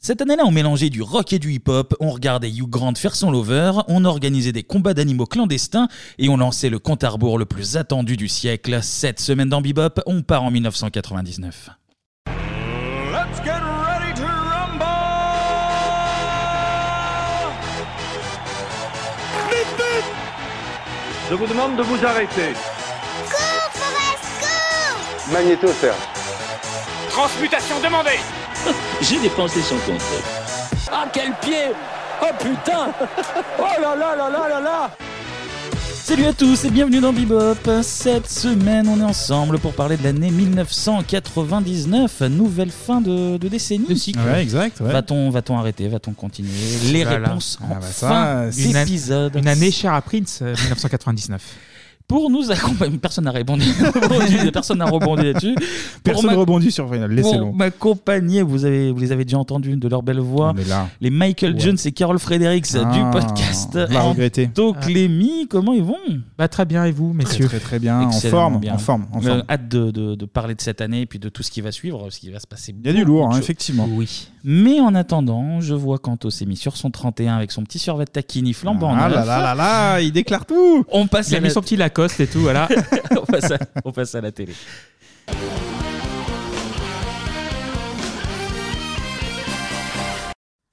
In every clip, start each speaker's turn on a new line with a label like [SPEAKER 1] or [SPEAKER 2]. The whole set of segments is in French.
[SPEAKER 1] Cette année-là, on mélangeait du rock et du hip-hop, on regardait Hugh Grant faire son lover, on organisait des combats d'animaux clandestins et on lançait le compte à rebours le plus attendu du siècle. Cette semaine dans Bebop, on part en 1999.
[SPEAKER 2] Let's get ready to rumble! Vite, vite!
[SPEAKER 3] Je vous demande de vous arrêter.
[SPEAKER 4] Magnéto, Serge.
[SPEAKER 2] Transmutation demandée!
[SPEAKER 5] J'ai dépensé sans compter.
[SPEAKER 2] Ah, quel pied! Oh putain! Oh là là là là là là!
[SPEAKER 1] Salut à tous et bienvenue dans Bebop. Cette semaine, on est ensemble pour parler de l'année 1999, nouvelle fin de, de décennie.
[SPEAKER 6] Ouais, exact, ouais.
[SPEAKER 1] Va-t-on va arrêter Va-t-on continuer Les
[SPEAKER 6] Voilà.
[SPEAKER 1] réponses en
[SPEAKER 6] Ah bah ça,
[SPEAKER 1] fin
[SPEAKER 6] c'est une an-
[SPEAKER 1] d'épisode.
[SPEAKER 6] Une année chère à Prince, euh, 1999.
[SPEAKER 1] Pour nous accompagner, personne n'a répondu. Aujourd'hui, personne n'a rebondi là-dessus. Pour
[SPEAKER 6] Personne
[SPEAKER 1] ma-
[SPEAKER 6] rebondit sur Final,
[SPEAKER 1] Pour
[SPEAKER 6] laissez-le.
[SPEAKER 1] m'accompagner, vous, avez, vous les avez déjà entendus de leur belle voix.
[SPEAKER 6] On est là.
[SPEAKER 1] Les Michael
[SPEAKER 6] Ouais.
[SPEAKER 1] Jones et Carol Fredericks
[SPEAKER 6] Ah,
[SPEAKER 1] du podcast.
[SPEAKER 6] on Ah. va regretter.
[SPEAKER 1] Donc, Clémy, comment ils vont
[SPEAKER 6] Bah, très bien, et vous, messieurs Très, très, bien, en
[SPEAKER 1] Excellemment
[SPEAKER 6] forme,
[SPEAKER 1] bien.
[SPEAKER 6] en forme, en
[SPEAKER 1] Euh,
[SPEAKER 6] forme.
[SPEAKER 1] Hâte de, de- de parler de cette année et puis de tout ce qui va suivre, ce qui va se passer.
[SPEAKER 6] Il y a du lourd, hein, effectivement.
[SPEAKER 1] Oui. Mais en attendant, je vois Kanto s'est mis sur son 31 avec son petit survêt de taquini flambant
[SPEAKER 6] Ah
[SPEAKER 1] neuf.
[SPEAKER 6] là là là là, il déclare tout
[SPEAKER 1] On passe
[SPEAKER 6] Il
[SPEAKER 1] à
[SPEAKER 6] a mis
[SPEAKER 1] la-
[SPEAKER 6] son petit Lacoste et tout, voilà.
[SPEAKER 1] on, passe à, on passe à la télé.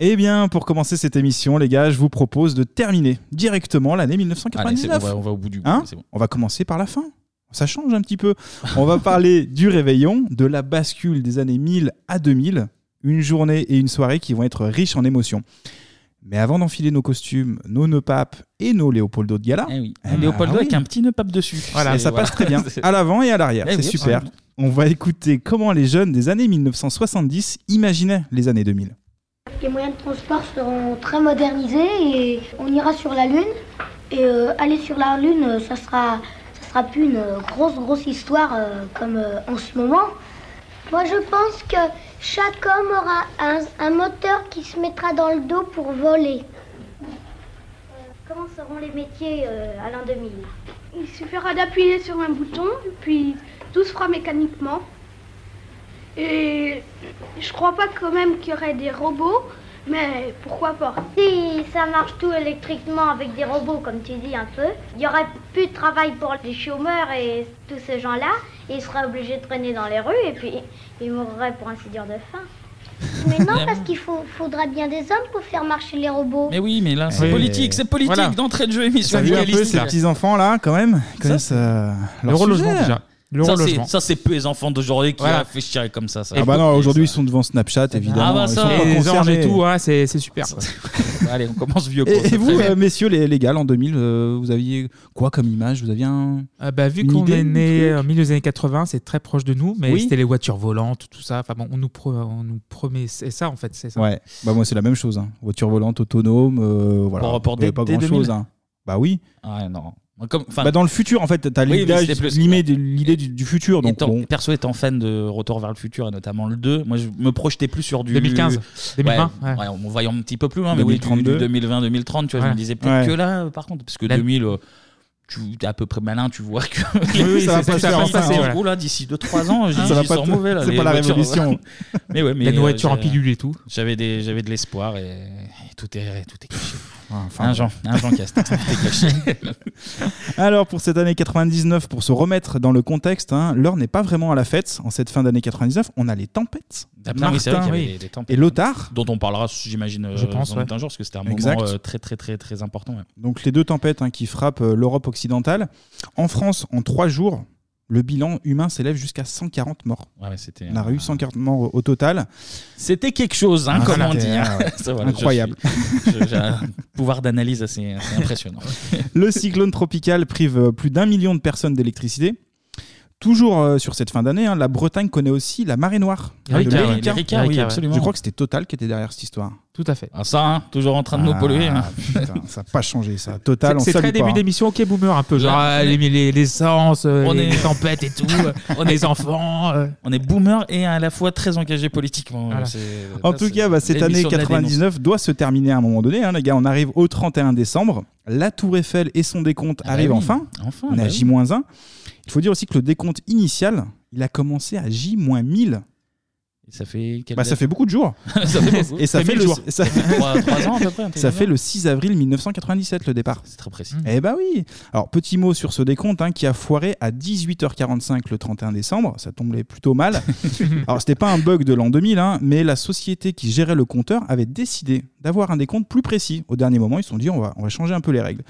[SPEAKER 6] Eh bien, pour commencer cette émission, les gars, je vous propose de terminer directement l'année
[SPEAKER 1] Allez, c'est bon, on
[SPEAKER 6] 1999.
[SPEAKER 1] va, on va au bout du bout.
[SPEAKER 6] Hein
[SPEAKER 1] c'est bon.
[SPEAKER 6] on va commencer par la fin. Ça change un petit peu. On va parler du réveillon, de la bascule des années 1000 à 2000, une journée et une soirée qui vont être riches en émotions. Mais avant d'enfiler nos costumes, nos nœuds papes et nos Léopoldo de gala,
[SPEAKER 1] Eh oui.
[SPEAKER 6] Ah,
[SPEAKER 1] Léopoldo
[SPEAKER 6] oui.
[SPEAKER 1] avec un petit nœud pape dessus.
[SPEAKER 6] voilà,
[SPEAKER 1] C'est-
[SPEAKER 6] ça passe très bien,
[SPEAKER 1] C'est-
[SPEAKER 6] à l'avant et à l'arrière,
[SPEAKER 1] Eh
[SPEAKER 6] c'est
[SPEAKER 1] oui,
[SPEAKER 6] super. On va écouter comment les jeunes des années 1970 imaginaient les années 2000.
[SPEAKER 7] Les moyens de transport seront très modernisés et on ira sur la Lune. Et euh, aller sur la Lune, euh, ça sera, ça sera plus une euh, grosse, grosse histoire euh, comme euh, en ce moment. Moi, je pense que chaque homme aura un, moteur qui se mettra dans le dos pour voler. Comment seront les métiers euh, à l'an 2000
[SPEAKER 8] Il suffira d'appuyer sur un bouton, puis tout se fera mécaniquement. Et je crois pas quand même qu'il y aurait des robots, mais pourquoi pas
[SPEAKER 7] Si ça marche tout électriquement avec des robots, comme tu dis un peu, il y aurait plus de travail pour les chômeurs et tous ces gens-là. Ils seraient obligés de traîner dans les rues et puis ils mourraient pour ainsi dire de faim. Mais non, parce qu'il faut- faudra bien des hommes pour faire marcher les robots.
[SPEAKER 1] Mais oui, mais là, Ah, c'est
[SPEAKER 6] Eh Oui.
[SPEAKER 1] politique, c'est politique
[SPEAKER 6] Voilà.
[SPEAKER 1] d'entrée de jeu émission
[SPEAKER 6] Ça vu un peu
[SPEAKER 1] égaliste.
[SPEAKER 6] ces petits enfants là, quand même, ils connaissent euh,
[SPEAKER 1] Le
[SPEAKER 6] leur
[SPEAKER 1] relogement,
[SPEAKER 6] sujet.
[SPEAKER 1] déjà.
[SPEAKER 6] Le
[SPEAKER 1] Ça,
[SPEAKER 6] relogement.
[SPEAKER 1] c'est- Ça, c'est peu les enfants d'aujourd'hui qui
[SPEAKER 6] Voilà.
[SPEAKER 1] réfléchiraient comme ça. ça.
[SPEAKER 6] Ah bah non, aujourd'hui ils sont devant Snapchat évidemment.
[SPEAKER 1] Ah bah ça,
[SPEAKER 6] ils sont pas
[SPEAKER 1] les
[SPEAKER 6] concernés.
[SPEAKER 1] anges et tout,
[SPEAKER 6] hein, c'est super.
[SPEAKER 1] Allez, on commence vieux. quoi.
[SPEAKER 6] Et, et vous,
[SPEAKER 1] Très bien.
[SPEAKER 6] euh, messieurs les, les gars, en 2000, euh, vous aviez quoi comme image Vous aviez un.
[SPEAKER 9] Ah bah, vu
[SPEAKER 6] Une
[SPEAKER 9] qu'on
[SPEAKER 6] idée,
[SPEAKER 9] est
[SPEAKER 6] un
[SPEAKER 9] né
[SPEAKER 6] truc
[SPEAKER 9] au milieu des années 80, c'est très proche de nous, mais
[SPEAKER 6] Oui.
[SPEAKER 9] c'était les voitures volantes, tout ça. Enfin bon, on nous, pro- on nous promet, c'est ça en fait, c'est ça.
[SPEAKER 6] Ouais, bah moi c'est la même chose. hein. Voiture volante, autonome, euh, voilà.
[SPEAKER 1] Bon, rapport
[SPEAKER 6] Il y avait
[SPEAKER 1] dès-
[SPEAKER 6] pas
[SPEAKER 1] dès
[SPEAKER 6] grand chose.
[SPEAKER 1] 2000.
[SPEAKER 6] Bah oui.
[SPEAKER 1] Ah, non. Moi, Comme, enfin,
[SPEAKER 6] Bah dans le futur, en fait, t'as
[SPEAKER 1] Oui, mais
[SPEAKER 6] l'idée
[SPEAKER 1] c'était plus-
[SPEAKER 6] l'imée de- l'idée du, du futur. Donc
[SPEAKER 1] étant-
[SPEAKER 6] bon.
[SPEAKER 1] Perso étant fan de Retour vers le futur et notamment le 2, moi je me projetais plus sur du
[SPEAKER 9] 2015, 2020.
[SPEAKER 1] Ouais,
[SPEAKER 9] ouais.
[SPEAKER 1] ouais, on voyait un petit peu plus loin, mais oui, du- du,
[SPEAKER 6] 2032.
[SPEAKER 1] 2020, 2030, tu vois, je
[SPEAKER 9] Ouais.
[SPEAKER 1] me disais peut-être
[SPEAKER 6] Ouais.
[SPEAKER 1] que là, euh, par contre, parce que
[SPEAKER 9] La-
[SPEAKER 1] 2000, euh, tu es à peu près malin, tu vois que.
[SPEAKER 6] oui, ça va pas se faire en
[SPEAKER 1] se passe,
[SPEAKER 6] cinq ans,
[SPEAKER 1] tu dis, Oula, d'ici 2-3 ans,
[SPEAKER 6] Ça va
[SPEAKER 1] j'y
[SPEAKER 6] pas
[SPEAKER 1] sors
[SPEAKER 6] te-
[SPEAKER 1] mauvais là.
[SPEAKER 6] c'est
[SPEAKER 1] les
[SPEAKER 6] pas la
[SPEAKER 1] voitures,
[SPEAKER 6] révolution.
[SPEAKER 1] voilà. mais ouais, mais
[SPEAKER 9] La
[SPEAKER 1] euh,
[SPEAKER 9] nourriture en
[SPEAKER 1] j'ai-
[SPEAKER 9] pilule et tout.
[SPEAKER 1] J'avais des, j'avais de l'espoir et, et tout est, tout est caché.
[SPEAKER 6] Ah, Enfin,
[SPEAKER 1] un Jean, un Jean Castex, tout est caché.
[SPEAKER 6] Alors pour cette année 99, pour se remettre dans le contexte, hein, l'heure n'est pas vraiment à la fête. En cette fin d'année 99, on a les tempêtes.
[SPEAKER 1] Non, oui, c'est vrai qu'il y avait
[SPEAKER 9] oui.
[SPEAKER 1] des- des tempêtes.
[SPEAKER 6] Et l'otard,
[SPEAKER 1] dont on parlera, j'imagine, euh,
[SPEAKER 9] Je pense,
[SPEAKER 1] sans
[SPEAKER 9] ouais.
[SPEAKER 1] doute un jour, parce que c'était un
[SPEAKER 6] Exact.
[SPEAKER 1] moment euh, très, très, très, très important. ouais.
[SPEAKER 6] donc les deux tempêtes hein, qui frappent euh, l'Europe occidentale. En France, en trois jours, le bilan humain s'élève jusqu'à 140 morts.
[SPEAKER 1] Ouais, ouais, c'était.
[SPEAKER 6] On a
[SPEAKER 1] euh,
[SPEAKER 6] eu 140 morts au- au total.
[SPEAKER 1] C'était quelque chose, hein,
[SPEAKER 6] Ah,
[SPEAKER 1] comme on dit.
[SPEAKER 6] c'était,
[SPEAKER 1] hein.
[SPEAKER 6] ah ouais.
[SPEAKER 1] Ça, voilà, je
[SPEAKER 6] Incroyable.
[SPEAKER 1] suis- je- J'ai un pouvoir d'analyse assez, assez impressionnant.
[SPEAKER 6] Le cyclone tropical prive euh, plus d'un million de personnes d'électricité. Toujours euh, sur cette fin d'année, hein, la Bretagne connaît aussi la marée noire.
[SPEAKER 9] Ah oui,
[SPEAKER 6] Le
[SPEAKER 9] carrément.
[SPEAKER 6] Ricard.
[SPEAKER 1] Les Ricards, oui,
[SPEAKER 9] Ricards, ouais.
[SPEAKER 1] absolument.
[SPEAKER 6] Je crois que c'était Total qui était derrière cette histoire.
[SPEAKER 9] Tout à fait.
[SPEAKER 1] Ah, ça, hein, toujours en train de nous
[SPEAKER 6] Ah,
[SPEAKER 1] polluer. hein.
[SPEAKER 6] putain, ça n'a pas changé ça. Total, on
[SPEAKER 9] C'est- C'est
[SPEAKER 6] salue
[SPEAKER 9] très
[SPEAKER 6] pas,
[SPEAKER 9] début
[SPEAKER 6] hein.
[SPEAKER 9] d'émission, ok boomer un peu, genre
[SPEAKER 1] Là,
[SPEAKER 9] ah, les, les- l'essence, euh,
[SPEAKER 1] on
[SPEAKER 9] les,
[SPEAKER 1] est-
[SPEAKER 9] les tempêtes et tout, euh, les enfants. euh.
[SPEAKER 1] On est boomer et à la fois très engagé politiquement.
[SPEAKER 9] Voilà.
[SPEAKER 1] C'est-
[SPEAKER 6] En
[SPEAKER 1] là,
[SPEAKER 6] tout
[SPEAKER 1] c'est
[SPEAKER 6] cas, bah, cette année
[SPEAKER 1] l'émission de la
[SPEAKER 6] 99 doit se terminer à un moment donné. hein, les gars, on arrive au 31 décembre. La Tour Eiffel et son décompte
[SPEAKER 1] dénonce. Ah,
[SPEAKER 6] arrivent
[SPEAKER 1] bah oui,
[SPEAKER 6] enfin.
[SPEAKER 1] Enfin.
[SPEAKER 6] On est
[SPEAKER 1] bah
[SPEAKER 6] à
[SPEAKER 1] oui.
[SPEAKER 6] J-1. Il faut dire aussi que le décompte initial, il a commencé à J-1000.
[SPEAKER 1] Ça fait quelle
[SPEAKER 6] Bah, ça
[SPEAKER 1] date
[SPEAKER 6] fait beaucoup de jours.
[SPEAKER 1] Ça fait beaucoup.
[SPEAKER 6] Et ça
[SPEAKER 1] Ça fait
[SPEAKER 6] fait
[SPEAKER 1] mille
[SPEAKER 6] le-
[SPEAKER 1] jours.
[SPEAKER 6] ça-
[SPEAKER 1] Ça fait trois- trois ans, à peu près, un truc
[SPEAKER 6] Ça
[SPEAKER 1] comme
[SPEAKER 6] fait
[SPEAKER 1] ça.
[SPEAKER 6] le 6 avril 1997 le départ.
[SPEAKER 1] C'est très précis.
[SPEAKER 6] Eh bah oui. Alors petit mot sur ce décompte hein, qui a foiré à 18h45 le 31 décembre. Ça tombait plutôt mal. Alors c'était pas un bug de l'an 2000, hein, mais la société qui gérait le compteur avait décidé d'avoir un décompte plus précis. Au dernier moment, ils se sont dit on va on va changer un peu les règles.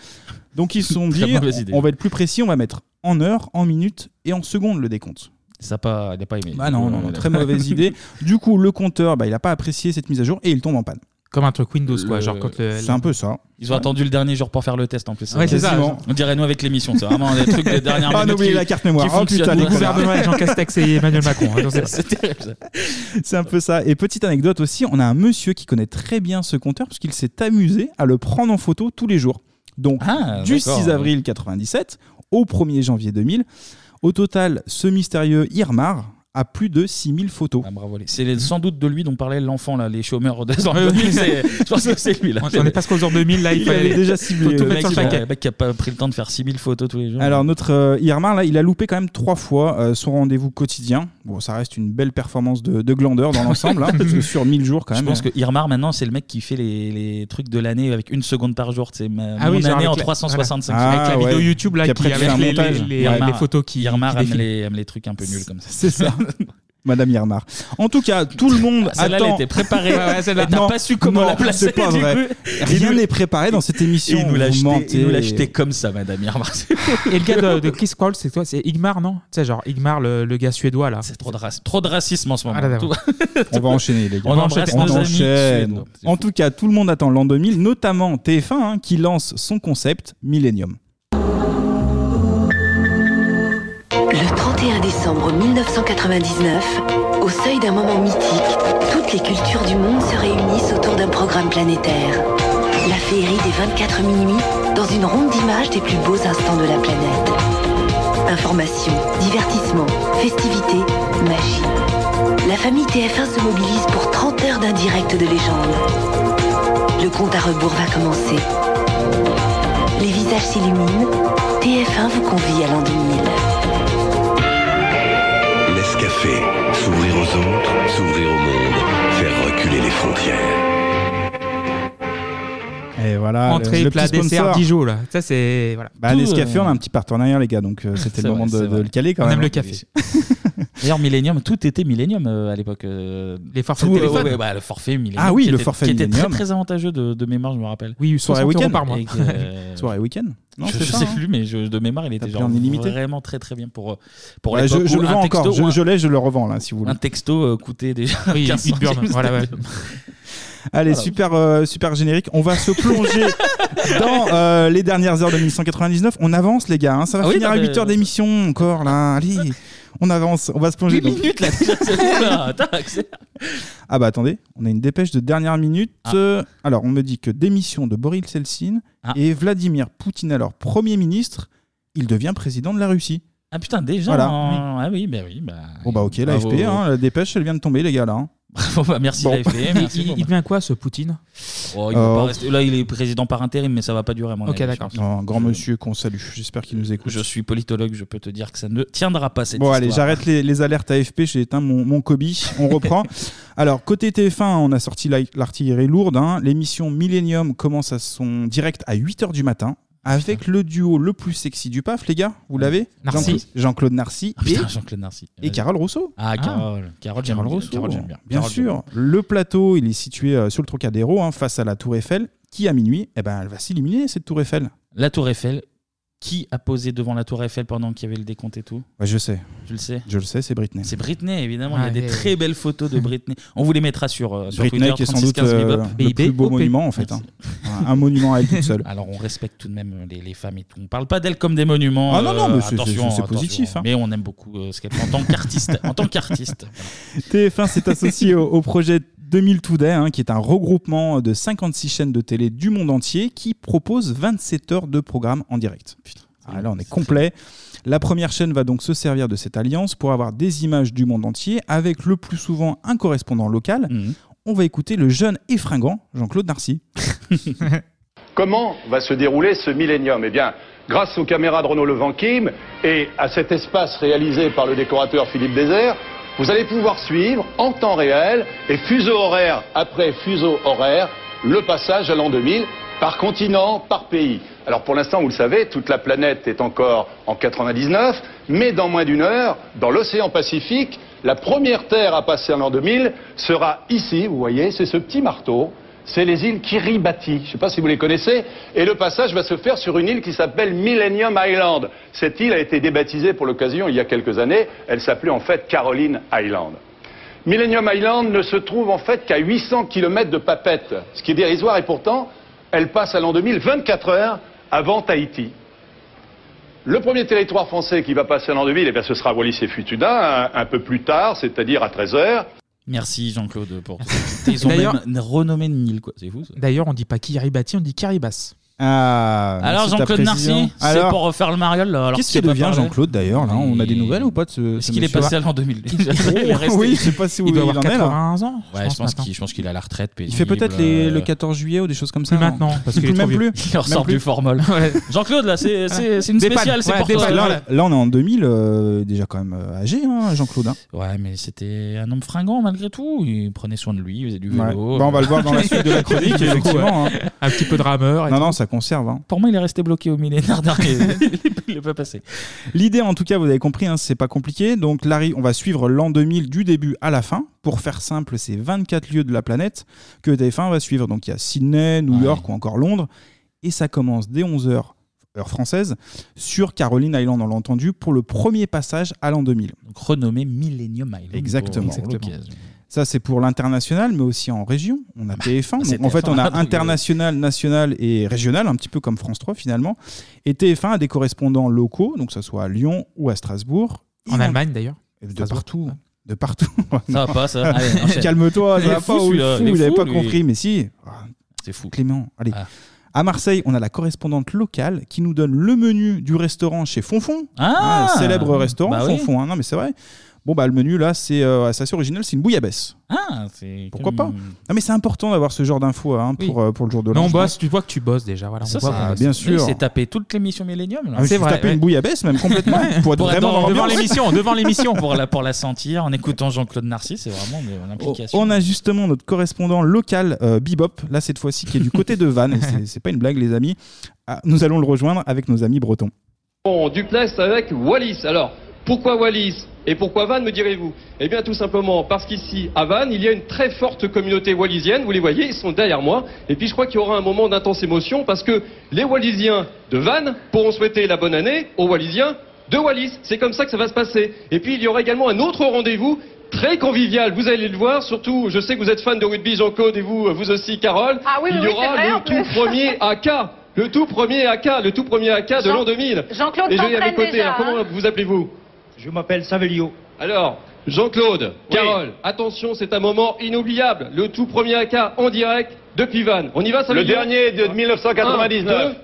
[SPEAKER 6] Donc ils se sont
[SPEAKER 1] Très
[SPEAKER 6] dit
[SPEAKER 1] mauvaise idée.
[SPEAKER 6] on, on va être plus précis, on va mettre en heures, en minutes et en secondes le décompte.
[SPEAKER 1] Ça pas, il n'a pas aimé.
[SPEAKER 6] Bah non, non, non, très mauvaise idée. Du coup, le compteur, bah, il n'a pas apprécié cette mise à jour et il tombe en panne.
[SPEAKER 9] Comme un truc Windows, quoi.
[SPEAKER 1] Le-
[SPEAKER 9] Genre quand le-
[SPEAKER 6] C'est un peu ça.
[SPEAKER 1] Ils ont attendu le dernier jour pour faire le test en plus.
[SPEAKER 9] Ouais, c'est ça.
[SPEAKER 6] Quasiment.
[SPEAKER 1] On dirait nous avec l'émission, c'est vraiment des trucs des dernières
[SPEAKER 6] Ah, on a
[SPEAKER 1] minutes
[SPEAKER 6] oublié
[SPEAKER 1] qui-
[SPEAKER 6] la carte mémoire.
[SPEAKER 1] qui
[SPEAKER 6] Oh
[SPEAKER 1] fonctionnent.
[SPEAKER 6] putain, les
[SPEAKER 9] Le gouvernement
[SPEAKER 6] connards.
[SPEAKER 9] avec Jean Castex et Emmanuel Macron. hein, j'en sais pas.
[SPEAKER 1] C'est terrible ça.
[SPEAKER 6] C'est un peu ça. Et petite anecdote aussi, on a un monsieur qui connaît très bien ce compteur parce qu'il s'est amusé à le prendre en photo tous les jours. Donc,
[SPEAKER 1] Ah,
[SPEAKER 6] du
[SPEAKER 1] d'accord.
[SPEAKER 6] 6 avril 97 au 1er janvier 2000, au total, ce mystérieux Irmar a plus de 6000 photos.
[SPEAKER 1] Ah, bravo, les- c'est les- sans doute de lui dont parlait l'enfant, là, les chômeurs des ans 2000, c'est- Je pense que c'est lui. Là.
[SPEAKER 9] On on est presque aux heures 2000, là. Il
[SPEAKER 6] Il avait
[SPEAKER 9] fallait.
[SPEAKER 6] déjà ciblé.
[SPEAKER 9] tout
[SPEAKER 1] le
[SPEAKER 6] euh,
[SPEAKER 1] mec,
[SPEAKER 9] mettre sur le
[SPEAKER 1] qui a-
[SPEAKER 9] paquet.
[SPEAKER 1] le mec qui a pas pris le temps de faire 6000 photos tous les jours.
[SPEAKER 6] Alors notre euh, Irmar là, il a loupé quand même trois fois euh, son rendez-vous quotidien. Bon, ça reste une belle performance de, de glandeur dans l'ensemble, hein, parce que sur 1000 jours quand
[SPEAKER 1] je
[SPEAKER 6] même.
[SPEAKER 1] pense
[SPEAKER 6] euh,
[SPEAKER 1] que Irmar, maintenant, c'est le mec qui fait les, les trucs de l'année avec une seconde par jour. C'est ma
[SPEAKER 9] Ah
[SPEAKER 1] mon
[SPEAKER 9] oui, genre
[SPEAKER 1] année
[SPEAKER 9] avec
[SPEAKER 1] en
[SPEAKER 9] la-
[SPEAKER 1] 365.
[SPEAKER 6] voilà.
[SPEAKER 9] Avec la
[SPEAKER 6] Ah,
[SPEAKER 9] vidéo
[SPEAKER 6] ouais.
[SPEAKER 9] YouTube, là,
[SPEAKER 6] Puis
[SPEAKER 9] qui
[SPEAKER 6] après, tu
[SPEAKER 9] avec
[SPEAKER 6] fais un
[SPEAKER 9] les- les
[SPEAKER 6] montage.
[SPEAKER 9] les-
[SPEAKER 1] Irmar-
[SPEAKER 9] les photos qui.
[SPEAKER 1] Irmar
[SPEAKER 9] qui
[SPEAKER 1] aime
[SPEAKER 9] défilent.
[SPEAKER 1] les, aime les trucs un peu nuls comme ça.
[SPEAKER 6] C'est ça, Madame Irmar. En tout cas, tout le monde
[SPEAKER 1] Ah, Celle-là, elle
[SPEAKER 6] attend.
[SPEAKER 1] était préparée.
[SPEAKER 9] Ouais, ouais, celle-là.
[SPEAKER 1] Et t'as
[SPEAKER 6] Non,
[SPEAKER 1] pas su comment
[SPEAKER 6] non,
[SPEAKER 1] la placer.
[SPEAKER 6] c'est pas
[SPEAKER 1] du
[SPEAKER 6] vrai.
[SPEAKER 1] coup.
[SPEAKER 6] Rien n'est préparé dans cette
[SPEAKER 1] Et
[SPEAKER 6] émission.
[SPEAKER 1] il nous l'a
[SPEAKER 6] vous
[SPEAKER 1] jeté, il nous l'a
[SPEAKER 6] mentez.
[SPEAKER 1] jeté comme ça, madame Irmar. C'est
[SPEAKER 9] Et le gars de, de Chris Crawl, c'est toi C'est Igmar, non Tu sais, genre Igmar, le, le gars suédois, là.
[SPEAKER 1] c'est trop, de rac- trop de racisme en ce moment.
[SPEAKER 9] Ah, d'accord.
[SPEAKER 1] Tout-
[SPEAKER 6] On va enchaîner, les gars.
[SPEAKER 1] On embrasse
[SPEAKER 9] On
[SPEAKER 1] nos amis
[SPEAKER 6] enchaîne.
[SPEAKER 1] suédois. C'est
[SPEAKER 6] En
[SPEAKER 1] fou.
[SPEAKER 6] tout cas, tout le monde attend l'an 2000, notamment TF1, hein, qui lance son concept Millennium.
[SPEAKER 4] Le 31 décembre 1999, au seuil d'un moment mythique, toutes les cultures du monde se réunissent autour d'un programme planétaire. La féerie des 24 minuit dans une ronde d'images des plus beaux instants de la planète. Information, divertissement, festivité, magie. La famille TF1 se mobilise pour 30 heures d'un direct de légende. Le compte à rebours va commencer. Les visages s'illuminent. TF1 vous convie à l'an 2000.
[SPEAKER 10] Nescafé, s'ouvrir aux autres, s'ouvrir au monde, faire reculer les frontières.
[SPEAKER 6] Et voilà.
[SPEAKER 9] Entrée,
[SPEAKER 6] Ah, le, le
[SPEAKER 9] plat,
[SPEAKER 6] petit sponsor.
[SPEAKER 9] dessert, Dijon, là. Ça, c'est. Voilà.
[SPEAKER 6] Bah,
[SPEAKER 1] Tout,
[SPEAKER 6] Nescafé,
[SPEAKER 1] euh,
[SPEAKER 6] on a un petit partenariat, les gars, donc euh, c'était
[SPEAKER 1] C'est
[SPEAKER 6] le moment
[SPEAKER 1] vrai,
[SPEAKER 6] de,
[SPEAKER 1] c'est
[SPEAKER 6] de
[SPEAKER 1] vrai.
[SPEAKER 6] le caler quand
[SPEAKER 9] On
[SPEAKER 6] même.
[SPEAKER 9] aime le café.
[SPEAKER 1] D'ailleurs, Millennium, tout était Millennium euh, à l'époque. euh,
[SPEAKER 9] Les forfaits
[SPEAKER 1] tout,
[SPEAKER 9] de
[SPEAKER 1] euh,
[SPEAKER 9] téléphone.
[SPEAKER 1] ouais, bah, le forfait Millennium.
[SPEAKER 6] Ah oui,
[SPEAKER 1] qui
[SPEAKER 6] le
[SPEAKER 1] était-
[SPEAKER 6] forfait
[SPEAKER 1] Qui était très
[SPEAKER 6] Millennium.
[SPEAKER 1] très avantageux de, de mémoire, je me rappelle.
[SPEAKER 9] Oui, 60
[SPEAKER 6] week-end.
[SPEAKER 9] euros par mois.
[SPEAKER 1] Et que, euh,
[SPEAKER 6] Soirée week-end. Non,
[SPEAKER 1] je
[SPEAKER 6] c'est
[SPEAKER 1] je
[SPEAKER 6] ça,
[SPEAKER 1] sais
[SPEAKER 6] hein.
[SPEAKER 1] plus, mais je- de mémoire, il était
[SPEAKER 6] pris
[SPEAKER 1] genre
[SPEAKER 6] en illimité
[SPEAKER 1] vraiment très très bien pour, euh, pour
[SPEAKER 6] Ouais,
[SPEAKER 1] l'époque.
[SPEAKER 6] Bah, je, je
[SPEAKER 1] où
[SPEAKER 6] le
[SPEAKER 1] un
[SPEAKER 6] vends encore.
[SPEAKER 1] texto-
[SPEAKER 6] Je,
[SPEAKER 1] où un-
[SPEAKER 6] je l'ai, je le revends là, si vous voulez.
[SPEAKER 1] Un texto euh, coûtait déjà
[SPEAKER 9] Oui,
[SPEAKER 1] 15
[SPEAKER 9] une burn.
[SPEAKER 1] centimes.
[SPEAKER 9] Voilà, ouais.
[SPEAKER 6] Allez,
[SPEAKER 1] Voilà.
[SPEAKER 6] super, euh, super générique. On va se plonger dans euh, les dernières heures de 1999. On avance, les gars. hein. Ça va
[SPEAKER 1] Ah oui,
[SPEAKER 6] finir
[SPEAKER 1] non,
[SPEAKER 6] à
[SPEAKER 1] mais-
[SPEAKER 6] 8 heures d'émission encore là. Allez, on avance. On va se plonger.
[SPEAKER 1] 8
[SPEAKER 6] donc-
[SPEAKER 1] minutes là déjà, c'est bon, là. Attends, accélère.
[SPEAKER 6] Ah bah attendez, on a une dépêche de dernière minute. Euh, alors, on me dit que démission de Boris Yeltsin
[SPEAKER 1] Ah.
[SPEAKER 6] et Vladimir Poutine, alors Premier ministre, il devient président de la Russie.
[SPEAKER 1] Ah putain, déjà.
[SPEAKER 6] Voilà.
[SPEAKER 1] hein. Ah oui, bah oui. Bah,
[SPEAKER 6] Bon bah ok, l'AFP,
[SPEAKER 1] Bravo.
[SPEAKER 6] hein, la dépêche, elle vient de tomber, les gars là. hein.
[SPEAKER 1] Bravo, bah, merci
[SPEAKER 6] Bon.
[SPEAKER 1] l'AFP,
[SPEAKER 9] Mais
[SPEAKER 1] merci.
[SPEAKER 9] il,
[SPEAKER 1] bon,
[SPEAKER 9] il devient quoi, ce Poutine
[SPEAKER 1] Oh, il peut
[SPEAKER 6] Euh,
[SPEAKER 1] pas rester- Là, il est président par intérim, mais ça va pas durer. à mon
[SPEAKER 9] Ok,
[SPEAKER 1] avis, je
[SPEAKER 9] d'accord.
[SPEAKER 1] pense.
[SPEAKER 6] Un grand
[SPEAKER 1] Je-
[SPEAKER 6] monsieur qu'on salue. J'espère qu'il nous écoute.
[SPEAKER 1] Je suis politologue, je peux te dire que ça ne tiendra pas cette
[SPEAKER 6] Bon, allez,
[SPEAKER 1] histoire.
[SPEAKER 6] j'arrête les, les alertes AFP, j'ai éteint mon, mon Kobe, on reprend. Alors, côté TF1, on a sorti la- l'artillerie lourde. hein. L'émission Millennium commence à son direct à 8h du matin avec le duo le plus sexy du PAF, les gars, vous l'avez
[SPEAKER 9] Narcy.
[SPEAKER 6] Jean- Jean-Claude Narcy
[SPEAKER 1] Ah,
[SPEAKER 6] et,
[SPEAKER 1] putain, Jean-Claude Narcy.
[SPEAKER 6] et Carole Rousseau.
[SPEAKER 1] Ah, Carole. Carole, j'aime
[SPEAKER 6] Carole
[SPEAKER 1] bien.
[SPEAKER 6] Rousseau,
[SPEAKER 1] Carole, j'aime bien.
[SPEAKER 6] bien
[SPEAKER 1] Carole,
[SPEAKER 6] sûr. Le plateau, il est situé euh, sur le Trocadéro, hein, face à la Tour Eiffel, qui à minuit, eh ben, elle va s'illuminer, cette Tour Eiffel.
[SPEAKER 1] j'aime bien. La Tour Eiffel. Qui a posé devant la Tour Eiffel pendant qu'il y avait le décompte et tout
[SPEAKER 6] Ouais, je sais,
[SPEAKER 1] Tu le sais
[SPEAKER 6] je le sais, c'est Britney.
[SPEAKER 1] C'est Britney, évidemment.
[SPEAKER 9] Ah,
[SPEAKER 1] Il y a des
[SPEAKER 9] oui,
[SPEAKER 1] très belles photos de Britney. On vous les mettra sur, euh, sur
[SPEAKER 6] Britney
[SPEAKER 1] Twitter,
[SPEAKER 6] qui est sans doute
[SPEAKER 1] 3615
[SPEAKER 6] euh,
[SPEAKER 1] Bebop.
[SPEAKER 6] le plus beau
[SPEAKER 9] BIB.
[SPEAKER 6] monument en fait. hein. Un un monument à elle toute seule.
[SPEAKER 1] Alors on respecte tout de même euh, les, les femmes et tout. On parle pas d'elles comme des monuments.
[SPEAKER 6] Ah non, non,
[SPEAKER 1] euh,
[SPEAKER 6] mais c'est- c'est-
[SPEAKER 1] attention,
[SPEAKER 6] c'est
[SPEAKER 1] attention.
[SPEAKER 6] positif, hein.
[SPEAKER 1] Mais on aime beaucoup euh, ce qu'elle fait en tant qu'artiste. en tant qu'artiste.
[SPEAKER 6] TF1 s'est associé au, au projet 2000 Today, hein, qui est un regroupement de 56 chaînes de télé du monde entier qui propose 27 heures de programme en direct. Ah, là, on est complet. La première chaîne va donc se servir de cette alliance pour avoir des images du monde entier avec le plus souvent un correspondant local.
[SPEAKER 1] Mhm.
[SPEAKER 6] On va écouter le jeune et fringant Jean-Claude Narcy.
[SPEAKER 3] Comment va se dérouler ce millénium Eh bien, grâce aux caméras de Renaud Levanquim et à cet espace réalisé par le décorateur Philippe Désert, Vous allez pouvoir suivre en temps réel et fuseau horaire après fuseau horaire le passage à l'an 2000 par continent, par pays. Alors pour l'instant, vous le savez, toute la planète est encore en 99, mais dans moins d'une heure, dans l'océan Pacifique, la première Terre à passer à l'an 2000 sera ici, vous voyez, c'est ce petit marteau, c'est les îles Kiribati, je ne sais pas si vous les connaissez, et le passage va se faire sur une île qui s'appelle Millennium Island. Cette île a été débaptisée pour l'occasion il y a quelques années, elle s'appelait en fait Caroline Island. Millennium Island ne se trouve en fait qu'à 800 km de Papette, ce qui est dérisoire et pourtant, elle passe à l'an 2000 24 heures avant Tahiti. Le premier territoire français qui va passer à l'an 2000, eh bien, ce sera Wallis et Futuna, un, un peu plus tard, c'est-à-dire à 13 heures.
[SPEAKER 1] Merci Jean-Claude pour tout ça. Ils ont
[SPEAKER 9] D'ailleurs-
[SPEAKER 1] même renommé une île, quoi. C'est fou ça.
[SPEAKER 9] D'ailleurs, on dit pas Kiribati, on dit Kiribas.
[SPEAKER 6] Ah,
[SPEAKER 1] Alors
[SPEAKER 6] merci de ta
[SPEAKER 1] Jean-Claude
[SPEAKER 6] précision.
[SPEAKER 1] Narcy, c'est
[SPEAKER 6] Alors,
[SPEAKER 1] pour refaire le mariole là. alors
[SPEAKER 6] Qu'est-ce
[SPEAKER 1] tu as
[SPEAKER 6] qu'il
[SPEAKER 1] pas
[SPEAKER 6] devient
[SPEAKER 1] parlé
[SPEAKER 6] Jean-Claude d'ailleurs là On a des nouvelles ou pas de ce,
[SPEAKER 1] Est-ce qu'il est passé à l'an 2000 déjà Il est resté-
[SPEAKER 6] Oui, je sais pas si
[SPEAKER 1] Il doit
[SPEAKER 6] il
[SPEAKER 1] avoir
[SPEAKER 6] en est, là.
[SPEAKER 1] 80
[SPEAKER 9] ans,
[SPEAKER 1] hein. Ouais, je pense qu'il je pense qu'il est à la retraite.
[SPEAKER 6] Il fait peut-être les- le 14 juillet ou des choses comme ça.
[SPEAKER 1] Plus
[SPEAKER 6] non
[SPEAKER 1] maintenant, parce qu'il
[SPEAKER 6] Plus-
[SPEAKER 1] est trop
[SPEAKER 6] même
[SPEAKER 1] vieux.
[SPEAKER 6] plus.
[SPEAKER 1] euh, Il ressort
[SPEAKER 6] Même plus.
[SPEAKER 1] du formol. Jean-Claude là, c'est c'est- c'est une
[SPEAKER 6] Dépanne.
[SPEAKER 1] spéciale, c'est
[SPEAKER 6] Ouais,
[SPEAKER 1] pour toi.
[SPEAKER 6] dépanne. Là, là, on est en 2000, euh, déjà quand même euh, âgé, hein, Jean-Claude. hein.
[SPEAKER 1] Ouais, mais c'était un homme fringant malgré tout. Il prenait soin de lui, il faisait du
[SPEAKER 6] Ouais.
[SPEAKER 1] vélo.
[SPEAKER 6] Bah, on va le voir dans la suite de la chronique,
[SPEAKER 1] Du coup,
[SPEAKER 6] effectivement.
[SPEAKER 1] ouais.
[SPEAKER 6] hein.
[SPEAKER 9] Un petit peu de rameur.
[SPEAKER 6] Non, non, ça conserve. hein.
[SPEAKER 1] Pour moi, il est resté bloqué au millénaire dernier. il n'est pas passé.
[SPEAKER 6] L'idée, en tout cas, vous avez compris, hein, c'est pas compliqué. Donc, l'arri- on va suivre l'an 2000 du début à la fin. Pour faire simple, c'est 24 lieux de la planète que TF1 va suivre. Donc, il y a Sydney, New York ou encore Londres. Et ça commence dès 11h, heure française, sur Caroline Island, on l'a entendu, pour le premier passage à l'an 2000.
[SPEAKER 1] Donc, renommé Millennium Island.
[SPEAKER 6] Exactement.
[SPEAKER 1] Pour l'occasion.
[SPEAKER 6] Ça, c'est pour l'international, mais aussi en région. On a
[SPEAKER 9] Ah,
[SPEAKER 6] TF1.
[SPEAKER 1] c'est
[SPEAKER 6] Donc, en fait,
[SPEAKER 1] TF1,
[SPEAKER 6] on a
[SPEAKER 1] donc, euh,
[SPEAKER 6] international, national et régional, un petit peu comme France 3 finalement. Et TF1 a des correspondants locaux, donc que ce soit à Lyon ou à Strasbourg. Et
[SPEAKER 9] En
[SPEAKER 6] on-
[SPEAKER 9] Allemagne d'ailleurs.
[SPEAKER 6] de partout. De partout.
[SPEAKER 1] Ça va pas, ça. Allez, enchaîne.
[SPEAKER 6] Calme-toi, ça
[SPEAKER 1] Il est
[SPEAKER 6] va
[SPEAKER 1] fou,
[SPEAKER 6] pas. ou
[SPEAKER 1] celui-là.
[SPEAKER 6] fou,
[SPEAKER 1] Il est
[SPEAKER 6] il avait
[SPEAKER 1] fou,
[SPEAKER 6] pas
[SPEAKER 1] lui.
[SPEAKER 6] compris, mais si. Ah,
[SPEAKER 1] C'est fou. Ah.
[SPEAKER 6] Clément, allez. À Marseille, on a la correspondante locale qui nous donne le menu du restaurant chez Fonfon.
[SPEAKER 1] Ah
[SPEAKER 6] Un célèbre restaurant,
[SPEAKER 1] Bah oui.
[SPEAKER 6] Fonfon. hein. Non, mais c'est vrai. Bon, bah, le menu, là, c'est euh, assez assez original, c'est une bouillabaisse.
[SPEAKER 1] Ah, c'est.
[SPEAKER 6] Pourquoi
[SPEAKER 1] comme-
[SPEAKER 6] pas Non, mais c'est important d'avoir ce genre d'infos hein, pour, euh, pour le jour de
[SPEAKER 9] Non, on
[SPEAKER 6] l'an.
[SPEAKER 9] bosse, tu vois que tu bosses déjà. Voilà, on
[SPEAKER 1] Ça,
[SPEAKER 9] voit
[SPEAKER 1] ça-
[SPEAKER 9] qu'on bosse.
[SPEAKER 6] bien sûr.
[SPEAKER 1] Il s'est tapé toute l'émission Millennium. là.
[SPEAKER 6] Ah, je me suis tapé
[SPEAKER 1] ouais.
[SPEAKER 6] une bouillabaisse, même complètement, pour être
[SPEAKER 1] Pour être
[SPEAKER 6] vraiment
[SPEAKER 1] dans-
[SPEAKER 6] dans
[SPEAKER 1] devant
[SPEAKER 6] l'ambiance.
[SPEAKER 1] l'émission, devant l'émission pour la pour la sentir en écoutant Jean-Claude Narcisse, c'est vraiment de- l'implication.
[SPEAKER 6] Oh, On a justement notre correspondant local, euh, Bibop, là cette fois-ci, qui est du côté de Vannes. Et c'est- C'est pas une blague, les amis. Ah, nous allons le rejoindre avec nos amis bretons.
[SPEAKER 11] Bon, duplex avec Wallis. Alors, pourquoi Wallis et pourquoi Vannes, me direz-vous Eh bien, tout simplement parce qu'ici, à Vannes, il y a une très forte communauté wallisienne. Vous les voyez, ils sont derrière moi. Et puis, je crois qu'il y aura un moment d'intense émotion parce que les Wallisiens de Vannes pourront souhaiter la bonne année aux Wallisiens de Wallis. C'est comme ça que ça va se passer. Et puis, il y aura également un autre rendez-vous très convivial. Vous allez le voir. Surtout, je sais que vous êtes fan de rugby, Jean-Claude, et vous, euh, vous aussi, Carole.
[SPEAKER 12] Ah oui, oui,
[SPEAKER 11] il y
[SPEAKER 12] oui,
[SPEAKER 11] aura
[SPEAKER 12] c'est vrai, en
[SPEAKER 11] le
[SPEAKER 12] plus.
[SPEAKER 11] tout premier AK. Le tout premier AK, le tout premier AK Ah, de
[SPEAKER 12] Jean-
[SPEAKER 11] l'an 2000.
[SPEAKER 12] Jean-Claude
[SPEAKER 11] Et je vais à mes
[SPEAKER 12] t'entraîne
[SPEAKER 11] côtés.
[SPEAKER 12] déjà,
[SPEAKER 11] Alors, comment
[SPEAKER 12] hein.
[SPEAKER 11] vous appelez-vous Je m'appelle Savelio. Alors, Jean-Claude, Carole, attention, c'est un moment inoubliable. Le tout premier AK en direct depuis Vannes. On y va,
[SPEAKER 3] Le
[SPEAKER 11] Savelio
[SPEAKER 3] dernier de 1999.
[SPEAKER 11] Un, deux.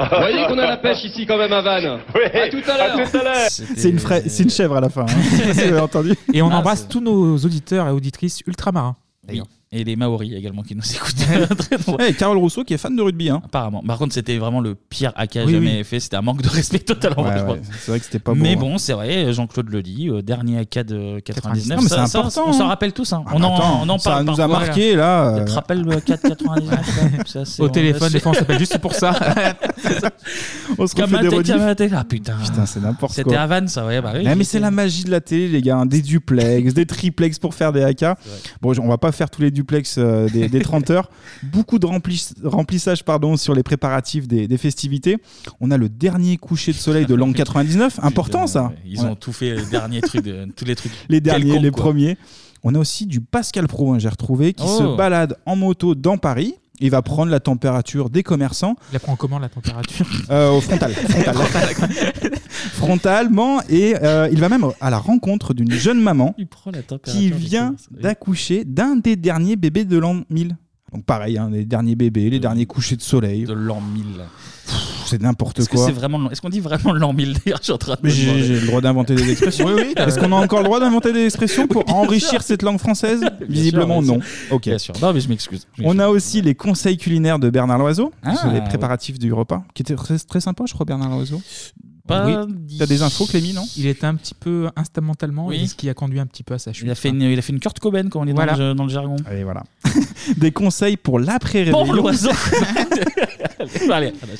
[SPEAKER 11] Vous voyez qu'on a la pêche ici quand même à Vannes. à tout à l'heure.
[SPEAKER 6] C'est une, fra- c'est une chèvre à la fin. hein. Vous avez entendu
[SPEAKER 9] Et on embrasse tous nos auditeurs et auditrices ultramarins.
[SPEAKER 1] Oui. Et les Maoris également qui nous écoutent.
[SPEAKER 6] Eh, Carole Rousseau qui est fan de rugby. hein.
[SPEAKER 1] Apparemment. Par contre, c'était vraiment le pire AK
[SPEAKER 6] Oui,
[SPEAKER 1] jamais
[SPEAKER 6] oui.
[SPEAKER 1] fait. C'était un manque de respect total envers
[SPEAKER 6] Ouais,
[SPEAKER 1] je
[SPEAKER 6] ouais,
[SPEAKER 1] crois.
[SPEAKER 6] C'est vrai que c'était pas beau.
[SPEAKER 1] mais
[SPEAKER 6] hein.
[SPEAKER 1] bon, c'est vrai, Jean-Claude le dit, euh, dernier AK de 99.
[SPEAKER 6] Ah, Non, mais
[SPEAKER 1] Ah, Ça-
[SPEAKER 6] c'est
[SPEAKER 1] ça,
[SPEAKER 6] important,
[SPEAKER 1] on s'en
[SPEAKER 6] hein.
[SPEAKER 1] rappelle tous. hein.
[SPEAKER 6] Ah,
[SPEAKER 1] on, en,
[SPEAKER 6] attends,
[SPEAKER 1] on en
[SPEAKER 6] ça
[SPEAKER 1] parle.
[SPEAKER 6] nous a
[SPEAKER 1] parfois.
[SPEAKER 6] marqué, là, euh.
[SPEAKER 1] Tu te rappelles le 499 ça, c'est-
[SPEAKER 9] Au
[SPEAKER 1] on-
[SPEAKER 9] téléphone, des fois, on s'appelle juste pour ça.
[SPEAKER 6] On se refait des
[SPEAKER 1] Kamate,
[SPEAKER 6] rediffs.
[SPEAKER 1] Kamate. Ah putain.
[SPEAKER 6] Putain, c'est n'importe quoi.
[SPEAKER 1] C'était à Vannes, ça, ouais. Bah, oui,
[SPEAKER 6] Ah, mais
[SPEAKER 1] j'étais-
[SPEAKER 6] c'est la magie de la télé, les gars. hein. Des duplex, des triplex pour faire des AK. Bon, je- on va pas faire tous les duplex euh, des, des 30 heures. Beaucoup de remplis- remplissage pardon, sur les préparatifs des, des festivités. On a le dernier coucher de soleil de l'an 99. Important, ça.
[SPEAKER 1] Ils ont tout fait, les derniers trucs, de- tous les trucs.
[SPEAKER 6] les derniers,
[SPEAKER 1] quelconques,
[SPEAKER 6] les
[SPEAKER 1] quoi.
[SPEAKER 6] premiers. On a aussi du Pascal Pro, hein, j'ai retrouvé, qui
[SPEAKER 1] Oh.
[SPEAKER 6] se balade en moto dans Paris. Il va prendre la température des commerçants
[SPEAKER 9] Il apprend comment la température
[SPEAKER 6] euh, au frontal, frontal. frontalement et euh, il va même à la rencontre d'une jeune maman
[SPEAKER 1] prend la température
[SPEAKER 6] qui
[SPEAKER 1] des
[SPEAKER 6] vient d'accoucher d'un des derniers bébés de l'an 1000. Donc pareil, hein, les derniers bébés, les derniers couchers de soleil.
[SPEAKER 1] De l'an 1000.
[SPEAKER 6] c'est n'importe
[SPEAKER 1] Est-ce que
[SPEAKER 6] quoi.
[SPEAKER 1] c'est vraiment l'an- Est-ce qu'on dit vraiment l'an 1000 d'ailleurs Je suis en train de me
[SPEAKER 6] Mais j'ai
[SPEAKER 1] demander.
[SPEAKER 6] j'ai le droit d'inventer des expressions.
[SPEAKER 1] Oui, oui, t'as-
[SPEAKER 6] Est-ce qu'on a encore le droit d'inventer des expressions pour enrichir cette langue française Visiblement,
[SPEAKER 1] bien
[SPEAKER 6] non.
[SPEAKER 1] sûr.
[SPEAKER 6] Ok.
[SPEAKER 1] Bien sûr. Non, mais je m'excuse.
[SPEAKER 6] On a aussi les conseils culinaires de Bernard Loiseau
[SPEAKER 1] Ah,
[SPEAKER 6] sur les
[SPEAKER 1] oui.
[SPEAKER 6] préparatifs du repas, qui était très, très sympa, je crois, Bernard Loiseau.
[SPEAKER 1] Pas
[SPEAKER 6] T'as des infos, Clémy, non
[SPEAKER 9] Il était un petit peu instrumentalement,
[SPEAKER 1] Oui.
[SPEAKER 9] et ce qui a conduit un petit peu à sa chute.
[SPEAKER 1] Il a fait une, il a fait une Kurt Cobain quand on est dans
[SPEAKER 9] Voilà.
[SPEAKER 1] le- dans le jargon.
[SPEAKER 6] Et voilà. Des conseils pour l'après-réveillon.
[SPEAKER 1] Bon, l'oiseau. Allez, allez, attends,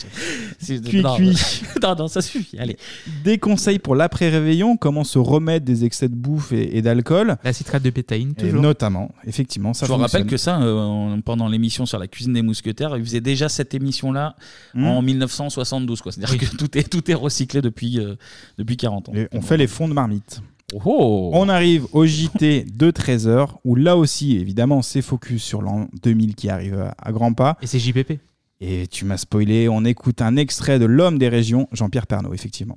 [SPEAKER 1] je- si-
[SPEAKER 6] Cui,
[SPEAKER 1] non,
[SPEAKER 6] cui.
[SPEAKER 1] non, non, ça suffit. Allez.
[SPEAKER 6] Des conseils pour l'après-réveillon, comment se remettre des excès de bouffe et, et d'alcool.
[SPEAKER 9] La citrate de pétaïne,
[SPEAKER 1] toujours.
[SPEAKER 6] notamment, effectivement, ça
[SPEAKER 1] je vous rappelle
[SPEAKER 6] fonctionne.
[SPEAKER 1] que ça, euh, en- pendant l'émission sur la cuisine des mousquetaires, ils faisaient déjà cette émission-là
[SPEAKER 6] Hmm.
[SPEAKER 1] en 1972. quoi. C'est-à-dire que tout est, tout est recyclé depuis, euh, depuis 40 ans.
[SPEAKER 6] Et on fait les fonds de marmite.
[SPEAKER 1] Oh.
[SPEAKER 6] On arrive au JT de 13h, où là aussi, évidemment, c'est focus sur l'an 2000 qui arrive à- à grands pas.
[SPEAKER 9] Et c'est JPP.
[SPEAKER 6] Et tu m'as spoilé, on écoute un extrait de L'homme des régions, Jean-Pierre Pernaud, effectivement.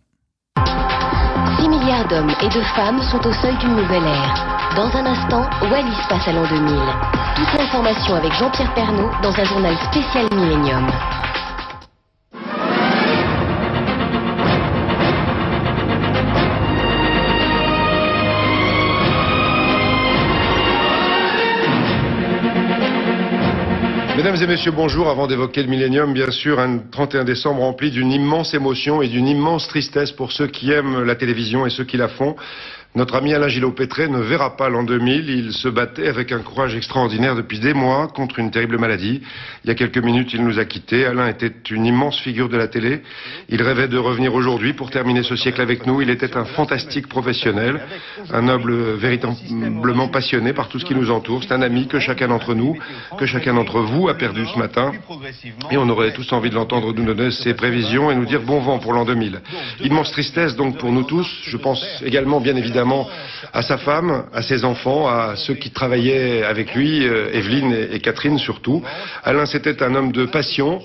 [SPEAKER 4] 6 milliards d'hommes et de femmes sont au seuil d'une nouvelle ère. Dans un instant, Wallis passe à l'an 2000. Toute l'information avec Jean-Pierre Pernaud dans un journal spécial Millennium.
[SPEAKER 12] Mesdames et messieurs, bonjour. Avant d'évoquer le millénium, bien sûr, un 31 décembre rempli d'une immense émotion et d'une immense tristesse pour ceux qui aiment la télévision et ceux qui la font. Notre ami Alain Gillot-Pétré ne verra pas l'an 2000. Il se battait avec un courage extraordinaire depuis des mois contre une terrible maladie. Il y a quelques minutes, il nous a quittés. Alain était une immense figure de la télé. Il rêvait de revenir aujourd'hui pour terminer ce siècle avec nous. Il était un fantastique professionnel, un noble véritablement passionné par tout ce qui nous entoure. C'est un ami que chacun d'entre nous, que chacun d'entre vous a perdu ce matin. Et on aurait tous envie de l'entendre nous donner ses prévisions et nous dire bon vent pour l'an 2000. Immense tristesse donc pour nous tous. Je pense également bien évidemment à sa femme, à ses enfants, à ceux qui travaillaient avec lui, euh, Evelyne et et Catherine surtout. Alain, c'était un homme de passion,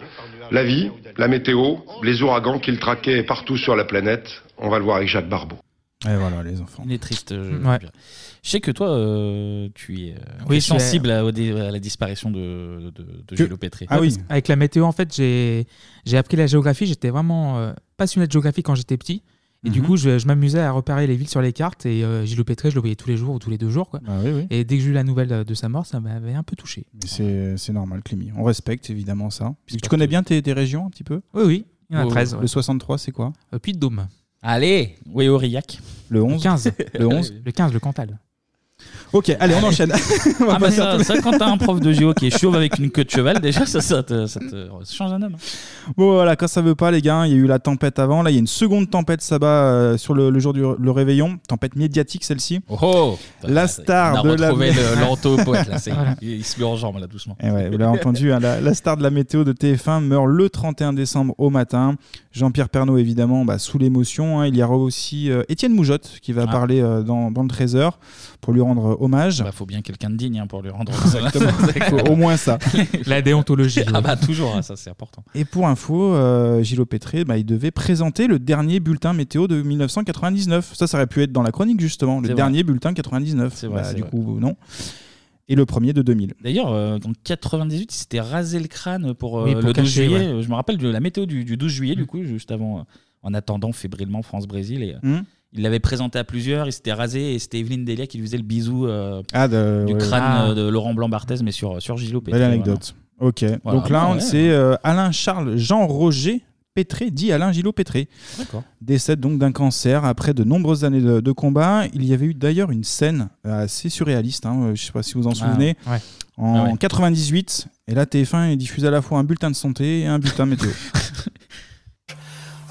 [SPEAKER 12] la vie, la météo, les ouragans qu'il traquait partout sur la planète. On va le voir avec Jacques Barbeau.
[SPEAKER 6] Et voilà, les enfants.
[SPEAKER 1] Il est triste. Je,
[SPEAKER 9] Ouais.
[SPEAKER 1] je sais que toi, euh, tu es, euh,
[SPEAKER 9] Oui,
[SPEAKER 1] tu es
[SPEAKER 9] je suis à-
[SPEAKER 1] sensible à, au dé- à la disparition de, de, de
[SPEAKER 9] Que-
[SPEAKER 1] Gilles
[SPEAKER 6] Ah
[SPEAKER 1] Pétré.
[SPEAKER 9] Ouais, parce que Avec la météo, en fait, j'ai j'ai appris la géographie. J'étais vraiment euh, passionné de géographie quand j'étais petit. Et du
[SPEAKER 1] Mhm.
[SPEAKER 9] coup, je, je m'amusais à repérer les villes sur les cartes. Et euh, Gilles Pétré, je le voyais tous les jours ou tous les deux jours. Quoi.
[SPEAKER 6] Ah
[SPEAKER 9] Et dès que j'ai eu la nouvelle euh, de sa mort, ça m'avait un peu touché.
[SPEAKER 6] Mais C'est c'est normal, Clémy. On respecte évidemment ça. tu connais bien tes, tes régions un petit peu
[SPEAKER 9] Oui, oui. Il y en a
[SPEAKER 6] Le-
[SPEAKER 9] 13, ouais. Euh,
[SPEAKER 6] Le 63, c'est quoi
[SPEAKER 9] Puis de Dôme.
[SPEAKER 1] Allez, oui, Aurillac.
[SPEAKER 6] Le 11
[SPEAKER 9] Le 15.
[SPEAKER 6] Le 11
[SPEAKER 9] Le 15, le Cantal.
[SPEAKER 6] Ok, allez, on enchaîne. On va
[SPEAKER 1] Ah bah
[SPEAKER 6] passer à
[SPEAKER 1] ça,
[SPEAKER 6] tous les-
[SPEAKER 1] ça, quand t'as un prof de géo qui est chauve avec une queue de cheval, déjà, ça, ça, te, ça te change un homme.
[SPEAKER 6] Bon bah, voilà, quand ça veut pas les gars, il y a eu la tempête avant, là il y a une seconde tempête s'abat euh, sur le, le jour du le réveillon, tempête médiatique celle-ci.
[SPEAKER 1] Oh
[SPEAKER 6] La
[SPEAKER 1] On
[SPEAKER 6] star
[SPEAKER 1] a
[SPEAKER 6] de la
[SPEAKER 1] retrouvé le- l'anto poète, là. c'est-
[SPEAKER 6] Voilà.
[SPEAKER 1] il, il se met en jambe, là, doucement.
[SPEAKER 6] Eh ouais, vous l'avez entendu, hein, la, la star de la météo de TF1 meurt le 31 décembre au matin. Jean-Pierre Pernaud, évidemment, bah, sous l'émotion. hein. il y aura aussi euh, Étienne Moujotte qui va
[SPEAKER 1] Ah.
[SPEAKER 6] parler euh, dans, dans le Trésor pour lui rendre euh, hommage.
[SPEAKER 1] Bah, faut bien quelqu'un de digne hein, pour lui rendre
[SPEAKER 6] Exactement. Faut au moins ça.
[SPEAKER 9] La déontologie.
[SPEAKER 1] Ah bah, toujours, hein, ça, c'est important.
[SPEAKER 6] Et pour info, euh, Gilles Pétré, bah, il devait présenter le dernier bulletin météo de 1999. Ça, ça aurait pu être dans la chronique, justement. Le
[SPEAKER 1] C'est vrai.
[SPEAKER 6] dernier bulletin 99.
[SPEAKER 1] C'est vrai,
[SPEAKER 6] Bah,
[SPEAKER 1] c'est
[SPEAKER 6] du
[SPEAKER 1] vrai.
[SPEAKER 6] coup, non. Et le premier de 2000.
[SPEAKER 1] D'ailleurs, euh, en 98, il s'était rasé le crâne pour euh,
[SPEAKER 6] Oui, pour
[SPEAKER 1] le 12
[SPEAKER 6] cacher,
[SPEAKER 1] juillet.
[SPEAKER 6] ouais.
[SPEAKER 1] Euh, Je me rappelle de la météo du, du 12 juillet, du coup, juste avant, euh, en attendant fébrilement France-Brésil. Et, euh,
[SPEAKER 6] Mm.
[SPEAKER 1] Il l'avait présenté à plusieurs, il s'était rasé et c'était Evelyne Delia qui lui faisait le bisou euh,
[SPEAKER 6] Ah, de-
[SPEAKER 1] du
[SPEAKER 6] ouais.
[SPEAKER 1] crâne
[SPEAKER 6] Ah.
[SPEAKER 1] euh, de Laurent Blanc-Barthez, mais sur, sur Gilles Pétré,
[SPEAKER 6] Belle anecdote.
[SPEAKER 1] voilà.
[SPEAKER 6] Ok.
[SPEAKER 1] Voilà.
[SPEAKER 6] Donc là,
[SPEAKER 1] Ah
[SPEAKER 6] on-
[SPEAKER 1] ouais.
[SPEAKER 6] c'est euh, Alain Charles Jean Roger Pétré, dit Alain Gillot Pétré.
[SPEAKER 1] D'accord.
[SPEAKER 6] Décède donc d'un cancer après de nombreuses années de, de combat. Il y avait eu d'ailleurs une scène euh, assez surréaliste, hein, je ne sais pas si vous en
[SPEAKER 1] Ah,
[SPEAKER 6] souvenez,
[SPEAKER 1] ouais.
[SPEAKER 6] en
[SPEAKER 1] Ah ouais.
[SPEAKER 6] 98. Et là, TF1 il diffuse à la fois un bulletin de santé et un bulletin météo.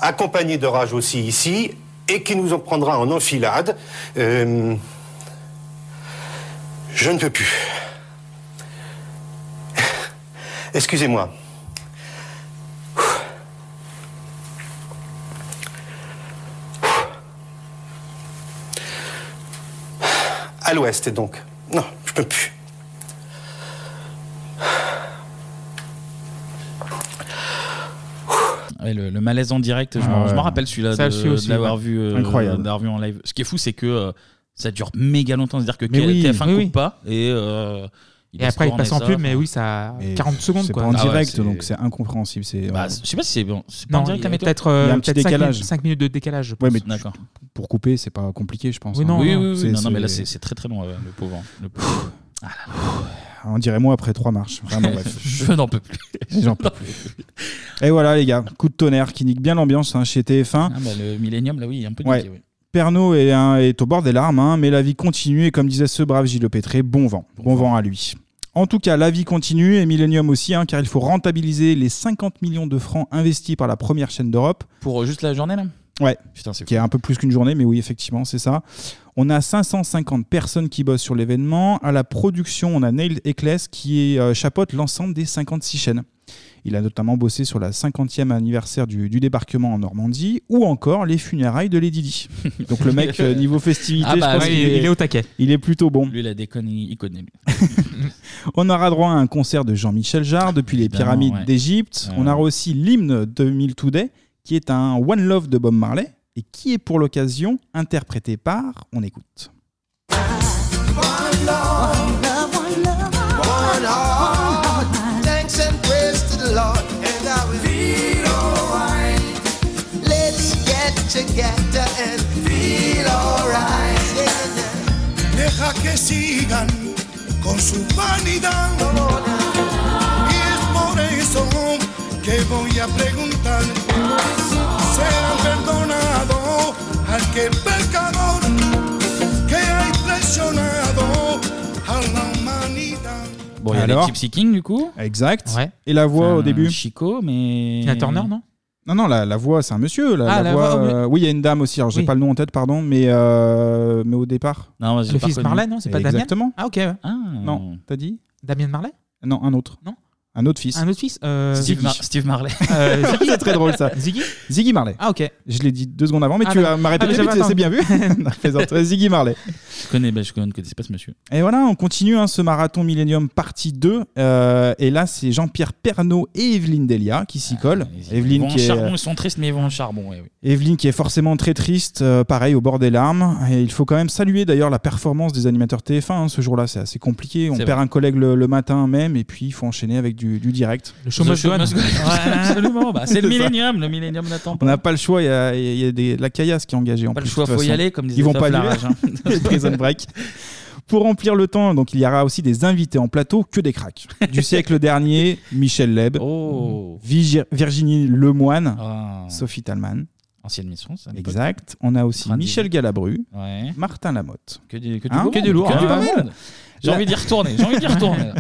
[SPEAKER 13] accompagné d'orage aussi ici, et qui nous en prendra en enfilade. Euh, je ne peux plus. Excusez-moi. À l'ouest, donc. Non, je peux plus.
[SPEAKER 1] Ouais, le, le malaise en direct, je
[SPEAKER 6] Ah
[SPEAKER 1] m'en je
[SPEAKER 6] ouais.
[SPEAKER 1] m'en rappelle celui-là
[SPEAKER 6] Ça,
[SPEAKER 1] de-
[SPEAKER 6] je suis aussi,
[SPEAKER 1] d'avoir
[SPEAKER 6] ouais.
[SPEAKER 1] vu, euh,
[SPEAKER 6] Incroyable.
[SPEAKER 1] d'avoir vu en live. Ce qui est fou, c'est que euh, ça dure méga longtemps. C'est-à-dire que
[SPEAKER 6] Mais oui,
[SPEAKER 1] TF1
[SPEAKER 6] oui,
[SPEAKER 1] coupe
[SPEAKER 6] oui.
[SPEAKER 1] pas et euh,
[SPEAKER 9] Et après, il
[SPEAKER 1] tourné
[SPEAKER 9] passe en
[SPEAKER 1] ça,
[SPEAKER 9] pub, mais
[SPEAKER 1] enfin. Ah
[SPEAKER 9] oui, ça a 40 secondes.
[SPEAKER 6] C'est
[SPEAKER 9] quoi.
[SPEAKER 6] pas en direct, donc c'est incompréhensible. C'est
[SPEAKER 1] Bah, je sais pas si c'est bon. C'est pas
[SPEAKER 9] Non,
[SPEAKER 1] en
[SPEAKER 9] il
[SPEAKER 1] direct
[SPEAKER 9] y
[SPEAKER 1] la
[SPEAKER 9] a
[SPEAKER 1] méthode
[SPEAKER 9] peut-être, euh,
[SPEAKER 6] Il y a un petit
[SPEAKER 9] peut-être cinq
[SPEAKER 6] décalage.
[SPEAKER 9] minutes- cinq minutes de décalage, je
[SPEAKER 6] Ouais,
[SPEAKER 9] pense.
[SPEAKER 6] mais tu- pour couper, c'est pas compliqué, je pense.
[SPEAKER 9] Oui,
[SPEAKER 6] hein.
[SPEAKER 9] non,
[SPEAKER 1] Oui, oui, oui,
[SPEAKER 6] C'est-
[SPEAKER 1] non, non, mais là,
[SPEAKER 6] c'est-
[SPEAKER 1] c'est c'est très très long, euh, le pauvre. Le pauvre. Ah là là.
[SPEAKER 6] On dirait moi après trois marches. Vraiment, bref.
[SPEAKER 1] Je n'en peux plus.
[SPEAKER 6] J'en peux plus. Et voilà, les gars, coup de tonnerre qui nique bien l'ambiance hein, chez TF1.
[SPEAKER 1] Ah, bah, le Millennium, là, oui, il est un peu
[SPEAKER 6] Ouais.
[SPEAKER 1] niqué, oui.
[SPEAKER 6] Pernod est, un- est au bord des larmes, hein, mais la vie continue et comme disait ce brave Gilles Pétré, bon vent, bon, vent à lui. En tout cas, la vie continue et Millennium aussi, hein, car il faut rentabiliser les 50 millions de francs investis par la première chaîne d'Europe.
[SPEAKER 1] Pour euh, juste la journée, là
[SPEAKER 6] Ouais,
[SPEAKER 1] Putain, c'est
[SPEAKER 6] qui est un peu plus qu'une journée, mais oui, effectivement, c'est ça. On a 550 personnes qui bossent sur l'événement. À la production, on a Neil Eccles qui est, euh, chapeaute l'ensemble des 56 chaînes. Il a notamment bossé sur la 50e anniversaire du, du débarquement en Normandie ou encore les funérailles de Lady Di. Donc le mec, euh, niveau festivité,
[SPEAKER 1] Ah bah
[SPEAKER 6] je pense
[SPEAKER 1] oui,
[SPEAKER 6] qu'il
[SPEAKER 1] il est au taquet.
[SPEAKER 6] Il est plutôt bon.
[SPEAKER 1] Lui, la déconne, il il connaît. lui.
[SPEAKER 6] On aura droit à un concert de Jean-Michel Jarre depuis les
[SPEAKER 1] Évidemment,
[SPEAKER 6] pyramides
[SPEAKER 1] ouais. Euh.
[SPEAKER 6] d'Égypte.
[SPEAKER 1] Ouais,
[SPEAKER 6] On aura aussi l'hymne 2000 Today, qui est un One Love de Bob Marley et qui est pour l'occasion interprété par. On écoute.
[SPEAKER 14] Thanks and praise to the Lord, and I will feel alright. Let's get together and feel alright. Deja que sigan con su vanidad. Y es por eso que voy a preguntar: ¿será perdonado aquel pecador que ha impresionado a la humanidad?
[SPEAKER 1] Bon, il y a les
[SPEAKER 6] Alors
[SPEAKER 1] Gypsy King, du coup.
[SPEAKER 6] Exact. Et la voix
[SPEAKER 1] Enfin,
[SPEAKER 6] au début
[SPEAKER 1] Chico, mais.
[SPEAKER 6] Non, non, la, la voix, c'est un monsieur. La,
[SPEAKER 1] Ah,
[SPEAKER 6] la
[SPEAKER 1] la
[SPEAKER 6] voix,
[SPEAKER 1] voix, oui.
[SPEAKER 6] euh, oui, il y a une dame aussi. Alors, j'ai
[SPEAKER 1] Oui.
[SPEAKER 6] pas le nom en tête, pardon, mais, euh, mais au départ.
[SPEAKER 1] Non,
[SPEAKER 9] Le fils de Marley, non C'est pas Damien
[SPEAKER 6] Exactement.
[SPEAKER 9] Ah, ok. ouais.
[SPEAKER 6] Non, t'as dit
[SPEAKER 9] Damien de Marley
[SPEAKER 6] Non, un autre.
[SPEAKER 9] Non
[SPEAKER 6] Un autre fils.
[SPEAKER 9] Un autre fils euh,
[SPEAKER 6] Ziggy.
[SPEAKER 9] Ziggy. Euh, Ziggy.
[SPEAKER 6] c'est très drôle ça.
[SPEAKER 9] Ziggy
[SPEAKER 6] Ziggy Marley.
[SPEAKER 9] Ah, ok.
[SPEAKER 6] Je l'ai dit deux secondes avant, mais
[SPEAKER 9] Ah,
[SPEAKER 6] tu
[SPEAKER 9] d'accord.
[SPEAKER 6] vas m'arrêter
[SPEAKER 9] Ah, mais
[SPEAKER 6] tout de
[SPEAKER 9] j'avais
[SPEAKER 6] suite, c'est bien vu.
[SPEAKER 9] attendu.
[SPEAKER 6] Non, je plaisante. Ouais, Ziggy Marley.
[SPEAKER 1] Je connais, bah, je connais, je connaissais pas ce monsieur.
[SPEAKER 6] Et voilà, on continue hein, ce marathon Millennium partie 2. euh, et là, c'est Jean-Pierre Pernaud et Evelyne Delia qui s'y collent.
[SPEAKER 1] Ah, Ils
[SPEAKER 6] Evelyne
[SPEAKER 1] vont en
[SPEAKER 6] qui est, euh,
[SPEAKER 1] charbon, ils sont tristes, mais ils vont en charbon, ouais, oui.
[SPEAKER 6] Evelyne qui est forcément très triste, euh, pareil au bord des larmes. Et il faut quand même saluer d'ailleurs la performance des animateurs TF1 hein, ce jour-là. C'est assez compliqué. On
[SPEAKER 1] C'est
[SPEAKER 6] perd
[SPEAKER 1] vrai.
[SPEAKER 6] un collègue le, le matin même et puis il faut enchaîner avec du, du direct.
[SPEAKER 9] Le show The must show go on. must go on.
[SPEAKER 1] Ouais, absolument. Bah, c'est le
[SPEAKER 6] ça.
[SPEAKER 1] millénium, le millénium n'attend
[SPEAKER 6] On
[SPEAKER 1] pas.
[SPEAKER 6] n'a pas le choix, il y a, il y a des- la caillasse qui est engagée. en
[SPEAKER 1] Pas le
[SPEAKER 6] plus, de
[SPEAKER 1] choix,
[SPEAKER 6] toute
[SPEAKER 1] faut y
[SPEAKER 6] façon.
[SPEAKER 1] aller, comme disait
[SPEAKER 6] Ils vont
[SPEAKER 1] Toff
[SPEAKER 6] pas
[SPEAKER 1] la
[SPEAKER 6] annuler.
[SPEAKER 1] rage, hein.
[SPEAKER 6] Les Prison Break. Pour remplir le temps, donc il y aura aussi des invités en plateau que des cracks. Du siècle dernier, Michel Leb,
[SPEAKER 1] Oh.
[SPEAKER 6] Vigi- Virginie Lemoine,
[SPEAKER 1] Ah.
[SPEAKER 6] Sophie Talman.
[SPEAKER 1] Ancienne mission, ça. à l'époque.
[SPEAKER 6] Exact. On a aussi
[SPEAKER 1] Train
[SPEAKER 6] Michel Galabru,
[SPEAKER 1] Ouais.
[SPEAKER 6] Martin Lamotte.
[SPEAKER 1] Que du, que du,
[SPEAKER 6] Hein
[SPEAKER 1] beau
[SPEAKER 6] Que
[SPEAKER 1] monde,
[SPEAKER 6] du lourd,
[SPEAKER 1] que
[SPEAKER 6] hein.
[SPEAKER 1] du beau
[SPEAKER 6] Pas mal.
[SPEAKER 1] monde. J'ai
[SPEAKER 6] La-
[SPEAKER 1] envie d'y retourner, j'ai envie d'y retourner.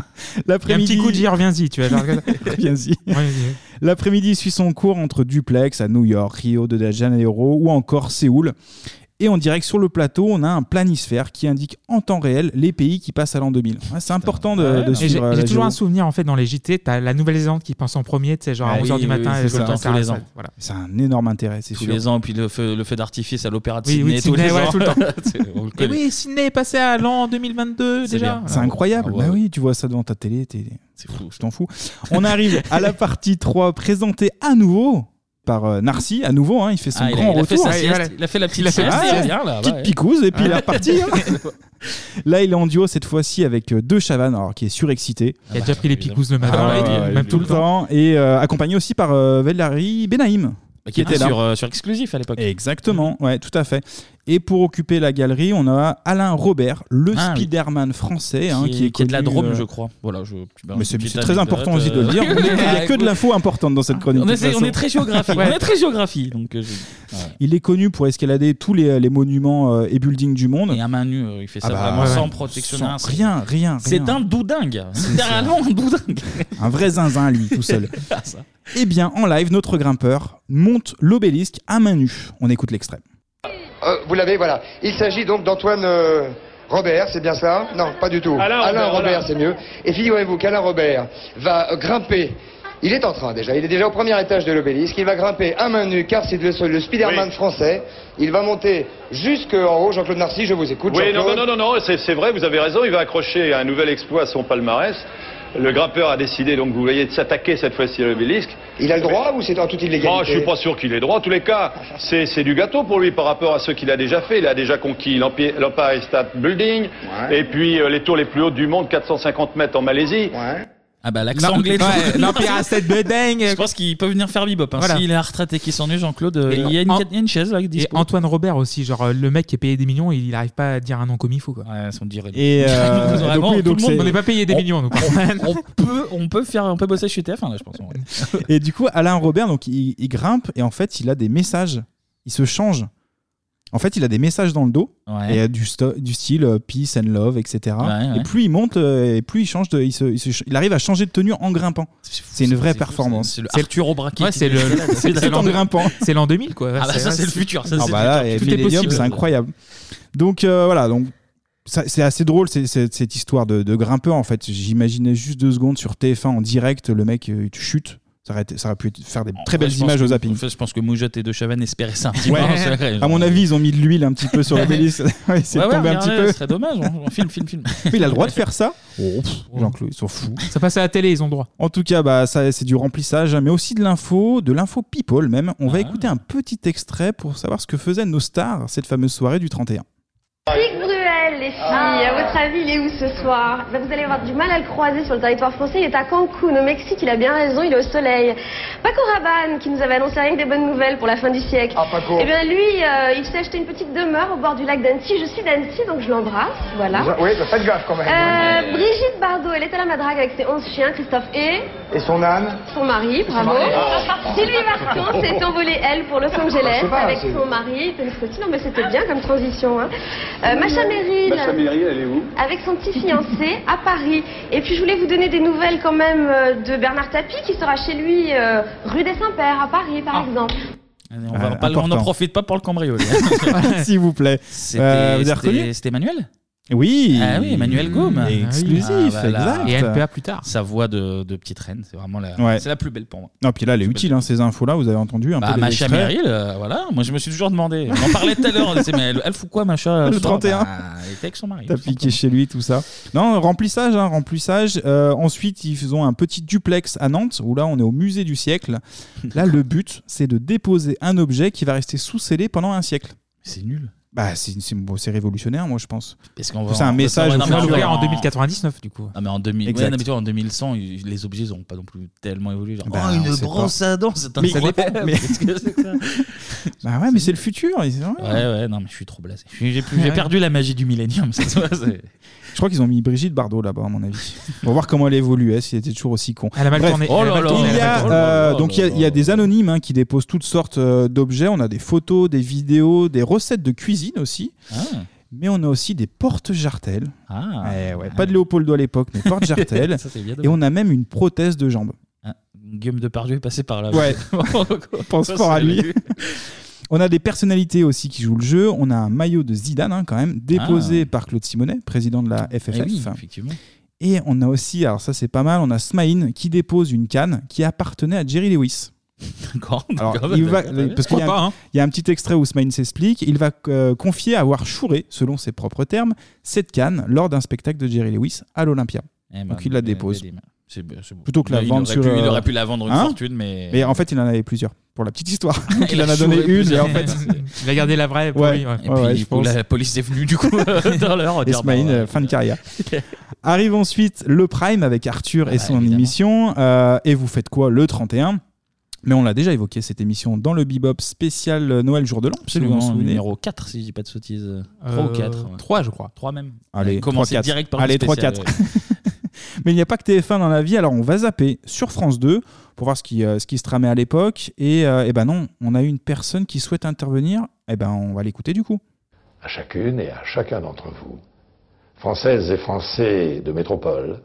[SPEAKER 6] L'après-midi-
[SPEAKER 9] Un petit coup de j'y reviens-y, tu vois.
[SPEAKER 6] Reviens-y.
[SPEAKER 9] Reviens-y.
[SPEAKER 6] L'après-midi suit son cours entre Duplex à New York, Rio de Janeiro ou encore Séoul. Et en direct sur le plateau, on a un planisphère qui indique en temps réel les pays qui passent à l'an 2000. Ouais, c'est important de, de
[SPEAKER 9] Et J'ai
[SPEAKER 6] suivre. euh,
[SPEAKER 9] j'ai
[SPEAKER 6] la
[SPEAKER 9] toujours un
[SPEAKER 6] géo.
[SPEAKER 9] souvenir en fait dans les JT, t'as la Nouvelle-Zélande qui pense en premier, tu sais, genre
[SPEAKER 1] Ah
[SPEAKER 9] à 11h
[SPEAKER 1] oui,
[SPEAKER 9] du
[SPEAKER 1] oui,
[SPEAKER 9] matin, et
[SPEAKER 1] oui, c'est
[SPEAKER 9] le
[SPEAKER 1] ça,
[SPEAKER 9] temps
[SPEAKER 1] tous les ans.
[SPEAKER 9] Voilà.
[SPEAKER 6] C'est un énorme intérêt, c'est
[SPEAKER 1] Tous
[SPEAKER 6] sûr.
[SPEAKER 1] les ans, puis le feu, le feu d'artifice à l'opéra de
[SPEAKER 9] Oui,
[SPEAKER 1] Sydney
[SPEAKER 9] oui, de Sydney,
[SPEAKER 1] tous les
[SPEAKER 9] ouais,
[SPEAKER 1] ans.
[SPEAKER 9] tout le temps.
[SPEAKER 1] C'est- on le
[SPEAKER 9] Et
[SPEAKER 1] connaît.
[SPEAKER 9] oui, Sydney est passé à l'an 2022
[SPEAKER 1] C'est
[SPEAKER 9] déjà.
[SPEAKER 1] bien.
[SPEAKER 6] C'est incroyable.
[SPEAKER 1] Ah ouais.
[SPEAKER 6] Bah oui, tu vois ça devant ta télé, t'es-
[SPEAKER 1] C'est fou.
[SPEAKER 6] je t'en fous. On arrive à la partie 3 présentée à nouveau par euh, Narcy, à nouveau, hein, il fait son
[SPEAKER 1] Ah, il a-
[SPEAKER 6] grand
[SPEAKER 1] il a fait
[SPEAKER 6] retour.
[SPEAKER 1] sa sieste, il a fait la petite
[SPEAKER 6] Il a fait
[SPEAKER 1] sieste,
[SPEAKER 6] la
[SPEAKER 1] il
[SPEAKER 6] sieste.
[SPEAKER 1] revient, là,
[SPEAKER 6] petite
[SPEAKER 1] ouais.
[SPEAKER 6] picouse, et puis il est
[SPEAKER 1] Ah.
[SPEAKER 6] reparti. hein. Là, il est en duo cette fois-ci avec euh, deux Chavannes, alors qui est surexcité.
[SPEAKER 9] Il a déjà pris les picouses le matin,
[SPEAKER 6] Ah,
[SPEAKER 9] il dit,
[SPEAKER 6] ouais,
[SPEAKER 9] même
[SPEAKER 6] tout le temps. Et euh, accompagné aussi par euh, Valérie Benaïm.
[SPEAKER 1] Bah, Qui était sur, euh, sur exclusif à l'époque.
[SPEAKER 6] Exactement, ouais, tout à fait. Et pour occuper la galerie, on a Alain Robert, le
[SPEAKER 1] Ah, oui.
[SPEAKER 6] Spider-Man français, hein,
[SPEAKER 1] qui,
[SPEAKER 6] qui,
[SPEAKER 1] est, qui est de la
[SPEAKER 6] connu,
[SPEAKER 1] Drôme,
[SPEAKER 6] euh,
[SPEAKER 1] je crois. Voilà, je,
[SPEAKER 6] Mais c'est c'est très important aussi de le dire. Il n'y a que de l'info importante dans cette chronique.
[SPEAKER 1] euh, On,
[SPEAKER 6] de toute
[SPEAKER 1] essaie- on
[SPEAKER 6] façon.
[SPEAKER 1] est très géographie.
[SPEAKER 6] Ouais.
[SPEAKER 1] On est très géographie. Donc, euh, je-
[SPEAKER 6] Il est connu pour escalader tous les, les monuments euh, et buildings du monde. Ah bah Et
[SPEAKER 1] à main nue, euh, il fait ça vraiment sans protectionnat. c'est-
[SPEAKER 6] Rien, rien.
[SPEAKER 1] C'est
[SPEAKER 6] rien.
[SPEAKER 1] un doudingue. Littéralement un doudingue.
[SPEAKER 6] Un vrai zinzin, lui, tout seul.
[SPEAKER 1] Ah, ça.
[SPEAKER 6] Eh bien, en live, notre grimpeur monte l'obélisque à main nue. On écoute l'extrait.
[SPEAKER 15] Euh, vous l'avez, voilà. Il s'agit donc d'Antoine euh, Robert, c'est bien ça Non, pas du tout.
[SPEAKER 16] Alain Robert, voilà.
[SPEAKER 15] c'est mieux. Et figurez-vous qu'Alain Robert va euh, grimper. Il est en train déjà, il est déjà au premier étage de l'obélisque, il va grimper à main nue car c'est le, le Spider-Man français. Il va monter jusqu'en haut, Jean-Claude Narcy, je vous écoute.
[SPEAKER 17] Oui, non,
[SPEAKER 15] Jean-Claude.
[SPEAKER 17] non, non, non, non, c'est c'est vrai, vous avez raison, il va accrocher un nouvel exploit à son palmarès.
[SPEAKER 3] Le grimpeur a décidé, donc vous voyez, de s'attaquer cette fois-ci à l'obélisque.
[SPEAKER 15] Il a le droit ou c'est en toute illégalité
[SPEAKER 3] Moi, je suis pas sûr qu'il ait droit. En tous les cas, c'est c'est du gâteau pour lui par rapport à ce qu'il a déjà fait. Il a déjà conquis l'Empi- l'Empire State Building et puis euh, les tours les plus hautes du monde, 450 mètres en Malaisie.
[SPEAKER 1] Ah bah l'accent
[SPEAKER 3] Non,
[SPEAKER 1] anglais.
[SPEAKER 3] ouais, l'Empire
[SPEAKER 6] ah,
[SPEAKER 3] à
[SPEAKER 1] cette Je pense qu'il peut venir faire bebop. Hein.
[SPEAKER 9] Voilà.
[SPEAKER 1] S'il est à retraite et qu'il s'ennuie, Jean-Claude, euh,
[SPEAKER 9] Et
[SPEAKER 1] il y, a une-
[SPEAKER 9] An-
[SPEAKER 1] il y a une chaise là.
[SPEAKER 9] Et
[SPEAKER 1] dispo.
[SPEAKER 9] Antoine Robert aussi, genre euh, le mec qui est payé des millions, il n'arrive pas à dire un nom comme il faut. Quoi.
[SPEAKER 6] Et, euh,
[SPEAKER 9] Nous,
[SPEAKER 6] donc
[SPEAKER 9] vraiment,
[SPEAKER 6] oui,
[SPEAKER 9] tout
[SPEAKER 6] donc
[SPEAKER 9] le monde-
[SPEAKER 6] c'est-
[SPEAKER 9] on n'est pas payé des
[SPEAKER 6] on-
[SPEAKER 9] millions. nous, quoi.
[SPEAKER 1] on, peut, on peut faire, on peut bosser chez TF1 là, je pense. en vrai.
[SPEAKER 6] Et du coup, Alain Robert, donc, il, il grimpe et en fait, il a des messages. Il se change. En fait, il a des messages dans le dos
[SPEAKER 1] Ouais.
[SPEAKER 6] et euh, du, sto- du style euh, peace and love, etc.
[SPEAKER 1] Ouais, ouais.
[SPEAKER 6] Et plus il monte, euh, et plus il change de, il, se- il se- il arrive à changer de tenue en grimpant. C'est une vraie performance.
[SPEAKER 1] C'est le Arthur Aubrac.
[SPEAKER 9] Ouais, c'est le- c'est- c'est l'an- c'est l'an 2000, quoi.
[SPEAKER 1] Ah bah
[SPEAKER 9] C'est-
[SPEAKER 1] ça, c'est
[SPEAKER 9] c'est-
[SPEAKER 1] le futur. ça,
[SPEAKER 6] Ah
[SPEAKER 1] c'est
[SPEAKER 6] bah
[SPEAKER 1] le
[SPEAKER 6] là,
[SPEAKER 1] futur.
[SPEAKER 6] et
[SPEAKER 1] Tout est
[SPEAKER 6] Millennium,
[SPEAKER 1] possible.
[SPEAKER 6] c'est incroyable. Donc euh, voilà, donc ça- c'est assez drôle c'est- c'est- cette histoire de, de grimpeur en fait. J'imaginais juste deux secondes sur TF1 en direct, le mec euh, il chute. Ça aurait, été- ça aurait pu être- faire des très
[SPEAKER 1] Ouais,
[SPEAKER 6] belles
[SPEAKER 1] je pense
[SPEAKER 6] images
[SPEAKER 1] que-
[SPEAKER 6] au zapping.
[SPEAKER 1] Je pense que Moujat et De Chavannes espéraient ça un petit peu. hein,
[SPEAKER 6] Ouais.
[SPEAKER 1] c'est vrai,
[SPEAKER 6] à mon avis, ils ont mis de l'huile un petit peu sur l'obélisque. Ouais, c'est
[SPEAKER 1] Ouais, ouais,
[SPEAKER 6] tombé un
[SPEAKER 1] regardez,
[SPEAKER 6] petit peu.
[SPEAKER 1] Ce serait dommage.
[SPEAKER 9] hein.
[SPEAKER 1] On, on filme, filme, filme.
[SPEAKER 6] Il a le droit de faire ça Oh, pff, Jean-Claude, ils sont fous.
[SPEAKER 9] Ça passe à la télé, ils ont le droit.
[SPEAKER 6] En tout cas, bah, ça, c'est du remplissage, hein, mais aussi de l'info, de l'info people même. On
[SPEAKER 1] Ah.
[SPEAKER 6] va écouter un petit extrait pour savoir ce que faisaient nos stars cette fameuse soirée du 31.
[SPEAKER 16] Patrick Bruel, les filles, à votre avis, il est où ce soir Ben, Vous allez avoir du mal à le croiser sur le territoire français. Il est à Cancun, au Mexique, il a bien raison, il est au soleil. Paco Rabanne, qui nous avait annoncé rien que des bonnes nouvelles pour la fin du siècle.
[SPEAKER 15] Paco.
[SPEAKER 16] Eh bien, lui, euh, il s'est acheté une petite demeure au bord du lac d'Annecy. Je suis d'Annecy, donc je l'embrasse, voilà.
[SPEAKER 15] Oui, bah, faites gaffe quand même.
[SPEAKER 16] Euh, Brigitte Bardot, elle était à la madrague avec ses 11 chiens, Christophe et
[SPEAKER 15] Et son âne
[SPEAKER 16] son mari, bravo.
[SPEAKER 15] mari. Ah.
[SPEAKER 16] Sylvie Vartan s'est envolée, elle, pour Los
[SPEAKER 15] Je
[SPEAKER 16] Angeles
[SPEAKER 15] sais pas,
[SPEAKER 16] avec
[SPEAKER 15] c'est-
[SPEAKER 16] son mari, Tony Scotti. Non, mais c'était bien comme transition. Hein. Euh, Macha Merrill,
[SPEAKER 3] elle est où
[SPEAKER 16] avec son petit fiancé à Paris. Et puis, je voulais vous donner des nouvelles quand même euh, de Bernard Tapie, qui sera chez lui euh, rue des Saints-Pères, à Paris, par exemple.
[SPEAKER 1] On va
[SPEAKER 6] Euh,
[SPEAKER 1] pas- on n'en
[SPEAKER 6] important.
[SPEAKER 1] profite pas pour le cambrioler.
[SPEAKER 6] S'il vous plaît.
[SPEAKER 1] C'était-
[SPEAKER 6] Euh, vous avez
[SPEAKER 1] c'était-
[SPEAKER 6] reconnu
[SPEAKER 1] C'était Emmanuel
[SPEAKER 6] Oui.
[SPEAKER 1] Ah oui, Emmanuel Gaume.
[SPEAKER 6] Exclusif, exact.
[SPEAKER 1] plus tard. Sa voix de, de petite reine, c'est vraiment la,
[SPEAKER 6] Ouais.
[SPEAKER 1] c'est la plus belle pour moi.
[SPEAKER 6] Non, puis là, elle est utile, hein, ces infos-là, vous avez entendu un
[SPEAKER 1] Bah,
[SPEAKER 6] peu des
[SPEAKER 1] Macha
[SPEAKER 6] extraits.
[SPEAKER 1] Merrill, euh, voilà, moi je me suis toujours demandé. On en parlait tout à l'heure, on disait, mais elle, elle fout quoi, Macha
[SPEAKER 6] Le
[SPEAKER 1] ce soir
[SPEAKER 6] 31.
[SPEAKER 1] Bah, Elle était avec son mari.
[SPEAKER 6] T'as piqué chez lui, tout ça. Non, remplissage, hein, remplissage. Euh, ensuite, ils faisons un petit duplex à Nantes, où là, on est au musée du siècle. Là, le but, c'est de déposer un objet qui va rester sous-scellé pendant un siècle.
[SPEAKER 1] C'est nul.
[SPEAKER 6] Bah, c'est c'est- bon, c'est révolutionnaire, moi, je pense.
[SPEAKER 1] Parce qu'on va-
[SPEAKER 6] C'est un
[SPEAKER 1] parce
[SPEAKER 6] message.
[SPEAKER 1] qu'on va-
[SPEAKER 6] au
[SPEAKER 1] non, mais on va
[SPEAKER 6] futur.
[SPEAKER 1] ouvrir en
[SPEAKER 9] 2099, du coup.
[SPEAKER 1] Ah, mais en 2000,
[SPEAKER 6] Exact.
[SPEAKER 1] ouais, non, mais tu vois, en 2100, ils- les objets n'ont pas non plus tellement évolué. Genre,
[SPEAKER 6] Bah,
[SPEAKER 1] oh,
[SPEAKER 6] on
[SPEAKER 1] une
[SPEAKER 6] sait
[SPEAKER 1] brosse
[SPEAKER 6] pas.
[SPEAKER 1] à dents, c'est
[SPEAKER 6] Mais-
[SPEAKER 1] incroyable.
[SPEAKER 6] mais-
[SPEAKER 1] Qu'est-ce que c'est que ça
[SPEAKER 6] Bah ouais, mais c'est le futur. ils-
[SPEAKER 1] Ouais, ouais, non, mais je suis trop blasé. Je suis- J'ai plus- j'ai perdu la magie du millénium, ça se voit, c'est-
[SPEAKER 6] Je crois qu'ils ont mis Brigitte Bardot là-bas, à mon avis. On va voir comment elle évoluait, si elle était toujours aussi con.
[SPEAKER 9] Elle a mal
[SPEAKER 6] Bref.
[SPEAKER 9] tourné,
[SPEAKER 1] Oh elle a là mal là, tourné,
[SPEAKER 6] Il y
[SPEAKER 1] elle a
[SPEAKER 6] a,
[SPEAKER 1] mal tourné.
[SPEAKER 6] euh,
[SPEAKER 1] Oh là
[SPEAKER 6] donc il y a- il y, a des anonymes hein, qui déposent toutes sortes euh, d'objets. On a des photos, des vidéos, des recettes de cuisine aussi. Mais on a aussi des portes jartelles.
[SPEAKER 1] Ah.
[SPEAKER 6] Eh ouais, pas de Léopoldo à l'époque, mais portes jartelles.
[SPEAKER 1] Ça, c'est bien
[SPEAKER 6] Et
[SPEAKER 1] dommage.
[SPEAKER 6] on a même une prothèse de jambe.
[SPEAKER 1] Ah, Guillaume Depardieu est passé par là.
[SPEAKER 6] Ouais. Pense
[SPEAKER 1] Ah Ça,
[SPEAKER 6] fort à
[SPEAKER 1] c'est-
[SPEAKER 6] lui. On a des personnalités aussi qui jouent le jeu. On a un maillot de Zidane, hein, quand même, déposé par Claude Simonet, président de la FFF.
[SPEAKER 1] Eh Ah. oui, effectivement.
[SPEAKER 6] Et on a aussi, alors ça c'est pas mal, on a Smaïn qui dépose une canne qui appartenait à Jerry Lewis.
[SPEAKER 1] D'accord.
[SPEAKER 6] Alors,
[SPEAKER 1] d'accord,
[SPEAKER 6] il
[SPEAKER 1] bah,
[SPEAKER 6] va,
[SPEAKER 1] d'accord, très bien.
[SPEAKER 6] parce qu'il y, a
[SPEAKER 1] Pourquoi
[SPEAKER 6] un-
[SPEAKER 1] pas, hein.
[SPEAKER 6] il y a un petit extrait où Smaïn s'explique. Il va euh, confier avoir chouré, selon ses propres termes, cette canne lors d'un spectacle de Jerry Lewis à l'Olympia.
[SPEAKER 1] Eh ben,
[SPEAKER 6] Donc il la
[SPEAKER 1] il y a
[SPEAKER 6] dépose.
[SPEAKER 1] des- c'est- c'est beau.
[SPEAKER 6] Plutôt que la
[SPEAKER 1] Il
[SPEAKER 6] vendre
[SPEAKER 1] aurait
[SPEAKER 6] sur.
[SPEAKER 1] pu-
[SPEAKER 6] euh,
[SPEAKER 1] il aurait pu la vendre une
[SPEAKER 6] hein
[SPEAKER 1] fortune, mais-
[SPEAKER 6] Mais en fait, il en avait plusieurs. Pour la petite histoire. Donc, il
[SPEAKER 1] Il a
[SPEAKER 6] en a donné
[SPEAKER 1] chouré
[SPEAKER 6] une, et
[SPEAKER 1] plusieurs.
[SPEAKER 6] en fait.
[SPEAKER 9] Il a gardé la vraie pour lui, ouais.
[SPEAKER 1] Et puis, du coup, la police est venue, du coup,
[SPEAKER 6] euh,
[SPEAKER 1] dans l'heure.
[SPEAKER 6] Et
[SPEAKER 1] dire, bah,
[SPEAKER 6] Smaïn,
[SPEAKER 1] ouais.
[SPEAKER 6] euh, fin de carrière. Arrive ensuite le Prime avec Arthur et son émission. euh, et vous faites quoi le 31 Mais on l'a déjà évoqué, cette émission, dans le Bebop spécial euh, Noël Jour de l'An. si vous vous en
[SPEAKER 1] Absolument,
[SPEAKER 6] souvenez.
[SPEAKER 1] numéro 4, si je dis pas de sottises. 3 ou 4.
[SPEAKER 9] 3, Euh, je crois.
[SPEAKER 1] 3 même.
[SPEAKER 6] Allez,
[SPEAKER 1] Commencez
[SPEAKER 6] 3-4.
[SPEAKER 1] direct par le
[SPEAKER 6] Allez,
[SPEAKER 1] spécial,
[SPEAKER 6] 3-4.
[SPEAKER 1] ouais.
[SPEAKER 6] Mais il n'y a pas que TF1 dans la vie, alors on va zapper sur France 2 pour voir ce qui, euh, ce qui se tramait à l'époque. Et, euh, eh ben non, on a une personne qui souhaite intervenir. Eh ben on va l'écouter du coup.
[SPEAKER 17] à chacune et à chacun d'entre vous, Françaises et Français de métropole,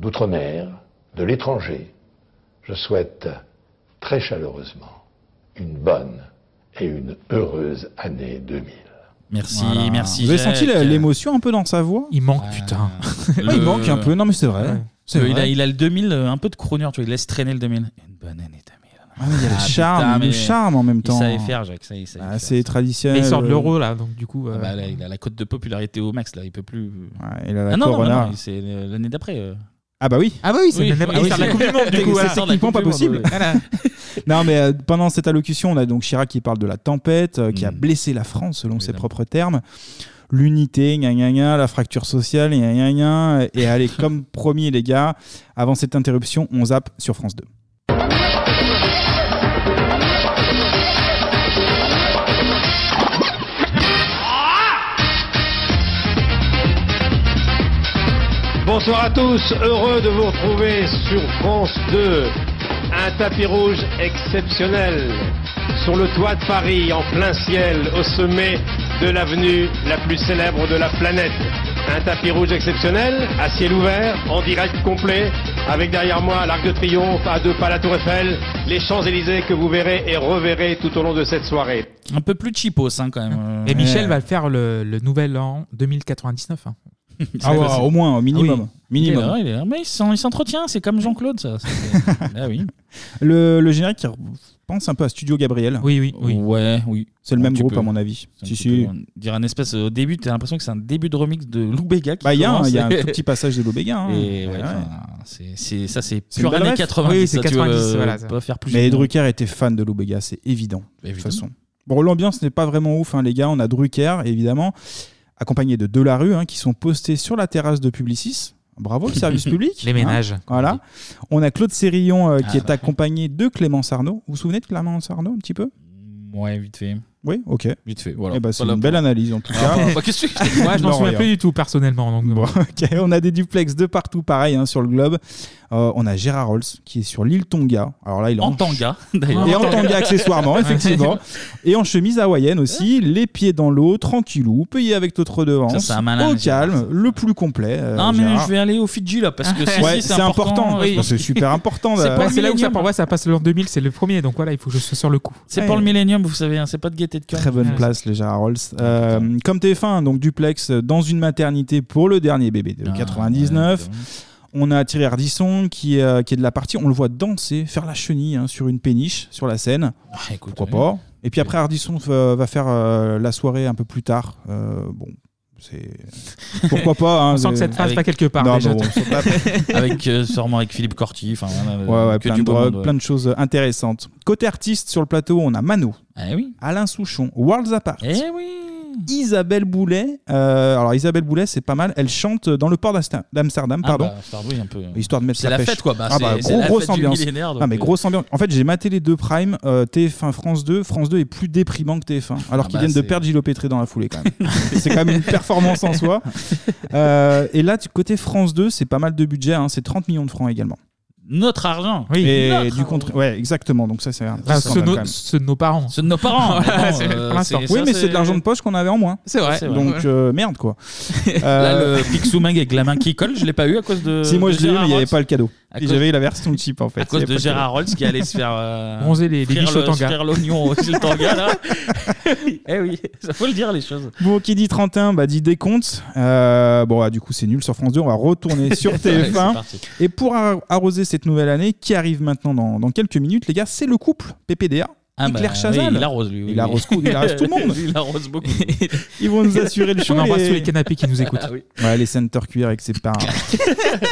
[SPEAKER 17] d'outre-mer, de l'étranger, je souhaite très chaleureusement une bonne et une heureuse année 2000.
[SPEAKER 1] Merci,
[SPEAKER 6] Voilà.
[SPEAKER 1] merci.
[SPEAKER 6] Vous avez
[SPEAKER 1] Jacques.
[SPEAKER 6] senti la-
[SPEAKER 9] euh,
[SPEAKER 6] l'émotion un peu dans sa voix
[SPEAKER 9] Il manque, putain.
[SPEAKER 6] Ouais, Il manque un peu, non mais c'est vrai. C'est
[SPEAKER 1] Euh, Il,
[SPEAKER 6] vrai.
[SPEAKER 1] a, il a le 2000, euh, un peu de chronure, tu vois, il laisse traîner le 2000. Une bonne année 2000.
[SPEAKER 6] Ah, mais il y a le
[SPEAKER 1] Ah,
[SPEAKER 6] charme,
[SPEAKER 1] putain,
[SPEAKER 6] le
[SPEAKER 1] mais
[SPEAKER 6] charme en même temps.
[SPEAKER 1] Il savait faire, Jacques, ça, il savait
[SPEAKER 6] Ah,
[SPEAKER 1] faire.
[SPEAKER 6] c'est traditionnel.
[SPEAKER 9] Mais il sort de l'euro, là, donc du coup.
[SPEAKER 1] Ah
[SPEAKER 9] euh,
[SPEAKER 1] bah, là, il a la cote de popularité au max, là, il peut plus.
[SPEAKER 6] il a la
[SPEAKER 1] ah non, non, non,
[SPEAKER 6] corona.
[SPEAKER 1] non, c'est euh, l'année d'après. euh.
[SPEAKER 6] Ah bah oui.
[SPEAKER 9] Ah bah oui, c'est le même
[SPEAKER 6] Ah oui,
[SPEAKER 9] ministère de la Coupe du Monde, du coup,
[SPEAKER 6] c'est
[SPEAKER 9] alors.
[SPEAKER 6] techniquement pas
[SPEAKER 9] Coupe du Monde,
[SPEAKER 6] possible.
[SPEAKER 9] oui. Voilà.
[SPEAKER 6] non mais euh, pendant cette allocution, on a donc Chirac qui parle de la tempête, euh,
[SPEAKER 9] Mm.
[SPEAKER 6] qui a blessé la France selon ses propres termes. L'unité, gna gna gna, la fracture sociale, gna gna gna. Et allez, comme promis les gars, avant cette interruption, on zappe sur France 2.
[SPEAKER 18] Bonsoir à tous, heureux de vous retrouver sur France 2. Un tapis rouge exceptionnel sur le toit de Paris, en plein ciel, au sommet de l'avenue la plus célèbre de la planète. Un tapis rouge exceptionnel, à ciel ouvert, en direct complet, avec derrière moi l'Arc de Triomphe, à deux pas la Tour Eiffel, les Champs-Élysées que vous verrez et reverrez tout au long de cette soirée.
[SPEAKER 1] Un peu plus cheapos hein, quand même.
[SPEAKER 9] Et Michel
[SPEAKER 1] Euh,
[SPEAKER 9] va le faire le, le nouvel an 2099. hein.
[SPEAKER 1] Ah ouais, au
[SPEAKER 6] moins, au minimum.
[SPEAKER 9] Ah oui.
[SPEAKER 6] Minimum.
[SPEAKER 1] Il est là, il est là. Mais il s'en- il s'entretient, c'est comme Jean-Claude, ça. ah oui.
[SPEAKER 6] Le, le générique qui pense un peu à Studio Gabriel.
[SPEAKER 9] Oui, oui, oui.
[SPEAKER 1] Ouais, oui.
[SPEAKER 6] C'est le même
[SPEAKER 1] Un petit
[SPEAKER 6] groupe,
[SPEAKER 1] peu.
[SPEAKER 6] à mon avis.
[SPEAKER 1] C'est un
[SPEAKER 6] Si,
[SPEAKER 1] petit
[SPEAKER 6] si.
[SPEAKER 1] peu, on dirait un espèce. euh, Au début, t'as l'impression que c'est un début de remix de Lou Béga qui
[SPEAKER 6] Bah, il y a un-
[SPEAKER 1] commence.
[SPEAKER 6] il y a un tout petit passage de Lou Béga, hein. Eh
[SPEAKER 1] Et ouais,
[SPEAKER 6] Ouais, ouais.
[SPEAKER 1] enfin, c'est- c'est- ça, c'est
[SPEAKER 6] C'est une
[SPEAKER 1] pure
[SPEAKER 6] belle
[SPEAKER 1] année
[SPEAKER 6] ref.
[SPEAKER 1] 90. ça, tu veux Pas faire plus.
[SPEAKER 6] Mais
[SPEAKER 1] de-
[SPEAKER 6] Drucker était fan de Loubega, c'est évident. De toute
[SPEAKER 1] Évidemment.
[SPEAKER 6] façon. Bon, l'ambiance n'est pas vraiment ouf, hein, les gars. On a Drucker, évidemment, accompagné de Delarue, hein, qui sont postés sur la terrasse de Publicis. Bravo, le service public. hein.
[SPEAKER 9] Les ménages.
[SPEAKER 6] Voilà. On a Claude Sérillon euh, qui
[SPEAKER 1] Ah,
[SPEAKER 6] est accompagné de Clémence Arnaud. Vous vous souvenez de Clémence Arnaud un petit peu
[SPEAKER 1] Ouais, vite fait.
[SPEAKER 6] Oui, ok.
[SPEAKER 1] Vite fait, voilà.
[SPEAKER 6] Eh ben, c'est
[SPEAKER 1] Voilà
[SPEAKER 6] une
[SPEAKER 1] pour-
[SPEAKER 6] belle analyse en tout
[SPEAKER 1] Ah,
[SPEAKER 6] cas.
[SPEAKER 1] bah, qu'est-ce que tu-
[SPEAKER 9] Moi, je m'en
[SPEAKER 6] Non,
[SPEAKER 9] souviens
[SPEAKER 6] rien.
[SPEAKER 9] plus du tout personnellement. Donc,
[SPEAKER 6] Bon, ok, on a des duplex de partout, pareil, hein, sur le globe. Euh, on a Gérard Rolls qui est sur l'île Tonga. Alors là, il est
[SPEAKER 1] En Tanga, d'ailleurs.
[SPEAKER 6] Et en Tanga, accessoirement, effectivement. Et en chemise hawaïenne aussi, les pieds dans l'eau, tranquillou, payé avec notre redevance.
[SPEAKER 1] Ça, c'est un malin,
[SPEAKER 6] au
[SPEAKER 1] Gérard,
[SPEAKER 6] calme, le plus complet. euh,
[SPEAKER 1] Non, mais
[SPEAKER 6] Gérard.
[SPEAKER 1] je vais aller au Fidji là parce que si,
[SPEAKER 6] Ouais,
[SPEAKER 1] si,
[SPEAKER 6] c'est important. Bah,
[SPEAKER 1] oui.
[SPEAKER 6] C'est super important.
[SPEAKER 9] C'est
[SPEAKER 6] là.
[SPEAKER 9] pas- c'est là où ça, pour moi, ça passe l'an 2000, c'est le premier. Donc voilà, il faut que je sois sur le coup.
[SPEAKER 1] C'est pour le millénium, vous savez, hein, c'est pas de gaieté de cœur.
[SPEAKER 6] Très bonne
[SPEAKER 1] Ouais.
[SPEAKER 6] place, les Gérard Rolls. Euh, comme TF1, donc duplex dans une maternité pour le dernier bébé
[SPEAKER 9] Ah,
[SPEAKER 6] de 99.
[SPEAKER 9] bah
[SPEAKER 6] On a Thierry Ardisson qui, euh, qui est de la partie. On le voit danser, faire la chenille hein, sur une péniche, sur la scène.
[SPEAKER 9] Ah,
[SPEAKER 6] Pourquoi pas Et puis après, Ardisson va, va faire euh, la soirée un peu plus tard. Euh, bon, c'est. Pourquoi pas hein,
[SPEAKER 9] On sent que
[SPEAKER 6] c'est-
[SPEAKER 9] cette phrase va quelque part,
[SPEAKER 6] Non,
[SPEAKER 9] déjà.
[SPEAKER 6] mais bon, c'est pas-
[SPEAKER 1] avec euh, sûrement avec Philippe Corti, enfin voilà, euh,
[SPEAKER 6] Ouais, ouais,
[SPEAKER 1] hein, que
[SPEAKER 6] plein,
[SPEAKER 1] du
[SPEAKER 6] de
[SPEAKER 1] beau
[SPEAKER 6] drogues,
[SPEAKER 1] monde, ouais.
[SPEAKER 6] plein de choses intéressantes. Côté artiste, sur le plateau, on a Mano,
[SPEAKER 1] Eh
[SPEAKER 6] Alain Souchon, Worlds Apart, Isabelle Boulet. euh, alors, Isabelle Boulet, c'est pas mal. Elle chante dans le port d'Asta- d'Amsterdam,
[SPEAKER 1] Ah
[SPEAKER 6] pardon.
[SPEAKER 1] bah, Star Boy, un peu.
[SPEAKER 6] Histoire de mettre
[SPEAKER 1] C'est la
[SPEAKER 6] pêche.
[SPEAKER 1] fête, quoi. Bah,
[SPEAKER 6] Ah
[SPEAKER 1] c'est-
[SPEAKER 6] bah,
[SPEAKER 1] c'est
[SPEAKER 6] gros-
[SPEAKER 1] la
[SPEAKER 6] grosse
[SPEAKER 1] fête du
[SPEAKER 6] ambiance.
[SPEAKER 1] millénaire, donc,
[SPEAKER 6] Ah, mais
[SPEAKER 1] euh,
[SPEAKER 6] grosse ambiance. En fait, j'ai maté les deux Prime, euh, TF1 France 2. France 2 est plus déprimant que TF1, alors
[SPEAKER 1] Ah
[SPEAKER 6] qu'ils
[SPEAKER 1] bah,
[SPEAKER 6] viennent de
[SPEAKER 1] c'est-
[SPEAKER 6] perdre Gilles Pétré dans la foulée quand même. c'est quand même une performance en soi. Euh, et là, du côté France 2, c'est pas mal de budget, hein, c'est 30 millions de francs également.
[SPEAKER 1] Notre argent.
[SPEAKER 6] et
[SPEAKER 1] Notre
[SPEAKER 6] du contre... Ouais, exactement. Donc ça, c'est un
[SPEAKER 9] Ah,
[SPEAKER 6] petit
[SPEAKER 9] ceux,
[SPEAKER 6] scandale,
[SPEAKER 9] de nos-
[SPEAKER 6] quand même.
[SPEAKER 9] ceux de nos parents.
[SPEAKER 1] Ceux de nos parents.
[SPEAKER 9] Voilà,
[SPEAKER 1] bon,
[SPEAKER 9] c'est-
[SPEAKER 1] euh,
[SPEAKER 9] pour l'instant.
[SPEAKER 1] c'est-
[SPEAKER 6] Oui,
[SPEAKER 1] ça,
[SPEAKER 6] mais c'est de l'argent de poche qu'on avait en moins.
[SPEAKER 9] C'est vrai.
[SPEAKER 6] Donc
[SPEAKER 9] Ouais.
[SPEAKER 6] euh, merde quoi.
[SPEAKER 1] Là,
[SPEAKER 6] Euh,
[SPEAKER 1] le Picsou Ming avec la main qui colle, je l'ai pas eu à cause de.
[SPEAKER 6] Si moi
[SPEAKER 1] de
[SPEAKER 6] je l'ai eu,
[SPEAKER 1] Gérard
[SPEAKER 6] mais il n'y avait
[SPEAKER 1] Rolls.
[SPEAKER 6] pas le cadeau.
[SPEAKER 1] À
[SPEAKER 6] Et
[SPEAKER 1] cause-
[SPEAKER 6] J'avais eu la version cheap en fait.
[SPEAKER 1] À cause
[SPEAKER 6] Il y avait
[SPEAKER 1] de
[SPEAKER 6] pas le
[SPEAKER 1] Gérard
[SPEAKER 6] cadeau.
[SPEAKER 1] Rolls qui allait se faire. euh,
[SPEAKER 9] Bronzer les- les
[SPEAKER 1] frire
[SPEAKER 9] biches
[SPEAKER 1] le-
[SPEAKER 9] au tanga.
[SPEAKER 1] frire l'oignon au au tanga, là. eh oui, ça faut le dire, les choses.
[SPEAKER 6] Bon, qui dit 31, bah dit décompte. Euh, bon, ah, du coup, c'est nul sur France 2. On va retourner sur
[SPEAKER 1] Allez, c'est
[SPEAKER 6] TF1.
[SPEAKER 1] parti.
[SPEAKER 6] Et pour ar- arroser cette nouvelle année qui arrive maintenant dans, dans quelques minutes, les gars, c'est le couple PPDA
[SPEAKER 1] Ah
[SPEAKER 6] et
[SPEAKER 1] bah,
[SPEAKER 6] Claire Chazal.
[SPEAKER 1] oui, il arrose, lui. oui.
[SPEAKER 6] Il arrose, cou- il arrose tout le monde.
[SPEAKER 1] il arrose beaucoup.
[SPEAKER 6] Ils vont nous assurer le show.
[SPEAKER 9] On embrasse tous les canapés qui nous écoutent. Ah oui.
[SPEAKER 6] Ouais, les centers cuir avec ses parents.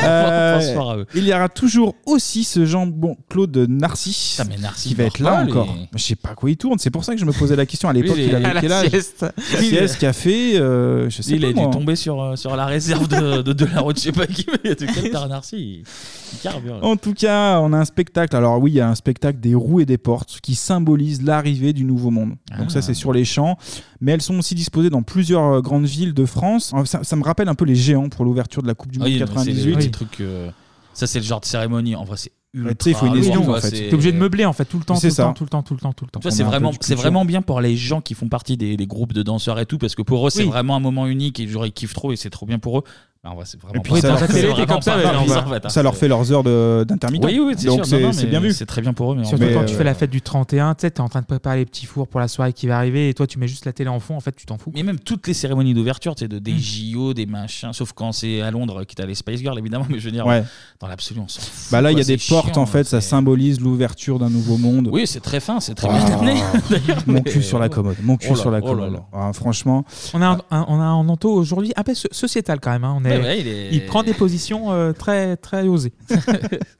[SPEAKER 9] Euh,
[SPEAKER 1] Bonsoir à eux.
[SPEAKER 6] il y aura toujours aussi ce Jean-Claude Narcisse,
[SPEAKER 1] Ah,
[SPEAKER 6] qui va être là
[SPEAKER 1] parle,
[SPEAKER 6] encore.
[SPEAKER 1] et-
[SPEAKER 6] Je sais pas à quoi il tourne. C'est pour ça que je me posais la question à l'époque.
[SPEAKER 1] il est-
[SPEAKER 6] il
[SPEAKER 1] à
[SPEAKER 6] avait
[SPEAKER 1] la
[SPEAKER 6] quel âge
[SPEAKER 1] sieste. Il est-
[SPEAKER 6] Sieste, café, euh, je sais
[SPEAKER 1] il
[SPEAKER 6] pas.
[SPEAKER 1] a dû
[SPEAKER 6] moi.
[SPEAKER 1] tomber sur, euh, sur la réserve de, de, de la route, je sais pas qui, mais de quel Tarnarcy, il, il hein. carbure.
[SPEAKER 6] En tout cas, on a un spectacle. Alors oui, il y a un spectacle des roues et des portes qui symbolise l'arrivée du nouveau monde. Donc
[SPEAKER 1] Ah.
[SPEAKER 6] ça, c'est sur les champs. Mais elles sont aussi disposées dans plusieurs euh, grandes villes de France. Euh, Ça, ça me rappelle un peu les géants pour l'ouverture de la Coupe du
[SPEAKER 1] Ah
[SPEAKER 6] Monde
[SPEAKER 1] oui, non, mais c'est les
[SPEAKER 6] 98.
[SPEAKER 1] petits trucs, euh, ça, c'est le genre de cérémonie. En vrai, c'est
[SPEAKER 6] Mais tu sais, il faut
[SPEAKER 1] ultra
[SPEAKER 6] une excuse,
[SPEAKER 1] lourd,
[SPEAKER 6] en
[SPEAKER 1] quoi,
[SPEAKER 6] fait.
[SPEAKER 1] c'est-
[SPEAKER 9] T'es obligé de meubler en fait tout le temps,
[SPEAKER 6] Mais
[SPEAKER 9] tout
[SPEAKER 6] c'est
[SPEAKER 9] le
[SPEAKER 6] ça.
[SPEAKER 9] temps, tout le temps, tout le temps, tout le temps.
[SPEAKER 1] Tu vois, c'est vraiment, c'est vraiment bien pour les gens qui font partie des, des groupes de danseurs et tout, parce que pour eux, c'est
[SPEAKER 9] Oui.
[SPEAKER 1] vraiment un moment unique et genre, ils kiffent trop et c'est trop bien pour eux. Bah, en vrai, c'est vraiment
[SPEAKER 6] Et puis
[SPEAKER 1] pas-
[SPEAKER 6] ça, leur
[SPEAKER 1] c'est
[SPEAKER 6] fait,
[SPEAKER 1] vraiment
[SPEAKER 6] ça, bah.
[SPEAKER 1] pas
[SPEAKER 6] leur-
[SPEAKER 1] bizarre, en fait, hein.
[SPEAKER 6] ça leur fait leurs heures de- d'intermittent.
[SPEAKER 1] Oui, oui, c'est
[SPEAKER 6] Donc
[SPEAKER 1] sûr. Non, non,
[SPEAKER 6] c'est
[SPEAKER 1] mais
[SPEAKER 6] bien vu.
[SPEAKER 1] c'est très bien pour eux, mais en
[SPEAKER 9] Surtout
[SPEAKER 1] Mais,
[SPEAKER 9] quand tu
[SPEAKER 1] euh,
[SPEAKER 9] fais la fête du 31, tu sais, t'es en train de préparer les petits fours pour la soirée qui va arriver et toi tu mets juste la télé en fond, en fait tu t'en fous.
[SPEAKER 1] Mais même toutes les cérémonies d'ouverture, tu sais, de,
[SPEAKER 6] Hmm.
[SPEAKER 1] des JO, des machins, sauf quand c'est à Londres, quitte à les Spice Girls évidemment, mais je veux dire,
[SPEAKER 6] Ouais.
[SPEAKER 1] dans l'absolu, on s'en fout.
[SPEAKER 6] Bah là, il y
[SPEAKER 1] quoi,
[SPEAKER 6] a des
[SPEAKER 1] c'est
[SPEAKER 6] portes
[SPEAKER 1] chiant. hein.
[SPEAKER 6] en fait. Ça symbolise l'ouverture d'un nouveau monde.
[SPEAKER 1] Oui, c'est très fin, c'est très
[SPEAKER 6] Ah,
[SPEAKER 1] bien amené. d'ailleurs,
[SPEAKER 6] Mon
[SPEAKER 1] mais-
[SPEAKER 6] cul sur la commode. Mon cul
[SPEAKER 1] Oh là,
[SPEAKER 6] sur la
[SPEAKER 1] oh là
[SPEAKER 6] commode.
[SPEAKER 1] là.
[SPEAKER 6] Ah, franchement.
[SPEAKER 9] On a un, un- on a un Anto aujourd'hui, un peu so- sociétal quand même. hein. On est mais
[SPEAKER 1] Ouais, ouais, il est-
[SPEAKER 9] prend des positions euh, très, très osées.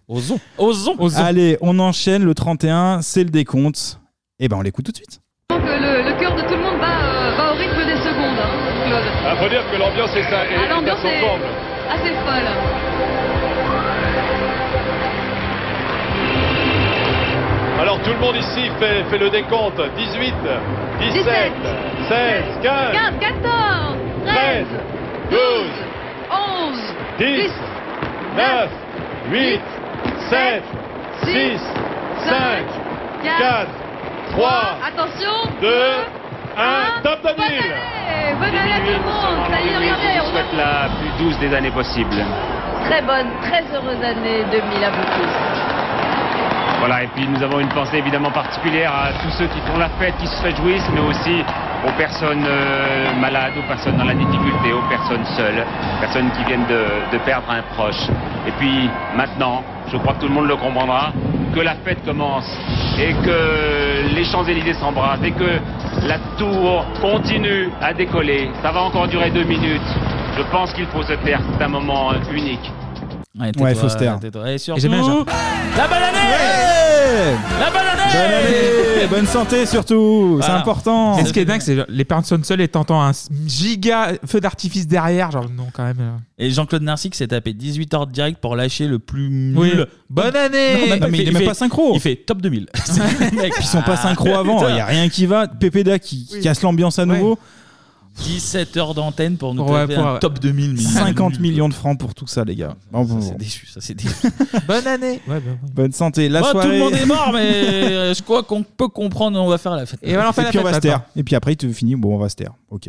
[SPEAKER 1] Osons. Osons.
[SPEAKER 6] Allez, on enchaîne le 31, c'est le décompte. Et ben on l'écoute tout de suite.
[SPEAKER 19] Donc euh, le, le cœur de tout le monde va, euh, va au rythme des secondes, hein, Claude.
[SPEAKER 11] Il Ah, faut dire que l'ambiance est, ça,
[SPEAKER 19] Ah, L'ambiance est assez folle.
[SPEAKER 11] Alors tout le monde ici fait, fait le décompte. 18, 17, 16, 15,
[SPEAKER 19] 15, 14,
[SPEAKER 11] 13, 12,
[SPEAKER 19] 11,
[SPEAKER 11] 10, 9, 8, 7, 6, 5, 4, 3,
[SPEAKER 19] Attention,
[SPEAKER 11] 2, 1, top 2000
[SPEAKER 19] Eh, bonne année à tout le monde, ça y est, regardez, on
[SPEAKER 20] souhaite la plus douce des années possibles.
[SPEAKER 19] a- Très bonne, très heureuse année 2000 à vous tous.
[SPEAKER 20] Voilà, et puis nous avons une pensée évidemment particulière à tous ceux qui font la fête, qui se réjouissent, mais aussi aux personnes euh, malades, aux personnes dans la difficulté, aux personnes seules, aux personnes qui viennent de, de perdre un proche. Et puis maintenant, je crois que tout le monde le comprendra, que la fête commence et que les Champs-Élysées s'embrassent et que la tour continue à décoller. Ça va encore durer deux minutes. Je pense qu'il faut se taire, c'est un moment euh, unique.
[SPEAKER 1] Ouais,
[SPEAKER 6] Ouais,
[SPEAKER 1] tais-toi,
[SPEAKER 6] faut se taire.
[SPEAKER 1] tais-toi. Et surtout,
[SPEAKER 6] Et j'aime bien, Jean.
[SPEAKER 1] la bonne année La bonne année
[SPEAKER 6] Bonne année, bonne santé surtout, c'est important.
[SPEAKER 9] Et ce qui est dingue, c'est genre, les personnes seules et t'entends un giga feu d'artifice derrière. Genre, non, quand même. euh.
[SPEAKER 1] Et Jean-Claude Narcic s'est tapé 18 heures de direct pour lâcher le plus nul.
[SPEAKER 9] Oui. Bonne année
[SPEAKER 1] Non, non,
[SPEAKER 9] Non, mais
[SPEAKER 1] fait-
[SPEAKER 9] il est même
[SPEAKER 1] fait-
[SPEAKER 9] pas synchro.
[SPEAKER 1] Il fait top 2000. C'est- mec,
[SPEAKER 6] Ils sont pas synchro avant, il y a rien qui va. Pépéda qui, qui casse l'ambiance à nouveau.
[SPEAKER 1] 17 heures d'antenne pour nous
[SPEAKER 6] Ouais,
[SPEAKER 1] taper
[SPEAKER 6] pour-
[SPEAKER 1] un top 2000.
[SPEAKER 6] 50 millions de francs pour tout ça, les gars. Bon, bon.
[SPEAKER 1] C'est déçu, ça c'est déçu.
[SPEAKER 9] Bonne année
[SPEAKER 6] Bonne santé. La
[SPEAKER 1] bah Bon,
[SPEAKER 6] soirée.
[SPEAKER 1] Oh, Tout le monde est mort, mais euh, je crois qu'on peut comprendre, on va faire la fête.
[SPEAKER 6] puis on va se taire. Et puis après, tu finis. Bon, on va se taire. Ok.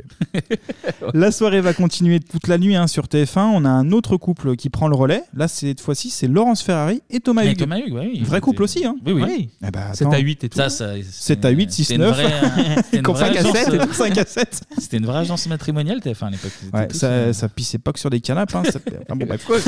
[SPEAKER 6] la soirée va continuer toute la nuit hein, sur TF1. On a un autre couple qui prend le relais. Là, cette fois-ci, c'est Laurence Ferrari et Thomas
[SPEAKER 1] Et
[SPEAKER 6] Hugues.
[SPEAKER 1] Thomas Hugues, ouais, oui.
[SPEAKER 6] Vrai couple aussi. Hein.
[SPEAKER 1] Oui, oui.
[SPEAKER 6] Eh ben,
[SPEAKER 1] Sept
[SPEAKER 6] attends.
[SPEAKER 1] à huit et tout. Ça, ça, c'est-
[SPEAKER 6] 7 à 8, 6,
[SPEAKER 1] c'est une
[SPEAKER 6] 9.
[SPEAKER 1] vraie, euh, c'est une
[SPEAKER 6] Comme
[SPEAKER 1] vraie
[SPEAKER 6] 5 à 7 et
[SPEAKER 1] agence. euh,
[SPEAKER 6] tout, 5 à 7.
[SPEAKER 1] C'était une vraie agence matrimoniale TF1 à l'époque. Ils étaient
[SPEAKER 6] Ouais,
[SPEAKER 1] tous,
[SPEAKER 6] ça, ça pissait pas que sur des canapes. hein, ça- enfin, bon, bref.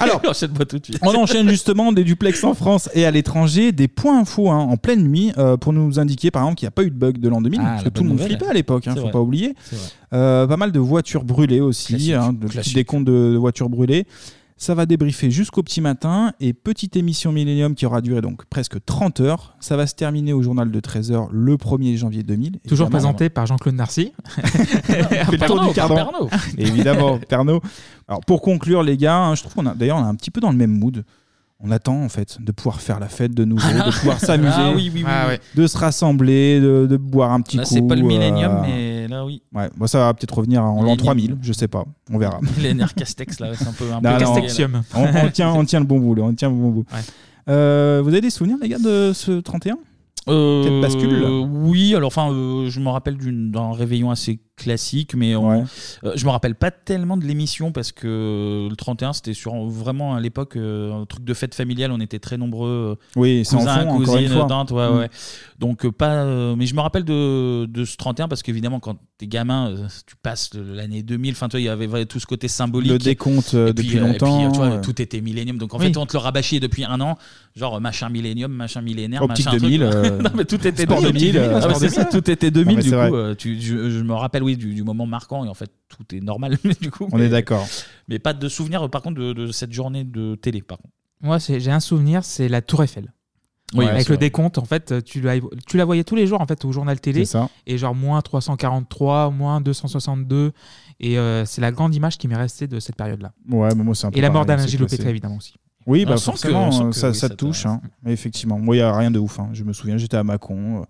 [SPEAKER 1] Alors, enchaîne-moi tout de suite.
[SPEAKER 6] On enchaîne justement des duplex en France et à l'étranger, des points infos hein, en pleine nuit euh, pour nous indiquer par exemple qu'il n'y a pas eu de bug de l'an 2000,
[SPEAKER 1] Ah,
[SPEAKER 6] parce
[SPEAKER 1] la
[SPEAKER 6] que tout le monde
[SPEAKER 1] bonne nouvelle.
[SPEAKER 6] flippait à l'époque, hein,
[SPEAKER 1] C'est
[SPEAKER 6] faut
[SPEAKER 1] vrai.
[SPEAKER 6] pas oublier.
[SPEAKER 1] C'est vrai.
[SPEAKER 6] Euh, pas mal de voitures brûlées aussi,
[SPEAKER 1] Classique,
[SPEAKER 6] hein, de petits
[SPEAKER 1] classique.
[SPEAKER 6] décomptes de, de voitures brûlées. Ça va débriefer jusqu'au petit matin et petite émission Millennium qui aura duré donc presque 30 heures. Ça va se terminer au journal de 13h le 1er janvier 2000.
[SPEAKER 9] Toujours
[SPEAKER 6] évidemment.
[SPEAKER 9] présenté par Jean-Claude Narcy.
[SPEAKER 6] Fait le tour du cardan. Évidemment, Pernod. Alors pour conclure, les gars, hein, je trouve qu'on a d'ailleurs on est un petit peu dans le même mood. On attend en fait de pouvoir faire la fête de nouveau, de pouvoir s'amuser,
[SPEAKER 1] Ah oui, oui, oui, Ah oui. ouais.
[SPEAKER 6] de se rassembler, de, de boire un petit
[SPEAKER 1] Là,
[SPEAKER 6] coup.
[SPEAKER 1] c'est pas le
[SPEAKER 6] euh,
[SPEAKER 1] millénium, mais là, oui.
[SPEAKER 6] Ouais, bon, ça va peut-être revenir en l'an
[SPEAKER 1] Millénium.
[SPEAKER 6] 3000, je sais pas, on verra.
[SPEAKER 1] Les nerfs Castex, là, c'est un peu un
[SPEAKER 6] Non,
[SPEAKER 1] peu
[SPEAKER 6] non,
[SPEAKER 1] Castexium.
[SPEAKER 6] on, on tient, on tient le bon bout, là, on tient le bon bout. Euh, vous avez des souvenirs, les gars, de ce 31
[SPEAKER 1] Euh,
[SPEAKER 6] Peut-être bascule
[SPEAKER 1] Oui, alors enfin, euh, je me rappelle d'une- d'un réveillon assez classique, mais on- euh, je me rappelle pas tellement de l'émission parce que le 31 c'était sur vraiment à l'époque euh, un truc de fête familiale, on était très nombreux. euh,
[SPEAKER 6] Oui, c'est
[SPEAKER 1] cousins,
[SPEAKER 6] enfant, encore une
[SPEAKER 1] cousines,
[SPEAKER 6] fois.
[SPEAKER 1] tantes, ouais,
[SPEAKER 6] Mm.
[SPEAKER 1] ouais. Donc euh, pas, euh, mais je me rappelle de, de ce 31 parce qu'évidemment quand t'es gamin, euh, tu passes de l'année 2000, enfin tu vois, il y avait vrai- tout ce côté symbolique.
[SPEAKER 6] Le décompte, euh,
[SPEAKER 1] Et puis,
[SPEAKER 6] depuis
[SPEAKER 1] euh, et puis,
[SPEAKER 6] longtemps,
[SPEAKER 1] tu vois,
[SPEAKER 6] euh.
[SPEAKER 1] tout était millénium. Donc en
[SPEAKER 6] Oui.
[SPEAKER 1] fait on te le rabâchait depuis un an, genre euh, machin millénium, machin millénaire,
[SPEAKER 6] Optique
[SPEAKER 1] machin
[SPEAKER 6] 2000,
[SPEAKER 1] truc.
[SPEAKER 6] euh,
[SPEAKER 1] non mais tout était
[SPEAKER 6] Sport 2000, euh,
[SPEAKER 1] Ah,
[SPEAKER 6] Sport
[SPEAKER 1] mais c'est
[SPEAKER 6] 2000,
[SPEAKER 1] ça,
[SPEAKER 6] ouais.
[SPEAKER 1] tout était
[SPEAKER 6] Non,
[SPEAKER 1] 2000
[SPEAKER 6] mais
[SPEAKER 1] du
[SPEAKER 6] c'est
[SPEAKER 1] coup.
[SPEAKER 6] vrai.
[SPEAKER 1] euh, tu- je, je me rappelle oui du, du moment marquant et en fait tout est normal du coup.
[SPEAKER 6] On
[SPEAKER 1] mais-
[SPEAKER 6] est d'accord.
[SPEAKER 1] Mais pas de souvenir par contre de, de cette journée de télé par contre.
[SPEAKER 9] Moi, c'est- j'ai un souvenir, c'est la Tour Eiffel.
[SPEAKER 1] Oui,
[SPEAKER 9] avec
[SPEAKER 1] c'est
[SPEAKER 9] le
[SPEAKER 1] vrai.
[SPEAKER 9] décompte, en fait, tu la, tu la voyais tous les jours en fait au journal télé.
[SPEAKER 6] C'est ça.
[SPEAKER 9] Et genre moins 343, moins 262. Et euh, c'est la grande image qui m'est restée de cette période-là.
[SPEAKER 6] Ouais, mais moi c'est un peu
[SPEAKER 9] Et la mort
[SPEAKER 6] pareil,
[SPEAKER 9] d'Alain
[SPEAKER 6] c'est
[SPEAKER 9] Gilopétré,
[SPEAKER 6] classé.
[SPEAKER 9] évidemment aussi.
[SPEAKER 6] Oui,
[SPEAKER 9] On
[SPEAKER 6] bah
[SPEAKER 9] sent que-
[SPEAKER 6] forcément,
[SPEAKER 9] on sent que
[SPEAKER 6] ça,
[SPEAKER 9] oui,
[SPEAKER 6] ça
[SPEAKER 9] ça
[SPEAKER 6] te
[SPEAKER 9] te-
[SPEAKER 6] touche. hein. Mais effectivement, moi il n'y a rien de ouf. hein. Je me souviens, j'étais à Mâcon. euh.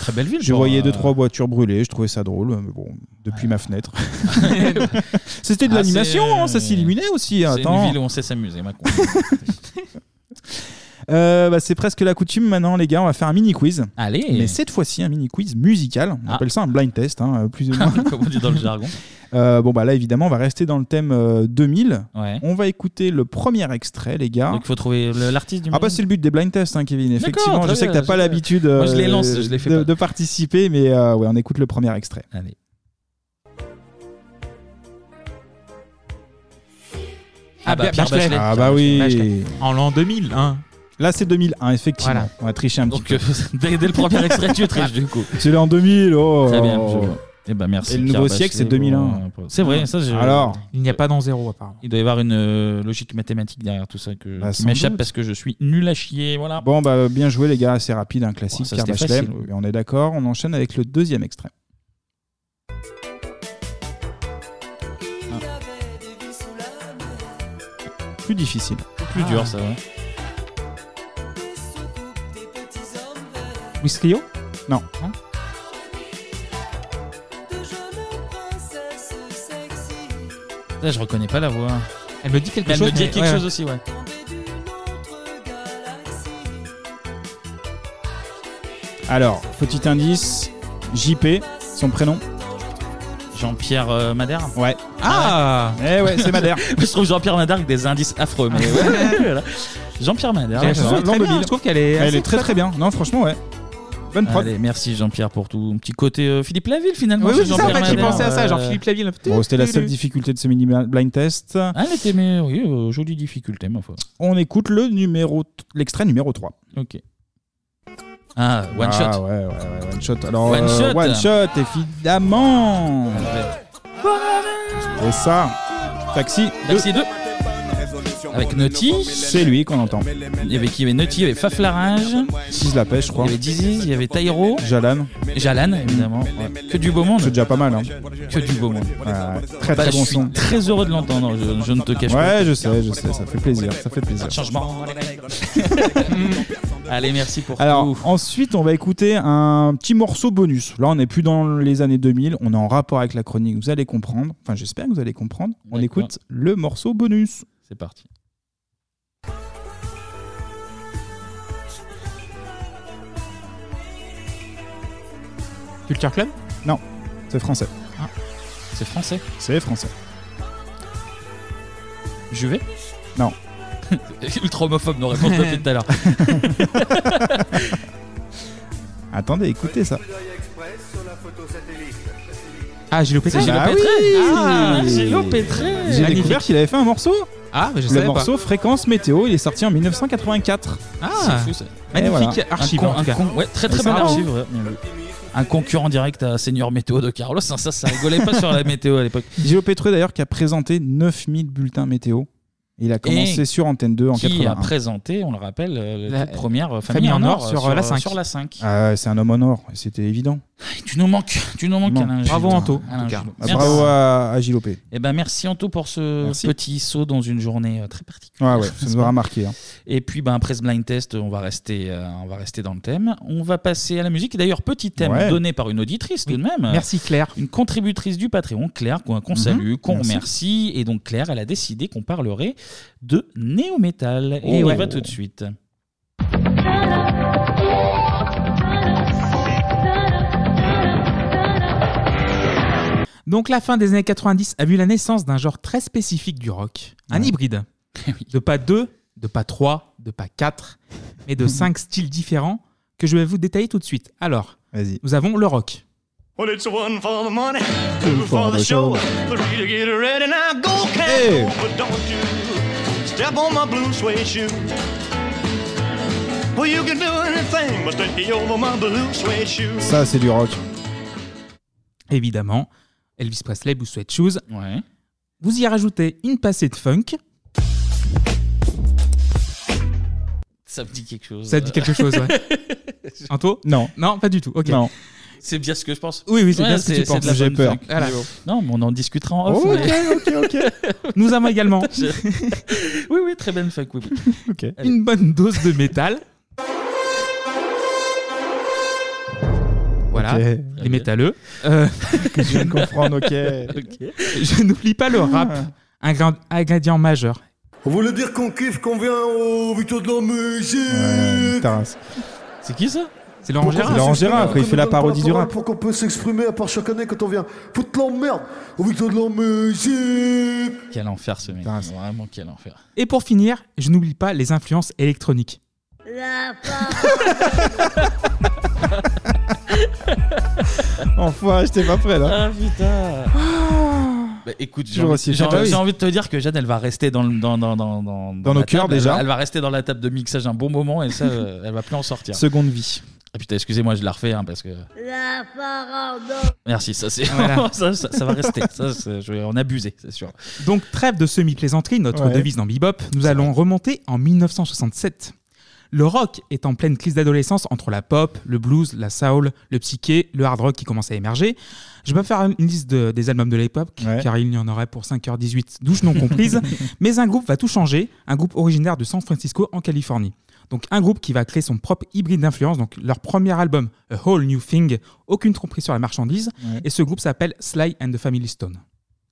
[SPEAKER 1] Très belle ville,
[SPEAKER 6] Je
[SPEAKER 1] pour,
[SPEAKER 6] voyais
[SPEAKER 1] euh,
[SPEAKER 6] deux trois voitures brûlées, je trouvais ça drôle. Mais bon, depuis ma fenêtre. C'était de
[SPEAKER 1] Ah,
[SPEAKER 6] l'animation,
[SPEAKER 1] c'est-
[SPEAKER 6] hein, ça s'illuminait aussi. hein,
[SPEAKER 1] C'est une
[SPEAKER 6] Attends.
[SPEAKER 1] ville où on sait s'amuser, Macron.
[SPEAKER 6] Euh, bah, c'est presque la coutume maintenant, les gars. On va faire un mini quiz.
[SPEAKER 1] Allez. Ah.
[SPEAKER 6] Mais cette fois-ci, un mini quiz musical. On appelle ça un blind test, hein, plus ou moins.
[SPEAKER 1] Comme on dit dans le jargon.
[SPEAKER 6] Euh, bon, bah là, évidemment, on va rester dans le thème euh, 2000.
[SPEAKER 1] Ouais.
[SPEAKER 6] On va écouter le premier extrait, les gars.
[SPEAKER 1] Donc il faut trouver le- l'artiste du
[SPEAKER 6] Ah bah
[SPEAKER 1] moment.
[SPEAKER 6] c'est le but des blind tests, hein, Kevin.
[SPEAKER 1] D'accord,
[SPEAKER 6] Effectivement,
[SPEAKER 1] très
[SPEAKER 6] je sais que
[SPEAKER 1] bien,
[SPEAKER 6] t'as pas
[SPEAKER 1] je-
[SPEAKER 6] l'habitude
[SPEAKER 1] Moi, je les
[SPEAKER 6] euh,
[SPEAKER 1] lance, je les fais
[SPEAKER 6] de,
[SPEAKER 1] pas.
[SPEAKER 6] de participer, mais euh, ouais, on écoute le premier extrait.
[SPEAKER 1] Allez.
[SPEAKER 9] Ah bah, Pierre Bachelet.
[SPEAKER 6] Ah bah oui.
[SPEAKER 9] Bachelet. En l'an hein. 2001.
[SPEAKER 6] Là c'est 2001 effectivement.
[SPEAKER 9] Voilà.
[SPEAKER 6] On va tricher un
[SPEAKER 1] Donc
[SPEAKER 6] petit
[SPEAKER 1] euh, dès, dès le premier extrait, tu triches du coup.
[SPEAKER 6] peu. C'est l'an 2000. Oh.
[SPEAKER 1] Très bien. je- Eh ben merci.
[SPEAKER 6] Et le
[SPEAKER 1] Pierre
[SPEAKER 6] nouveau
[SPEAKER 1] Bachelet,
[SPEAKER 6] siècle c'est 2001.
[SPEAKER 1] bon, C'est vrai, ça. je-
[SPEAKER 6] Alors.
[SPEAKER 9] Il n'y a pas dans zéro, apparemment.
[SPEAKER 1] Il doit y avoir une euh, logique mathématique derrière tout ça que,
[SPEAKER 6] Bah,
[SPEAKER 1] qui
[SPEAKER 6] sans
[SPEAKER 1] m'échappe
[SPEAKER 6] doute.
[SPEAKER 1] parce que je suis nul à chier. Voilà.
[SPEAKER 6] Bon, bah, bien joué, les gars, assez rapide, un classique,
[SPEAKER 1] Oh, ça,
[SPEAKER 6] Pierre
[SPEAKER 1] c'était
[SPEAKER 6] Bachelet.
[SPEAKER 1] facile,
[SPEAKER 6] Et On est d'accord, on enchaîne avec le deuxième extrait. Plus difficile.
[SPEAKER 1] Plus dur, ça, ouais.
[SPEAKER 9] Luis Clio
[SPEAKER 6] Non.
[SPEAKER 9] Hein?
[SPEAKER 1] Là, je reconnais pas la voix.
[SPEAKER 9] Elle me dit quelque
[SPEAKER 1] Mais
[SPEAKER 9] chose,
[SPEAKER 1] Elle me dit
[SPEAKER 9] mais-
[SPEAKER 1] quelque
[SPEAKER 9] ouais,
[SPEAKER 1] chose
[SPEAKER 9] ouais.
[SPEAKER 1] aussi, ouais.
[SPEAKER 6] Alors, petit indice, JP, son prénom
[SPEAKER 1] Jean-Pierre euh, Madère
[SPEAKER 6] Ouais.
[SPEAKER 1] Ah
[SPEAKER 6] Eh ouais, c'est Madère.
[SPEAKER 1] Je trouve Jean-Pierre Madère avec des indices affreux. Mais ouais, voilà. Jean-Pierre Madère.
[SPEAKER 6] Elle est très bien, je trouve qu'elle est Elle assez est très, très bien. Non, franchement, ouais. Bonne prod.
[SPEAKER 1] Allez, merci Jean-Pierre pour tout. Un petit côté euh, Philippe Laville finalement.
[SPEAKER 9] Oui, oui,
[SPEAKER 1] chez
[SPEAKER 9] c'est ça, en
[SPEAKER 1] Jean-Pierre
[SPEAKER 9] fait, j'ai
[SPEAKER 1] Madère.
[SPEAKER 9] pensé à ça,
[SPEAKER 1] Euh,
[SPEAKER 9] Jean-Philippe Laville.
[SPEAKER 6] Bon, c'était la seule difficulté de ce mini blind test.
[SPEAKER 1] Ah, elle était, mais oui, euh, jolie difficulté, ma foi.
[SPEAKER 6] On écoute le numéro, l'extrait numéro 3.
[SPEAKER 1] Ok. Ah, one
[SPEAKER 6] Ah,
[SPEAKER 1] shot.
[SPEAKER 6] Ouais, ouais, ouais, one shot. Alors,
[SPEAKER 1] One
[SPEAKER 6] euh,
[SPEAKER 1] shot.
[SPEAKER 6] one shot, évidemment. Et ça, Taxi
[SPEAKER 1] Taxi 2. Avec Naughty.
[SPEAKER 6] C'est lui qu'on entend.
[SPEAKER 1] Il y avait qui Il y avait Naughty, il y avait Faflarage.
[SPEAKER 6] Si je la pêche, je crois.
[SPEAKER 1] Il y avait Dizzy, il y avait Tyro.
[SPEAKER 6] Jalan.
[SPEAKER 1] Jalan, évidemment. Que du beau monde.
[SPEAKER 6] C'est déjà pas mal. Hein.
[SPEAKER 1] Que du beau monde.
[SPEAKER 6] Très, très bon
[SPEAKER 1] Bah, je suis
[SPEAKER 6] son.
[SPEAKER 1] très heureux de l'entendre, je, je ne te cache pas.
[SPEAKER 6] Ouais, je sais, je sais, ça fait plaisir, ça fait plaisir.
[SPEAKER 1] Changement. Allez, merci pour
[SPEAKER 6] Alors ensuite, on va écouter un petit morceau bonus. Là, on n'est plus dans les années 2000, on est en rapport avec la chronique, vous allez comprendre. Enfin, j'espère que vous allez comprendre. On écoute le morceau bonus.
[SPEAKER 1] C'est parti.
[SPEAKER 9] Culture Club Ah.
[SPEAKER 6] Non, c'est français.
[SPEAKER 1] C'est français
[SPEAKER 6] C'est français.
[SPEAKER 1] Juvet
[SPEAKER 6] Non.
[SPEAKER 1] Ultra homophobe, nos réponses depuis tout à l'heure.
[SPEAKER 6] Attendez, écoutez ça.
[SPEAKER 9] Ah, Gilles Pétré.
[SPEAKER 6] C'est Gilles Bah Pétré. oui. Ah, Gilles Pétré. J'ai
[SPEAKER 9] Magnifique.
[SPEAKER 6] découvert qu'il avait fait un morceau.
[SPEAKER 9] Ah, mais je
[SPEAKER 6] Le
[SPEAKER 9] savais pas.
[SPEAKER 6] morceau Fréquence Météo, il est sorti en 1984.
[SPEAKER 9] Ah,
[SPEAKER 1] C'est fou, ça.
[SPEAKER 9] magnifique archive.
[SPEAKER 1] Un con-
[SPEAKER 9] en tout
[SPEAKER 1] un
[SPEAKER 9] cas.
[SPEAKER 1] con- ouais, très très
[SPEAKER 9] C'est
[SPEAKER 1] bonne
[SPEAKER 9] marrant.
[SPEAKER 1] archive. ouais. Un concurrent direct à Seigneur Météo de Carlos. Ça, ça, ça rigolait pas sur la météo à l'époque.
[SPEAKER 6] Gilles Pétreux d'ailleurs qui a présenté 9000 bulletins météo. Il a commencé
[SPEAKER 1] Et
[SPEAKER 6] sur Antenne 2 en
[SPEAKER 1] Qui a
[SPEAKER 6] 81.
[SPEAKER 1] présenté, on le rappelle, euh, la
[SPEAKER 9] La-
[SPEAKER 1] toute première euh,
[SPEAKER 9] Famille
[SPEAKER 1] Famille
[SPEAKER 9] en
[SPEAKER 1] en
[SPEAKER 9] or
[SPEAKER 1] or
[SPEAKER 9] sur,
[SPEAKER 1] sur,
[SPEAKER 9] euh, la
[SPEAKER 1] euh,
[SPEAKER 9] cinq.
[SPEAKER 1] sur la 5.
[SPEAKER 6] Ah, c'est un homme en or, c'était évident.
[SPEAKER 1] Tu nous manques, tu nous manques,
[SPEAKER 6] Non.
[SPEAKER 1] Alain
[SPEAKER 6] Bravo,
[SPEAKER 1] Gilles.
[SPEAKER 6] Anto,
[SPEAKER 1] Alain
[SPEAKER 6] en tout cas. Ah,
[SPEAKER 1] Gilles.
[SPEAKER 6] bravo à, à Gilles P.
[SPEAKER 1] Eh ben merci Anto pour ce
[SPEAKER 6] Merci.
[SPEAKER 1] Euh, petit saut dans une journée euh, très particulière.
[SPEAKER 6] Ouais, ouais, ça nous aura marqué. hein.
[SPEAKER 1] Et puis ben après ce blind test, on va rester, euh, on va rester dans le thème. On va passer à la musique. Et D'ailleurs petit thème
[SPEAKER 6] Ouais.
[SPEAKER 1] donné par une auditrice tout de même.
[SPEAKER 9] Merci, Claire.
[SPEAKER 1] Une contributrice du Patreon, Claire, qu'on qu'on
[SPEAKER 9] Mhm.
[SPEAKER 1] salue, qu'on
[SPEAKER 9] Merci.
[SPEAKER 1] remercie. Et donc Claire, elle a décidé qu'on parlerait de néo métal.
[SPEAKER 9] Oh.
[SPEAKER 1] Et on y va tout de suite.
[SPEAKER 9] Donc la fin des années 90 a vu la naissance d'un genre très spécifique du rock, un hybride.
[SPEAKER 6] Eh
[SPEAKER 9] De pas deux, de pas trois, de pas quatre, mais de cinq styles différents que je vais vous détailler tout de suite. Alors, nous avons le rock.
[SPEAKER 21] Well, it's one for the money,
[SPEAKER 9] Two
[SPEAKER 21] two
[SPEAKER 9] for
[SPEAKER 21] for
[SPEAKER 9] the
[SPEAKER 21] the show,
[SPEAKER 9] show.
[SPEAKER 21] three to get ready. Now go, cat,
[SPEAKER 9] Hey.
[SPEAKER 21] go, but don't you step on my blue suede shoe. Well, you can do anything, but stay over my blue suede shoe.
[SPEAKER 6] Ça, c'est du rock.
[SPEAKER 9] Évidemment, Elvis Presley, Blue Sweat Shoes. Vous y rajoutez une passée de funk.
[SPEAKER 1] Ça me dit quelque chose.
[SPEAKER 9] Ça te dit quelque chose, ouais. Anto
[SPEAKER 6] Non.
[SPEAKER 9] Non, pas du tout. Ok.
[SPEAKER 6] Non.
[SPEAKER 1] C'est bien ce que je pense.
[SPEAKER 9] Oui, oui, c'est bien ce que tu
[SPEAKER 1] c'est- c'est
[SPEAKER 9] penses.
[SPEAKER 1] de la
[SPEAKER 9] J'ai
[SPEAKER 1] bonne
[SPEAKER 9] peur.
[SPEAKER 1] funk.
[SPEAKER 9] Voilà.
[SPEAKER 1] Mais bon. Non, mais on en discutera en off.
[SPEAKER 9] Ok,
[SPEAKER 1] Oh, mais-
[SPEAKER 9] ok, ok. Nous avons également
[SPEAKER 1] oui, oui, très bonne fuck. Oui, oui. Allez.
[SPEAKER 9] une bonne dose de métal. Voilà,
[SPEAKER 1] Ok.
[SPEAKER 9] les métalleux. Euh,
[SPEAKER 6] Que je viens de comprendre, ok.
[SPEAKER 9] Je n'oublie pas
[SPEAKER 1] Ah.
[SPEAKER 9] le rap, un grand ingrédient majeur.
[SPEAKER 22] On voulait dire qu'on kiffe, qu'on vient au Victoire de la musique.
[SPEAKER 1] C'est qui ça
[SPEAKER 9] C'est Laurent
[SPEAKER 22] Pourquoi
[SPEAKER 9] Gérard.
[SPEAKER 22] on
[SPEAKER 6] Laurent
[SPEAKER 22] s'exprime
[SPEAKER 6] Gérard,
[SPEAKER 22] pas,
[SPEAKER 6] quand il
[SPEAKER 22] qu'on
[SPEAKER 6] fait la
[SPEAKER 22] donne pas
[SPEAKER 6] parodie du
[SPEAKER 22] parole,
[SPEAKER 6] rap.
[SPEAKER 22] Pour qu'on peut s'exprimer à part chaque année quand on vient. Foutre l'emmerde au Victoire de la musique.
[SPEAKER 1] Quel enfer ce mec. Vraiment quel enfer.
[SPEAKER 9] Et pour finir, je n'oublie pas les influences électroniques.
[SPEAKER 6] Enfoiré, j'étais pas prêt là.
[SPEAKER 1] Ah putain. Bah, écoute, j'ai
[SPEAKER 6] Toujours
[SPEAKER 1] envie,
[SPEAKER 6] aussi
[SPEAKER 1] j'ai
[SPEAKER 6] étonné.
[SPEAKER 1] envie- j'ai envie de te dire que Jeanne, elle va rester dans, le- dans, dans, dans, dans,
[SPEAKER 6] nos
[SPEAKER 1] la
[SPEAKER 6] cœurs,
[SPEAKER 1] table.
[SPEAKER 6] déjà.
[SPEAKER 1] Elle va, elle va rester dans la table de mixage un bon moment et ça, euh, elle va plus en sortir.
[SPEAKER 6] Seconde vie.
[SPEAKER 1] Ah putain, excusez-moi, je la refais hein, parce que.
[SPEAKER 23] La parole
[SPEAKER 1] Merci, ça c'est.
[SPEAKER 9] Voilà.
[SPEAKER 1] ça, ça- ça va rester. Ça, c'est- je vais en abuser, c'est sûr.
[SPEAKER 9] Donc trêve de semi-plaisanterie, notre
[SPEAKER 1] Ouais.
[SPEAKER 9] devise dans Bebop, nous allons remonter en 1967. Le rock est en pleine crise d'adolescence entre la pop, le blues, la soul, le psyché, le hard rock qui commence à émerger. Je vais pas faire une liste de- des albums de l'époque, car il y en aurait pour 5h18, douche non comprise, mais un groupe va tout changer, un groupe originaire de San Francisco en Californie. Donc un groupe qui va créer son propre hybride d'influence, donc leur premier album, A Whole New Thing, aucune tromperie sur la marchandise,
[SPEAKER 6] Ouais.
[SPEAKER 9] et ce groupe s'appelle Sly and the Family Stone.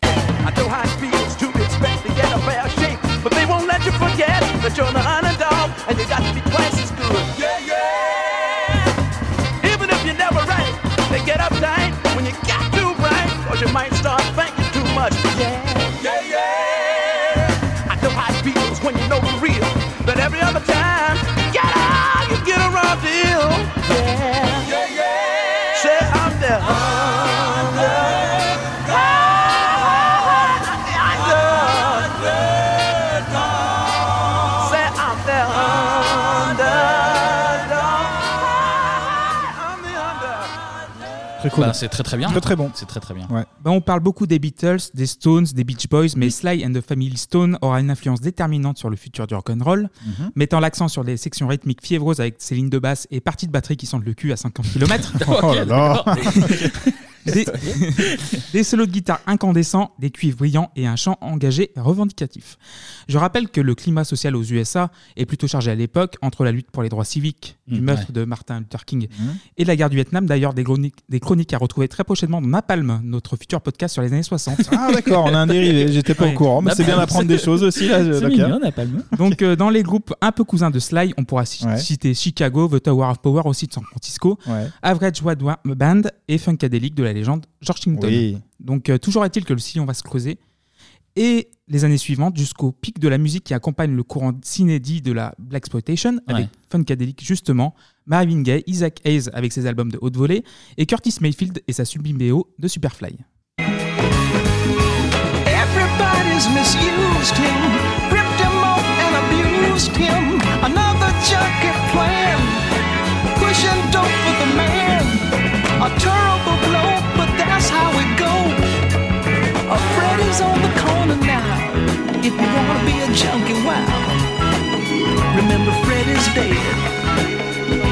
[SPEAKER 21] I know how it feels to expect to get a fair shake, but they won't let you forget that you're an underdog and you got to be twice as good. Yeah, yeah. Even if you're never right, they get uptight when you got to right, cause you might start thinking too much. Yeah, yeah, yeah. I know how it feels when you know the real, but every other time, get out, you get a raw deal. Yeah, yeah, yeah. Say I'm the Say I'm the
[SPEAKER 6] Très cool.
[SPEAKER 1] Bah, c'est très très bien.
[SPEAKER 6] Très, très bon.
[SPEAKER 1] C'est très très bien.
[SPEAKER 9] Ben, on parle beaucoup des Beatles, des Stones, des Beach Boys, mais Sly and the Family Stone aura une influence déterminante sur le futur du rock'n'roll,
[SPEAKER 6] Mhm.
[SPEAKER 9] mettant l'accent sur des sections rythmiques fiévreuses avec ses lignes de basse et parties de batterie qui sentent le cul à 50 km.
[SPEAKER 6] Ok, Oh là là. d'accord.
[SPEAKER 9] des, des solos de guitare incandescents, des cuivres brillants et un chant engagé et revendicatif. Je rappelle que le climat social aux USA est plutôt chargé à l'époque entre la lutte pour les droits civiques, du
[SPEAKER 1] Mm,
[SPEAKER 9] meurtre
[SPEAKER 1] ouais.
[SPEAKER 9] de Martin Luther King
[SPEAKER 6] Mhm.
[SPEAKER 9] et de la guerre du Vietnam. D'ailleurs, des chroniques, des chroniques à retrouver très prochainement dans Napalm, notre futur podcast sur les années 60.
[SPEAKER 6] Ah, d'accord, on a un dérivé, j'étais pas au courant, mais c'est bien d'apprendre des choses aussi, là, C'est Docteur. mignon, Napalm.
[SPEAKER 9] Donc, euh, dans les groupes un peu cousins de Sly, on pourra ci-
[SPEAKER 6] Ouais.
[SPEAKER 9] citer Chicago, The Tower of Power aussi de San Francisco,
[SPEAKER 6] Ouais.
[SPEAKER 9] Average White Wa- Band et Funkadelic de la légende George Clinton.
[SPEAKER 6] Oui.
[SPEAKER 9] Donc, euh, toujours est-il que le sillon va se creuser. Et les années suivantes, jusqu'au pic de la musique qui accompagne le courant cinédit de la Black Exploitation, avec
[SPEAKER 1] Ouais.
[SPEAKER 9] Funkadelic justement, Marvin Gaye, Isaac Hayes avec ses albums de haute volée, et Curtis Mayfield et sa sublime BO de Superfly.
[SPEAKER 4] Everybody's misused him, ripped him off and abused him. Another junkie plan, pushing dope for the man. A terrible blow, but that's how it goes. A Freddy's on the corner now. If you wanna be a junkie, wow. Remember Freddy's dead.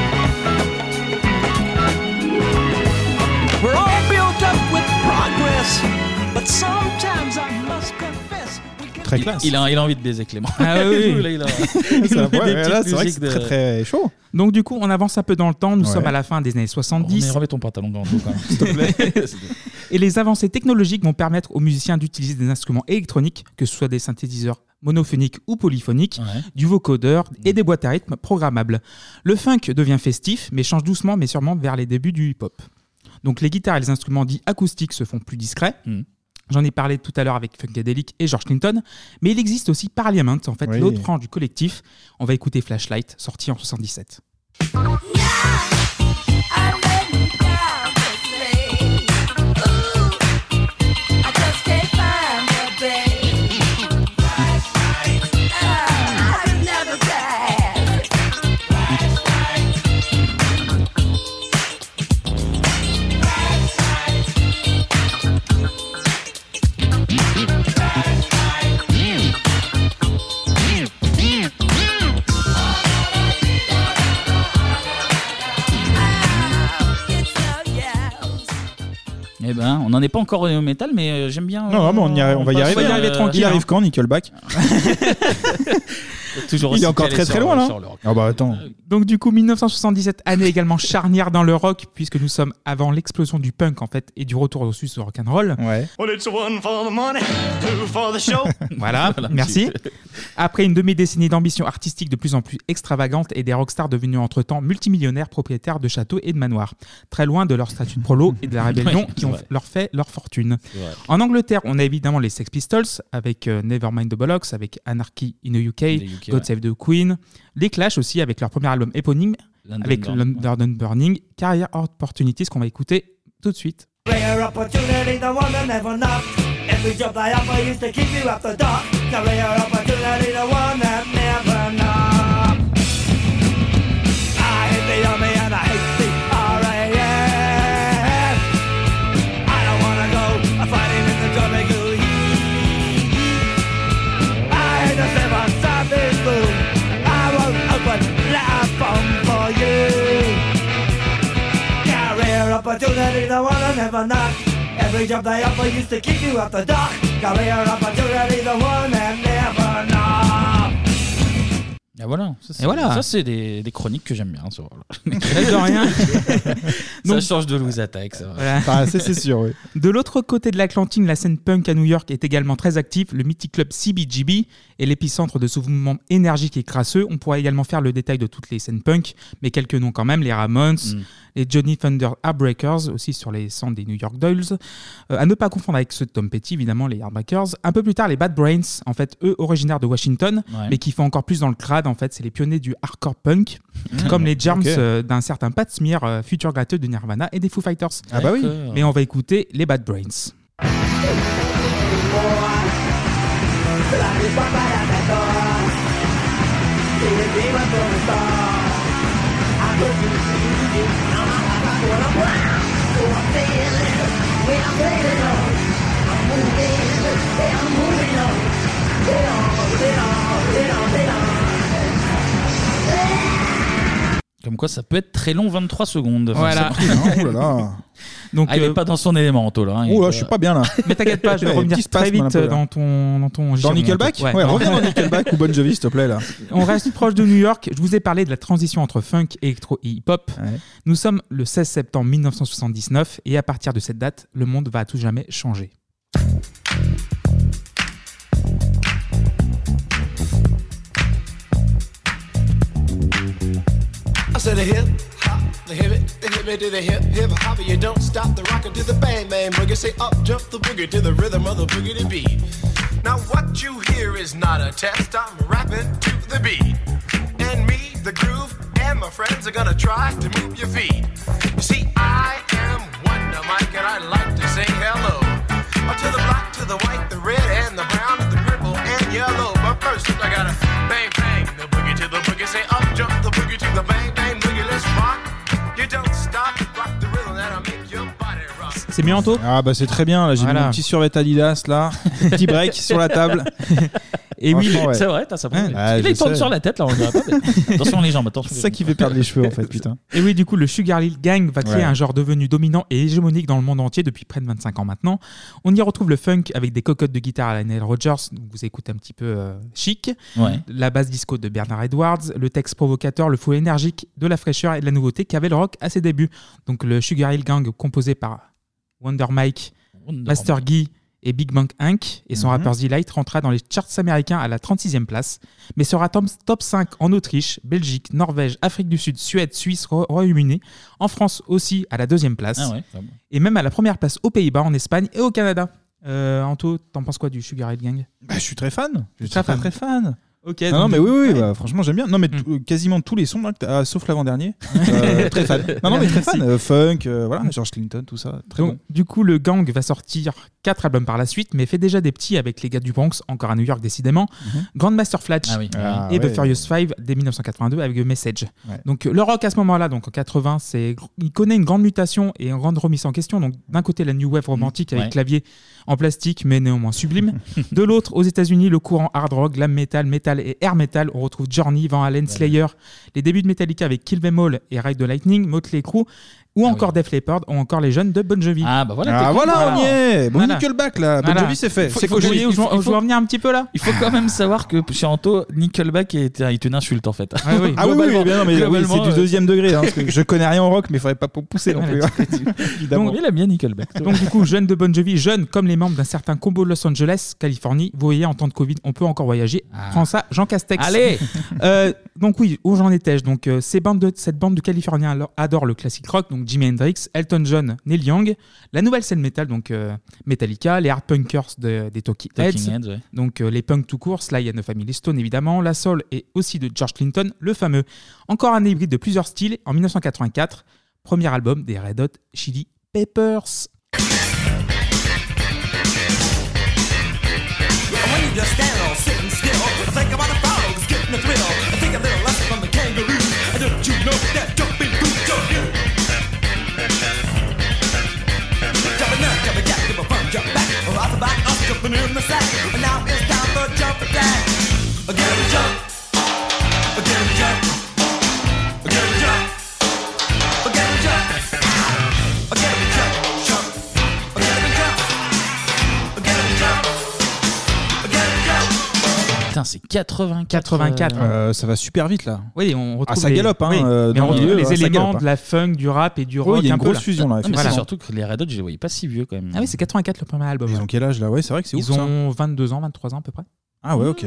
[SPEAKER 4] We're all built up with progress, but sometimes I must confess.
[SPEAKER 6] Très
[SPEAKER 1] Il-
[SPEAKER 6] classe.
[SPEAKER 1] Il, a, il a envie de baiser Clément.
[SPEAKER 9] Ah oui, oui.
[SPEAKER 1] Là, il a-
[SPEAKER 6] Ça
[SPEAKER 1] il
[SPEAKER 6] va,
[SPEAKER 1] a fait des
[SPEAKER 6] ouais, là,
[SPEAKER 1] petites
[SPEAKER 6] c'est vrai que
[SPEAKER 1] musiques
[SPEAKER 6] c'est
[SPEAKER 1] de-
[SPEAKER 6] très très chaud.
[SPEAKER 9] Donc du coup, on avance un peu dans le temps. Nous
[SPEAKER 1] Ouais.
[SPEAKER 9] sommes à la fin des années 70.
[SPEAKER 1] Remets- remets ton pantalon dans le dos, quand même, s'il te plaît.
[SPEAKER 9] Et les avancées technologiques vont permettre aux musiciens d'utiliser des instruments électroniques, que ce soit des synthétiseurs monophoniques ou polyphoniques, du vocodeur et des boîtes à rythme programmables. Le funk devient festif, mais change doucement mais sûrement vers les débuts du hip-hop. Donc les guitares et les instruments dits acoustiques se font plus discrets. J'en ai parlé tout à l'heure avec Funkadelic et George Clinton, mais il existe aussi Parliament, en fait
[SPEAKER 6] Oui.
[SPEAKER 9] l'autre branche du collectif. On va écouter Flashlight, sorti en 77.
[SPEAKER 1] Eh ben, on n'en est pas encore au métal, mais euh, j'aime bien.
[SPEAKER 6] Non, non, mais on, y arri- on va y
[SPEAKER 1] passe,
[SPEAKER 6] arriver.
[SPEAKER 1] euh,
[SPEAKER 6] Il arrive quand, Nickelback
[SPEAKER 1] Toujours
[SPEAKER 6] Il
[SPEAKER 1] aussi
[SPEAKER 6] est encore
[SPEAKER 1] calé
[SPEAKER 6] très
[SPEAKER 1] sur
[SPEAKER 6] très
[SPEAKER 1] le-
[SPEAKER 6] loin, là.
[SPEAKER 1] sur le rock.
[SPEAKER 6] Ah bah attends.
[SPEAKER 9] Donc du coup, 1977, année également charnière dans le rock, puisque nous sommes avant l'explosion du punk en fait et du retour au Suisse au rock'n'roll.
[SPEAKER 6] Ouais.
[SPEAKER 21] Well, it's one for the money, two for the show.
[SPEAKER 9] Voilà, merci. Après une demi-décennie d'ambition artistique de plus en plus extravagante et des rockstars devenus entre-temps multimillionnaires propriétaires de châteaux et de manoirs, très loin de leur statut de prolo et de la rébellion
[SPEAKER 1] Ouais,
[SPEAKER 9] qui ont
[SPEAKER 1] ouais.
[SPEAKER 9] leur fait leur fortune.
[SPEAKER 1] C'est vrai.
[SPEAKER 9] En Angleterre, on a évidemment les Sex Pistols avec euh, Nevermind the Bollocks, avec Anarchy in the UK,
[SPEAKER 1] UK,
[SPEAKER 9] God
[SPEAKER 1] ouais.
[SPEAKER 9] Save the Queen, les Clash aussi avec leur premier album éponyme,
[SPEAKER 1] London
[SPEAKER 9] avec
[SPEAKER 1] Burn,
[SPEAKER 9] London Burning, Career Opportunities qu'on va écouter tout de suite.
[SPEAKER 4] Rare opportunity, the one that never knocked. Every job I offer used to keep you up the dock. The rare opportunity, the one that never knocked. I hate the army and I hate the
[SPEAKER 7] never knock. Every job they offer used to keep you at the dock. Career opportunity, the one and never knock.
[SPEAKER 1] Ah, voilà. Ça, c'est-
[SPEAKER 9] Et voilà.
[SPEAKER 1] Ça, c'est des, des chroniques que j'aime bien. Sur...
[SPEAKER 9] de rien.
[SPEAKER 1] ça
[SPEAKER 9] Donc-
[SPEAKER 1] change de Louis Attack, ça.
[SPEAKER 9] Voilà.
[SPEAKER 6] Ah,
[SPEAKER 9] De l'autre côté de l'Atlantique, la scène punk à New York est également très active. Le mythique club CBGB est l'épicentre de ce mouvement énergique et crasseux. On pourra également faire le détail de toutes les scènes punk, mais quelques noms quand même les Ramones,
[SPEAKER 1] Mm.
[SPEAKER 9] les Johnny Thunder Heartbreakers, aussi sur les cendres des New York Dolls. Euh, à ne pas confondre avec ceux de Tom Petty, évidemment, les Heartbreakers. Un peu plus tard, les Bad Brains, en fait, eux originaires de Washington,
[SPEAKER 1] Ouais.
[SPEAKER 9] mais qui font encore plus dans le crade, en fait. C'est les pionniers du hardcore punk,
[SPEAKER 1] Mm.
[SPEAKER 9] comme les Germs
[SPEAKER 1] Ok.
[SPEAKER 9] euh, d'un certain Pat Smear, euh, futur gratteux de Nirvana et des Foo Fighters.
[SPEAKER 1] Ah bah oui. D'accord.
[SPEAKER 9] Mais on va écouter les Bad Brains.
[SPEAKER 6] Eh,
[SPEAKER 1] Comme quoi, ça peut être très long, 23 secondes.
[SPEAKER 9] Voilà.
[SPEAKER 6] Ah,
[SPEAKER 1] forcément.
[SPEAKER 9] Oh là là. Donc,
[SPEAKER 1] Ah, il est
[SPEAKER 9] euh,
[SPEAKER 1] pas dans son élément, Anto, là. hein. Il
[SPEAKER 6] Ouh Oh là,
[SPEAKER 1] est-
[SPEAKER 6] je suis pas bien là.
[SPEAKER 9] Mais t'inquiète pas, je vais
[SPEAKER 6] Ouais,
[SPEAKER 9] revenir
[SPEAKER 6] eh, petit
[SPEAKER 9] très
[SPEAKER 6] spasme, un
[SPEAKER 9] vite euh,
[SPEAKER 6] peu, là.
[SPEAKER 9] dans ton, dans ton giron,
[SPEAKER 6] Dans Nickelback
[SPEAKER 9] mon pote.
[SPEAKER 6] Ouais, reviens dans Nickelback ou Bon Jovi, s'il te plaît là.
[SPEAKER 9] On reste proche de New York. Je vous ai parlé de la transition entre funk, électro et hip-hop. Nous sommes le 16 septembre 1979 et à partir de cette date, le monde va à tout jamais changer.
[SPEAKER 8] I said a hip hop, the hip it, the hip it to the hip hip hop. You don't stop the rockin' to the bang bang boogie. Say up jump the boogie to the rhythm of the boogie to beat. Now what you hear is not a test. I'm rapping to the beat, and me, the groove, and my friends are gonna try to move your feet. You see, I am Wonder Mike, and I like to sing hello. Up to the black, to the white, the red, and the brown, and the purple, and yellow. But first, I gotta bang bang the boogie to the boogie. Say up jump the boogie to the bang bang boogie. Let's rock. You don't stop. Rock the rhythm that'll make your body rock.
[SPEAKER 9] C'est mieux Anto
[SPEAKER 6] Ah bah c'est très bien là, j'ai
[SPEAKER 9] Voilà.
[SPEAKER 6] mis mon petit survêt Adidas là, petit break sur la table.
[SPEAKER 9] Et oui,
[SPEAKER 6] Franchement, ouais.
[SPEAKER 1] C'est vrai, t'as ça.
[SPEAKER 6] Ouais. Ah,
[SPEAKER 1] il
[SPEAKER 6] je
[SPEAKER 1] tourne
[SPEAKER 6] sais.
[SPEAKER 1] sur la tête, là, on dirait pas. mais- Attention les jambes, attention.
[SPEAKER 6] C'est
[SPEAKER 1] les
[SPEAKER 6] ça
[SPEAKER 1] jambes.
[SPEAKER 6] qui fait perdre les cheveux en fait, putain.
[SPEAKER 9] Hein. Et oui, du coup, le Sugar Hill Gang va créer
[SPEAKER 6] Ouais.
[SPEAKER 9] un genre devenu dominant et hégémonique dans le monde entier depuis près de 25 ans maintenant. On y retrouve le funk avec des cocottes de guitare à la Neil Rogers, donc vous écoutez un petit peu euh, chic.
[SPEAKER 1] Ouais.
[SPEAKER 9] La basse disco de Bernard Edwards, le texte provocateur, le fou énergique, de la fraîcheur et de la nouveauté qu'avait le rock à ses débuts. Donc le Sugar Hill Gang composé par Wonder Mike,
[SPEAKER 1] Wonder
[SPEAKER 9] Master Guy et Big Bang Inc. et son
[SPEAKER 1] Mhm.
[SPEAKER 9] rappeur Z-Lite rentra dans les charts américains à la 36e place, mais sera tom- top 5 en Autriche, Belgique, Norvège, Afrique du Sud, Suède, Suisse, Ro- Royaume-Uni, en France aussi à la deuxième place,
[SPEAKER 1] Ah ouais, quand même.
[SPEAKER 9] et même à la première place aux Pays-Bas, en Espagne et au Canada. Euh, Anto, t'en penses quoi du Sugar Hill Gang
[SPEAKER 6] Bah, Je suis très fan. Je suis très, très, fan.
[SPEAKER 9] Ok.
[SPEAKER 6] non, non,
[SPEAKER 9] donc-
[SPEAKER 6] mais oui, oui, bah, franchement j'aime bien. Non mais tout- quasiment tous les sons là, que t'as- ah, sauf l'avant-dernier. Euh, très fan. Non, non mais très fan.
[SPEAKER 9] Merci.
[SPEAKER 6] Euh, funk, euh, voilà, George Clinton, tout ça, très
[SPEAKER 9] Donc,
[SPEAKER 6] bon.
[SPEAKER 9] Du coup, le gang va sortir quatre albums par la suite, mais fait déjà des petits avec les gars du Bronx, encore à New York décidément,
[SPEAKER 6] Mhm.
[SPEAKER 9] Grandmaster Flash
[SPEAKER 1] Ah oui. Ah
[SPEAKER 9] et
[SPEAKER 1] ouais.
[SPEAKER 9] The Furious Five dès 1982 avec The Message.
[SPEAKER 1] Ouais.
[SPEAKER 9] Donc euh, le rock à ce moment-là, donc en 80, c'est il connaît une grande mutation et une grande remise en question. Donc d'un côté la new wave romantique avec
[SPEAKER 1] Ouais.
[SPEAKER 9] clavier en plastique mais néanmoins sublime. de l'autre, aux États-Unis, le courant hard rock, glam metal, metal et air metal. On retrouve Journey, Van Halen, Slayer, les débuts de Metallica avec Kill Them All et Ride the Lightning, Motley Crue. Ou encore Def Leppard, ou encore les jeunes de Bon Jovi. Ah bah
[SPEAKER 6] voilà, Ah, t'es voilà, content, on y alors. est. Bon Nickelback, là. Bon Jovi, c'est fait.
[SPEAKER 9] Faut,
[SPEAKER 6] C'est
[SPEAKER 9] faut que je
[SPEAKER 6] cogé.
[SPEAKER 9] voyais où je veux-
[SPEAKER 6] Il faut-
[SPEAKER 9] où je veux en venir un petit peu là.
[SPEAKER 1] Il faut quand même savoir que chez Anto, Nickelback est, est une insulte en fait.
[SPEAKER 6] Ah oui, ah oui, oui,
[SPEAKER 1] Globalement-
[SPEAKER 6] bien, non, mais oui,
[SPEAKER 1] globalement,
[SPEAKER 6] c'est du
[SPEAKER 1] euh,
[SPEAKER 6] deuxième degré. hein, parce que je connais rien au rock, mais il faudrait pas pousser non plus.
[SPEAKER 9] Voilà,
[SPEAKER 6] Évidemment.
[SPEAKER 1] il a bien Nickelback.
[SPEAKER 9] Donc du coup, jeune de Bon Jovi, jeune comme les membres d'un certain combo de Los Angeles, Californie. Vous voyez, en temps de Covid, on peut encore voyager. Prends ça, Jean Castex.
[SPEAKER 1] Allez
[SPEAKER 9] Euh, Donc oui, où j'en étais-je Donc euh, ces bandes de, cette bande de Californiens alors- adore le classique rock, donc Jimi Hendrix, Elton John, Neil Young, la nouvelle scène metal, donc euh, Metallica, les hard punkers de- des Talking Heads,
[SPEAKER 1] Talking Heads, ouais.
[SPEAKER 9] donc euh, les punks tout court, Sly and the Family Stone évidemment, la soul et aussi de George Clinton, le fameux. Encore un hybride de plusieurs styles en 1984, premier album des Red Hot Chili Peppers.
[SPEAKER 8] When you just stand all sitting still, think about the frogs getting a thrill. Think a little less from the kangaroo. And don't you know that jumping boots are new? Jumping up, jumping jack, give a fun, jump back. Lots of back, us jumping in the sack. And now it's time for jump attack. Again we jump. Again we jump. Again we jump. Again we jump. Again we jump. Jump.
[SPEAKER 1] Putain, c'est 84.
[SPEAKER 9] 84.
[SPEAKER 6] Euh, ça va super vite là.
[SPEAKER 9] Oui, on retrouve
[SPEAKER 6] Ah, ça
[SPEAKER 9] les-
[SPEAKER 6] galope, hein,
[SPEAKER 9] oui,
[SPEAKER 6] euh,
[SPEAKER 9] mais
[SPEAKER 6] dans
[SPEAKER 9] on
[SPEAKER 6] le
[SPEAKER 9] retrouve
[SPEAKER 6] milieu,
[SPEAKER 9] les
[SPEAKER 6] ça
[SPEAKER 9] éléments
[SPEAKER 6] galope, hein.
[SPEAKER 9] de la funk, du rap et du
[SPEAKER 6] Oui,
[SPEAKER 9] rock.
[SPEAKER 6] il y a une
[SPEAKER 9] un peu,
[SPEAKER 6] grosse fusion, là,
[SPEAKER 1] Non, Ah, mais
[SPEAKER 9] Voilà.
[SPEAKER 1] c'est surtout que les Red Hot, je les voyais pas si vieux quand même.
[SPEAKER 9] Ah oui, c'est 84 le premier album.
[SPEAKER 6] Ils ont quel âge là Ouais, c'est vrai que c'est ouf.
[SPEAKER 9] Ils ont 22 ans, 23 ans à peu près.
[SPEAKER 6] Ah ouais, ok.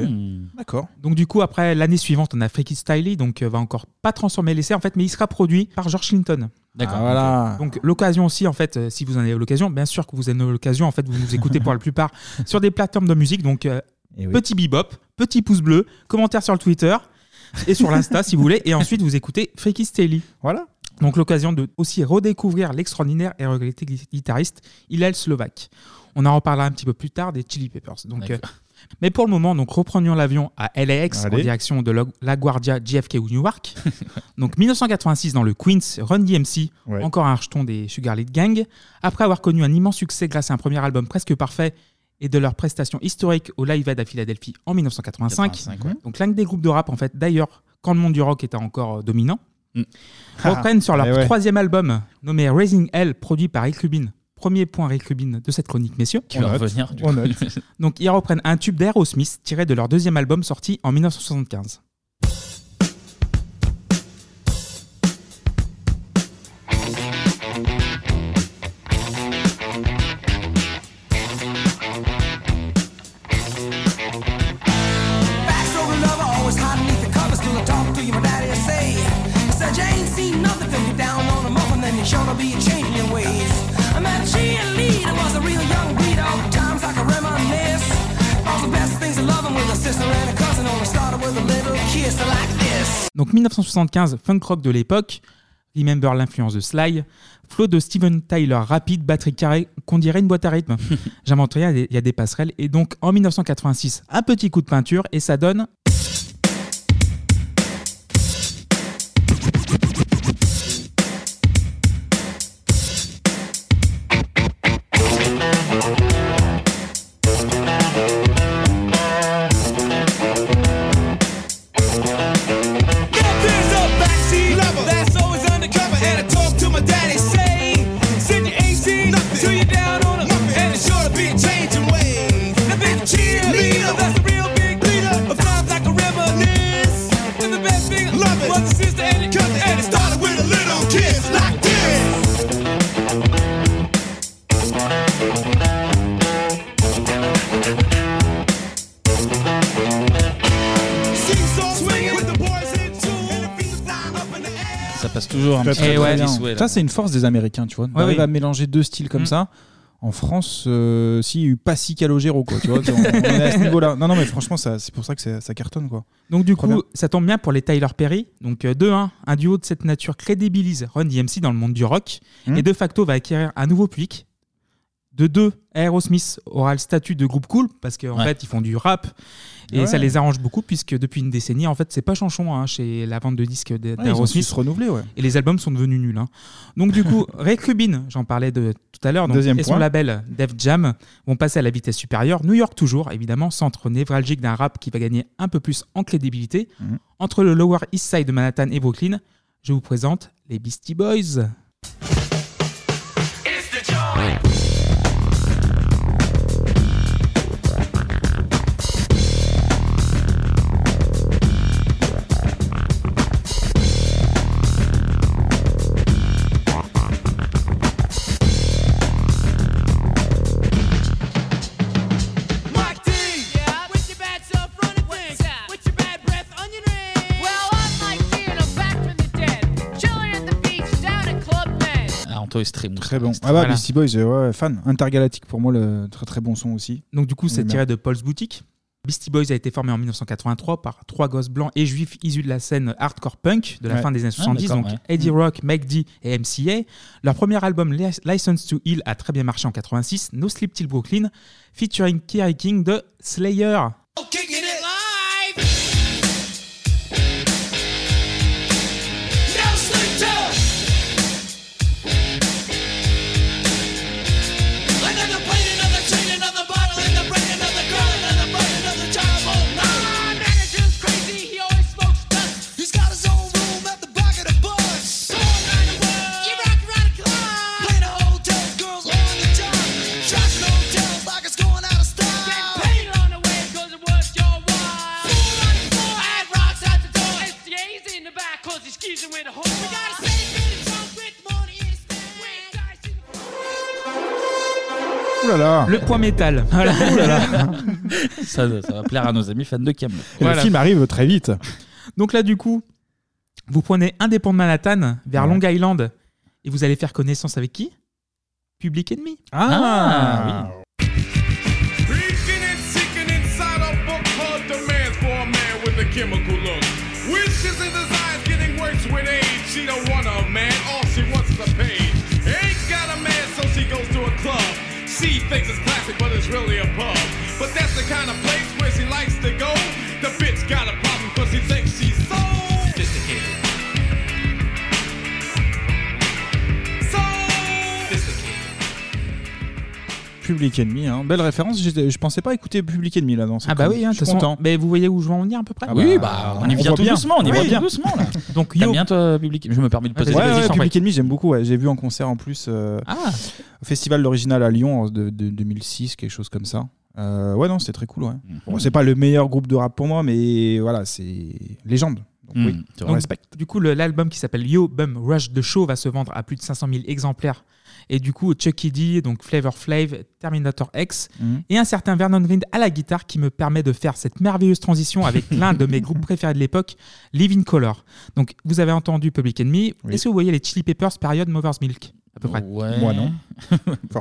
[SPEAKER 6] D'accord.
[SPEAKER 9] Donc du coup, après l'année suivante, on a Freaky Styley, donc euh, va encore pas transformer l'essai en fait, mais il sera produit par George Clinton.
[SPEAKER 6] D'accord. Ah, voilà.
[SPEAKER 9] Donc l'occasion aussi en fait, euh, si vous en avez l'occasion, bien sûr que vous en avez l'occasion en fait, vous nous écoutez pour la plupart sur des plateformes de musique, donc euh,
[SPEAKER 6] Eh
[SPEAKER 9] petit bebop, petit pouce bleu, commentaire sur le Twitter et sur l'Insta si vous voulez, et ensuite vous écoutez Freaky Styley.
[SPEAKER 6] Voilà.
[SPEAKER 9] Donc l'occasion de aussi redécouvrir l'extraordinaire et regretté gui- guitariste Hillel Slovak. On en reparlera un petit peu plus tard des Chili Peppers. Donc,
[SPEAKER 1] D'accord.
[SPEAKER 9] euh, mais pour le moment, donc reprenions l'avion à LAX en
[SPEAKER 1] Allez.
[SPEAKER 9] direction de La- LaGuardia, JFK ou Newark. donc 1986 dans le Queens, Run DMC,
[SPEAKER 6] Ouais.
[SPEAKER 9] encore un rejeton des Sugar Lead Gang. Après avoir connu un immense succès grâce à un premier album presque parfait et de leur prestation historique au Live Aid à Philadelphie en 1985.
[SPEAKER 1] 85, ouais.
[SPEAKER 9] Donc l'un des groupes de rap en fait, d'ailleurs, quand le monde du rock était encore euh, dominant, reprennent sur leur
[SPEAKER 6] Mm. Eh ouais.
[SPEAKER 9] troisième album nommé Raising Hell, produit par Rick Rubin. Premier point Rick Rubin de cette chronique, messieurs.
[SPEAKER 1] Qui va revenir, du On coup. note.
[SPEAKER 9] Donc ils reprennent un tube d'Aerosmith tiré de leur deuxième album sorti en 1975.
[SPEAKER 4] Backstroke lover, always hiding beneath the covers. Still I talk to you, my daddy will say. He said, you ain't seen nothing till you're down on the muffin, then you sure to be changing your ways. I met a cheerleader, was a real young breed. All the times I can reminisce. All the best things of loving with a sister and a cousin. Only started with a little kiss like this.
[SPEAKER 9] Donc 1975, funk rock de l'époque, remember l'influence de Sly, flot de Steven Tyler rapide, batterie carrée, qu'on dirait une boîte à rythme. J'invente rien, il y a des- il y a des passerelles. Et donc en 1986, un petit coup de peinture et ça donne
[SPEAKER 4] There's a backseat lover that's always undercover, and I talk to my daddy, say, "Said you ain't seen nothing till you're down on it, and it's sure to be changing ways." The big cheerleader, that's a real big leader of times I can reminisce. And the best thing, love it, was a sister and a cousin, and it started with a little kiss like this. Seesaw swinging with the boys in tune, and the feet flying up in the air.
[SPEAKER 1] Ça passe toujours un
[SPEAKER 6] Très,
[SPEAKER 1] petit
[SPEAKER 9] Eh
[SPEAKER 6] très,
[SPEAKER 1] peu
[SPEAKER 6] très
[SPEAKER 1] dans
[SPEAKER 6] bien.
[SPEAKER 1] les souhaits, là.
[SPEAKER 6] Ça, c'est une force des Américains, tu vois. On
[SPEAKER 1] oui.
[SPEAKER 6] à mélanger deux styles
[SPEAKER 9] Mm.
[SPEAKER 6] comme ça. En France, euh, s'il n'y a eu pas si Calogero, quoi. Tu vois, on, on est à ce niveau-là. Non, non, mais franchement, ça- c'est pour ça que ça, ça cartonne, quoi.
[SPEAKER 9] Donc du
[SPEAKER 6] Très
[SPEAKER 9] coup,
[SPEAKER 6] bien.
[SPEAKER 9] ça tombe bien pour les Tyler Perry. Donc euh, 2-1, un duo de cette nature crédibilise Run DMC dans le monde du rock
[SPEAKER 6] Hmm.
[SPEAKER 9] et de facto va acquérir un nouveau public. De 2, Aerosmith aura le statut de groupe cool parce qu'en
[SPEAKER 1] Ouais.
[SPEAKER 9] fait, ils font du rap et
[SPEAKER 1] Ouais.
[SPEAKER 9] ça les arrange beaucoup puisque depuis une décennie, en fait, c'est pas chanchon hein, chez la vente de disques d-
[SPEAKER 6] Ouais, ils ont su
[SPEAKER 9] d'Aerosmith.
[SPEAKER 6] se renouveler, ouais.
[SPEAKER 9] Et les albums sont devenus nuls. hein. Donc du coup, Ray Rubin, j'en parlais de tout à l'heure, donc,
[SPEAKER 6] Deuxième
[SPEAKER 9] et son
[SPEAKER 6] point.
[SPEAKER 9] label Def Jam vont passer à la vitesse supérieure. New York toujours, évidemment, centre névralgique d'un rap qui va gagner un peu plus en crédibilité.
[SPEAKER 6] Mhm.
[SPEAKER 9] Entre le Lower East Side de Manhattan et Brooklyn, je vous présente les Beastie Boys.
[SPEAKER 4] Mark D. Yeah. With your bad self running things. With your bad breath on your ring. Well, I'm like you and I'm back from the dead. Chilling at the beach down at Club Med.
[SPEAKER 1] Ah, Antoine Estremousse.
[SPEAKER 6] Très bon. Ah bah,
[SPEAKER 9] Voilà.
[SPEAKER 6] Beastie Boys, euh, ouais, fan. Intergalactique, pour moi, le très très bon son aussi.
[SPEAKER 9] Donc du coup,
[SPEAKER 6] On
[SPEAKER 9] c'est
[SPEAKER 6] aime
[SPEAKER 9] tiré
[SPEAKER 6] bien.
[SPEAKER 9] de Paul's Boutique. Beastie Boys a été formé en 1983 par trois gosses blancs et juifs issus de la scène hardcore punk de la
[SPEAKER 6] Ouais.
[SPEAKER 9] fin des années
[SPEAKER 6] Ah,
[SPEAKER 9] 70,
[SPEAKER 6] d'accord,
[SPEAKER 9] donc
[SPEAKER 6] ouais.
[SPEAKER 9] Eddie
[SPEAKER 6] Mm.
[SPEAKER 9] Rock, Mike D et MCA. Leur premier album Li- License to Heal a très bien marché en 86, No Sleep Till Brooklyn, featuring Kerry King de Slayer.
[SPEAKER 4] Oh, Kicking it live. No sleep till. Another plane, another chain, another bottle in the brain, another girl, another bird, another child. Oh, no. My manager's crazy. He always smokes dust. He's got his own room at the back of the bus. Going around the world. You rock around the club. Playing the hotel, girls on the job. Trashing hotels like it's going out of style. That pain on the way 'cause it
[SPEAKER 6] Ouh oh là là
[SPEAKER 9] Le point métal. Voilà.
[SPEAKER 1] ça, ça va plaire à nos amis fans de Camelot.
[SPEAKER 6] Et Le film arrive très vite.
[SPEAKER 9] Donc là, du coup, vous prenez un des ponts de Manhattan vers Long Island et vous allez faire connaissance avec qui Public Enemy.
[SPEAKER 6] Ah,
[SPEAKER 9] oui.
[SPEAKER 4] Reeking and seeking inside a book called Demands for a Man with a Chemical Look. Wishes and desires getting worse with age. She don't want a man, all she wants is a page. Ain't got a man, so she goes to a club. She thinks it's classic, but it's really a pub. But that's the kind of place where she likes to go. The bitch got a problem, cause she thinks she's so sophisticated. So sophisticated.
[SPEAKER 6] Public Enemy, hein. belle référence. J'étais- Je, pensais pas écouter Public Enemy là dans ce
[SPEAKER 9] Ah bah
[SPEAKER 6] con-
[SPEAKER 9] oui, hein, de
[SPEAKER 6] je suis
[SPEAKER 9] toute façon.
[SPEAKER 6] content.
[SPEAKER 9] Mais vous voyez où je veux en venir à peu près
[SPEAKER 6] Ah bah, Oui, bah, on y on vient voit tout bien. doucement, on y va bien.
[SPEAKER 1] doucement là.
[SPEAKER 9] Donc
[SPEAKER 1] T'aimes bien toi, public Je me permets de poser
[SPEAKER 6] Ouais,
[SPEAKER 1] la
[SPEAKER 6] ouais,
[SPEAKER 1] question.
[SPEAKER 6] Public Enemy, j'aime beaucoup. ouais. J'ai vu en concert en plus euh,
[SPEAKER 9] Ah.
[SPEAKER 6] au festival l'original à Lyon en de, de- 2006, quelque chose comme ça. Euh, ouais, non, c'était très cool. Ouais.
[SPEAKER 9] Mm.
[SPEAKER 6] Bon, c'est pas le meilleur groupe de rap pour moi, mais voilà, c'est légende. Donc, oui, on
[SPEAKER 9] Donc,
[SPEAKER 6] respecte.
[SPEAKER 9] Du coup, le- l'album qui s'appelle Yo Bum Rush de Show va se vendre à plus de 500 000 exemplaires. Et du coup, Chucky D, donc Flavor Flav, Terminator X
[SPEAKER 6] Mhm.
[SPEAKER 9] et un certain Vernon Grind à la guitare qui me permet de faire cette merveilleuse transition avec l'un de mes groupes préférés de l'époque, Living Color. Donc, vous avez entendu Public Enemy. Est-ce que vous voyez les Chili Peppers période Mother's Milk à peu près
[SPEAKER 6] Moi, non.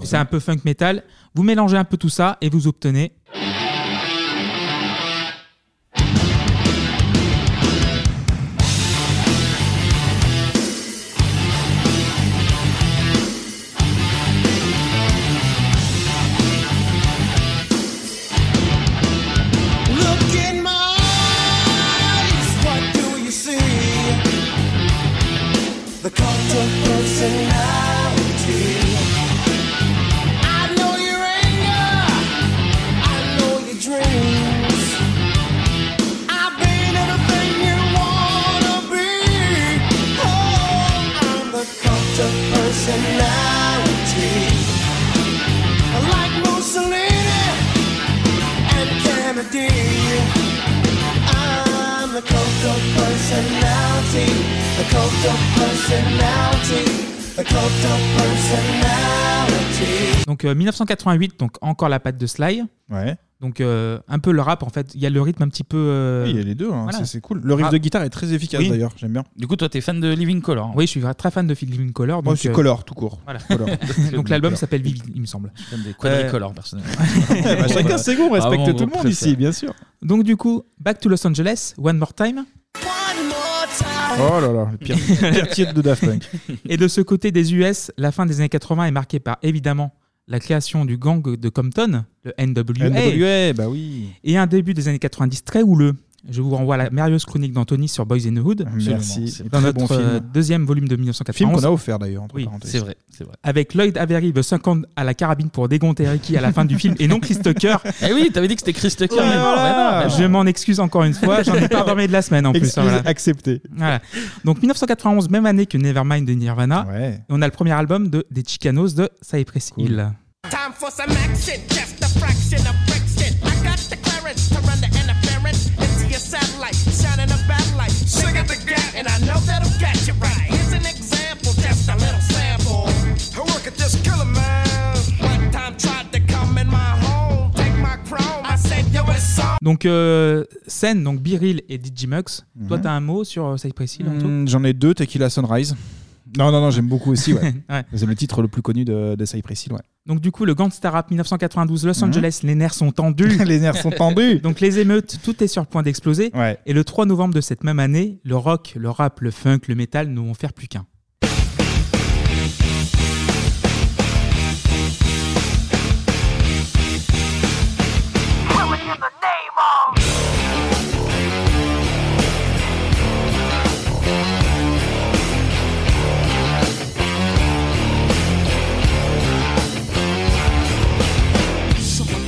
[SPEAKER 9] C'est un peu funk metal. Vous mélangez un peu tout ça et vous obtenez
[SPEAKER 4] Look in my eyes, what do you see? The cult of personality. I know your anger, I know your dreams. I've been everything you wanna be. Oh, I'm the cult of personality. Like Mussolini and Kennedy. I'm the cult of personality, the cult of personality, the cult of personality.
[SPEAKER 9] Donc euh, 1988, donc encore la patte de Sly.
[SPEAKER 6] Ouais.
[SPEAKER 9] Donc euh, un peu le rap en fait, il y a le rythme un petit peu. euh,
[SPEAKER 6] Oui, il y a les deux, hein,
[SPEAKER 9] voilà.
[SPEAKER 6] ça, c'est cool. Le riff
[SPEAKER 9] Ah.
[SPEAKER 6] de guitare est très efficace
[SPEAKER 9] Oui.
[SPEAKER 6] d'ailleurs, j'aime bien.
[SPEAKER 1] Du coup, toi, t'es fan de Living Color.
[SPEAKER 9] Oui, je suis très fan de Living Color.
[SPEAKER 6] Moi,
[SPEAKER 9] donc,
[SPEAKER 6] je suis
[SPEAKER 9] euh,
[SPEAKER 6] Color, tout court.
[SPEAKER 9] Voilà.
[SPEAKER 6] Color.
[SPEAKER 9] donc l'album
[SPEAKER 6] Color.
[SPEAKER 9] s'appelle Vivid, il me semble.
[SPEAKER 1] Je suis fan des quadricolores, personnellement.
[SPEAKER 6] Bah, chacun ses goûts, on respecte
[SPEAKER 9] Ah,
[SPEAKER 6] tout le
[SPEAKER 9] on
[SPEAKER 6] monde
[SPEAKER 9] préfère.
[SPEAKER 6] ici, bien sûr.
[SPEAKER 9] Donc du coup, Back to Los Angeles, One More Time.
[SPEAKER 6] Oh là là, le pire, le pire titre de Daft Punk.
[SPEAKER 9] Et de ce côté des US, la fin des années 80 est marquée par évidemment la création du gang de Compton, le NWA.
[SPEAKER 6] NWA, bah oui.
[SPEAKER 9] Et un début des années 90 très houleux. Je vous renvoie à la merveilleuse chronique d'Anthony sur Boys in the
[SPEAKER 6] Mm.
[SPEAKER 9] Hood.
[SPEAKER 6] Merci, c'est
[SPEAKER 9] Dans
[SPEAKER 6] très
[SPEAKER 9] notre
[SPEAKER 6] bon film.
[SPEAKER 9] euh, deuxième volume de 1991.
[SPEAKER 6] Film qu'on a offert, d'ailleurs, entre
[SPEAKER 9] Oui,
[SPEAKER 6] parenthèses.
[SPEAKER 1] C'est vrai, c'est vrai.
[SPEAKER 9] Avec Lloyd Avery veut 50 à la carabine pour dégonter Ricky à la fin du film et non Chris Tucker.
[SPEAKER 1] Eh oui, t'avais dit que c'était Chris
[SPEAKER 9] Oh
[SPEAKER 1] Tucker. mais non, bah non, bah non.
[SPEAKER 9] Je m'en excuse encore une fois, j'en ai pas dormi de la semaine en plus.
[SPEAKER 1] Excuse
[SPEAKER 6] acceptée.
[SPEAKER 9] Voilà. Donc 1991, même année que Nevermind de Nirvana,
[SPEAKER 6] et
[SPEAKER 9] on a le premier album de, des Chicanos de Cypress Hill.
[SPEAKER 4] Time for some action, just a fraction of friction. I got the clearance to run the interference into your satellite, shining a bad light. Sing at the gap, and I know that'll get you right. Here's an example, just a little sample. I work at this killer man. One time tried to come in my home, take my chrome. I said, yo, it's on.
[SPEAKER 9] Donc euh, scène, donc Biril et Digimux. Toi,
[SPEAKER 6] Mhm.
[SPEAKER 9] t'as un mot sur euh, Cypress Hill en tout
[SPEAKER 6] Hmm, J'en ai deux, Tequila Sunrise. Non, non, non, j'aime beaucoup aussi, ouais.
[SPEAKER 9] Ouais.
[SPEAKER 6] C'est le titre le plus connu de, de Cypress Hill, ouais.
[SPEAKER 9] Donc du coup, le gangsta rap 1992, Los
[SPEAKER 6] Mhm.
[SPEAKER 9] Angeles, les nerfs sont tendus.
[SPEAKER 6] les nerfs sont tendus.
[SPEAKER 9] Donc les émeutes, tout est sur le point d'exploser. Et le 3 novembre de cette même année, le rock, le rap, le funk, le métal ne vont faire plus qu'un.
[SPEAKER 4] Some of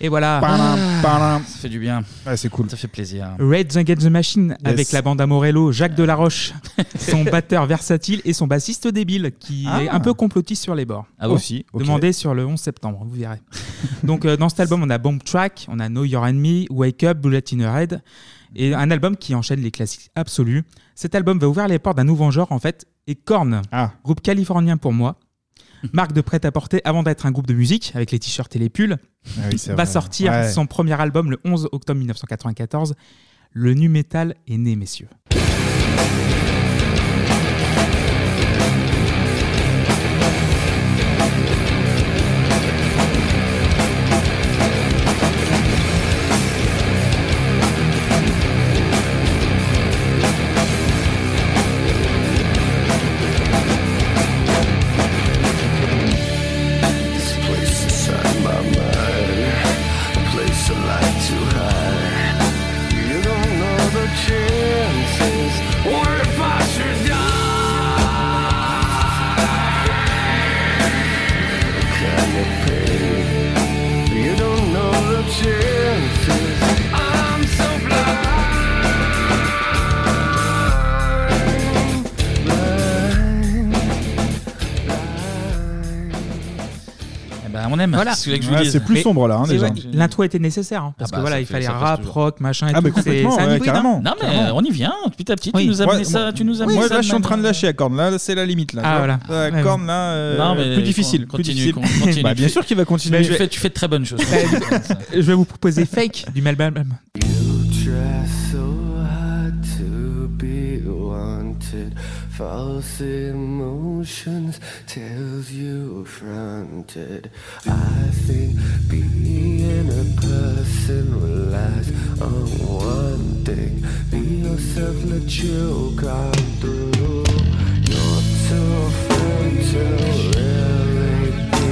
[SPEAKER 9] Et voilà.
[SPEAKER 1] Ça fait du bien.
[SPEAKER 6] c'est cool.
[SPEAKER 1] Ça fait plaisir.
[SPEAKER 9] Red Against the Machine
[SPEAKER 1] Yes.
[SPEAKER 9] avec la bande à Morello, Jacques Delaroche, son batteur versatile et son bassiste débile qui
[SPEAKER 1] Ah.
[SPEAKER 9] est un peu complotiste sur les bords. Oh,
[SPEAKER 1] Ah bon Aussi, ok.
[SPEAKER 9] Demandez sur le 11 septembre, vous verrez. Donc euh, dans cet album, on a Bomb Track, on a Know Your Enemy, Wake Up, Bullet in Your Head et un album qui enchaîne les classiques absolus. Cet album va ouvrir les portes d'un nouveau genre en fait et Korn,
[SPEAKER 1] Ah.
[SPEAKER 9] groupe californien pour moi. Marque de prêt-à-porter avant d'être un groupe de musique avec les t-shirts et les pulls
[SPEAKER 6] Ah oui, c'est
[SPEAKER 9] va
[SPEAKER 6] vrai.
[SPEAKER 9] sortir
[SPEAKER 6] Ouais.
[SPEAKER 9] son premier album le 11 octobre 1994. Le nu metal est né, messieurs.
[SPEAKER 1] Ah,
[SPEAKER 10] This place inside my mind, a place I like to hide. You don't know the chances. What if I should die? Kind of pain. You don't know the chances. I'm so blind,
[SPEAKER 1] Eh ben, on aime. C'est ce que je vous dis.
[SPEAKER 6] c'est plus
[SPEAKER 9] Mais
[SPEAKER 6] sombre, là, hein,
[SPEAKER 9] c'est
[SPEAKER 6] déjà.
[SPEAKER 9] vrai, L'intro était nécessaire hein, parce
[SPEAKER 1] Ah bah,
[SPEAKER 9] que
[SPEAKER 1] ça
[SPEAKER 9] voilà, il
[SPEAKER 1] fait-
[SPEAKER 9] fallait
[SPEAKER 1] ça passe
[SPEAKER 9] rap,
[SPEAKER 1] toujours.
[SPEAKER 9] rock, machin. et
[SPEAKER 6] Ah, mais
[SPEAKER 9] tout, c'est-
[SPEAKER 6] complètement,
[SPEAKER 9] c'est un
[SPEAKER 6] ouais,
[SPEAKER 9] hybride,
[SPEAKER 6] carrément.
[SPEAKER 9] hein.
[SPEAKER 1] Non, mais
[SPEAKER 6] Clairement.
[SPEAKER 1] on y vient, petit à petit. Tu nous as amené ça. Tu nous as amené
[SPEAKER 6] Moi,
[SPEAKER 1] ça
[SPEAKER 6] là, je suis en
[SPEAKER 1] de
[SPEAKER 6] train de lâcher la corne. Là, là, c'est la limite. Là,
[SPEAKER 1] Ah,
[SPEAKER 6] Tu vois.
[SPEAKER 1] voilà.
[SPEAKER 6] La
[SPEAKER 1] Ouais.
[SPEAKER 6] corne, là, euh,
[SPEAKER 1] Non, mais
[SPEAKER 6] plus difficile.
[SPEAKER 1] continue,
[SPEAKER 6] plus difficile.
[SPEAKER 1] continue, continue.
[SPEAKER 6] Bah, bien sûr qu'il va continuer.
[SPEAKER 1] Mais tu, fais, tu fais de très bonnes choses.
[SPEAKER 9] Je vais vous proposer Fake du Malbam.
[SPEAKER 10] Try so hard to be wanted. False emotions tells you affronted. I think being a person relies on one thing. Be yourself, let you come through. You're too afraid to really be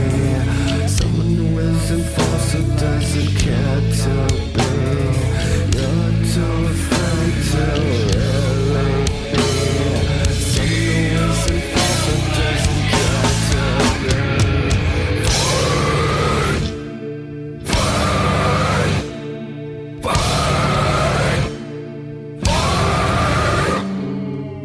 [SPEAKER 10] someone who isn't false who doesn't care to be. You're too afraid to really be someone who isn't false who doesn't care to be.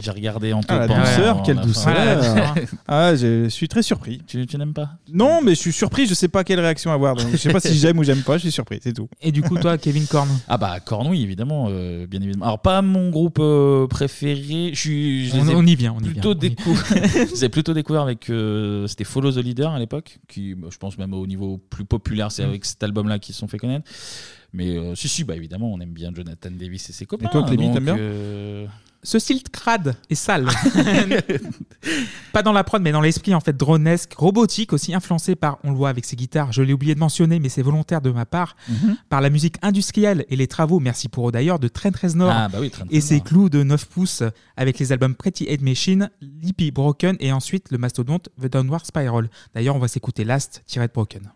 [SPEAKER 1] J'ai regardé en te
[SPEAKER 6] Ah, la
[SPEAKER 1] pensant,
[SPEAKER 6] douceur, quelle
[SPEAKER 1] la fin.
[SPEAKER 6] douceur.
[SPEAKER 1] Ouais.
[SPEAKER 6] Ah, je je suis très surpris.
[SPEAKER 1] Tu, n'aimes pas
[SPEAKER 6] Non, mais je suis surpris. Je sais pas quelle réaction avoir. Donc, je sais pas si j'aime ou j'aime pas. Je suis surpris, c'est tout.
[SPEAKER 9] Et du coup, toi, Kevin Korn
[SPEAKER 1] Ah bah Korn, oui, évidemment, euh, bien évidemment. Alors pas mon groupe euh, préféré. Je, suis- je
[SPEAKER 9] On-
[SPEAKER 1] les ai
[SPEAKER 9] on y vient, on y
[SPEAKER 1] plutôt
[SPEAKER 9] vient,
[SPEAKER 1] décou- je les ai plutôt découvert avec euh, c'était Follow the Leader à l'époque, qui bah, je pense même au niveau plus populaire, c'est
[SPEAKER 6] Mm.
[SPEAKER 1] avec cet album-là qu'ils se sont fait connaître. Mais euh, si si, bah évidemment, on aime bien Jonathan Davis et ses copains.
[SPEAKER 9] toi, Clémy,
[SPEAKER 1] donc,
[SPEAKER 9] t'aimes bien
[SPEAKER 1] euh,
[SPEAKER 9] Ce style crade et sale. pas dans la prod, mais dans l'esprit en fait dronesque, robotique, aussi influencé par, on le voit avec ses guitares, je l'ai oublié de mentionner, mais c'est volontaire de ma part,
[SPEAKER 1] Mhm.
[SPEAKER 9] par la musique industrielle et les travaux, merci pour eux d'ailleurs, de Trent Reznor
[SPEAKER 1] Ah, bah oui, Trent
[SPEAKER 9] et ses
[SPEAKER 1] Reznor.
[SPEAKER 9] clous de 9 pouces avec les albums Pretty Head Machine, Lippy Broken et ensuite le mastodonte The Downward Spiral. D'ailleurs, on va s'écouter Last tiré de Broken.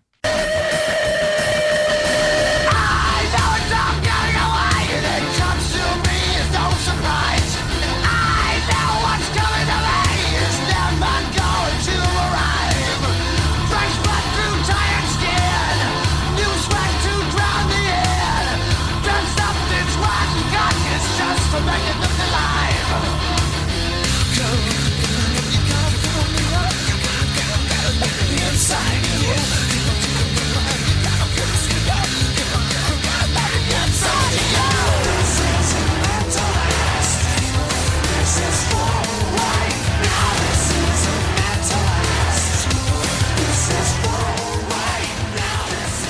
[SPEAKER 4] Making them alive.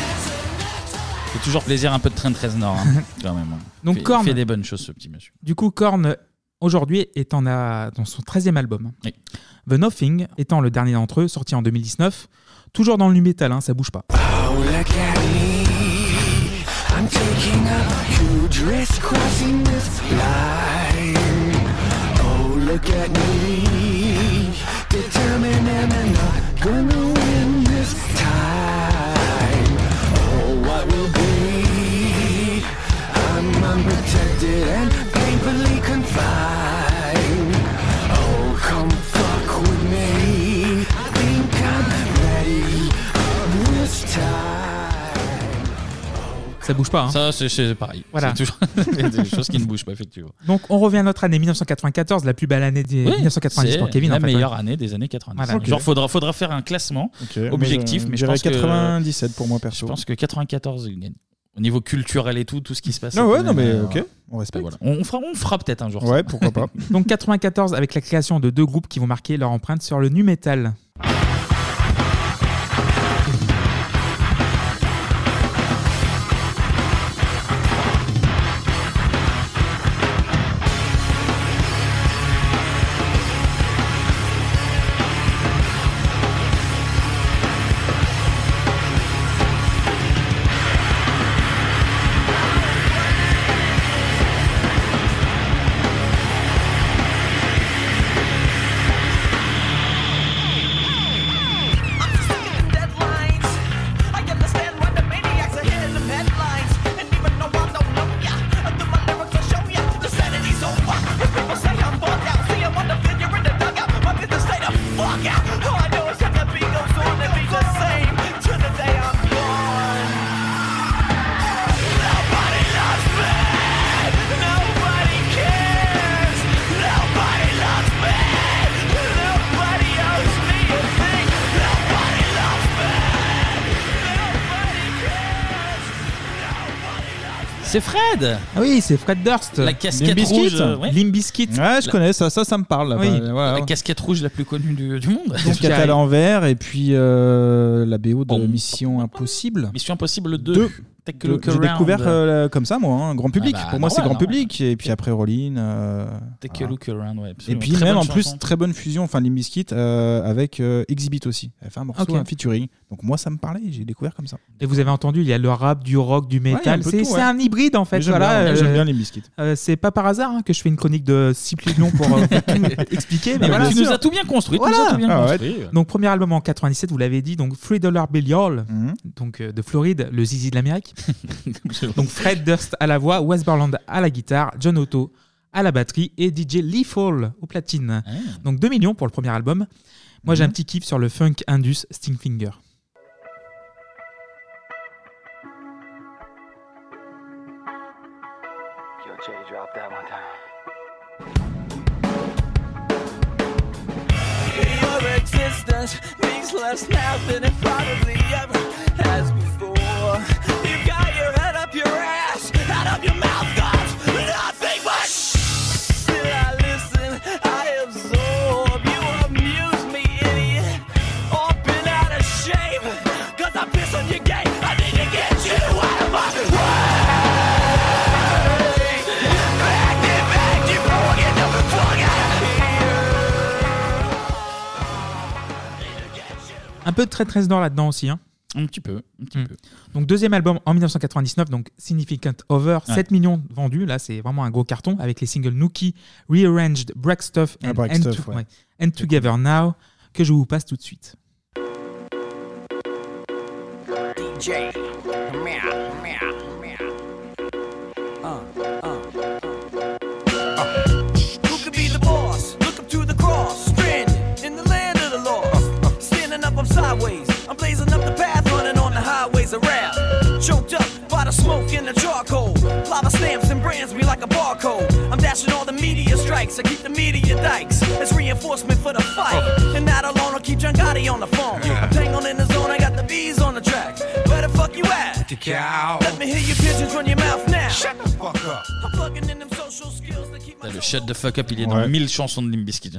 [SPEAKER 1] fait toujours plaisir un peu de Trent Reznor hein, quand même. hein.
[SPEAKER 9] Donc,
[SPEAKER 1] Fait-
[SPEAKER 9] Korn.
[SPEAKER 1] fait des bonnes choses ce petit monsieur.
[SPEAKER 9] Du coup, Korn, aujourd'hui, est en a, dans son 13e album. The Nothing étant le dernier d'entre eux, sorti en 2019. Toujours dans le nu metal, hein, ça bouge pas.
[SPEAKER 10] Oh, look at me. I'm taking a huge risk crossing this line. Oh, look at me. Determined and I'm not gonna win Oh, this time. Oh, what will be? I'm unprotected and painfully confined. Oh, come fuck with me. I think I'm ready this time.
[SPEAKER 9] Ça bouge pas. hein.
[SPEAKER 1] Ça, c'est- c'est pareil.
[SPEAKER 9] Voilà.
[SPEAKER 1] C'est toujours il y a des choses qui ne bougent pas, effectivement.
[SPEAKER 9] Donc on revient à notre année 1994, la plus belle année des
[SPEAKER 1] Oui,
[SPEAKER 9] 1990
[SPEAKER 1] c'est
[SPEAKER 9] pour Kevin.
[SPEAKER 1] La
[SPEAKER 9] en fait,
[SPEAKER 1] meilleure
[SPEAKER 9] hein.
[SPEAKER 1] année des années 90.
[SPEAKER 9] Voilà. euh,
[SPEAKER 1] Genre, faudra, faudra faire un classement objectif, mais je pense que-
[SPEAKER 6] 97 pour moi
[SPEAKER 1] Je
[SPEAKER 6] perso.
[SPEAKER 1] pense que 94 il gagne. Au niveau culturel et tout, tout ce qui se passe.
[SPEAKER 6] Ah ouais, non, mais
[SPEAKER 1] Euh,
[SPEAKER 6] ok, on respecte.
[SPEAKER 1] voilà. On, on fera, on fera peut-être un jour. ça.
[SPEAKER 9] Donc 94 avec la création de deux groupes qui vont marquer leur empreinte sur le nu metal.
[SPEAKER 1] C'est Fred
[SPEAKER 9] Ah oui, c'est Fred Durst.
[SPEAKER 1] La casquette
[SPEAKER 9] Limp Bizkit.
[SPEAKER 1] rouge, euh, ouais.
[SPEAKER 9] Limp Bizkit.
[SPEAKER 6] Ouais, je connais ça, ça, ça me parle. là-bas.
[SPEAKER 9] Oui.
[SPEAKER 6] Voilà.
[SPEAKER 1] La casquette rouge la plus connue du, du monde.
[SPEAKER 6] Donc à l'envers et puis euh, la BO de Mission Impossible.
[SPEAKER 1] Mission Impossible 2.
[SPEAKER 6] Deux.
[SPEAKER 1] Take a
[SPEAKER 6] Deux.
[SPEAKER 1] look
[SPEAKER 6] J'ai
[SPEAKER 1] around.
[SPEAKER 6] découvert euh, comme ça, moi, hein, grand public.
[SPEAKER 1] Ah bah,
[SPEAKER 6] Pour moi, c'est
[SPEAKER 1] normal,
[SPEAKER 6] grand public. Et puis après, Rolling. euh,
[SPEAKER 1] Take
[SPEAKER 6] voilà.
[SPEAKER 1] a look around, ouais.
[SPEAKER 6] Et
[SPEAKER 1] absolument.
[SPEAKER 6] puis
[SPEAKER 1] Très
[SPEAKER 6] même
[SPEAKER 1] bonne
[SPEAKER 6] en plus
[SPEAKER 1] chanson.
[SPEAKER 6] très bonne fusion, enfin Limp Bizkit euh, avec euh, Exhibit aussi. Elle fait un morceau,
[SPEAKER 9] Ok.
[SPEAKER 6] un featuring. Donc moi ça me parlait, j'ai découvert comme ça.
[SPEAKER 9] Et vous avez entendu, il y a le rap, du rock, du
[SPEAKER 6] il y a un
[SPEAKER 9] métal.
[SPEAKER 6] peu
[SPEAKER 9] c'est
[SPEAKER 6] de tout,
[SPEAKER 9] c'est
[SPEAKER 6] ouais.
[SPEAKER 9] un hybride en fait.
[SPEAKER 6] Mais j'aime
[SPEAKER 9] voilà,
[SPEAKER 6] bien, j'aime bien les biscuits.
[SPEAKER 9] euh, c'est pas par hasard hein, que je fais une chronique de six plus long pour euh, tout expliquer. Mais
[SPEAKER 1] Ah,
[SPEAKER 9] voilà.
[SPEAKER 1] tu nous as tout bien construit, tu nous as tout bien Ah ouais. construit.
[SPEAKER 9] Donc premier album en 97, vous l'avez dit, donc Free Dollar Bill Yall, donc euh, de Floride, le zizi de l'Amérique. donc Fred Durst à la voix, Wes Borland à la guitare, John Otto à la batterie et DJ Lee Fall au platine. Donc 2 millions pour le premier album. Moi j'ai un petit kiff sur le funk indus Stingfinger.
[SPEAKER 24] Yo, Jay, drop that one time.
[SPEAKER 4] Your existence means less now than it probably ever has before. You've got your head up your ass, out of your mouth goes nothing but. sh- Still I listen, I absorb. You amuse me, idiot. All been out of shape, cause I piss on your game. I need to get you out of my way. Back it, back it, fuck it, fuck
[SPEAKER 9] Un peu de très très nord là-dedans aussi. Hein.
[SPEAKER 1] Un petit peu.
[SPEAKER 9] Mm. Donc deuxième album en 1999, donc Significant Over,
[SPEAKER 1] Ouais.
[SPEAKER 9] 7 millions vendus, là c'est vraiment un gros carton, avec les singles Nookie, Rearranged, Break Stuff and,
[SPEAKER 6] Ah, Break
[SPEAKER 9] and
[SPEAKER 6] Stuff,
[SPEAKER 9] To-
[SPEAKER 6] ouais.
[SPEAKER 9] ouais, and Together Now, que je vous passe tout de suite.
[SPEAKER 4] DJ, come here, come here, come here. Uh, uh, uh. Who could be the boss? Look up to the cross, stranded in the land of the lost. Standing up, I'm sideways. I'm blazing up the path, running on the highways of rap. Choked up by the smoke and the charcoal. Lava stamps and brands me like a barcode. I'm dashing all the media strikes. I keep the media dikes. It's reinforcement for the fight. And that alone will keep John Gotti on the phone. I'm tangled in the zone. I got the bees on the track. Where the fuck you at?
[SPEAKER 24] The cow.
[SPEAKER 4] Let me hear your pigeons run your mouth now.
[SPEAKER 24] Shut the fuck up.
[SPEAKER 4] I'm plugging in them social skills that keep
[SPEAKER 1] Putain, Le shut the fuck up, il est dans
[SPEAKER 9] Ouais.
[SPEAKER 1] 1000 chansons de hein. Limp Bizkit.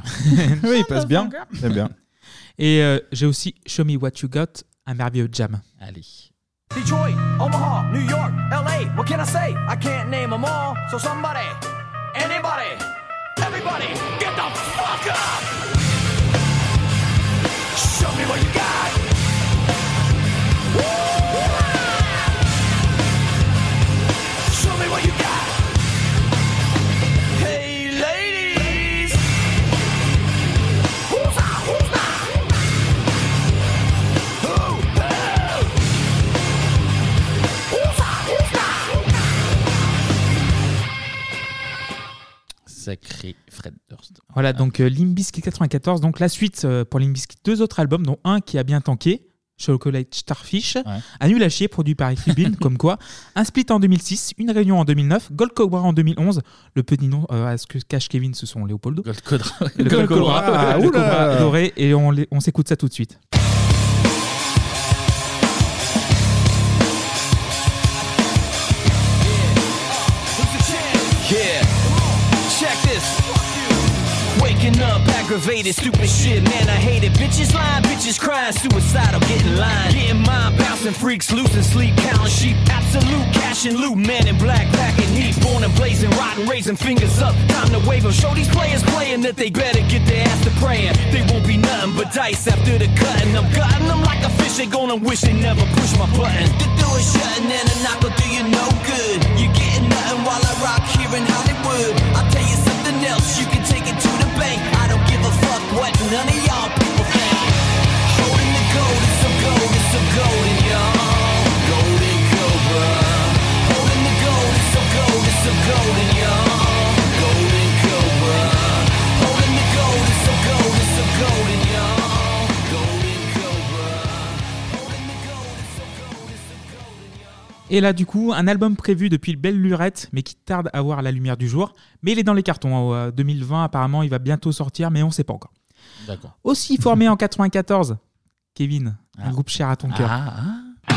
[SPEAKER 9] oui, il passe
[SPEAKER 1] bien.
[SPEAKER 6] Très bien.
[SPEAKER 9] Et euh, j'ai aussi Show Me What You Got, un merveilleux jam.
[SPEAKER 1] Allez.
[SPEAKER 4] Detroit, Omaha, New York, LA. What can I say? I can't name them all. So somebody, anybody, everybody, get the fuck up! Show me what you got! Woo! Show me what you got! Hey, ladies! Who's that? Who's that? Who? Who?
[SPEAKER 1] Sacré Fred Durst.
[SPEAKER 9] Ah. Voilà, donc euh, Limp Bizkit 94, donc la suite euh, pour Limp Bizkit, deux autres albums, dont un qui a bien tanké, Chocolate Starfish, un nul à chier produit par Equipe Build, comme quoi, un split en 2006, une réunion en 2009, Gold Cobra en 2011, le petit nom euh, à ce que cache Kevin, ce sont Léopoldo. Gold Cobra. Le
[SPEAKER 6] Gold
[SPEAKER 9] Gold
[SPEAKER 6] Cobra.
[SPEAKER 9] Cobra,
[SPEAKER 6] Ah,
[SPEAKER 9] le
[SPEAKER 6] oula.
[SPEAKER 9] Cobra euh. doré, et on, les- on s'écoute ça tout de suite.
[SPEAKER 4] Yeah. Check this. Waking up, aggravated, stupid shit, man, I hate it. Bitches lying, bitches crying, suicidal, getting lined. Getting mine, bouncing freaks, losing sleep, counting sheep. Absolute cash and loot, man in black, packing heat. Born and blazing, rotten, raising fingers up. Time to wave 'em. Show these players playing that they better get their ass to praying. They won't be nothing but dice after the cutting. I'm cutting them like a fish, they gonna wish they never push my button. The door is shutting and a knock will do you no good. You're getting nothing while I rock here in Hollywood. I'll tell you something else, you can take it to the bank. I don't give a fuck what none of y'all people think. Holding the gold is some gold, it's some golden, y'all. Golden Cobra. Holding the gold is some gold, it's some golden, y'all. Golden Cobra. Holding the gold is some gold, it's some golden, y'all. Golden Cobra.
[SPEAKER 9] Et là, du coup, un album prévu depuis le belle lurette, mais qui tarde à voir la lumière du jour. Mais il est dans les cartons. hein. Euh, 2020, apparemment, il va bientôt sortir, mais on ne sait pas encore.
[SPEAKER 1] D'accord.
[SPEAKER 9] Aussi formé en 94, Kevin, un groupe cher à ton cœur.
[SPEAKER 1] Ah,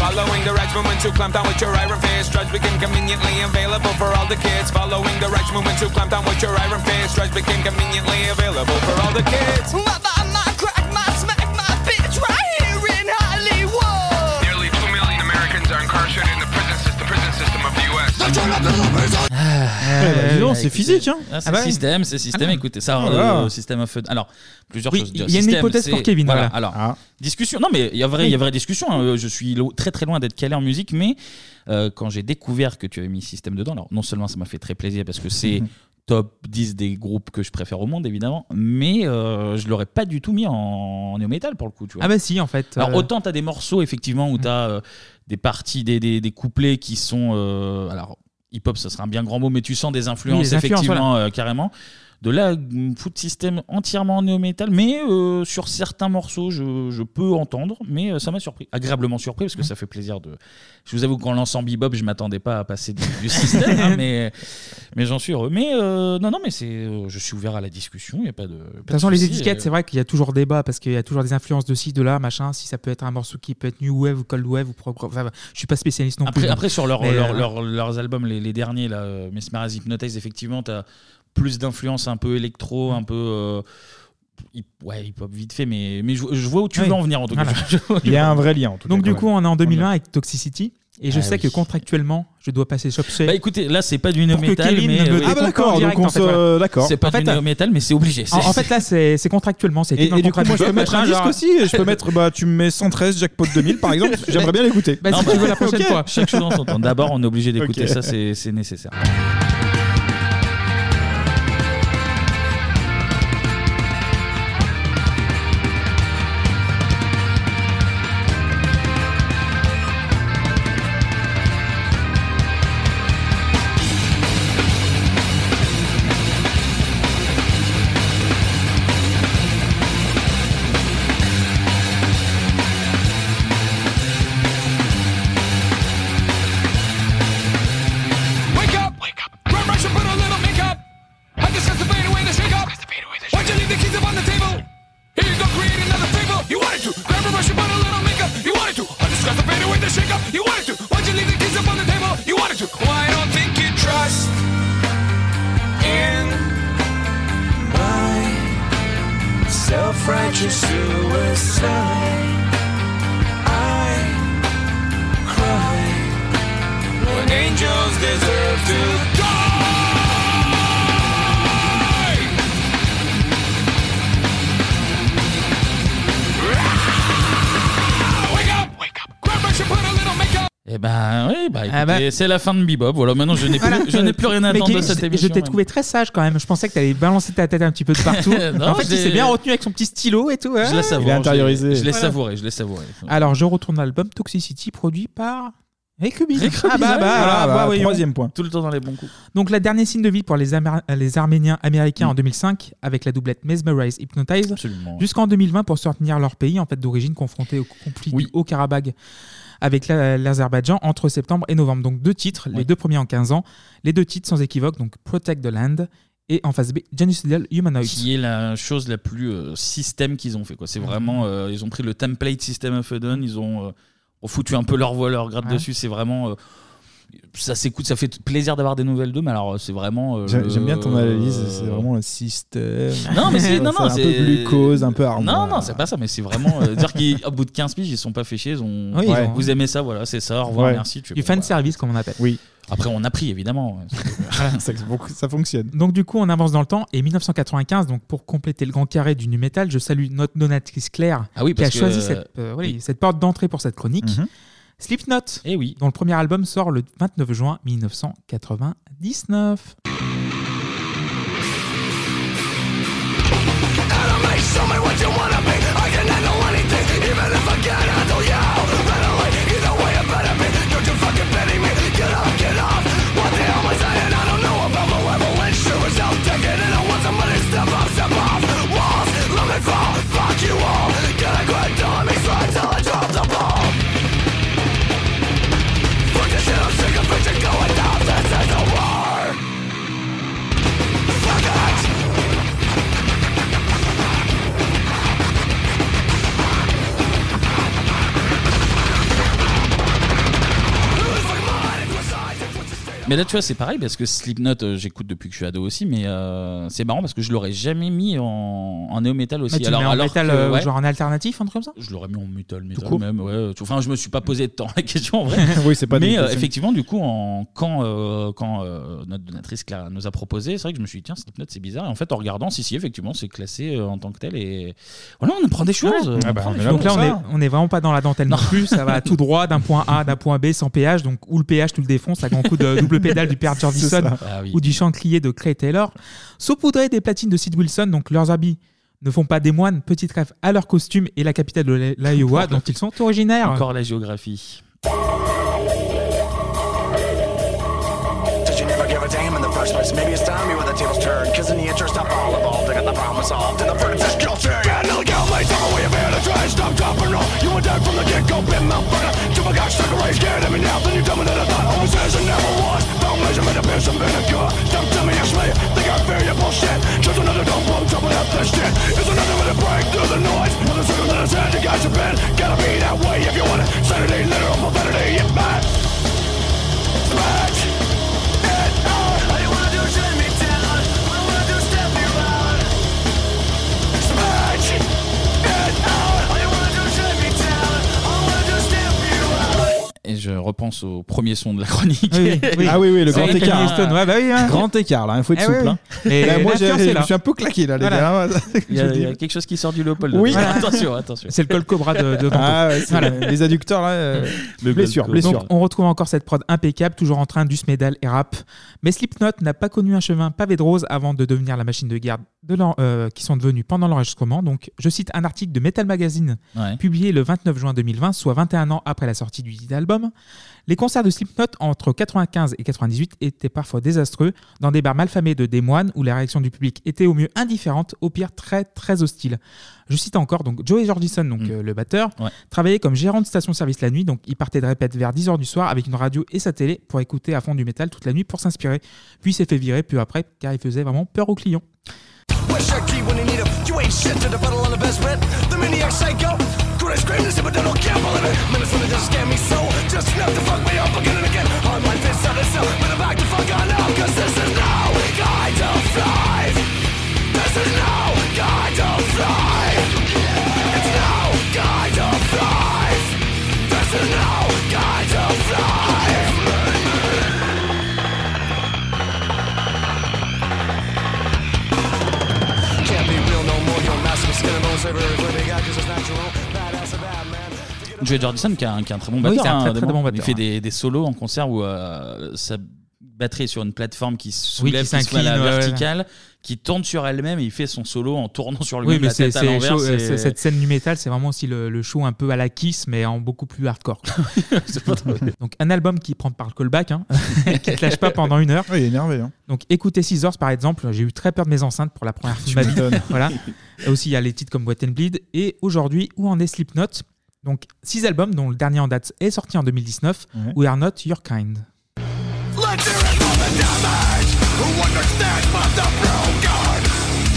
[SPEAKER 3] Following the right movement to clamp down with your iron fist. Drugs became conveniently available for all the kids. Following the right movement to clamp down with your iron fist. Drugs became conveniently available for all the kids.
[SPEAKER 4] Mother, my crack, my smack, my bitch, right here in Hollywood.
[SPEAKER 3] Nearly 2 million Americans are incarcerated in the prison system, prison system of the U.S.
[SPEAKER 1] Ah,
[SPEAKER 10] Euh,
[SPEAKER 9] dis donc,
[SPEAKER 1] ouais,
[SPEAKER 9] c'est
[SPEAKER 1] écoutez.
[SPEAKER 9] physique, hein.
[SPEAKER 1] Ah, c'est
[SPEAKER 9] Ah bah oui.
[SPEAKER 1] système, c'est système.
[SPEAKER 9] Ah.
[SPEAKER 1] Écoutez, ça,
[SPEAKER 9] Voilà.
[SPEAKER 1] euh, système à feu. Alors, plusieurs
[SPEAKER 9] Oui,
[SPEAKER 1] choses.
[SPEAKER 9] il y a une
[SPEAKER 1] Système,
[SPEAKER 9] hypothèse pour
[SPEAKER 1] c'est-
[SPEAKER 9] Kevin,
[SPEAKER 1] Voilà.
[SPEAKER 9] voilà.
[SPEAKER 1] Alors, discussion. Non, mais il y a vrai, il y a vraie discussion. hein. Je suis lo- très très loin d'être calé en musique, mais euh, quand j'ai découvert que tu avais mis système dedans, alors non seulement ça m'a fait très plaisir parce que
[SPEAKER 9] Mhm.
[SPEAKER 1] c'est top 10 des groupes que je préfère au monde, évidemment, mais euh, je l'aurais pas du tout mis en, en néo-metal pour le coup. Tu vois.
[SPEAKER 9] Ah bah si, en fait,
[SPEAKER 1] Alors,
[SPEAKER 9] euh, Mm.
[SPEAKER 1] autant t'as des morceaux effectivement où t'as euh, des parties, des, des, des couplets qui sont euh, alors hip hop, ça serait un bien grand mot, mais tu sens des influences
[SPEAKER 9] influences,
[SPEAKER 1] effectivement
[SPEAKER 9] voilà.
[SPEAKER 1] euh, carrément. De là, mm, foot system entièrement néo-metal, mais euh, sur certains morceaux, je, je peux entendre, mais euh, ça m'a surpris, agréablement surpris,
[SPEAKER 9] Mm.
[SPEAKER 1] parce que ça fait plaisir de. Je vous avoue qu'en lançant Bebop, je m'attendais pas à passer du, du système, hein, mais, mais j'en suis heureux. Mais euh, non, non, mais c'est, euh, je suis ouvert à la discussion, il n'y a pas de. euh.
[SPEAKER 9] De toute façon, les étiquettes, c'est vrai qu'il y a toujours débat parce qu'il y a toujours des influences de ci, de là, machin. Si ça peut être un morceau qui peut être New Wave ou Cold Wave ou Prog. Enfin, je suis pas spécialiste non
[SPEAKER 1] Après,
[SPEAKER 9] plus. donc.
[SPEAKER 1] après, sur leur-
[SPEAKER 9] Mais,
[SPEAKER 1] leur-
[SPEAKER 9] euh,
[SPEAKER 1] leur- leurs albums, les, les derniers, là, euh, Mesmerize, Hypnotize, effectivement, t'as plus d'influence un peu électro, un peu. euh, hip- ouais, hip-hop vite fait, mais, mais je, je vois où tu
[SPEAKER 9] Oui.
[SPEAKER 1] veux en venir en tout cas.
[SPEAKER 9] Voilà.
[SPEAKER 1] Je vois où tu veux en venir.
[SPEAKER 9] Donc, du coup, on est en 2020 avec Toxicity. Et je
[SPEAKER 1] Ah
[SPEAKER 9] sais
[SPEAKER 1] oui.
[SPEAKER 9] que contractuellement, je dois passer Shop Shape.
[SPEAKER 1] Bah écoutez, là c'est pas du
[SPEAKER 9] Pour que
[SPEAKER 1] néo-métal,
[SPEAKER 9] Kevin
[SPEAKER 1] mais.
[SPEAKER 9] ne me
[SPEAKER 1] euh,
[SPEAKER 9] décompte pas en direct, en fait, voilà.
[SPEAKER 1] C'est pas
[SPEAKER 9] En fait,
[SPEAKER 1] du néo-métal, mais c'est obligé.
[SPEAKER 9] En, en fait, là, c'est c'est contractuellement. c'est écrit dans
[SPEAKER 6] Et, et
[SPEAKER 9] le
[SPEAKER 6] du coup,
[SPEAKER 9] contrat
[SPEAKER 6] moi, je peux
[SPEAKER 9] Shop,
[SPEAKER 6] mettre un
[SPEAKER 9] machin,
[SPEAKER 6] disque
[SPEAKER 9] genre-
[SPEAKER 6] aussi. Je peux mettre, bah, tu me mets 113 Jackpot 2000, par exemple. J'aimerais bien l'écouter.
[SPEAKER 9] Bah, si tu veux la prochaine
[SPEAKER 6] Ok.
[SPEAKER 9] fois.
[SPEAKER 1] Chaque chose en son temps. D'abord, on est obligé d'écouter
[SPEAKER 6] Ok.
[SPEAKER 1] ça, c'est c'est nécessaire.
[SPEAKER 3] Wake up! Wake up! Rush and put a little makeup! I discuss the fade away the shake up! Why'd you leave the keys up on the table? Here you go, create another fable! You wanted to! Grab a brush and put a little makeup! You wanted to! I discuss the fade away the shake up! You wanted to! Why'd you leave the keys up on the table? You wanted to! Well, Oh, I don't think you trust in my self-righteous suicide. I cry when angels deserve to die. Wake up, wake up, grab brush and put a little makeup.
[SPEAKER 1] Eh bah oui, bah écoutez,
[SPEAKER 9] Ah bah.
[SPEAKER 1] c'est la fin de Bebop. Voilà, maintenant je n'ai plus,
[SPEAKER 9] Voilà.
[SPEAKER 1] je n'ai plus rien à
[SPEAKER 9] Mais
[SPEAKER 1] attendre de
[SPEAKER 9] qui-
[SPEAKER 1] cette
[SPEAKER 9] je-
[SPEAKER 1] émission.
[SPEAKER 9] Je t'ai trouvé très sage quand même. Je pensais que t'allais balancer ta tête un petit peu de partout.
[SPEAKER 1] Non,
[SPEAKER 9] en fait,
[SPEAKER 1] j'ai-
[SPEAKER 9] il s'est bien retenu avec son petit stylo et tout. hein.
[SPEAKER 1] Je la savoure. je l'ai- Je l'ai
[SPEAKER 9] Voilà.
[SPEAKER 1] savouré, je l'ai savouré.
[SPEAKER 9] Alors, je retourne à l'album Toxicity produit par Rick Rubin. Ah bah, bah,
[SPEAKER 6] Voilà,
[SPEAKER 9] ah bah,
[SPEAKER 6] bah,
[SPEAKER 9] voyons.
[SPEAKER 6] troisième point.
[SPEAKER 1] Tout le temps dans les bons coups.
[SPEAKER 9] Donc, la dernière signe de vie pour les, Amér- les Arméniens américains en 2005 avec la doublette Mesmerize Hypnotize. Jusqu'en 2020 pour soutenir leur pays en fait d'origine confronté au conflit du Haut-Karabakh avec la- l'Azerbaïdjan entre septembre et novembre. Donc, deux titres, les deux premiers en 15 ans, les deux titres sans équivoque, donc Protect the Land et en face B, Genocidal Humanoid.
[SPEAKER 1] Qui est la chose la plus euh, système qu'ils ont fait. quoi. C'est
[SPEAKER 9] Mm-hmm.
[SPEAKER 1] vraiment, euh, ils ont pris le template System of a Down, ils ont, euh, ont foutu un peu leur voix, leur grade
[SPEAKER 9] Ouais.
[SPEAKER 1] dessus. C'est vraiment. euh, ça s'écoute, ça fait plaisir d'avoir des nouvelles d'eux, mais alors euh, c'est vraiment. euh,
[SPEAKER 6] J'aime
[SPEAKER 1] le-
[SPEAKER 6] j'aime bien ton analyse, c'est vraiment le système.
[SPEAKER 1] Euh. Non, mais c'est. Non,
[SPEAKER 6] Ça,
[SPEAKER 1] non,
[SPEAKER 6] un
[SPEAKER 1] c'est-
[SPEAKER 6] peu glucose, un peu
[SPEAKER 1] Non,
[SPEAKER 6] armoire.
[SPEAKER 1] non, c'est pas ça, mais c'est vraiment. euh, dire qu'au bout de 15 piges, ils sont pas fichés, ils ont.
[SPEAKER 9] Oui, ils ont-
[SPEAKER 1] Vous aimez ça, voilà, c'est ça, au revoir,
[SPEAKER 9] Ouais.
[SPEAKER 1] merci. tu-
[SPEAKER 9] Du fan service, comme on appelle.
[SPEAKER 6] Oui.
[SPEAKER 1] Après, on a pris, évidemment.
[SPEAKER 6] ça, fonctionne.
[SPEAKER 9] Donc du coup, on avance dans le temps et 1995. Donc pour compléter le grand carré du nu metal, je salue notre donatrice Claire
[SPEAKER 1] Ah oui,
[SPEAKER 9] qui a
[SPEAKER 1] parce que-
[SPEAKER 9] choisi cette, euh, voilà,
[SPEAKER 1] oui.
[SPEAKER 9] cette porte d'entrée pour cette chronique.
[SPEAKER 1] Mhm. Eh
[SPEAKER 9] Slipknot,
[SPEAKER 1] oui.
[SPEAKER 9] dont le premier album sort le 29 juin 1999.
[SPEAKER 4] Show me what you wanna be. I can handle anything, even if I can't handle you. Run away, either way it better be. Don't you fucking pity me? Get up, get off. What the hell was I and I don't know about my rebel insurance. I'll take it and I want somebody to step up, step off. Walls, let me fall. Fuck you all. Get a grip, don't let me slide till I drop the ball. Fuck this shit, I'm sick of bitching going down. This is a war. Fuck it.
[SPEAKER 1] Mais là, tu vois, c'est pareil parce que Slipknot, euh, j'écoute depuis que je suis ado aussi, mais euh, c'est marrant parce que je l'aurais jamais mis en, en néo-metal aussi.
[SPEAKER 9] Mais tu le mets en métal,
[SPEAKER 1] que,
[SPEAKER 9] euh,
[SPEAKER 1] ouais,
[SPEAKER 9] genre en alternatif, un truc comme ça
[SPEAKER 1] Je l'aurais mis en métal, métal
[SPEAKER 9] court
[SPEAKER 1] même. Ouais, euh, tu- enfin, je me suis pas posé de temps la question en vrai.
[SPEAKER 6] Oui, c'est pas
[SPEAKER 1] Mais
[SPEAKER 6] dégueu,
[SPEAKER 1] euh,
[SPEAKER 6] ça.
[SPEAKER 1] effectivement, du coup, en, quand, euh, quand euh, notre donatrice Clara nous a proposé, c'est vrai que je me suis dit, tiens, Slipknot, c'est bizarre. Et en fait, en regardant, si, si, effectivement, c'est classé euh, en tant que tel. Et voilà, on apprend des choses.
[SPEAKER 9] Ouais.
[SPEAKER 1] on
[SPEAKER 9] Ah bah,
[SPEAKER 1] apprend des
[SPEAKER 9] donc là,
[SPEAKER 1] choses.
[SPEAKER 9] on est, on est vraiment pas dans la dentelle non, plus. Ça va tout droit d'un point A, d'un point B, sans péage. Donc, ou le péage, tout le défonce, à grand coup de double pédale du père
[SPEAKER 6] C'est
[SPEAKER 9] Jordison
[SPEAKER 6] ça. Ah oui.
[SPEAKER 9] ou du chanclier de Clay Taylor. Saupoudrés des platines de Sid Wilson, donc leurs habits ne font pas des moines. Petite rêve à leur costume et la capitale de l'Iowa, dont ils sont originaires.
[SPEAKER 1] Encore la géographie.
[SPEAKER 4] Did you never give a damn in the first place? Maybe it's time you were the tables turned. Cause in the interest of all involved, I got the problem solved. And the verdict's guilty. And I'll get laid down way of here to try and stop, drop, and roll. You were dead from the get go, been malburned. You forgot, stuck a race, scared of me now. Then you tell me that I thought I was his and never was. Don't measure me to be some vinegar. Stop to me, it's me. Think I fear your bullshit. Just another dumb bum, jumping up this shit. It's another way to break through the noise. Another circle that has had you guys have been. Gotta be that way if you want it. Sanity, literal profanity, it matters.
[SPEAKER 1] Et je repense au premier son de la chronique.
[SPEAKER 6] Oui, oui. Ah oui, oui, le grand
[SPEAKER 1] Sorry,
[SPEAKER 6] écart.
[SPEAKER 1] Kanye Stone,
[SPEAKER 9] ouais, bah oui, hein.
[SPEAKER 6] Grand écart, là, il faut être
[SPEAKER 9] Eh
[SPEAKER 6] souple.
[SPEAKER 9] oui,
[SPEAKER 6] hein.
[SPEAKER 9] oui. Et
[SPEAKER 6] Là, moi,
[SPEAKER 9] la
[SPEAKER 6] j'ai-
[SPEAKER 9] science est
[SPEAKER 6] je
[SPEAKER 9] là.
[SPEAKER 6] me suis un peu claqué, là, les
[SPEAKER 9] Voilà.
[SPEAKER 6] gars.
[SPEAKER 1] Il y, a,
[SPEAKER 6] Je
[SPEAKER 1] il y a
[SPEAKER 6] dis.
[SPEAKER 1] quelque chose qui sort du Léopold.
[SPEAKER 6] Oui.
[SPEAKER 1] attention, attention.
[SPEAKER 9] C'est le col cobra de, de Banco.
[SPEAKER 6] Ah ouais, c'est le- les adducteurs, là, euh, Le blessure, col cobra. blessure.
[SPEAKER 9] Donc, on retrouve encore cette prod impeccable, toujours en train d'us médal et rap. Mais Slipknot n'a pas connu un chemin pavé de rose avant de devenir la machine de guerre de l'en- euh, qui sont devenus pendant l'enregistrement. Donc, je cite un article de Metal Magazine
[SPEAKER 1] Ouais.
[SPEAKER 9] publié le 29 juin 2020, soit 21 ans après la sortie du dit album. Les concerts de Slipknot entre 95 et 98 étaient parfois désastreux, dans des bars malfamés de des moines où la réaction du public était au mieux indifférente, au pire très très hostile. Je cite encore donc Joey Jordison, donc euh, le batteur, travaillait comme gérant de station-service la nuit, donc il partait de répète vers 10h du soir avec une radio et sa télé pour écouter à fond du métal toute la nuit pour s'inspirer, puis il s'est fait virer peu après car il faisait vraiment peur aux clients.
[SPEAKER 4] Where's your key when you need 'em? You ain't shit to the bottle on the best bet. The maniac psycho. Could I scream this if I don't care for it? Minutes when it just scared me so. Just enough to fuck me up again and again. All my fists out of cell. Better back the fuck on up. Cause this is no guide to fly. This is no guide to fly. It's no guide to fly. This is no guide to fly.
[SPEAKER 8] Can't be real no more, your mask of skin and bones everywhere, they got 'cause it's natural.
[SPEAKER 1] Je Joey Jordison qui est un, qui est un très bon
[SPEAKER 9] Oui,
[SPEAKER 1] batteur.
[SPEAKER 9] c'est un très,
[SPEAKER 1] hein,
[SPEAKER 9] très
[SPEAKER 1] Damon.
[SPEAKER 9] bon batteur,
[SPEAKER 1] Il fait des, des solos en concert où euh, sa batterie est sur une plateforme qui se
[SPEAKER 9] Oui, qui
[SPEAKER 1] soulève, qui, se met à la
[SPEAKER 9] s'incline, ouais, ouais.
[SPEAKER 1] verticale, qui tourne sur elle-même et il fait son solo en tournant sur lui-même
[SPEAKER 9] Oui, mais
[SPEAKER 1] la
[SPEAKER 9] c'est
[SPEAKER 1] tête à
[SPEAKER 9] c'est
[SPEAKER 1] l'envers.
[SPEAKER 9] chaud, euh,
[SPEAKER 1] c'est-
[SPEAKER 9] c'est- cette scène du métal, c'est vraiment aussi le, le show un peu à la Kiss, mais en beaucoup plus hardcore. Donc un album qui prend par le callback, hein, qui te lâche pas pendant une heure.
[SPEAKER 6] Oui, il est énervé. hein.
[SPEAKER 9] Donc écoutez Scissors par exemple, j'ai eu très peur de mes enceintes pour la première fois de
[SPEAKER 6] Tu
[SPEAKER 9] ma vie.
[SPEAKER 6] m'étonnes.
[SPEAKER 9] voilà. Et aussi il y a les titres comme Wet and Bleed et aujourd'hui où en est Slipknot. Donc six albums dont le dernier en date est sorti en 2019, We Are Not Your Kind.
[SPEAKER 25] Let there is all the damage Who understands but the broken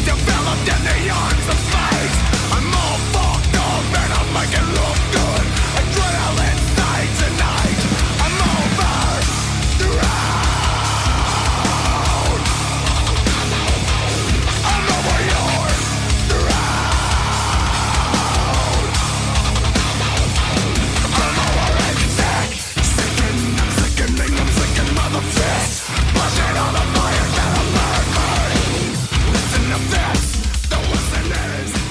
[SPEAKER 25] Developed in the arms of space I'm all fucked up and I'll make it look good Adrenaline night tonight I'm over the road I'm over your road I'm over it sick Sickening, I'm sickening, I'm sickening motherfuckers Pushing all the fire that I'm burning Listen to this, the listeners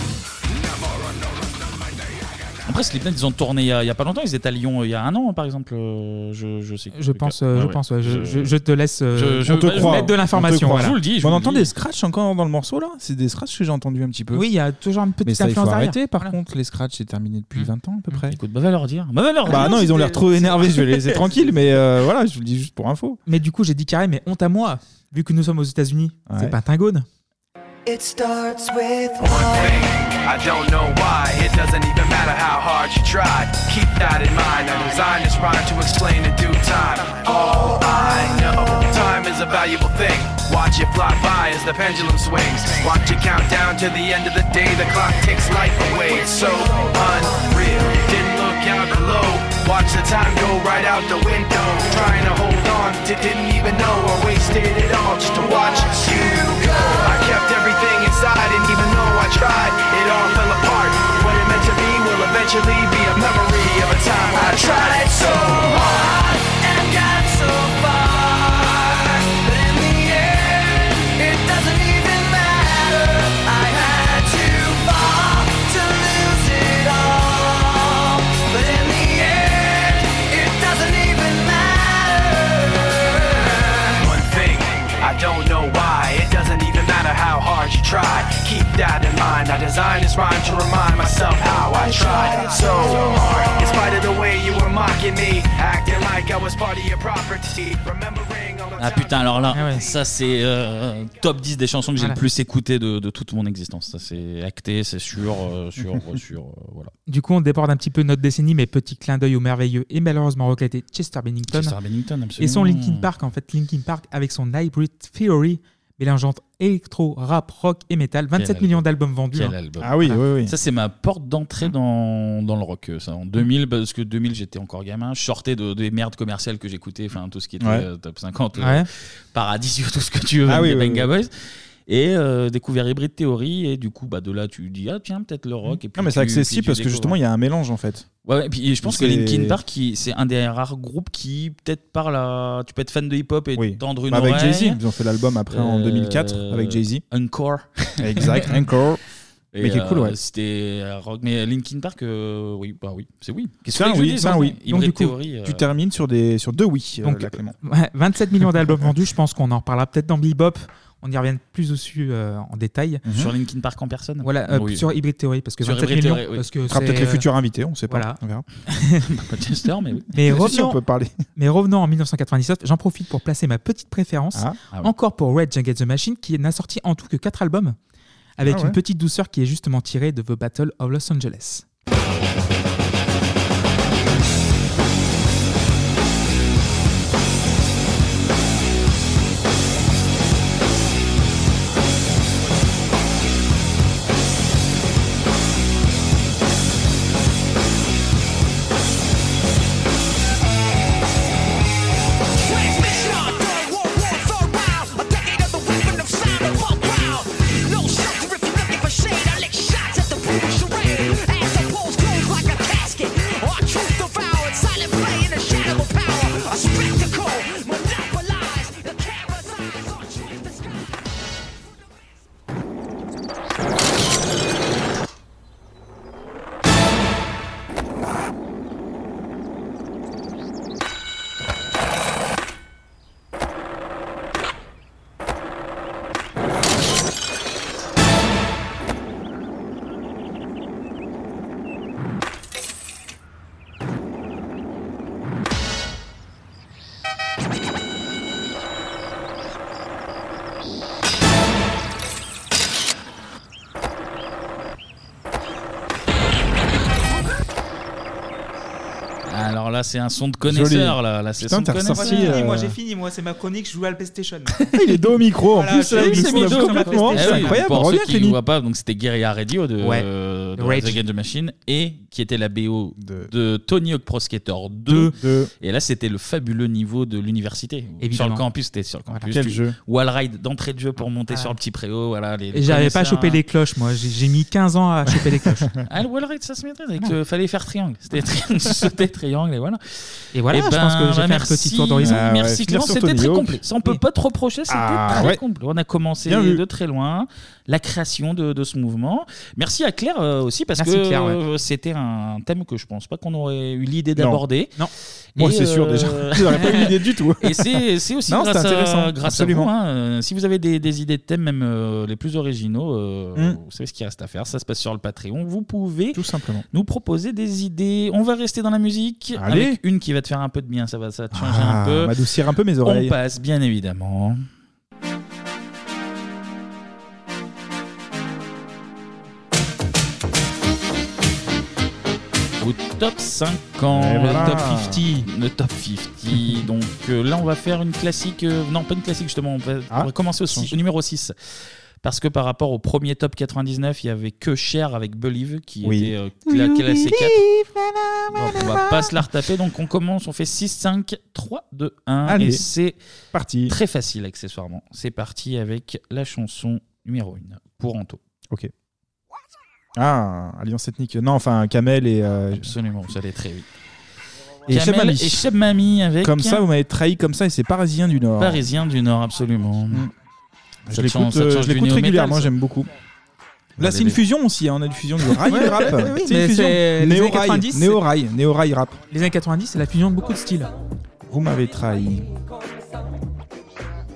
[SPEAKER 1] Après, Slipknot, ils ont tourné il y, a, il y a pas longtemps. Ils étaient à Lyon euh, il y a un an, par exemple. euh, Je, je sais. Ah
[SPEAKER 9] Je pense, euh,
[SPEAKER 1] Ouais,
[SPEAKER 9] je
[SPEAKER 1] ouais.
[SPEAKER 9] pense, ouais. Je, je- je te laisse. euh,
[SPEAKER 1] Je- je-
[SPEAKER 9] on te
[SPEAKER 1] bah, je-
[SPEAKER 9] croit.
[SPEAKER 1] on
[SPEAKER 9] mettre de
[SPEAKER 1] te
[SPEAKER 9] l'information.
[SPEAKER 1] croit.
[SPEAKER 9] voilà.
[SPEAKER 1] Je vous le dis, je
[SPEAKER 6] On
[SPEAKER 1] vous le
[SPEAKER 6] entend
[SPEAKER 1] dis.
[SPEAKER 6] des scratchs encore dans le morceau là C'est des scratchs que j'ai entendu un petit peu.
[SPEAKER 9] Oui, il y a toujours une petite
[SPEAKER 6] Mais ça, il faut
[SPEAKER 9] influence derrière.
[SPEAKER 6] arrêter par contre, les scratchs c'est terminé depuis 20 ans à peu près.
[SPEAKER 1] Mmh. Écoute, bah va leur dire. Bah, va leur
[SPEAKER 6] Bah
[SPEAKER 1] dire,
[SPEAKER 6] non, ils ont
[SPEAKER 1] c'était-
[SPEAKER 6] l'air trop énervés, je vais les laisser tranquilles, mais euh, voilà, je vous le dis juste pour info.
[SPEAKER 9] Mais du coup, j'ai dit carré, mais honte à moi, vu que nous sommes aux États-Unis. C'est pas Pentagone.
[SPEAKER 10] It starts with
[SPEAKER 4] one thing. I don't know why. It doesn't even matter how hard you tried. Keep that in mind. I designed this rhyme to explain in due time. All I know, time is a valuable thing. Watch it fly by as the pendulum swings. Watch it count down to the end of the day. The clock takes life away. It's so unreal. Didn't look out below. Watch the time go right out the window. Trying to hold on to didn't even know. I wasted it all just to watch you go. I kept everything inside, and even though I tried, it all fell apart. What it meant to be will eventually be a memory of a time I tried so hard and got so far. But in the end, it doesn't even matter. I had to fall to lose it all. But in the end, it doesn't even matter. one thing. I don't know why, it doesn't even matter how hard you try. Keep that in mind. I designed this rhyme to remind myself how I tried so hard. In spite of the way you were mocking me, acting like I was part of your property. Remembering all the
[SPEAKER 1] Ah putain, alors là, ça c'est euh, top 10 des chansons que j'ai
[SPEAKER 9] Voilà.
[SPEAKER 1] le plus écoutées de, de toute mon existence. Ça c'est acté, c'est sûr, euh, sûr, euh, sûr. euh, voilà.
[SPEAKER 9] Du coup, on déborde un petit peu notre décennie, mais petit clin d'œil au merveilleux et malheureusement regretté Chester Bennington.
[SPEAKER 1] Chester Bennington,
[SPEAKER 9] Et son
[SPEAKER 1] absolument.
[SPEAKER 9] Linkin Park, en fait, Linkin Park avec son Hybrid Theory, mélangeant électro, rap, rock et métal. 27
[SPEAKER 1] Quel
[SPEAKER 9] millions
[SPEAKER 1] album.
[SPEAKER 9] d'albums vendus.
[SPEAKER 1] Quel
[SPEAKER 9] hein.
[SPEAKER 1] album.
[SPEAKER 9] Voilà.
[SPEAKER 1] Ça, c'est ma porte d'entrée dans, dans le rock. euh, Ça. En 2000, parce que 2000, j'étais encore gamin. Je sortais de, des merdes commerciales que j'écoutais, enfin, tout ce qui était
[SPEAKER 6] Ouais.
[SPEAKER 1] euh, top 50, euh,
[SPEAKER 6] Ouais.
[SPEAKER 1] Paradisio, tout ce que tu veux,
[SPEAKER 6] Ah oui,
[SPEAKER 1] les
[SPEAKER 6] oui,
[SPEAKER 1] Benga Boys. Et euh, découvert Hybrid Theory. Et du coup, bah, de là, tu dis, ah tiens, peut-être le rock. Et puis
[SPEAKER 6] Non, mais c'est
[SPEAKER 1] tu- puis
[SPEAKER 6] accessible
[SPEAKER 1] tu
[SPEAKER 6] parce que
[SPEAKER 1] découvres.
[SPEAKER 6] justement, il y a un mélange en fait.
[SPEAKER 1] Ouais, ouais, et puis je pense que
[SPEAKER 6] C'est-
[SPEAKER 1] Linkin Park, qui- c'est un des rares groupes qui peut-être parle à. Tu peux être fan de hip-hop et tendre une
[SPEAKER 6] Bah, avec
[SPEAKER 1] oreille.
[SPEAKER 6] Jay-Z, ils ont fait l'album après en 2004 avec Jay-Z.
[SPEAKER 1] euh, Encore.
[SPEAKER 6] Exact, Encore.
[SPEAKER 1] Et,
[SPEAKER 6] Mais qui est cool,
[SPEAKER 1] euh,
[SPEAKER 6] ouais.
[SPEAKER 1] C'était euh, rock. Mais Linkin Park, euh, oui, bah oui, c'est oui. Qu'est-ce
[SPEAKER 6] Ça,
[SPEAKER 1] que je
[SPEAKER 6] oui,
[SPEAKER 1] dis,
[SPEAKER 6] ça,
[SPEAKER 1] hein,
[SPEAKER 6] oui.
[SPEAKER 1] Hybrid
[SPEAKER 6] Donc, du coup,
[SPEAKER 1] Theory, euh,
[SPEAKER 6] tu termines sur, des, sur deux oui, euh,
[SPEAKER 9] Donc,
[SPEAKER 6] là, Clément.
[SPEAKER 9] ouais, 27 millions d'albums vendus, je pense qu'on en reparlera peut-être dans Bebop. On y revient plus dessus euh, en détail.
[SPEAKER 6] Mhm.
[SPEAKER 1] Sur Linkin Park en personne
[SPEAKER 9] Voilà, euh,
[SPEAKER 1] Oui.
[SPEAKER 9] sur Hybrid Theory, parce que
[SPEAKER 1] Sur
[SPEAKER 9] 27
[SPEAKER 1] Hybrid
[SPEAKER 9] millions.
[SPEAKER 1] Theory, oui.
[SPEAKER 9] parce que
[SPEAKER 1] Ce sera
[SPEAKER 9] c'est,
[SPEAKER 6] peut-être les
[SPEAKER 9] euh,
[SPEAKER 6] futurs invités, on sait pas.
[SPEAKER 9] Voilà.
[SPEAKER 6] On verra.
[SPEAKER 1] Pas Chester, mais oui.
[SPEAKER 9] Mais
[SPEAKER 6] Si, si,
[SPEAKER 9] revenons,
[SPEAKER 6] on peut parler.
[SPEAKER 9] mais revenons en 1997, j'en profite pour placer ma petite préférence,
[SPEAKER 6] Ah. Ah ouais.
[SPEAKER 9] encore pour Red Jagged the Machine, qui n'a sorti en tout que 4 albums, avec
[SPEAKER 6] Ah ouais.
[SPEAKER 9] une petite douceur qui est justement tirée de The Battle of Los Angeles.
[SPEAKER 25] No shelter if you're looking for shade. I lick shots at the pool charade. As the poles close like a
[SPEAKER 1] Alors là, c'est un son de connaisseur. Là, là c'est son de
[SPEAKER 9] Moi, j'ai
[SPEAKER 1] connaisseur.
[SPEAKER 9] fini,
[SPEAKER 6] euh,
[SPEAKER 9] moi, j'ai fini, moi, c'est ma chronique, je joue à la PlayStation.
[SPEAKER 6] Il est dos au micro.
[SPEAKER 9] Voilà,
[SPEAKER 6] en plus, là,
[SPEAKER 9] j'ai-
[SPEAKER 6] il
[SPEAKER 9] j'ai
[SPEAKER 6] s'est
[SPEAKER 9] mis
[SPEAKER 6] mis
[SPEAKER 9] dos
[SPEAKER 6] dos complètement.
[SPEAKER 1] Eh
[SPEAKER 6] C'est
[SPEAKER 1] oui,
[SPEAKER 6] incroyable.
[SPEAKER 1] Pour
[SPEAKER 6] Reviens,
[SPEAKER 1] ceux qui ne
[SPEAKER 6] Kenny.
[SPEAKER 1] voient pas, donc c'était Guerilla Radio de,
[SPEAKER 6] Ouais.
[SPEAKER 1] euh, de
[SPEAKER 6] Rage.
[SPEAKER 1] Rage Against the Machine et qui était la BO de, Tony Hawk Pro Skater 2.
[SPEAKER 6] Deux. Deux.
[SPEAKER 1] Et là, c'était le fabuleux niveau de l'université. Sur
[SPEAKER 9] Évidemment.
[SPEAKER 1] le campus, c'était sur le campus.
[SPEAKER 9] Quel
[SPEAKER 1] Tu-
[SPEAKER 9] jeu.
[SPEAKER 1] Wall ride d'entrée de jeu pour
[SPEAKER 6] Ah.
[SPEAKER 1] monter sur le petit préau. Voilà, les, les
[SPEAKER 9] Et j'arrivais pas à
[SPEAKER 1] connaisseurs,
[SPEAKER 9] choper
[SPEAKER 1] hein.
[SPEAKER 9] les cloches, moi. J'ai- J'ai mis 15 ans à choper les cloches.
[SPEAKER 1] Ah, le wall ride, ça se maîtrise. Il fallait faire triangle. C'était triangle, sauter triangle, et voilà.
[SPEAKER 9] Et voilà, je pense que j'ai fait un
[SPEAKER 1] Eh ben, merci,
[SPEAKER 9] petit tour d'horizon. Eh ben, Ah ouais,
[SPEAKER 1] Merci,
[SPEAKER 9] finir
[SPEAKER 1] Clément.
[SPEAKER 9] sur
[SPEAKER 1] C'était
[SPEAKER 9] Tony
[SPEAKER 1] très
[SPEAKER 9] Hawk.
[SPEAKER 1] complet. Ça, on peut pas trop reprocher. C'était
[SPEAKER 9] Ah
[SPEAKER 1] très
[SPEAKER 9] ouais.
[SPEAKER 1] complet. On a commencé
[SPEAKER 9] Bien vu.
[SPEAKER 1] de très loin. La création de, de ce mouvement. Merci à Claire euh, aussi, parce
[SPEAKER 9] Merci
[SPEAKER 1] que
[SPEAKER 9] Claire, ouais.
[SPEAKER 1] euh, c'était un thème que je pense pas qu'on aurait eu l'idée
[SPEAKER 9] Non.
[SPEAKER 1] d'aborder.
[SPEAKER 9] Non.
[SPEAKER 6] Moi,
[SPEAKER 1] Et, euh,
[SPEAKER 6] c'est sûr, déjà. J'aurais pas eu l'idée du tout.
[SPEAKER 1] Et c'est c'est aussi
[SPEAKER 6] Non,
[SPEAKER 1] grâce,
[SPEAKER 6] c'était
[SPEAKER 1] à,
[SPEAKER 6] intéressant.
[SPEAKER 1] grâce à vous.
[SPEAKER 6] Absolument.
[SPEAKER 1] hein. Euh, Si vous avez des, des idées de thèmes, même euh, les plus originaux, euh,
[SPEAKER 6] Mm.
[SPEAKER 1] vous savez ce qu'il reste à faire. Ça se passe sur le Patreon. Vous pouvez tout simplement nous proposer des idées. On va rester dans la musique
[SPEAKER 6] Allez.
[SPEAKER 1] avec une qui va te faire un peu de bien. Ça va, ça va te changer
[SPEAKER 6] Ah,
[SPEAKER 1] un peu.
[SPEAKER 6] m'adoucir un peu mes oreilles.
[SPEAKER 1] On passe, bien évidemment. Au top 50,
[SPEAKER 9] Et voilà.
[SPEAKER 1] le top 50. Le top 50. Donc euh, là, on va faire une classique. euh, non, pas une classique, justement. On va,
[SPEAKER 6] Ah.
[SPEAKER 1] on va commencer au, six- au numéro 6. Parce que par rapport au premier top 99, il y avait que Cher avec Believe qui
[SPEAKER 6] Oui.
[SPEAKER 1] était euh, cla- classé 4. Donc on va pas se la retaper. Donc on commence, on fait 6, 5, 3, 2, 1.
[SPEAKER 6] Allez.
[SPEAKER 1] Et c'est parti. très facile accessoirement. C'est parti avec la chanson numéro 1 pour Anto.
[SPEAKER 6] Ok. Ah, Alliance ethnique. Non, enfin, Kamel et. euh,
[SPEAKER 1] Absolument, vous allez très vite.
[SPEAKER 6] Et
[SPEAKER 1] Kamel
[SPEAKER 6] Cheb Mami.
[SPEAKER 1] et Cheb Mami avec- hein.
[SPEAKER 6] Comme ça, vous m'avez trahi comme ça, et c'est Parisien du Nord.
[SPEAKER 1] Parisien du Nord, absolument.
[SPEAKER 6] Je
[SPEAKER 1] Ça te change-
[SPEAKER 6] l'écoute
[SPEAKER 1] ça te
[SPEAKER 6] euh,
[SPEAKER 1] change
[SPEAKER 6] Mm. je
[SPEAKER 1] du
[SPEAKER 6] l'écoute
[SPEAKER 1] néo-métal,
[SPEAKER 6] régulièrement,
[SPEAKER 1] ça.
[SPEAKER 6] j'aime beaucoup.
[SPEAKER 1] Bah,
[SPEAKER 6] Là, c'est
[SPEAKER 1] les-
[SPEAKER 6] une fusion aussi, hein, on a une fusion du rail et du rap.
[SPEAKER 9] Oui,
[SPEAKER 6] C'est
[SPEAKER 9] mais
[SPEAKER 6] une fusion.
[SPEAKER 9] c'est- les années
[SPEAKER 6] Néo-rail,
[SPEAKER 9] 90,
[SPEAKER 6] néo-rail, néo-rail rap.
[SPEAKER 9] Les années 90, c'est la fusion de beaucoup de styles.
[SPEAKER 6] Vous m'avez trahi.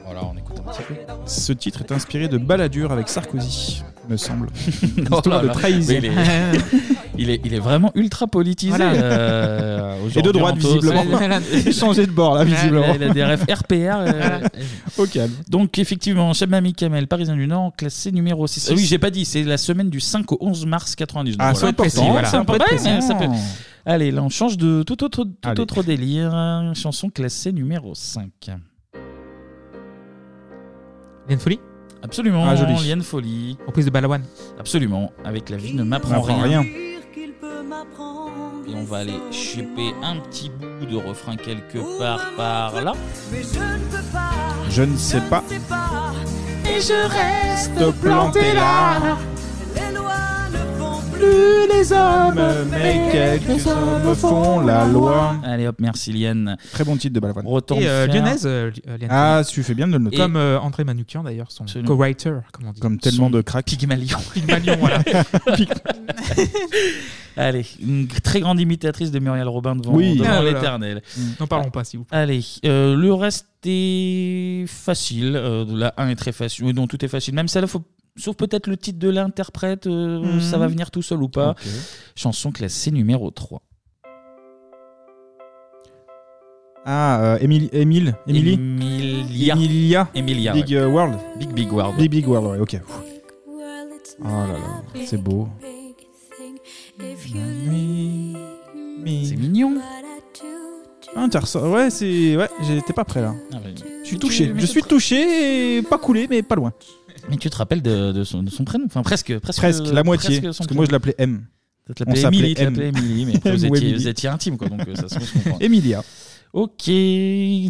[SPEAKER 1] Voilà, on écoute un petit peu.
[SPEAKER 6] Ce titre est inspiré de Balladur avec Sarkozy, me semble. Une
[SPEAKER 1] Oh là
[SPEAKER 6] Histoire de
[SPEAKER 1] là.
[SPEAKER 6] trahison.
[SPEAKER 1] Oui, il, est, il, est, il est vraiment ultra politisé.
[SPEAKER 6] Voilà.
[SPEAKER 1] euh,
[SPEAKER 6] Et de
[SPEAKER 1] aujourd'hui,
[SPEAKER 6] droite,
[SPEAKER 1] Anto,
[SPEAKER 6] visiblement.
[SPEAKER 1] c'est-
[SPEAKER 6] Voilà. Il a changé de bord, là,
[SPEAKER 1] Ouais,
[SPEAKER 6] visiblement.
[SPEAKER 1] Il a des rêves RPR. euh,
[SPEAKER 6] Au calme.
[SPEAKER 1] Donc, effectivement, Chamami Kamel, Parisien du Nord, classé numéro 6. Ah oui, j'ai pas dit, c'est la semaine du 5 au 11 mars 99.
[SPEAKER 6] Ah, c'est important,
[SPEAKER 1] voilà.
[SPEAKER 6] c'est important.
[SPEAKER 1] Ouais, mais ça peut-
[SPEAKER 6] Précis.
[SPEAKER 1] Allez, là, on change de tout autre, tout
[SPEAKER 6] Allez.
[SPEAKER 1] autre délire. Chanson classée numéro 5. Liane Folie Absolument,
[SPEAKER 9] Ah, joli.
[SPEAKER 1] Liane Folie.
[SPEAKER 9] Reprise de Balawan.
[SPEAKER 1] Absolument, avec la vie ne m'apprend
[SPEAKER 9] M'apprend
[SPEAKER 1] rien.
[SPEAKER 9] rien.
[SPEAKER 1] Et on va aller choper un petit bout de refrain quelque part par là.
[SPEAKER 17] Mais je ne peux pas,
[SPEAKER 6] Je ne sais pas.
[SPEAKER 17] pas, et je
[SPEAKER 6] Te
[SPEAKER 17] reste
[SPEAKER 6] planter
[SPEAKER 17] planté
[SPEAKER 6] là.
[SPEAKER 17] là. Les lois ne font plus les hommes, mais quelques hommes font la loi.
[SPEAKER 1] Allez hop, merci Liane.
[SPEAKER 6] Très bon titre de Balavoine.
[SPEAKER 1] Retourne
[SPEAKER 9] Et euh,
[SPEAKER 1] faire-
[SPEAKER 9] lyonnaise, euh, Li- euh, Liane
[SPEAKER 6] Ah,
[SPEAKER 9] Folie.
[SPEAKER 6] tu fais bien de le noter.
[SPEAKER 9] Comme euh, André Manoukian d'ailleurs, son
[SPEAKER 1] Absolument.
[SPEAKER 9] co-writer, comme on dit.
[SPEAKER 6] Comme tellement de cracks.
[SPEAKER 1] Pygmalion.
[SPEAKER 9] Pygmalion, voilà.
[SPEAKER 1] Allez, une très grande imitatrice de Muriel Robin devant,
[SPEAKER 9] Oui.
[SPEAKER 1] devant
[SPEAKER 9] Ah, voilà.
[SPEAKER 1] l'éternel.
[SPEAKER 9] Mm. N'en parlons pas, s'il vous
[SPEAKER 1] plaît. Allez, euh, le reste est facile. Euh, la 1 est très facile. Oui, non, tout est facile. Même celle-là, faut... sauf peut-être le titre de l'interprète, euh,
[SPEAKER 9] Mhm.
[SPEAKER 1] ça va venir tout seul ou pas.
[SPEAKER 9] Ok.
[SPEAKER 1] Chanson classée numéro 3.
[SPEAKER 6] Ah, euh, Émile- Émile Émilie
[SPEAKER 1] Emilia.
[SPEAKER 6] Emilia.
[SPEAKER 1] Emilia,
[SPEAKER 6] Big
[SPEAKER 1] ouais.
[SPEAKER 6] euh, World.
[SPEAKER 1] Big Big World.
[SPEAKER 6] Big Big World, ouais, ok. Oh là là, c'est beau.
[SPEAKER 1] C'est mignon.
[SPEAKER 6] Ah, t'as ressort- Ouais, c'est. Ouais, j'étais pas prêt là.
[SPEAKER 1] Ah,
[SPEAKER 6] Je suis touché. Je suis touché, et pas coulé, mais pas loin.
[SPEAKER 1] Mais tu te rappelles de, de son, de son prénom Enfin, presque. Presque,
[SPEAKER 6] Presque, la moitié.
[SPEAKER 1] presque son
[SPEAKER 6] parce que moi, je
[SPEAKER 1] prénom.
[SPEAKER 6] l'appelais M.
[SPEAKER 1] Toi, Tu l'appelais
[SPEAKER 6] On s'appelait
[SPEAKER 1] Émilie, tu
[SPEAKER 6] M.
[SPEAKER 1] l'appelais Émilie, mais après, vous,
[SPEAKER 6] M ou
[SPEAKER 1] étiez,
[SPEAKER 6] Émilie.
[SPEAKER 1] vous étiez intime, quoi, donc euh, ça se comprend.
[SPEAKER 6] Emilia.
[SPEAKER 1] Ok,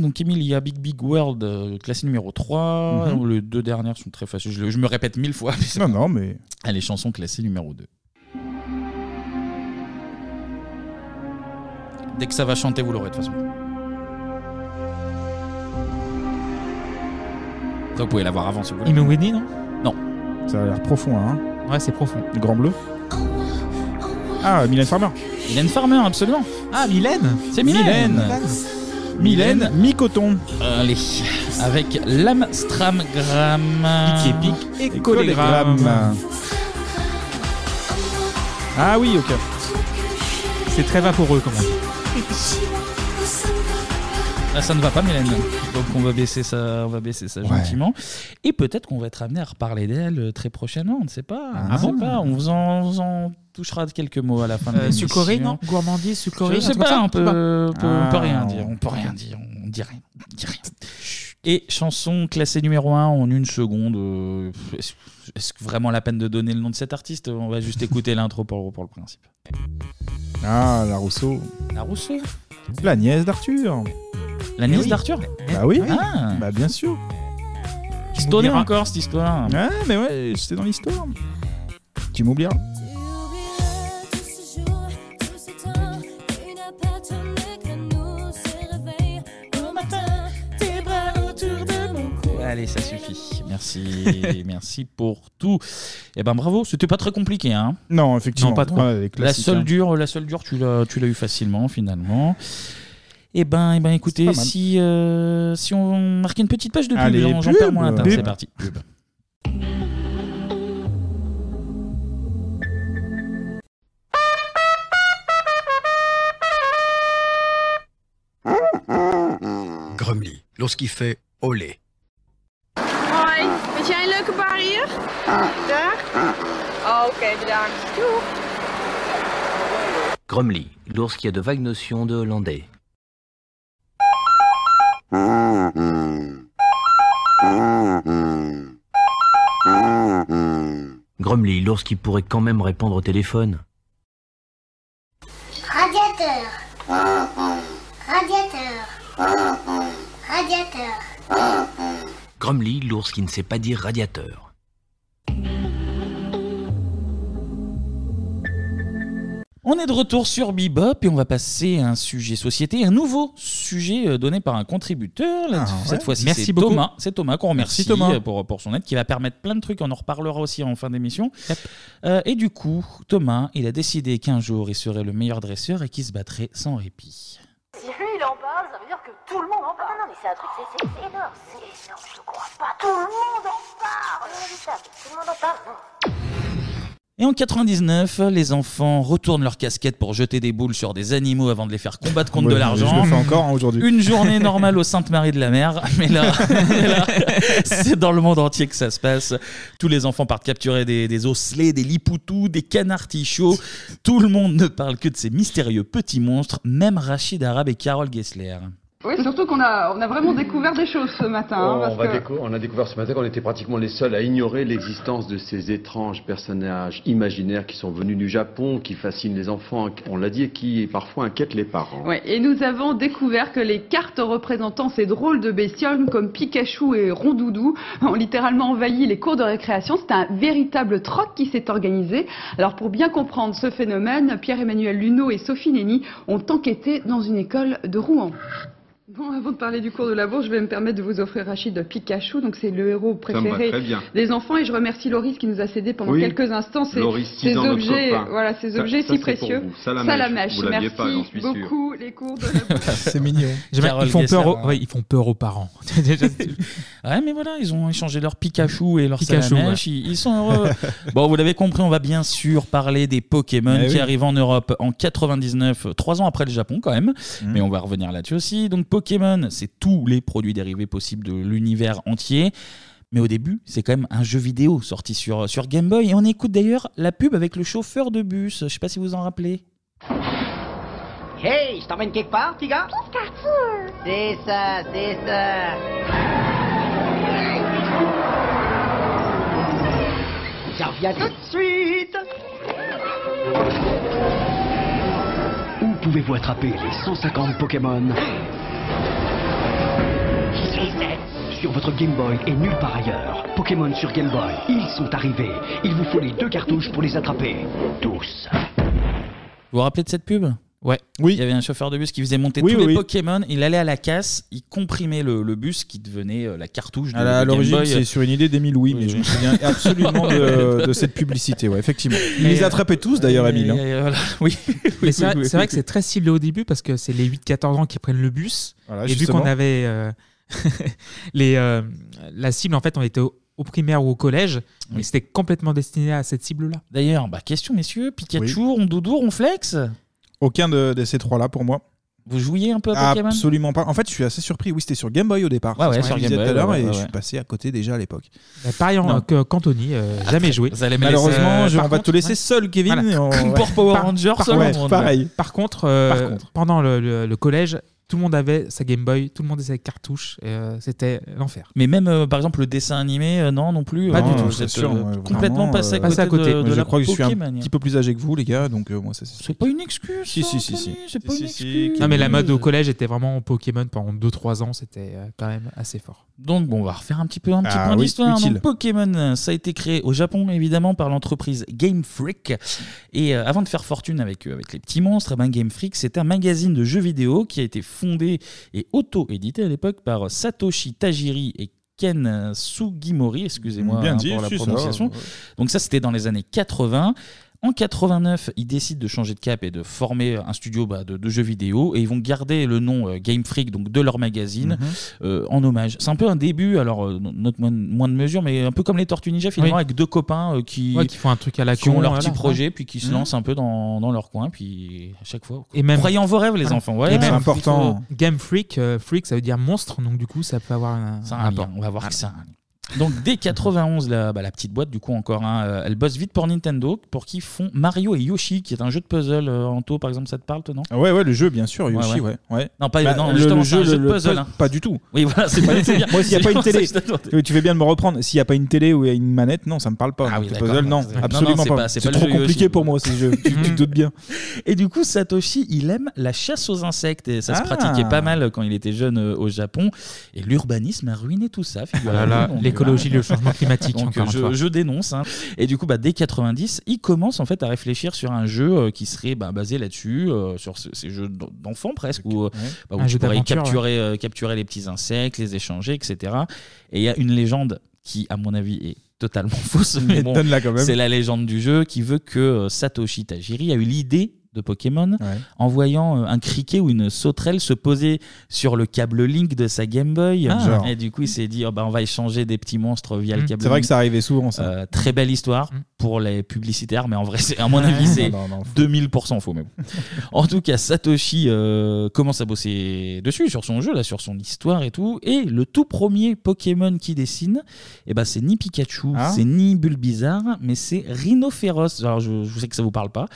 [SPEAKER 1] donc Emilia, Big Big World, euh, classé numéro 3.
[SPEAKER 6] Mhm.
[SPEAKER 1] Les deux dernières sont très faciles, je, le- je me répète mille fois.
[SPEAKER 6] Non, non, mais.
[SPEAKER 1] Allez, chanson classée numéro 2. Dès que ça va chanter, vous l'aurez de toute façon. Ça, vous pouvez l'avoir avant si vous voulez.
[SPEAKER 9] Imo Whitney, non
[SPEAKER 1] Non.
[SPEAKER 6] Ça a l'air profond, là, hein.
[SPEAKER 9] Ouais, c'est profond.
[SPEAKER 6] Le grand bleu. Ah, Mylène Farmer.
[SPEAKER 1] Mylène Farmer, absolument.
[SPEAKER 9] Ah, Mylène
[SPEAKER 1] C'est Mylène.
[SPEAKER 6] Mylène, mi-coton.
[SPEAKER 1] Allez, avec l'Amstramgram. Pique et pique
[SPEAKER 9] et collégramme.
[SPEAKER 6] Ah oui, ok.
[SPEAKER 9] C'est très vaporeux, comme on dit.
[SPEAKER 1] Ah, ça ne va pas, Mélanie. Donc on va baisser ça, on va baisser ça gentiment. Et peut-être qu'on va être amené à reparler d'elle euh, très prochainement. On ne sait pas. On ne sait pas. On vous en, on vous en touchera quelques mots à la fin de
[SPEAKER 9] Euh,
[SPEAKER 1] l'émission.
[SPEAKER 9] succoré, non Gourmandise, succoré
[SPEAKER 1] Je
[SPEAKER 9] un
[SPEAKER 1] sais
[SPEAKER 9] truc comme
[SPEAKER 1] pas.
[SPEAKER 9] ça
[SPEAKER 1] On peut,
[SPEAKER 9] Je
[SPEAKER 1] on
[SPEAKER 9] sais pas.
[SPEAKER 1] peut- on peut
[SPEAKER 9] Ah,
[SPEAKER 1] rien
[SPEAKER 9] on-
[SPEAKER 1] dire. On peut rien dire. On dit rien. On dit rien. Et chanson classée numéro 1 en une seconde. euh, Est-ce est-ce vraiment la peine de donner le nom de cet artiste On va juste écouter l'intro pour, pour le principe.
[SPEAKER 6] Ah, la Rousseau.
[SPEAKER 1] La Rousseau
[SPEAKER 6] La nièce d'Arthur.
[SPEAKER 1] La nièce d'Arthur
[SPEAKER 6] Bah oui.
[SPEAKER 1] Ah.
[SPEAKER 6] Bah bien sûr.
[SPEAKER 1] Qui se donnait encore cette histoire
[SPEAKER 6] Ouais, mais ouais, c'était dans l'histoire. Tu m'oublieras.
[SPEAKER 1] Allez, ça suffit. Merci, merci pour tout. Eh ben bravo, c'était pas très compliqué, hein
[SPEAKER 6] Non, effectivement.
[SPEAKER 1] Non, pas trop.
[SPEAKER 6] Ouais, les
[SPEAKER 1] la
[SPEAKER 6] classiques,
[SPEAKER 1] seule
[SPEAKER 6] hein.
[SPEAKER 1] dure, la seule dure, tu l'as, tu l'as eu facilement finalement. Eh ben, eh ben, écoutez,
[SPEAKER 6] pas mal.
[SPEAKER 1] si euh, si on marque une petite page de pub,
[SPEAKER 6] Allez,
[SPEAKER 1] j'en, j'en
[SPEAKER 6] pub,
[SPEAKER 1] perds moins la table.
[SPEAKER 6] pub.
[SPEAKER 1] C'est parti.
[SPEAKER 11] Grumly, lorsqu'il fait olé.
[SPEAKER 18] Hoi, vind jij een leuke bar hier? Daar?
[SPEAKER 26] Ah.
[SPEAKER 18] Oh, oké, bedankt. Doeg.
[SPEAKER 27] Grumly, lorsqu'il y a de vagues notions de hollandais. Grumly, lorsqu'il pourrait quand même répondre au téléphone.
[SPEAKER 14] Radiateur. Radiateur. Radiateur.
[SPEAKER 27] Grumly, lorsqu'il ne sait pas dire radiateur.
[SPEAKER 1] On est de retour sur Bebop et on va passer à un sujet société, un nouveau sujet euh, donné par un contributeur.
[SPEAKER 6] Ah
[SPEAKER 1] Là, Cette
[SPEAKER 9] ouais.
[SPEAKER 1] fois-ci,
[SPEAKER 9] Merci
[SPEAKER 1] c'est
[SPEAKER 9] beaucoup.
[SPEAKER 1] Thomas. C'est Thomas qu'on remercie
[SPEAKER 9] Merci, Thomas.
[SPEAKER 1] euh, Pour, pour son aide, qui va permettre plein de trucs. On en reparlera aussi en fin d'émission. Euh, et du coup, Thomas, il a décidé qu'un jour, il serait le meilleur dresseur et qu'il se battrait sans répit.
[SPEAKER 28] Si lui il en parle, ça veut dire que tout le monde en parle. Non, non, mais c'est un truc, c'est c'est énorme, c'est énorme, je crois pas. Tout le monde en parle. C'est indubitable, Tout le monde en parle. non.
[SPEAKER 1] Et en 99, les enfants retournent leurs casquettes pour jeter des boules sur des animaux avant de les faire combattre contre
[SPEAKER 6] Ouais,
[SPEAKER 1] de l'argent.
[SPEAKER 6] je le fais encore, hein, aujourd'hui.
[SPEAKER 1] Une journée normale au Sainte-Marie de la Mer, mais là, mais là, c'est dans le monde entier que ça se passe. Tous les enfants partent capturer des, des osselets, des lipoutous, des canards tichots. Tout le monde ne parle que de ces mystérieux petits monstres, même Rachid Arabe et Carole Gessler.
[SPEAKER 26] Oui, surtout qu'on a, on a vraiment découvert des choses ce matin.
[SPEAKER 29] Oh,
[SPEAKER 26] hein,
[SPEAKER 29] on,
[SPEAKER 26] parce
[SPEAKER 29] va
[SPEAKER 26] que-
[SPEAKER 29] décou- on a découvert ce matin qu'on était pratiquement les seuls à ignorer l'existence de ces étranges personnages imaginaires qui sont venus du Japon, qui fascinent les enfants, on l'a dit, et qui parfois inquiètent les parents.
[SPEAKER 26] Ouais, et nous avons découvert que les cartes représentant ces drôles de bestioles comme Pikachu et Rondoudou ont littéralement envahi les cours de récréation. C'est un véritable troc qui s'est organisé. Alors pour bien comprendre ce phénomène, Pierre-Emmanuel Luneau et Sophie Néni ont enquêté dans une école de Rouen. Bon, avant de parler du cours de la bourse, je vais me permettre de vous offrir Rachid Pikachu, donc c'est le héros
[SPEAKER 29] Ça me va
[SPEAKER 26] préféré
[SPEAKER 29] très bien.
[SPEAKER 26] des enfants, et je remercie Loris qui nous a cédé pendant
[SPEAKER 29] Oui.
[SPEAKER 26] quelques instants ces,
[SPEAKER 29] Loris,
[SPEAKER 26] ces
[SPEAKER 29] Titan, notre
[SPEAKER 26] objets,
[SPEAKER 29] copain.
[SPEAKER 26] voilà, ces
[SPEAKER 29] Ça-
[SPEAKER 26] objets
[SPEAKER 29] ça,
[SPEAKER 26] si
[SPEAKER 29] c'est pour
[SPEAKER 26] précieux.
[SPEAKER 29] vous. Ça, la mèche. Vous l'aviez
[SPEAKER 26] merci
[SPEAKER 29] pas, j'en suis sûr.
[SPEAKER 26] beaucoup. Les cours de
[SPEAKER 9] C'est mignon.
[SPEAKER 1] Carole
[SPEAKER 9] Ils font, peur
[SPEAKER 1] Gessler,
[SPEAKER 9] aux... ouais, ils font peur aux parents. Déjà, c'est-
[SPEAKER 1] Ouais, mais voilà, ils ont échangé leur Pikachu et leur
[SPEAKER 9] Pikachu,
[SPEAKER 1] Salamèche.
[SPEAKER 9] ouais.
[SPEAKER 1] Ils, ils sont heureux. Euh, bon, vous l'avez compris, on va bien sûr parler des Pokémon
[SPEAKER 9] Eh
[SPEAKER 1] qui
[SPEAKER 9] oui.
[SPEAKER 1] arrivent en Europe en 99, euh, trois ans après le Japon quand même.
[SPEAKER 6] Mmh.
[SPEAKER 9] Mhm.
[SPEAKER 1] Mais on va revenir là-dessus aussi. Donc Pokémon, c'est tous les produits dérivés possibles de l'univers entier. Mais au début, c'est quand même un jeu vidéo sorti sur, sur Game Boy. Et on écoute d'ailleurs la pub avec le chauffeur de bus. Je sais pas si vous en rappelez.
[SPEAKER 30] Hey, je t'emmène quelque part, petit gars C'est ça, c'est ça. Je reviens tout de suite.
[SPEAKER 31] Où pouvez-vous attraper les 150 Pokémon Sur votre Game Boy et nulle part ailleurs. Pokémon sur Game Boy, ils sont arrivés. Il vous faut les deux cartouches pour les attraper. Tous.
[SPEAKER 1] Vous vous rappelez de cette pub Ouais.
[SPEAKER 6] Oui.
[SPEAKER 1] Il y avait un chauffeur de bus qui faisait monter
[SPEAKER 6] Oui,
[SPEAKER 1] tous
[SPEAKER 6] oui,
[SPEAKER 1] les
[SPEAKER 6] oui.
[SPEAKER 1] Pokémon. Il allait à la casse, il comprimait le, le bus qui devenait euh, la cartouche de,
[SPEAKER 6] À la-
[SPEAKER 1] de
[SPEAKER 6] à
[SPEAKER 1] Game
[SPEAKER 6] l'origine,
[SPEAKER 1] Boy.
[SPEAKER 6] c'est sur une idée d'Emile Louis, mais je me souviens absolument de, de cette publicité, ouais, effectivement. Il les attrapait
[SPEAKER 9] euh,
[SPEAKER 6] tous d'ailleurs, Emile. hein.
[SPEAKER 1] Oui.
[SPEAKER 9] Mais c'est
[SPEAKER 6] oui,
[SPEAKER 9] vrai,
[SPEAKER 6] oui,
[SPEAKER 9] c'est vrai
[SPEAKER 6] oui.
[SPEAKER 9] que c'est très ciblé au début parce que c'est les 8-14 ans qui prennent le bus.
[SPEAKER 6] Voilà,
[SPEAKER 9] et
[SPEAKER 6] justement.
[SPEAKER 9] vu qu'on avait euh, les, euh, la cible, en fait, on était au, au primaire ou au collège, mais c'était complètement destiné à cette cible-là.
[SPEAKER 1] D'ailleurs, bah, question messieurs, Pikachu, Rondoudour, Ronflex
[SPEAKER 6] Aucun de, de ces trois-là pour moi.
[SPEAKER 1] Vous jouiez un peu à Pokémon
[SPEAKER 6] Absolument pas. En fait, je suis assez surpris. Oui, c'était sur Game Boy au départ.
[SPEAKER 1] Ouais,
[SPEAKER 6] C'est ce
[SPEAKER 1] ouais,
[SPEAKER 6] que
[SPEAKER 1] sur
[SPEAKER 6] je
[SPEAKER 1] Game
[SPEAKER 6] disais
[SPEAKER 1] Boy,
[SPEAKER 6] tout à l'heure
[SPEAKER 1] ouais,
[SPEAKER 6] et
[SPEAKER 1] ouais,
[SPEAKER 6] je
[SPEAKER 1] ouais.
[SPEAKER 6] suis passé à côté déjà à l'époque.
[SPEAKER 9] pareil en-
[SPEAKER 6] Non.
[SPEAKER 9] que- qu'Anthony, euh, jamais joué.
[SPEAKER 1] Vous allez me euh,
[SPEAKER 6] Malheureusement, je- on va te laisser seul, Kevin. et on- ouais. Par- par- ouais, pareil.
[SPEAKER 9] Par contre, euh,
[SPEAKER 6] Par contre.
[SPEAKER 9] pendant le, le- le collège, tout le monde avait sa Game Boy, tout le monde avait sa cartouche. et, euh, C'était l'enfer.
[SPEAKER 1] Mais même, euh, par exemple, le dessin animé, euh, non, non plus.
[SPEAKER 9] Pas
[SPEAKER 1] euh,
[SPEAKER 9] du tout,
[SPEAKER 1] vous
[SPEAKER 9] c'est
[SPEAKER 1] êtes,
[SPEAKER 9] sûr,
[SPEAKER 1] euh,
[SPEAKER 9] ouais,
[SPEAKER 1] complètement
[SPEAKER 9] vraiment,
[SPEAKER 1] passé à
[SPEAKER 9] euh,
[SPEAKER 1] côté,
[SPEAKER 9] passé à côté.
[SPEAKER 1] de,
[SPEAKER 9] Moi,
[SPEAKER 1] de
[SPEAKER 6] je
[SPEAKER 1] la
[SPEAKER 6] crois que je suis un
[SPEAKER 1] Pokémania.
[SPEAKER 6] petit peu plus âgé que vous, les gars, donc euh, moi, ça c'est.
[SPEAKER 1] C'est pas une excuse.
[SPEAKER 6] Si, si, si, si.
[SPEAKER 1] C'est pas une excuse.
[SPEAKER 9] Non, mais la mode au collège était vraiment en Pokémon pendant 2-3 ans, c'était euh, quand même assez fort.
[SPEAKER 1] Donc bon, on va refaire un petit peu un
[SPEAKER 6] Ah
[SPEAKER 1] petit point d'histoire. hein. Donc, Pokémon, euh, ça a été créé au Japon évidemment par l'entreprise Game Freak. Et euh, avant de faire fortune avec eux, avec les petits monstres, eh ben, Game Freak, c'est un magazine de jeux vidéo qui a été fondé et auto-édité à l'époque par euh, Satoshi Tajiri et Ken euh, Sugimori, excusez-moi
[SPEAKER 6] Bien
[SPEAKER 1] hein,
[SPEAKER 6] dit,
[SPEAKER 1] pour la
[SPEAKER 6] si, ça
[SPEAKER 1] prononciation.
[SPEAKER 6] va, ouais.
[SPEAKER 1] Donc ça, c'était dans les années 80. En 89, ils décident de changer de cap et de former un studio bah, de, de jeux vidéo et ils vont garder le nom euh, Game Freak donc de leur magazine
[SPEAKER 6] Mhm.
[SPEAKER 1] euh, en hommage. C'est un peu un début, alors euh, notre moins, moins de mesure, mais un peu comme les Tortues Ninja finalement
[SPEAKER 9] Oui.
[SPEAKER 1] avec deux copains euh, qui,
[SPEAKER 9] Ouais, qui font un truc à la
[SPEAKER 1] qui ont
[SPEAKER 9] con,
[SPEAKER 1] leur
[SPEAKER 9] voilà,
[SPEAKER 1] petit
[SPEAKER 9] ouais.
[SPEAKER 1] projet puis qui se
[SPEAKER 9] Mhm.
[SPEAKER 1] lancent un peu dans, dans leur coin puis à chaque fois.
[SPEAKER 9] Et même-
[SPEAKER 1] Croyez en vos rêves les
[SPEAKER 9] Voilà.
[SPEAKER 1] enfants. Ouais,
[SPEAKER 9] Et même-
[SPEAKER 1] plutôt-
[SPEAKER 9] Game Freak, euh, Freak, ça veut dire monstre, donc du coup, ça peut avoir un,
[SPEAKER 1] Ça a
[SPEAKER 9] un
[SPEAKER 1] un
[SPEAKER 9] rapport.
[SPEAKER 1] lien, on va voir que ça a un lien. Donc dès 91, la, bah, la petite boîte, du coup encore, hein, euh, elle bosse vite pour Nintendo, pour qui font Mario et Yoshi, qui est un jeu de puzzle. euh, Anto, par exemple, ça te parle, toi, non
[SPEAKER 6] Ah Ouais, ouais, le jeu, bien sûr, Yoshi, ouais. ouais.
[SPEAKER 1] Non, pas
[SPEAKER 6] Bah,
[SPEAKER 1] non, justement, c'est un jeu de
[SPEAKER 6] le
[SPEAKER 1] puzzle.
[SPEAKER 6] pu-
[SPEAKER 1] hein.
[SPEAKER 6] Pas du tout.
[SPEAKER 1] Oui, voilà, c'est pas du tout bien.
[SPEAKER 6] Moi, s'il n'y a
[SPEAKER 1] C'est
[SPEAKER 6] pas une
[SPEAKER 1] pour ça que
[SPEAKER 6] télé,
[SPEAKER 1] je t'adore.
[SPEAKER 6] tu fais bien de me reprendre. S'il n'y a pas une télé ou il y a une manette, non, ça me parle pas. Donc, le
[SPEAKER 1] Ah d'accord,
[SPEAKER 6] puzzle, non,
[SPEAKER 1] c'est- non, non,
[SPEAKER 6] absolument
[SPEAKER 1] c'est pas-
[SPEAKER 6] pas.
[SPEAKER 1] c'est
[SPEAKER 6] C'est
[SPEAKER 1] pas le
[SPEAKER 6] trop
[SPEAKER 1] jeu Yoshi.
[SPEAKER 6] compliqué pour moi, ce jeu. Tu tu te doutes bien.
[SPEAKER 1] Et du coup, Satoshi, il aime la chasse aux insectes. Et ça se
[SPEAKER 6] Ah.
[SPEAKER 1] pratiquait pas mal quand il était jeune euh, au Japon. Et l'urbanisme a ruiné tout ça. figurez-vous.
[SPEAKER 9] Ah là là,
[SPEAKER 1] Donc,
[SPEAKER 9] l'écologie,
[SPEAKER 1] euh,
[SPEAKER 9] le changement climatique,
[SPEAKER 1] Donc,
[SPEAKER 9] encore une
[SPEAKER 1] je,
[SPEAKER 9] fois.
[SPEAKER 1] je dénonce. hein. Et du coup, bah, dès 90, il commence en fait à réfléchir sur un jeu euh, qui serait bah, basé là-dessus, euh, sur ce- ces jeux d'en- d'enfants presque, où, euh, bah, où
[SPEAKER 9] Un
[SPEAKER 1] tu
[SPEAKER 9] jeu
[SPEAKER 1] pourrais
[SPEAKER 9] d'aventure,
[SPEAKER 1] capturer, euh, capturer les petits insectes, les échanger, etc. Et il y a une légende qui, à mon avis, est totalement fausse. Mais
[SPEAKER 6] Mais
[SPEAKER 1] bon,
[SPEAKER 6] donne-la quand même.
[SPEAKER 1] c'est la légende du jeu qui veut que euh, Satoshi Tajiri a eu l'idée de Pokémon en voyant euh, un criquet ou une sauterelle se poser sur le câble Link de sa Game Boy.
[SPEAKER 6] Ah. Genre.
[SPEAKER 1] Et du coup, il s'est dit, oh, bah, on va échanger des petits monstres via
[SPEAKER 6] Mm.
[SPEAKER 1] le câble
[SPEAKER 6] C'est vrai
[SPEAKER 1] Link.
[SPEAKER 6] que ça arrivait souvent, ça. Hmm.
[SPEAKER 1] Euh, très belle histoire pour les publicitaires, mais en vrai, c'est- à mon avis, c'est
[SPEAKER 6] Non, non, non, faut-
[SPEAKER 1] 2000% faux. Mais bon. en tout cas, Satoshi euh, commence à bosser dessus, sur son jeu, là, sur son histoire et tout. Et le tout premier Pokémon qui dessine, eh ben, c'est ni Pikachu,
[SPEAKER 6] Ah.
[SPEAKER 1] c'est ni Bulbizarre, mais c'est Rhinophéros. Alors, je, je sais que ça vous parle pas,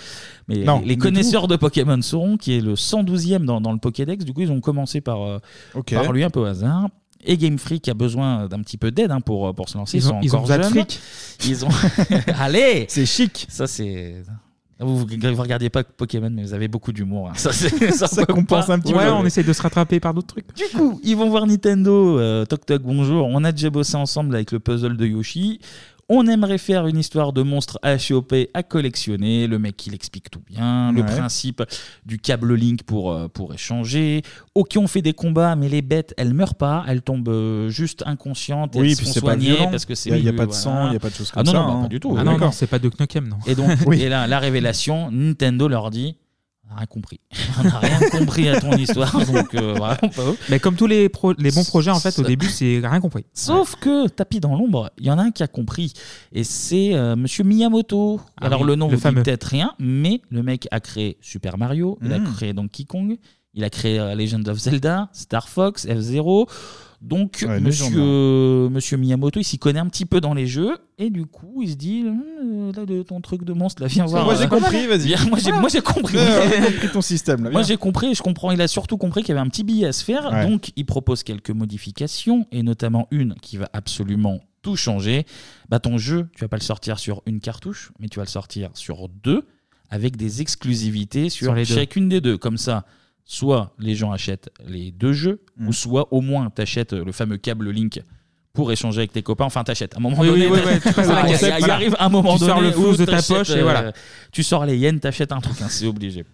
[SPEAKER 1] mais
[SPEAKER 6] Non,
[SPEAKER 1] les, les
[SPEAKER 6] du
[SPEAKER 1] connaisseurs de Pokémon sauront, qui est le 112e dans, dans le Pokédex. Du coup, ils ont commencé par, euh,
[SPEAKER 6] Ok.
[SPEAKER 1] par lui un peu au hasard. Et Game Freak a besoin d'un petit peu d'aide hein, pour, pour se lancer.
[SPEAKER 9] Ils ont- ils ont
[SPEAKER 1] encore
[SPEAKER 9] besoin de
[SPEAKER 1] jeunes.
[SPEAKER 9] fric.
[SPEAKER 1] Ils ont. Allez
[SPEAKER 6] C'est chic
[SPEAKER 1] Ça, c'est. Vous ne regardiez pas Pokémon, mais vous avez beaucoup d'humour. hein. Ça, c'est- ça,
[SPEAKER 9] Ça
[SPEAKER 1] peut
[SPEAKER 9] compense
[SPEAKER 1] pas.
[SPEAKER 9] un petit peu. Ouais, on essaie de se rattraper par d'autres trucs.
[SPEAKER 1] Du coup, ils vont voir Nintendo. euh, toc toc, bonjour. On a déjà bossé ensemble avec le puzzle de Yoshi. On aimerait faire une histoire de monstre à choper, à collectionner. Le mec, il explique tout bien. Le
[SPEAKER 6] Ouais.
[SPEAKER 1] principe du câble Link pour, euh, pour échanger. Ok, on fait des combats, mais les bêtes, elles meurent pas. Elles tombent euh, juste inconscientes.
[SPEAKER 6] Oui,
[SPEAKER 1] elles
[SPEAKER 6] puis
[SPEAKER 1] sont
[SPEAKER 6] c'est pas
[SPEAKER 1] soignées
[SPEAKER 6] violent.
[SPEAKER 1] parce que c'est.
[SPEAKER 6] Y a- y a
[SPEAKER 1] oui,
[SPEAKER 6] pas de sang, y a pas de choses
[SPEAKER 1] Ah
[SPEAKER 6] comme
[SPEAKER 1] non,
[SPEAKER 6] ça,
[SPEAKER 1] non, bah,
[SPEAKER 6] hein.
[SPEAKER 1] pas du tout.
[SPEAKER 6] Ah non,
[SPEAKER 1] D'accord.
[SPEAKER 6] non,
[SPEAKER 9] c'est pas de Knock'em, non.
[SPEAKER 1] Et donc,
[SPEAKER 9] Oui.
[SPEAKER 1] et là, la révélation, Nintendo leur dit. On n'a rien compris. On n'a rien compris à ton histoire. Donc, euh, vraiment pas ouf.
[SPEAKER 9] Mais comme tous les, pro- les bons projets, en fait, au début, c'est rien compris.
[SPEAKER 1] Sauf que tapis dans l'ombre, il y en a un qui a compris et c'est euh, Monsieur Miyamoto.
[SPEAKER 9] Ah
[SPEAKER 1] Alors
[SPEAKER 9] oui,
[SPEAKER 1] le nom
[SPEAKER 9] le
[SPEAKER 1] vous dit
[SPEAKER 9] fameux.
[SPEAKER 1] peut-être rien, mais le mec a créé Super Mario, il a
[SPEAKER 9] Mm.
[SPEAKER 1] créé Donkey Kong, il a créé euh, Legend of Zelda, Star Fox, F 0 Donc
[SPEAKER 6] Ouais,
[SPEAKER 1] Monsieur Monsieur Miyamoto, il s'y connaît un petit peu dans les jeux et du coup il se dit Hum, euh, là de ton truc de monstre, là viens voir.
[SPEAKER 6] Moi, j'ai
[SPEAKER 1] euh,
[SPEAKER 6] compris, vas-y.
[SPEAKER 1] viens, Moi j'ai moi, j'ai compris.
[SPEAKER 6] Euh, J'ai compris ton système, là.
[SPEAKER 1] Moi
[SPEAKER 6] viens.
[SPEAKER 1] j'ai compris, et je comprends. Il a surtout compris qu'il y avait un petit billet à se faire,
[SPEAKER 6] Ouais.
[SPEAKER 1] donc il propose quelques modifications et notamment une qui va absolument tout changer. Bah ton jeu, tu vas pas le sortir sur une cartouche, mais tu vas le sortir sur deux avec des exclusivités sur,
[SPEAKER 9] Sur les deux.
[SPEAKER 1] chacune des deux. Comme ça, soit les gens achètent les deux jeux,
[SPEAKER 6] Mm.
[SPEAKER 1] ou soit au moins tu achètes le fameux câble Link pour échanger avec tes copains. Enfin, t'achètes. À un moment
[SPEAKER 9] Oui,
[SPEAKER 1] donné,
[SPEAKER 9] oui, oui, ouais, tu passes à la
[SPEAKER 1] il y a-
[SPEAKER 9] cassette,
[SPEAKER 1] il
[SPEAKER 9] voilà.
[SPEAKER 1] arrive un moment
[SPEAKER 9] Tu
[SPEAKER 1] donné
[SPEAKER 9] sors le
[SPEAKER 1] où
[SPEAKER 9] flouze de ta
[SPEAKER 1] t'achètes, euh,
[SPEAKER 9] poche et voilà.
[SPEAKER 1] tu sors les yens, t'achètes un truc, hein, c'est obligé.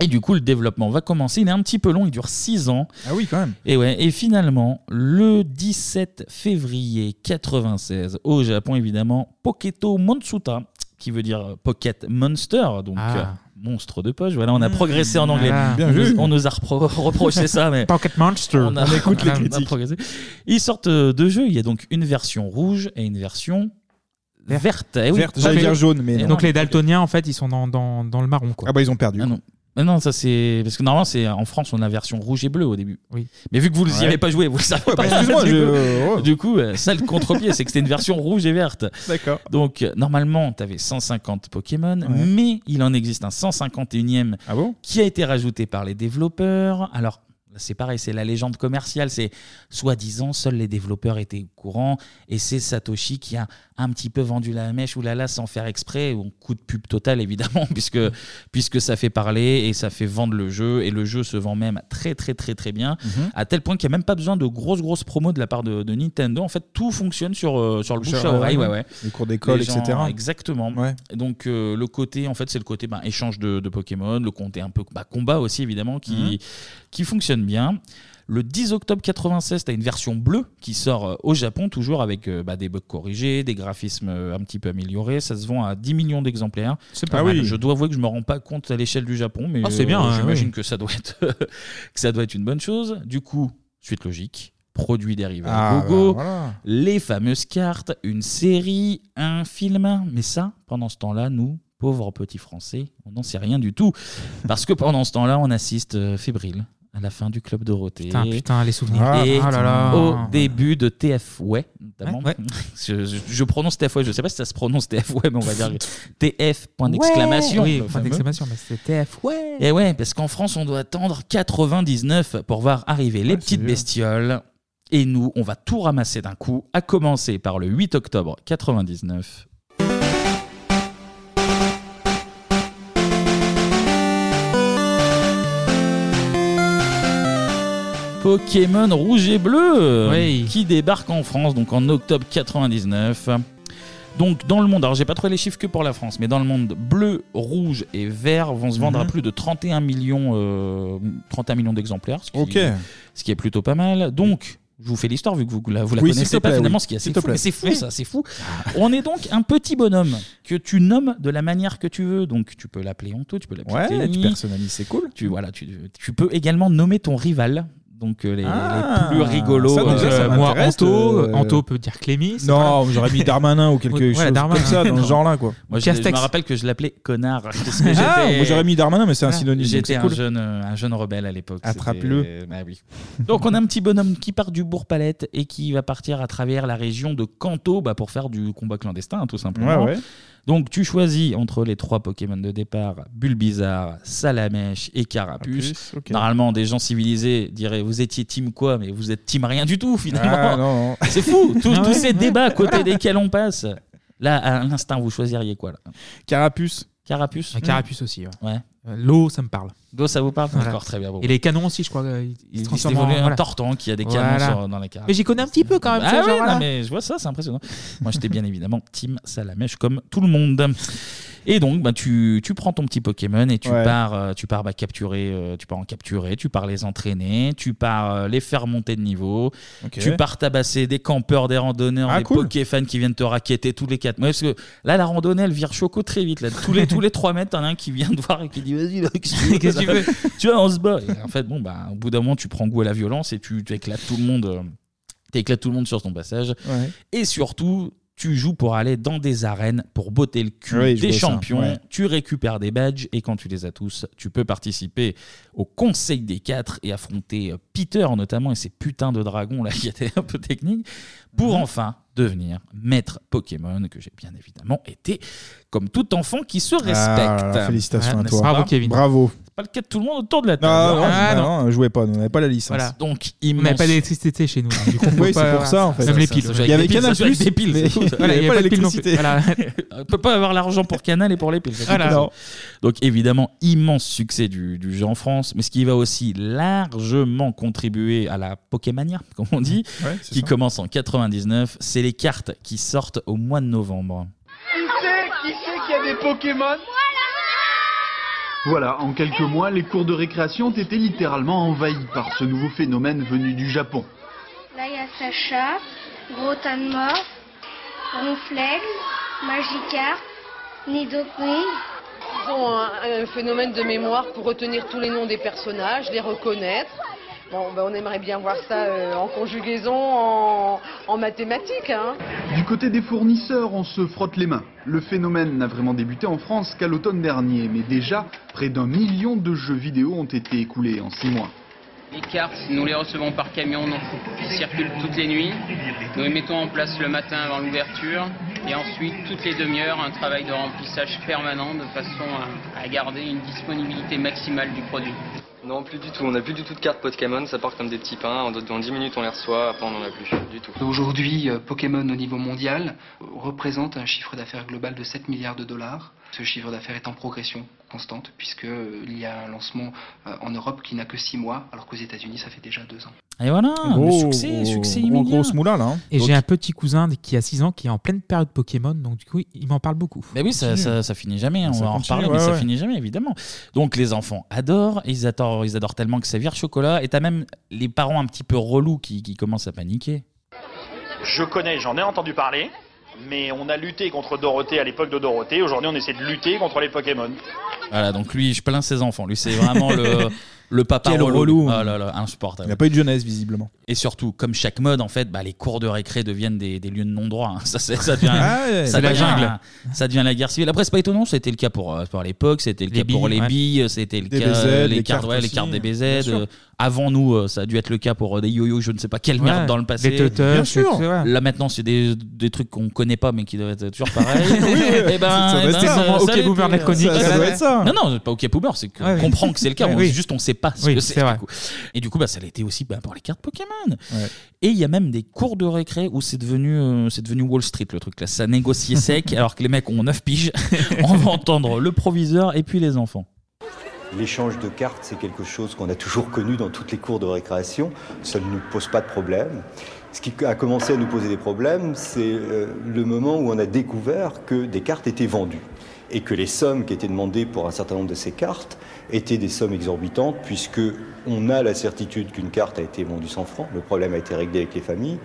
[SPEAKER 1] Et du coup, le développement va commencer. Il est un petit peu long, il dure 6 ans.
[SPEAKER 6] Ah oui, quand même.
[SPEAKER 1] Et, ouais, et finalement, le 17 février 96, au Japon évidemment, Poketo Monsuta, qui veut dire euh, Pocket Monster, donc
[SPEAKER 9] Ah. Mmh.
[SPEAKER 1] euh, monstre de poche. Voilà, on a progressé en anglais.
[SPEAKER 9] Ah. Bien
[SPEAKER 1] on, nous,
[SPEAKER 9] vu.
[SPEAKER 1] on nous a repro- reproché ça, mais.
[SPEAKER 9] Pocket Monster.
[SPEAKER 1] On, a-
[SPEAKER 9] On écoute les
[SPEAKER 1] on a
[SPEAKER 9] critiques.
[SPEAKER 1] progressé. Ils sortent euh, deux jeux. Il y a donc une version rouge et une version verte. Eh oui.
[SPEAKER 9] Verte, j'allais dire jaune, mais
[SPEAKER 1] Et
[SPEAKER 9] non. Donc les daltoniens, en fait, ils sont dans, dans, dans le marron. Quoi.
[SPEAKER 6] Ah bah ils ont perdu.
[SPEAKER 1] non. Mais non, ça c'est. Parce que normalement, c'est en France, on a version rouge et bleu au début. Oui. Mais vu que vous n'y
[SPEAKER 6] Ouais.
[SPEAKER 1] avez pas joué, vous le savez
[SPEAKER 6] Ouais,
[SPEAKER 1] pas.
[SPEAKER 6] bah, excuse-moi,
[SPEAKER 1] du,
[SPEAKER 6] je-
[SPEAKER 1] coup,
[SPEAKER 6] euh, ouais.
[SPEAKER 1] du coup, euh, ça le contre-pied, c'est que c'était une version rouge et verte.
[SPEAKER 6] D'accord.
[SPEAKER 1] Donc, euh, normalement, tu avais 150 Pokémon, mais il en existe un 151e
[SPEAKER 6] Ah
[SPEAKER 1] qui a été rajouté par les développeurs. Alors, là, c'est pareil, c'est la légende commerciale. C'est soi-disant, seuls les développeurs étaient au courant. Et c'est Satoshi qui a un petit peu vendu la mèche ou la là sans faire exprès. Ou coup de pub total, évidemment, puisque, puisque ça fait parler et ça fait vendre le jeu. Et le jeu se vend même très, très, très, très bien.
[SPEAKER 6] Mhm.
[SPEAKER 1] À tel point qu'il n'y a même pas besoin de grosses, grosses promos de la part de, de Nintendo. En fait, tout fonctionne sur, euh, sur le
[SPEAKER 6] Bouche
[SPEAKER 1] bouche
[SPEAKER 6] à
[SPEAKER 1] à oreille.
[SPEAKER 6] oreille,
[SPEAKER 1] ouais, ouais.
[SPEAKER 6] les cours d'école,
[SPEAKER 1] Les gens-
[SPEAKER 6] etc..
[SPEAKER 1] Exactement. Et Donc euh, le côté, en fait, c'est le côté ben, échange de, de Pokémon, le côté un peu bah, combat aussi évidemment qui,
[SPEAKER 6] Mhm.
[SPEAKER 1] qui fonctionne bien. Le 10 octobre 96, tu as une version bleue qui sort euh, au Japon, toujours avec euh, bah, des bugs corrigés, des graphismes euh, un petit peu améliorés. Ça se vend à 10 millions d'exemplaires.
[SPEAKER 9] C'est pas
[SPEAKER 1] Ah
[SPEAKER 9] mal.
[SPEAKER 1] oui. Je dois avouer que je me rends pas compte à l'échelle du Japon, mais euh,
[SPEAKER 9] Ah, c'est bien, hein,
[SPEAKER 1] j'imagine
[SPEAKER 9] oui.
[SPEAKER 1] que, ça doit être, que ça doit être une bonne chose. Du coup, suite logique, produit dérivé
[SPEAKER 6] Ah,
[SPEAKER 1] à gogo,
[SPEAKER 9] ben
[SPEAKER 6] bah, voilà.
[SPEAKER 1] les fameuses cartes, une série, un film. Mais ça, pendant ce temps-là, nous, pauvres petits Français, on n'en sait rien du tout. Parce que pendant ce temps-là, on assiste euh, fébrile à la fin du Club Dorothée.
[SPEAKER 9] Putain, putain, les souvenirs.
[SPEAKER 1] Et
[SPEAKER 9] Ah, ah là là.
[SPEAKER 1] au début de TF, ouais, E, notamment.
[SPEAKER 9] Ouais, ouais.
[SPEAKER 1] Je, je- je prononce TF, ouais, E, je sais pas si ça se prononce TF, ouais, E, mais on va dire TF, point d'exclamation.
[SPEAKER 9] Ouais. Oui,
[SPEAKER 1] le
[SPEAKER 9] point
[SPEAKER 1] fameux.
[SPEAKER 9] d'exclamation, mais c'était TF. Ouais.
[SPEAKER 1] Et Eh ouais, parce qu'en France, on doit attendre 99 pour voir arriver les petites bestioles. Et nous, on va tout ramasser d'un coup, à commencer par le 8 octobre 99. Pokémon rouge et bleu qui débarque en France donc en octobre 99. Donc dans le monde, alors j'ai pas trouvé les chiffres que pour la France, mais dans le monde, bleu, rouge et vert vont se vendre à
[SPEAKER 6] Mhm.
[SPEAKER 1] plus de 31 millions, euh, 31 millions d'exemplaires, ce qui,
[SPEAKER 6] Ok.
[SPEAKER 1] ce qui est plutôt pas mal. Donc je vous fais l'histoire vu que vous la, vous la
[SPEAKER 6] Oui, s'il
[SPEAKER 1] connaissez
[SPEAKER 6] te
[SPEAKER 1] pas
[SPEAKER 6] plaît,
[SPEAKER 1] finalement,
[SPEAKER 6] oui.
[SPEAKER 1] ce qui est assez
[SPEAKER 6] S'il te
[SPEAKER 1] fou.
[SPEAKER 6] plaît.
[SPEAKER 1] Mais c'est fou
[SPEAKER 6] Oui.
[SPEAKER 1] ça, c'est fou. On est donc un petit bonhomme que tu nommes de la manière que tu veux. Donc tu peux l'appeler Honto, tu peux l'appeler
[SPEAKER 6] Ouais,
[SPEAKER 1] Kenny.
[SPEAKER 6] tu personnalises, c'est cool. Ah,
[SPEAKER 1] Tu voilà, tu, tu peux également nommer ton rival. Donc euh, les, les
[SPEAKER 6] Ah,
[SPEAKER 1] plus rigolos.
[SPEAKER 6] ça, déjà, ça
[SPEAKER 1] euh, moi,
[SPEAKER 6] m'intéresse,
[SPEAKER 1] Anto,
[SPEAKER 6] euh,
[SPEAKER 1] Anto
[SPEAKER 9] peut dire Clémy. c'est pas
[SPEAKER 6] Non,
[SPEAKER 9] grave.
[SPEAKER 6] j'aurais mis Darmanin ou quelque
[SPEAKER 9] Ouais,
[SPEAKER 6] chose
[SPEAKER 9] Darmanin.
[SPEAKER 6] comme ça, dans ce genre-là, quoi.
[SPEAKER 1] Moi, je, je me rappelle que je l'appelais connard. parce que
[SPEAKER 6] Ah,
[SPEAKER 1] j'étais-
[SPEAKER 6] moi, j'aurais mis Darmanin, mais c'est un synonyme, donc
[SPEAKER 1] J'étais
[SPEAKER 6] c'est
[SPEAKER 1] un,
[SPEAKER 6] cool.
[SPEAKER 1] jeune, euh, un jeune rebelle à l'époque. c'était-
[SPEAKER 6] Attrape-le.
[SPEAKER 1] Bah oui. Donc, on a un petit bonhomme qui part du Bourg-Palette et qui va partir à travers la région de Kanto bah, pour faire du combat clandestin, hein, tout simplement.
[SPEAKER 6] Ouais, ouais.
[SPEAKER 1] Donc, tu choisis entre les trois Pokémon de départ Bulbizarre, Salamèche et Carapuce.
[SPEAKER 6] Carapuce, Ah, ok.
[SPEAKER 1] Normalement, des gens civilisés diraient Vous étiez team quoi Mais vous êtes team rien du tout, finalement.
[SPEAKER 6] Ah, non, non.
[SPEAKER 1] C'est fou, tous,
[SPEAKER 6] Ah
[SPEAKER 1] tous
[SPEAKER 6] ouais,
[SPEAKER 1] ces
[SPEAKER 6] ouais.
[SPEAKER 1] débats à côté
[SPEAKER 6] Voilà.
[SPEAKER 1] desquels on passe. Là, à l'instinct, vous choisiriez quoi là
[SPEAKER 6] Carapuce.
[SPEAKER 1] Carapuce
[SPEAKER 9] Un Ah, carapuce aussi, ouais.
[SPEAKER 1] Ouais.
[SPEAKER 9] Euh, L'eau, ça me parle.
[SPEAKER 1] L'eau, Oh, ça vous parle
[SPEAKER 9] Voilà.
[SPEAKER 1] D'accord, très bien. bon.
[SPEAKER 9] Et les canons aussi, je crois. euh, Ils,
[SPEAKER 1] Il- il
[SPEAKER 9] se transforment
[SPEAKER 1] s'est
[SPEAKER 9] en
[SPEAKER 1] évolué en
[SPEAKER 9] voilà.
[SPEAKER 1] torton qui a des canons
[SPEAKER 9] Voilà.
[SPEAKER 1] sur- dans la carapace.
[SPEAKER 9] Mais j'y connais un petit peu quand même.
[SPEAKER 1] Ah
[SPEAKER 9] tu vois,
[SPEAKER 1] ouais,
[SPEAKER 9] genre, voilà.
[SPEAKER 1] non, mais je vois ça, c'est impressionnant. Moi, j'étais bien évidemment Team Salamèche comme tout le monde. Et donc, bah, tu, tu prends ton petit Pokémon et tu
[SPEAKER 6] Ouais.
[SPEAKER 1] pars, euh, tu pars bah, capturer, euh, tu pars en capturer, tu pars les entraîner, tu pars euh, les faire monter de niveau,
[SPEAKER 6] Ok.
[SPEAKER 1] tu pars tabasser des campeurs, des randonneurs,
[SPEAKER 6] Ah,
[SPEAKER 1] des
[SPEAKER 6] cool.
[SPEAKER 1] Pokéfans qui viennent te raqueter tous les quatre. mois. parce que là, la randonnée, elle vire choco très vite. Là. Tous les tous les trois mètres, t'en as un qui vient te voir et qui dit vas-y, là, qu'est-ce que tu veux
[SPEAKER 9] Qu'est-ce que tu veux
[SPEAKER 1] tu vois, on se bat. Et en fait, bon, bah, au bout d'un moment, tu prends goût à la violence et tu, tu éclates tout le monde. euh, tu éclates tout le monde sur ton passage.
[SPEAKER 6] Ouais.
[SPEAKER 1] Et surtout, tu joues pour aller dans des arènes, pour botter le cul
[SPEAKER 6] Oui, je
[SPEAKER 1] des
[SPEAKER 6] vois ça,
[SPEAKER 1] champions.
[SPEAKER 6] ouais.
[SPEAKER 1] Tu récupères des badges et quand tu les as tous, tu peux participer au Conseil des Quatre et affronter euh, Peter notamment et ces putains de dragons là qui étaient un peu techniques
[SPEAKER 6] Mhm.
[SPEAKER 1] pour enfin devenir maître Pokémon que j'ai bien évidemment été comme tout enfant qui se respecte.
[SPEAKER 6] Ah, là, là, félicitations à
[SPEAKER 1] n'est-ce
[SPEAKER 6] toi.
[SPEAKER 1] pas
[SPEAKER 6] Bravo.
[SPEAKER 1] C'est pas le cas de tout le monde autour de la table.
[SPEAKER 6] Ah, non,
[SPEAKER 1] Ah,
[SPEAKER 6] non,
[SPEAKER 1] non.
[SPEAKER 6] non, je jouais pas, on n'avait pas la licence.
[SPEAKER 1] Voilà. Donc,
[SPEAKER 9] On n'avait
[SPEAKER 1] immense.
[SPEAKER 9] pas d'électricité chez nous. hein, du coup, on peut
[SPEAKER 6] Oui, c'est
[SPEAKER 9] pas-
[SPEAKER 6] pour ça en fait.
[SPEAKER 9] Même les piles.
[SPEAKER 6] Il y avait Canal Plus,
[SPEAKER 1] des piles.
[SPEAKER 6] mais
[SPEAKER 1] c'est tout, ça.
[SPEAKER 9] Voilà, il n'y avait pas d'électricité.
[SPEAKER 1] d'électricité.
[SPEAKER 9] Voilà.
[SPEAKER 1] On peut pas avoir l'argent pour Canal et pour les piles. c'est
[SPEAKER 9] Voilà.
[SPEAKER 1] impossible.
[SPEAKER 9] Non.
[SPEAKER 1] Donc évidemment, immense succès du, du jeu en France, mais ce qui va aussi largement contribuer à la Pokémania, comme on dit,
[SPEAKER 6] Ouais, c'est
[SPEAKER 1] qui
[SPEAKER 6] ça.
[SPEAKER 1] commence en 99, c'est les cartes qui sortent au mois de novembre.
[SPEAKER 2] Qui sait Qui sait qu'il y a des Pokémon
[SPEAKER 5] Voilà, en quelques mois, les cours de récréation ont été littéralement envahis par ce nouveau phénomène venu du Japon.
[SPEAKER 14] Là, il y a Sacha, Gros tas de mort, Ronflex, Magikarp, Nidoking.
[SPEAKER 7] Ils ont un, un phénomène de mémoire pour retenir tous les noms des personnages, les reconnaître. Bon, ben, on aimerait bien voir ça euh, en conjugaison, en, en mathématiques. hein.
[SPEAKER 5] Du côté des fournisseurs, on se frotte les mains. Le phénomène n'a vraiment débuté en France qu'à l'automne dernier, mais déjà,
[SPEAKER 32] Près d'un million de jeux vidéo ont été écoulés en six mois.
[SPEAKER 33] Les cartes, nous les recevons par camion, donc qui circulent toutes les nuits. Nous les mettons en place le matin avant l'ouverture et ensuite toutes les demi-heures un travail de remplissage permanent de façon à, à garder une disponibilité maximale du produit.
[SPEAKER 15] Non, plus du tout. On n'a plus du tout de cartes Pokémon. Ça part comme des petits pains. En- Dans 10 minutes, on les reçoit. Après, on n'en a plus du tout.
[SPEAKER 11] Aujourd'hui, euh, Pokémon au niveau mondial euh, représente un chiffre d'affaires global de 7 milliards de dollars. Ce chiffre d'affaires est en progression constante puisque euh, il y a un lancement euh, en Europe qui n'a que 6 mois, alors qu'aux États-Unis, ça fait déjà 2 ans.
[SPEAKER 1] Et voilà,
[SPEAKER 6] Gros-
[SPEAKER 1] le succès, succès
[SPEAKER 6] gros-
[SPEAKER 1] immédiat.
[SPEAKER 6] grosse moula, là, hein.
[SPEAKER 9] Et
[SPEAKER 6] Donc-
[SPEAKER 9] j'ai un petit cousin qui a 6 ans qui est en pleine période Pokémon, donc du coup, il m'en parle beaucoup.
[SPEAKER 1] Mais oui, ça, ça, ça finit jamais, on
[SPEAKER 9] Ça
[SPEAKER 1] va en
[SPEAKER 9] continue,
[SPEAKER 1] reparler, mais
[SPEAKER 9] ouais,
[SPEAKER 1] ça
[SPEAKER 9] ouais.
[SPEAKER 1] finit jamais, évidemment. Donc les enfants adorent, et ils adorent, ils adorent tellement que ça vire chocolat, et t'as même les parents un petit peu relous qui, qui commencent à paniquer.
[SPEAKER 3] Je connais, j'en ai entendu parler, mais on a lutté contre Dorothée à l'époque de Dorothée. Aujourd'hui, on essaie de lutter contre les Pokémon.
[SPEAKER 1] Voilà, donc lui, je plains ses enfants, lui c'est vraiment le, le papa
[SPEAKER 6] Quel
[SPEAKER 1] relou.
[SPEAKER 6] relou. hein.
[SPEAKER 1] Ah là là, insupportable.
[SPEAKER 6] Il n'a pas eu de jeunesse, visiblement.
[SPEAKER 1] Et surtout, comme chaque mode, en fait, bah, les cours de récré deviennent des, des lieux de non-droit. hein. Ça, c'est- ça devient,
[SPEAKER 6] Ah ouais,
[SPEAKER 1] ça
[SPEAKER 6] c'est la
[SPEAKER 1] devient-
[SPEAKER 6] jungle.
[SPEAKER 1] Ça devient la guerre civile. Après, c'est pas étonnant. C'était le cas pour, euh, pour l'époque, c'était le
[SPEAKER 6] Les
[SPEAKER 1] cas pour
[SPEAKER 6] billes,
[SPEAKER 1] les
[SPEAKER 6] ouais.
[SPEAKER 1] billes, c'était le
[SPEAKER 6] DBZ,
[SPEAKER 1] cas euh,
[SPEAKER 6] les
[SPEAKER 1] cartes,
[SPEAKER 6] cartes
[SPEAKER 1] ouais, les
[SPEAKER 6] aussi,
[SPEAKER 1] cartes
[SPEAKER 6] bien
[SPEAKER 1] DBZ.
[SPEAKER 6] sûr.
[SPEAKER 1] euh, avant nous, euh, ça a dû être le cas pour euh, des yo-yo, je ne sais pas quelle
[SPEAKER 9] Ouais,
[SPEAKER 1] merde dans le passé.
[SPEAKER 9] des totems, Bien sûr. c'est- c'est vrai.
[SPEAKER 1] Là, maintenant, c'est des, des trucs qu'on connaît pas, mais qui doivent être toujours pareils.
[SPEAKER 9] oui.
[SPEAKER 1] Eh ben,
[SPEAKER 9] Ça doit
[SPEAKER 1] eh
[SPEAKER 9] être
[SPEAKER 1] ben,
[SPEAKER 9] ça, vraiment, Ok
[SPEAKER 1] l'était,
[SPEAKER 9] Boomer, la
[SPEAKER 1] euh,
[SPEAKER 9] chronique. Ça doit être ça.
[SPEAKER 1] Non, non, c'est pas OK Boomer, c'est qu'on
[SPEAKER 9] Ouais, oui.
[SPEAKER 1] comprend que c'est le cas,
[SPEAKER 9] Ouais,
[SPEAKER 1] on-
[SPEAKER 9] oui.
[SPEAKER 1] juste on sait pas ce
[SPEAKER 9] Oui,
[SPEAKER 1] que c'est.
[SPEAKER 9] c'est
[SPEAKER 1] du
[SPEAKER 9] vrai.
[SPEAKER 1] coup. Et du coup, bah, ça l'a été aussi bah, pour les cartes Pokémon. Et il y a même des cours de récré où c'est devenu, euh, c'est devenu Wall Street le truc là. Ça négociait sec alors que les mecs ont 9 piges. On va entendre le proviseur et puis les enfants.
[SPEAKER 13] L'échange de cartes, c'est quelque chose qu'on a toujours connu dans toutes les cours de récréation. Ça ne nous pose pas de problème. Ce qui a commencé à nous poser des problèmes, c'est euh, le moment où on a découvert que des cartes étaient vendues et que les sommes qui étaient demandées pour un certain nombre de ces cartes étaient des sommes exorbitantes puisque on a la certitude qu'une carte a été vendue 100 francs. Le problème a été réglé avec les familles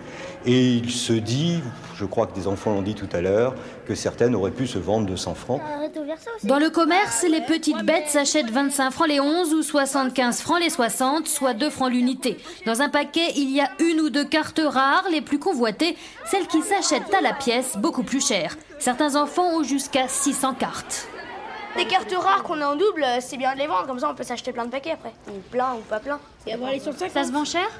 [SPEAKER 13] et il se dit, je crois que des enfants l'ont dit tout à l'heure, que certaines auraient pu se vendre 200 francs.
[SPEAKER 19] Dans le commerce, les petites bêtes s'achètent 25 francs les 11 ou 75 francs les 60, soit 2 francs l'unité. Dans un paquet, il y a une ou deux cartes rares, les plus convoitées, celles qui s'achètent à la pièce, beaucoup plus chères. Certains enfants ont jusqu'à 600 cartes.
[SPEAKER 7] Des cartes rares qu'on a en double, euh, c'est bien de les vendre, comme ça on peut s'acheter plein de paquets après. Ou plein ou pas plein.
[SPEAKER 19] Ça se vend cher
[SPEAKER 7] hein.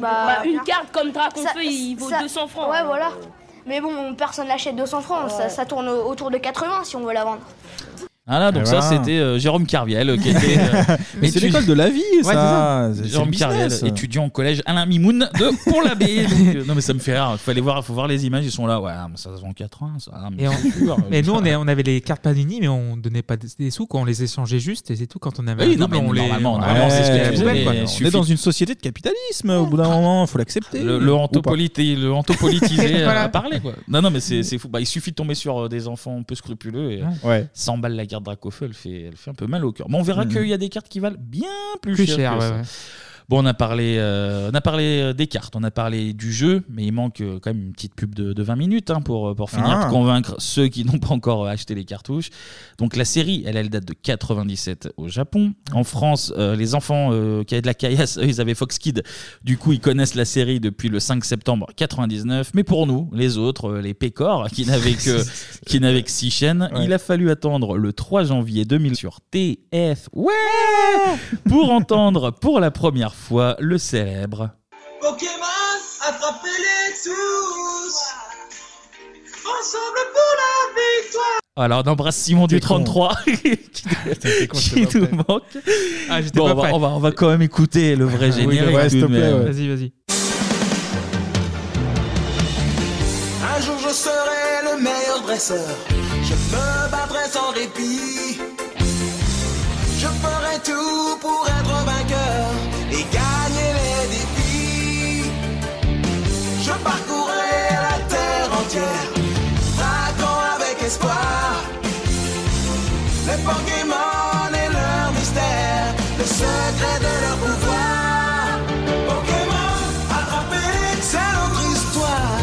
[SPEAKER 7] Bah,
[SPEAKER 19] une
[SPEAKER 7] carte comme
[SPEAKER 19] Draconfeu, il vaut 200
[SPEAKER 7] francs. Ouais, voilà. Mais bon, personne n'achète 200 francs, ça, ça tourne au- autour de 80 si on veut la vendre.
[SPEAKER 1] Voilà, donc
[SPEAKER 6] Et
[SPEAKER 1] ça
[SPEAKER 6] voilà.
[SPEAKER 1] c'était euh, Jérôme Carviel euh, qui était. euh,
[SPEAKER 6] Mais c'est
[SPEAKER 1] étudi-
[SPEAKER 6] l'école de la vie,
[SPEAKER 1] Ouais,
[SPEAKER 6] ça.
[SPEAKER 1] c'est
[SPEAKER 6] C'est- c'est
[SPEAKER 1] Jérôme
[SPEAKER 6] le
[SPEAKER 1] Carviel,
[SPEAKER 6] business.
[SPEAKER 1] étudiant au collège Alain Mimoun de Pont-l'Abbé. Donc, euh, non mais ça me fait rire. Fallait voir, faut voir les images, ils sont là. Ouais, ah, mais ça se vend 80. Ça, Ah, mais
[SPEAKER 9] Et on-
[SPEAKER 1] c'est sûr.
[SPEAKER 9] mais nous, on, est- on avait les cartes Panini, mais on donnait pas des- des sous, quoi. on les échangeait juste, et c'est tout. Quand on avait un
[SPEAKER 1] Oui, non,
[SPEAKER 9] double,
[SPEAKER 1] mais
[SPEAKER 9] on les.
[SPEAKER 1] normalement,
[SPEAKER 9] on
[SPEAKER 1] normalement, c'est ce que
[SPEAKER 9] les
[SPEAKER 1] tu faisais,
[SPEAKER 9] poubelles, quoi.
[SPEAKER 1] mais
[SPEAKER 9] On est
[SPEAKER 1] suffit-
[SPEAKER 9] dans
[SPEAKER 6] Dans une société de capitalisme, au bout d'un moment, il faut l'accepter.
[SPEAKER 1] Le, le, hantopolité- le hantopolitisé euh,
[SPEAKER 6] Voilà.
[SPEAKER 1] à parler quoi. Non non mais c'est c'est fou. Bah, il suffit de tomber sur euh, des enfants un peu scrupuleux et
[SPEAKER 6] Ouais.
[SPEAKER 1] 100 balles la carte Dracofeu, elle fait elle fait un peu mal au cœur. Mais on verra
[SPEAKER 6] Mhm.
[SPEAKER 1] qu'il y a des cartes qui valent bien plus,
[SPEAKER 9] Mm. Plus
[SPEAKER 1] cher.
[SPEAKER 9] cher,
[SPEAKER 1] que
[SPEAKER 9] ouais,
[SPEAKER 1] ça.
[SPEAKER 9] ouais.
[SPEAKER 1] Bon, on a parlé, euh, on a parlé euh, des cartes, on a parlé du jeu, mais il manque euh, quand même une petite pub de, de 20 minutes hein, pour, euh, pour finir
[SPEAKER 6] Ah.
[SPEAKER 1] de convaincre ceux qui n'ont pas encore euh, acheté les cartouches. Donc la série, elle, elle date de 97 au Japon. En France, euh, les enfants euh, qui avaient de la caillasse, eux, ils avaient Fox Kid. Du coup, ils connaissent la série depuis le 5 septembre 99. Mais pour nous, les autres, euh, les pécores, qui n'avaient que qui n'avaient que six chaînes, il a fallu attendre le 3 janvier 2000 sur TF. Ouais pour entendre pour la première fois le célèbre.
[SPEAKER 4] Pokémon, attrapez-les tous Ensemble pour la victoire
[SPEAKER 1] Alors on embrasse Simon du 33 qui, qui nous manque.
[SPEAKER 9] Ah, j'étais
[SPEAKER 1] Bon,
[SPEAKER 9] pas
[SPEAKER 1] on, va,
[SPEAKER 9] prêt. Ah
[SPEAKER 1] on va- on va quand même écouter le vrai
[SPEAKER 9] Oui,
[SPEAKER 1] générique.
[SPEAKER 9] ouais, s'il te
[SPEAKER 1] tout de
[SPEAKER 9] plaît,
[SPEAKER 1] même.
[SPEAKER 9] ouais. Vas-y, vas-y.
[SPEAKER 4] Un jour je serai le meilleur dresseur Je me battrai sans répit Je ferai tout pour être vainqueur Et gagner les défis Je parcourrai la terre entière Traquant avec espoir Les Pokémon et leur mystère Le secret de leur pouvoir Pokémon, attrapez, c'est notre histoire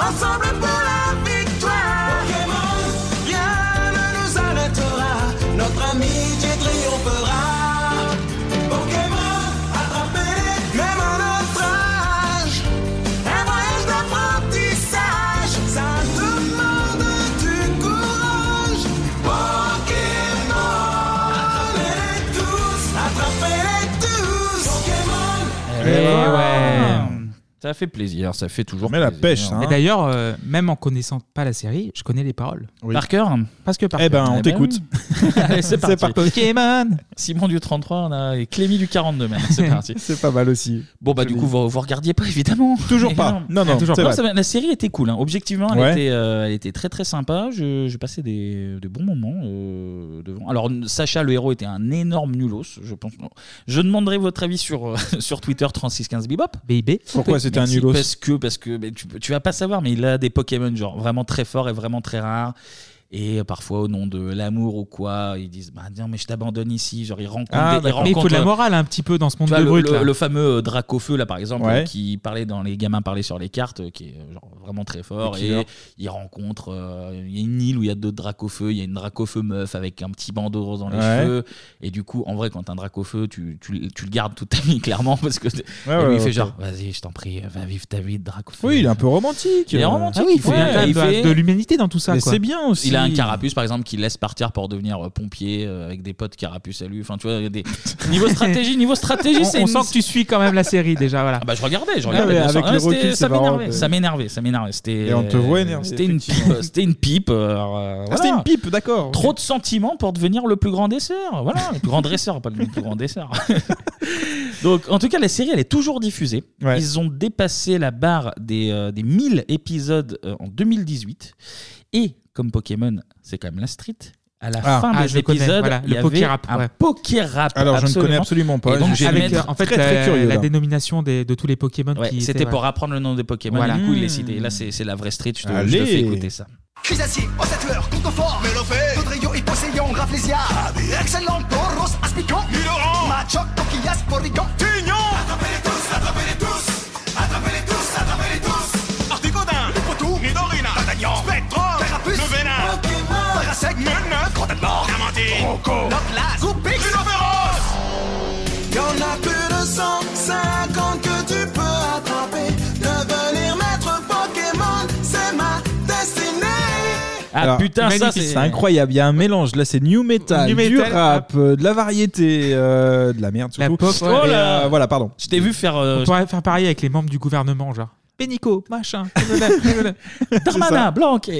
[SPEAKER 4] Ensemble pour la victoire Pokémon, rien ne nous arrêtera Notre amitié triomphera Pokémon, attrapez même un naufrage Un voyage d'apprentissage Ça demande du courage Pokémon
[SPEAKER 1] Eh
[SPEAKER 9] ouais.
[SPEAKER 4] Ça fait plaisir, ça fait toujours
[SPEAKER 6] met la pêche, hein.
[SPEAKER 9] Et d'ailleurs, euh, même en connaissant pas la série, je connais les paroles.
[SPEAKER 1] Par cœur
[SPEAKER 9] Parce que par
[SPEAKER 6] Eh ben,
[SPEAKER 9] cœur.
[SPEAKER 6] on t'écoute.
[SPEAKER 9] oui.
[SPEAKER 1] Allez, c'est parti.
[SPEAKER 9] Pokémon
[SPEAKER 1] Simon du 33, on a et Clémy du 42 même. C'est parti.
[SPEAKER 6] c'est pas mal aussi.
[SPEAKER 1] Bon, bah, du coup, vous, vous regardiez pas, évidemment.
[SPEAKER 6] Toujours
[SPEAKER 1] Et
[SPEAKER 6] pas. Non, non,
[SPEAKER 1] toujours
[SPEAKER 6] c'est
[SPEAKER 1] pas.
[SPEAKER 6] vrai.
[SPEAKER 1] Ça va, la série était cool. hein. Objectivement, elle,
[SPEAKER 6] Ouais.
[SPEAKER 1] était, euh, elle était très très sympa. Je- J'ai passé des, des bons moments euh, devant. Alors, Sacha, le héros, était un énorme nulos, je pense. Je demanderai votre avis sur, euh, sur Twitter 3615bibop.
[SPEAKER 9] BIB.
[SPEAKER 6] Pourquoi c'était un nulos
[SPEAKER 1] Parce que, parce que mais tu, tu vas pas savoir, mais il a des Pokémon genre vraiment très forts et vraiment très rares. Et euh, parfois, au nom de l'amour ou quoi, ils disent Bah non, mais je t'abandonne ici. Genre, ils rencontrent.
[SPEAKER 9] Ah,
[SPEAKER 1] des- ils
[SPEAKER 9] d'accord. Mais il faut de la
[SPEAKER 1] rencontrent, euh,
[SPEAKER 9] morale un petit peu dans ce monde
[SPEAKER 1] tu vois,
[SPEAKER 9] de
[SPEAKER 1] le,
[SPEAKER 9] brut.
[SPEAKER 1] le-
[SPEAKER 9] là.
[SPEAKER 1] le fameux euh, Dracofeu là par exemple
[SPEAKER 9] Ouais.
[SPEAKER 1] euh, qui parlait dans les gamins parlaient sur les cartes euh, qui est euh, genre, vraiment très fort
[SPEAKER 9] Le
[SPEAKER 1] et
[SPEAKER 9] killer.
[SPEAKER 1] il rencontre euh, il y a une île où il y a deux Dracofeu il y a une Dracofeu meuf avec un petit bandeau rose dans les
[SPEAKER 6] Ouais.
[SPEAKER 1] cheveux et du coup en vrai quand t'as un Dracofeu tu, tu, tu le gardes toute ta vie clairement parce que t-
[SPEAKER 6] Ouais,
[SPEAKER 1] et lui
[SPEAKER 6] ouais,
[SPEAKER 1] il fait
[SPEAKER 6] ok.
[SPEAKER 1] genre vas-y je t'en prie va vivre ta vie de Dracofeu
[SPEAKER 6] Oui, il est un peu romantique.
[SPEAKER 1] Il est
[SPEAKER 6] Euh,
[SPEAKER 1] romantique, ah il fait-
[SPEAKER 6] bien quand même
[SPEAKER 1] il fait-
[SPEAKER 6] Mais c'est bien aussi.
[SPEAKER 1] Il a un carapuce par exemple qu'il laisse partir pour devenir euh, pompier euh, avec des potes carapuce à lui. Enfin, tu vois, il y a des niveau stratégie, niveau stratégie,
[SPEAKER 9] On-
[SPEAKER 1] c'est
[SPEAKER 9] on,
[SPEAKER 1] une-
[SPEAKER 9] sent que tu suis quand même la série déjà. Voilà.
[SPEAKER 1] bah, je regardais, je regardais.
[SPEAKER 9] Ah ouais,
[SPEAKER 1] bien sûr.
[SPEAKER 9] avec
[SPEAKER 1] Ah,
[SPEAKER 9] le
[SPEAKER 1] c'était-
[SPEAKER 9] recul,
[SPEAKER 1] ça
[SPEAKER 9] c'est
[SPEAKER 1] m'énervait,
[SPEAKER 9] marrant.
[SPEAKER 1] ça m'énervait, ça m'énervait. C'était.
[SPEAKER 6] Et on te voit énervé,
[SPEAKER 1] C'était une pipe. C'était une pipe. euh, euh,
[SPEAKER 6] Ah, c'était
[SPEAKER 1] voilà.
[SPEAKER 6] une pipe, d'accord.
[SPEAKER 1] Trop de sentiments pour devenir le plus grand dessert. Voilà, le plus grand dresseur, pas le plus grand dessert. Donc, en tout cas, la série, elle est toujours diffusée.
[SPEAKER 6] Ouais.
[SPEAKER 1] Ils ont dépassé la barre des, euh, des 1000 épisodes euh, en 2018. Et comme Pokémon, c'est quand même la street. À la
[SPEAKER 9] Ah,
[SPEAKER 1] fin
[SPEAKER 9] ah,
[SPEAKER 1] des
[SPEAKER 9] je connais,
[SPEAKER 1] épisodes,
[SPEAKER 9] voilà,
[SPEAKER 1] il
[SPEAKER 9] le
[SPEAKER 1] y avait
[SPEAKER 9] poker rap,
[SPEAKER 1] un
[SPEAKER 9] ouais.
[SPEAKER 1] poker rap.
[SPEAKER 6] Alors, je ne connais absolument pas,
[SPEAKER 1] Et donc,
[SPEAKER 6] je suis
[SPEAKER 1] j'ai
[SPEAKER 9] Avec,
[SPEAKER 1] mettre-
[SPEAKER 9] euh, en fait, euh, la dénomination des, de tous les Pokémon.
[SPEAKER 1] Ouais,
[SPEAKER 9] qui
[SPEAKER 1] c'était
[SPEAKER 9] étaient,
[SPEAKER 1] pour
[SPEAKER 9] voilà.
[SPEAKER 1] apprendre le nom des Pokémon.
[SPEAKER 9] Voilà.
[SPEAKER 1] Et du coup, il
[SPEAKER 9] Mmh.
[SPEAKER 1] est cité. Là, c'est c'est la vraie street. Je te, je
[SPEAKER 9] Allez.
[SPEAKER 1] te fais écouter ça.
[SPEAKER 8] Cuisasier, ossateur, contrefort, Ah, Mélofé, Codrillo, Hipposéion, Rafflesia, Excellent, Toros, Aspicon, Miloran, Machoc, Coquillas, Borrigan, Tignon, attrapez-les tous, attrapez-les tous, attrapez-les tous, attrapez-les tous, Articodin, Potou, Nidorina, D'Artagnan, Spectrum, Terrapus, Le Vénin, Pokémon, Parasec, Neuneuf, Crotette Mort, Diamantine, Rocco, Loclas, Goupix,
[SPEAKER 17] Y'en a plus de 150 que tu peux attraper. Devenir maître Pokémon, c'est ma destinée.
[SPEAKER 1] Ah putain, ça c'est
[SPEAKER 6] c'est incroyable. Il y a un mélange. Là, c'est new metal,
[SPEAKER 1] New
[SPEAKER 6] du
[SPEAKER 1] metal, ah.
[SPEAKER 6] rap, euh, de la variété, euh, de la merde surtout.
[SPEAKER 9] pop, ouais.
[SPEAKER 6] Et,
[SPEAKER 9] Oh là.
[SPEAKER 6] euh, voilà, pardon.
[SPEAKER 1] Je t'ai vu faire. euh,
[SPEAKER 9] On pourrait faire pareil avec les membres du gouvernement, genre. Pénico, machin.
[SPEAKER 1] Darmanin, Blanquet.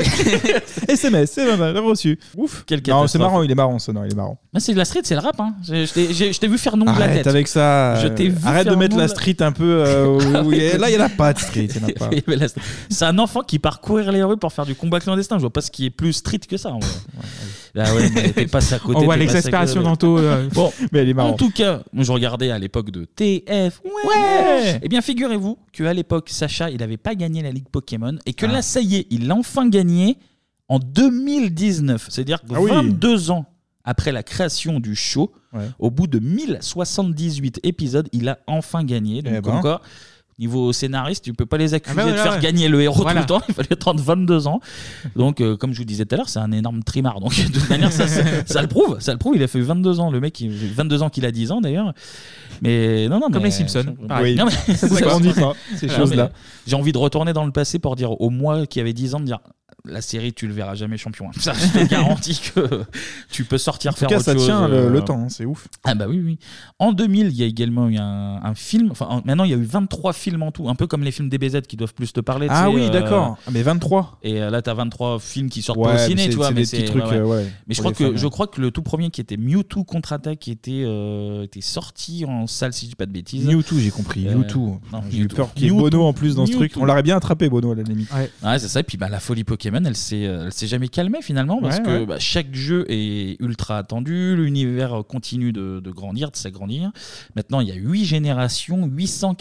[SPEAKER 6] SMS, c'est mal, j'ai reçu. Ouf.
[SPEAKER 1] Quelle
[SPEAKER 6] Non,
[SPEAKER 1] catastrophe.
[SPEAKER 6] c'est marrant, il est marrant, ce nom, il est marrant.
[SPEAKER 1] Ah, c'est de la street, c'est le rap. Hein. Je, je t'ai- j'ai- je t'ai vu faire nom de la
[SPEAKER 6] Arrête
[SPEAKER 1] tête.
[SPEAKER 6] avec ça.
[SPEAKER 1] Je t'ai
[SPEAKER 6] euh,
[SPEAKER 1] vu
[SPEAKER 6] Arrête de
[SPEAKER 1] faire
[SPEAKER 6] mettre
[SPEAKER 1] nom
[SPEAKER 6] la
[SPEAKER 1] de-
[SPEAKER 6] street un peu. euh,
[SPEAKER 1] Ah
[SPEAKER 6] où- où il y a-
[SPEAKER 1] oui.
[SPEAKER 6] Là, il n'y en a pas de street. il y en a pas.
[SPEAKER 1] Oui, mais la street- C'est un enfant qui part courir les rues pour faire du combat clandestin. Je vois pas ce qui est plus street que ça. en vrai. Là, ouais, mais t'es passé à côté.
[SPEAKER 9] On voit
[SPEAKER 1] t'es passé à
[SPEAKER 9] l'exaspération
[SPEAKER 1] côté.
[SPEAKER 9] d'Anto. euh.
[SPEAKER 1] Bon,
[SPEAKER 6] mais elle est
[SPEAKER 1] En tout cas, moi, je regardais à l'époque de TF. Ouais. Eh bien, figurez-vous que à l'époque, Sacha, il n'avait pas gagné la Ligue Pokémon et
[SPEAKER 6] Ah.
[SPEAKER 1] que là, ça y est, il l'a enfin gagné en 2019. C'est-à-dire que
[SPEAKER 6] Ah oui.
[SPEAKER 1] 22 ans après la création du show,
[SPEAKER 6] Ouais.
[SPEAKER 1] au bout de 1078 épisodes, il a enfin gagné. Donc
[SPEAKER 6] Eh ben.
[SPEAKER 1] encore. Niveau scénariste, tu peux pas les accuser
[SPEAKER 6] Ah bah
[SPEAKER 1] de
[SPEAKER 6] ouais,
[SPEAKER 1] faire
[SPEAKER 6] ouais.
[SPEAKER 1] gagner le héros
[SPEAKER 6] Voilà.
[SPEAKER 1] tout le temps. Il fallait attendre 22 ans. Donc, euh, comme je vous disais tout à l'heure, c'est un énorme trimard. Donc, de toute manière, ça, ça- ça le prouve. Ça le prouve. Il a fait 22 ans. Le mec, il, 22 ans qu'il a 10 ans d'ailleurs. Mais non, non.
[SPEAKER 9] Comme
[SPEAKER 1] mais-
[SPEAKER 9] les Simpsons, pareil.
[SPEAKER 1] Non, mais-
[SPEAKER 9] Ça grandit pas, ces
[SPEAKER 1] Non,
[SPEAKER 9] choses-là.
[SPEAKER 1] mais J'ai envie de retourner dans le passé pour dire au moi qui avait 10 ans de dire. La série, tu le verras jamais champion. Ça, je te garantis que tu peux
[SPEAKER 6] En
[SPEAKER 1] sortir
[SPEAKER 6] tout
[SPEAKER 1] faire
[SPEAKER 6] cas,
[SPEAKER 1] autre
[SPEAKER 6] ça
[SPEAKER 1] chose,
[SPEAKER 6] tient le,
[SPEAKER 1] euh,
[SPEAKER 6] le temps, hein, c'est ouf.
[SPEAKER 1] ah bah oui, oui. En 2000, il y a également eu un, un film. Enfin, en- maintenant, il y a eu 23 films en tout. Un peu comme les films DBZ qui doivent plus te parler. tu
[SPEAKER 6] Ah
[SPEAKER 1] sais,
[SPEAKER 6] oui,
[SPEAKER 1] euh,
[SPEAKER 6] d'accord. Ah, Mais 23.
[SPEAKER 1] Et euh, là, t'as 23 films qui sortent
[SPEAKER 6] Ouais,
[SPEAKER 1] pas au
[SPEAKER 6] mais
[SPEAKER 1] ciné,
[SPEAKER 6] c'est-
[SPEAKER 1] tu vois.
[SPEAKER 6] c'est
[SPEAKER 1] mais
[SPEAKER 6] des petits trucs, euh, ouais,
[SPEAKER 1] mais je
[SPEAKER 6] pour
[SPEAKER 1] crois,
[SPEAKER 6] les
[SPEAKER 1] que,
[SPEAKER 6] fans,
[SPEAKER 1] je
[SPEAKER 6] ouais.
[SPEAKER 1] crois que le tout premier qui était Mewtwo contre-attaque qui était, euh, était sorti en salle, si je dis pas de bêtises.
[SPEAKER 6] Mewtwo, j'ai compris.
[SPEAKER 1] Euh,
[SPEAKER 6] Mewtwo.
[SPEAKER 1] non,
[SPEAKER 6] J'ai eu
[SPEAKER 1] Mewtwo.
[SPEAKER 6] peur qu'il y ait
[SPEAKER 1] Mewtwo.
[SPEAKER 6] Bono en plus dans ce truc.
[SPEAKER 1] Mewtwo.
[SPEAKER 6] On l'aurait bien attrapé, Bono, à la limite.
[SPEAKER 1] Ouais, c'est ça. Et puis bah, la folie Pokémon, elle s'est euh, elle s'est jamais calmée finalement parce
[SPEAKER 6] Ouais,
[SPEAKER 1] que
[SPEAKER 6] ouais.
[SPEAKER 1] bah, chaque jeu est ultra attendu, l'univers euh, continue de, de grandir, de s'agrandir. Maintenant, il y a 8 générations,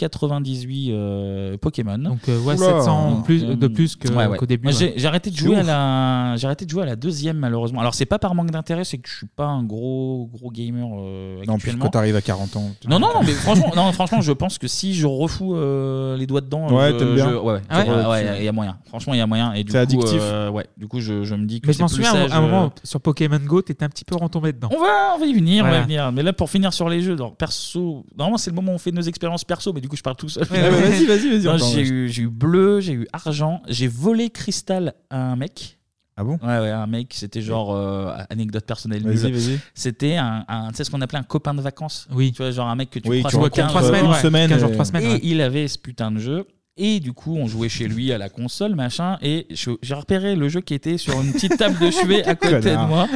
[SPEAKER 1] 898 euh, Pokémon. Donc euh,
[SPEAKER 9] ouais, Oula. 700 plus- de plus que- qu'au début, ouais.
[SPEAKER 1] J'ai j'ai arrêté de
[SPEAKER 9] C'est
[SPEAKER 1] jouer à
[SPEAKER 9] ouf.
[SPEAKER 1] la j'ai arrêté de jouer à la deuxième malheureusement. Alors c'est pas par manque d'intérêt, c'est que je suis pas un gros gros gamer euh,
[SPEAKER 6] Non, plus
[SPEAKER 1] actuellement.
[SPEAKER 6] quand t'arrives à 40 ans.
[SPEAKER 1] Non, non, non, mais franchement, non, franchement, je pense que si je refous euh, les doigts dedans,
[SPEAKER 6] Ouais,
[SPEAKER 1] je,
[SPEAKER 6] t'aimes bien.
[SPEAKER 1] je- ouais, ouais,
[SPEAKER 9] Ah
[SPEAKER 1] je-
[SPEAKER 9] ouais
[SPEAKER 1] ouais, il y a moyen. Franchement, il y a moyen. Et du
[SPEAKER 6] C'est
[SPEAKER 1] coup,
[SPEAKER 6] addictif.
[SPEAKER 1] euh, ouais, du coup, je, je me dis que
[SPEAKER 9] Mais je
[SPEAKER 1] c'est
[SPEAKER 9] m'en
[SPEAKER 1] plus
[SPEAKER 9] souviens, à
[SPEAKER 1] sage,
[SPEAKER 9] un
[SPEAKER 1] euh,
[SPEAKER 9] moment, sur Pokémon Go, t'étais un petit peu retombé dedans.
[SPEAKER 1] On va, on va y venir, on va y
[SPEAKER 9] Voilà.
[SPEAKER 1] venir. Mais là, pour finir sur les jeux, alors, perso, normalement, c'est le moment où on fait nos expériences perso, mais du coup, je parle tout seul.
[SPEAKER 6] Ouais, ouais, vas-y, vas-y, vas-y,
[SPEAKER 1] Non,
[SPEAKER 6] on t'en
[SPEAKER 1] J'ai
[SPEAKER 6] reste.
[SPEAKER 1] eu, j'ai eu bleu, j'ai eu argent, j'ai volé cristal à un mec.
[SPEAKER 6] Ah bon
[SPEAKER 1] Ouais, ouais, un mec, c'était genre euh, anecdote personnelle.
[SPEAKER 6] Vas-y,
[SPEAKER 1] nulle.
[SPEAKER 6] vas-y.
[SPEAKER 1] C'était un, un- tu sais ce qu'on appelait un copain de vacances.
[SPEAKER 9] Oui.
[SPEAKER 1] Tu vois, genre un mec que tu
[SPEAKER 6] Oui,
[SPEAKER 1] croises
[SPEAKER 6] que tu
[SPEAKER 1] tous
[SPEAKER 6] rencontres,
[SPEAKER 1] 15
[SPEAKER 6] euh, une semaine,
[SPEAKER 1] 15 jours,
[SPEAKER 6] et-
[SPEAKER 1] 3 semaines. Et
[SPEAKER 6] ouais.
[SPEAKER 1] il avait ce putain de jeu. Et du coup, on jouait chez lui à la console, machin. Et je- j'ai repéré le jeu qui était sur une petite table de chevet à côté de
[SPEAKER 6] Connard.
[SPEAKER 1] moi.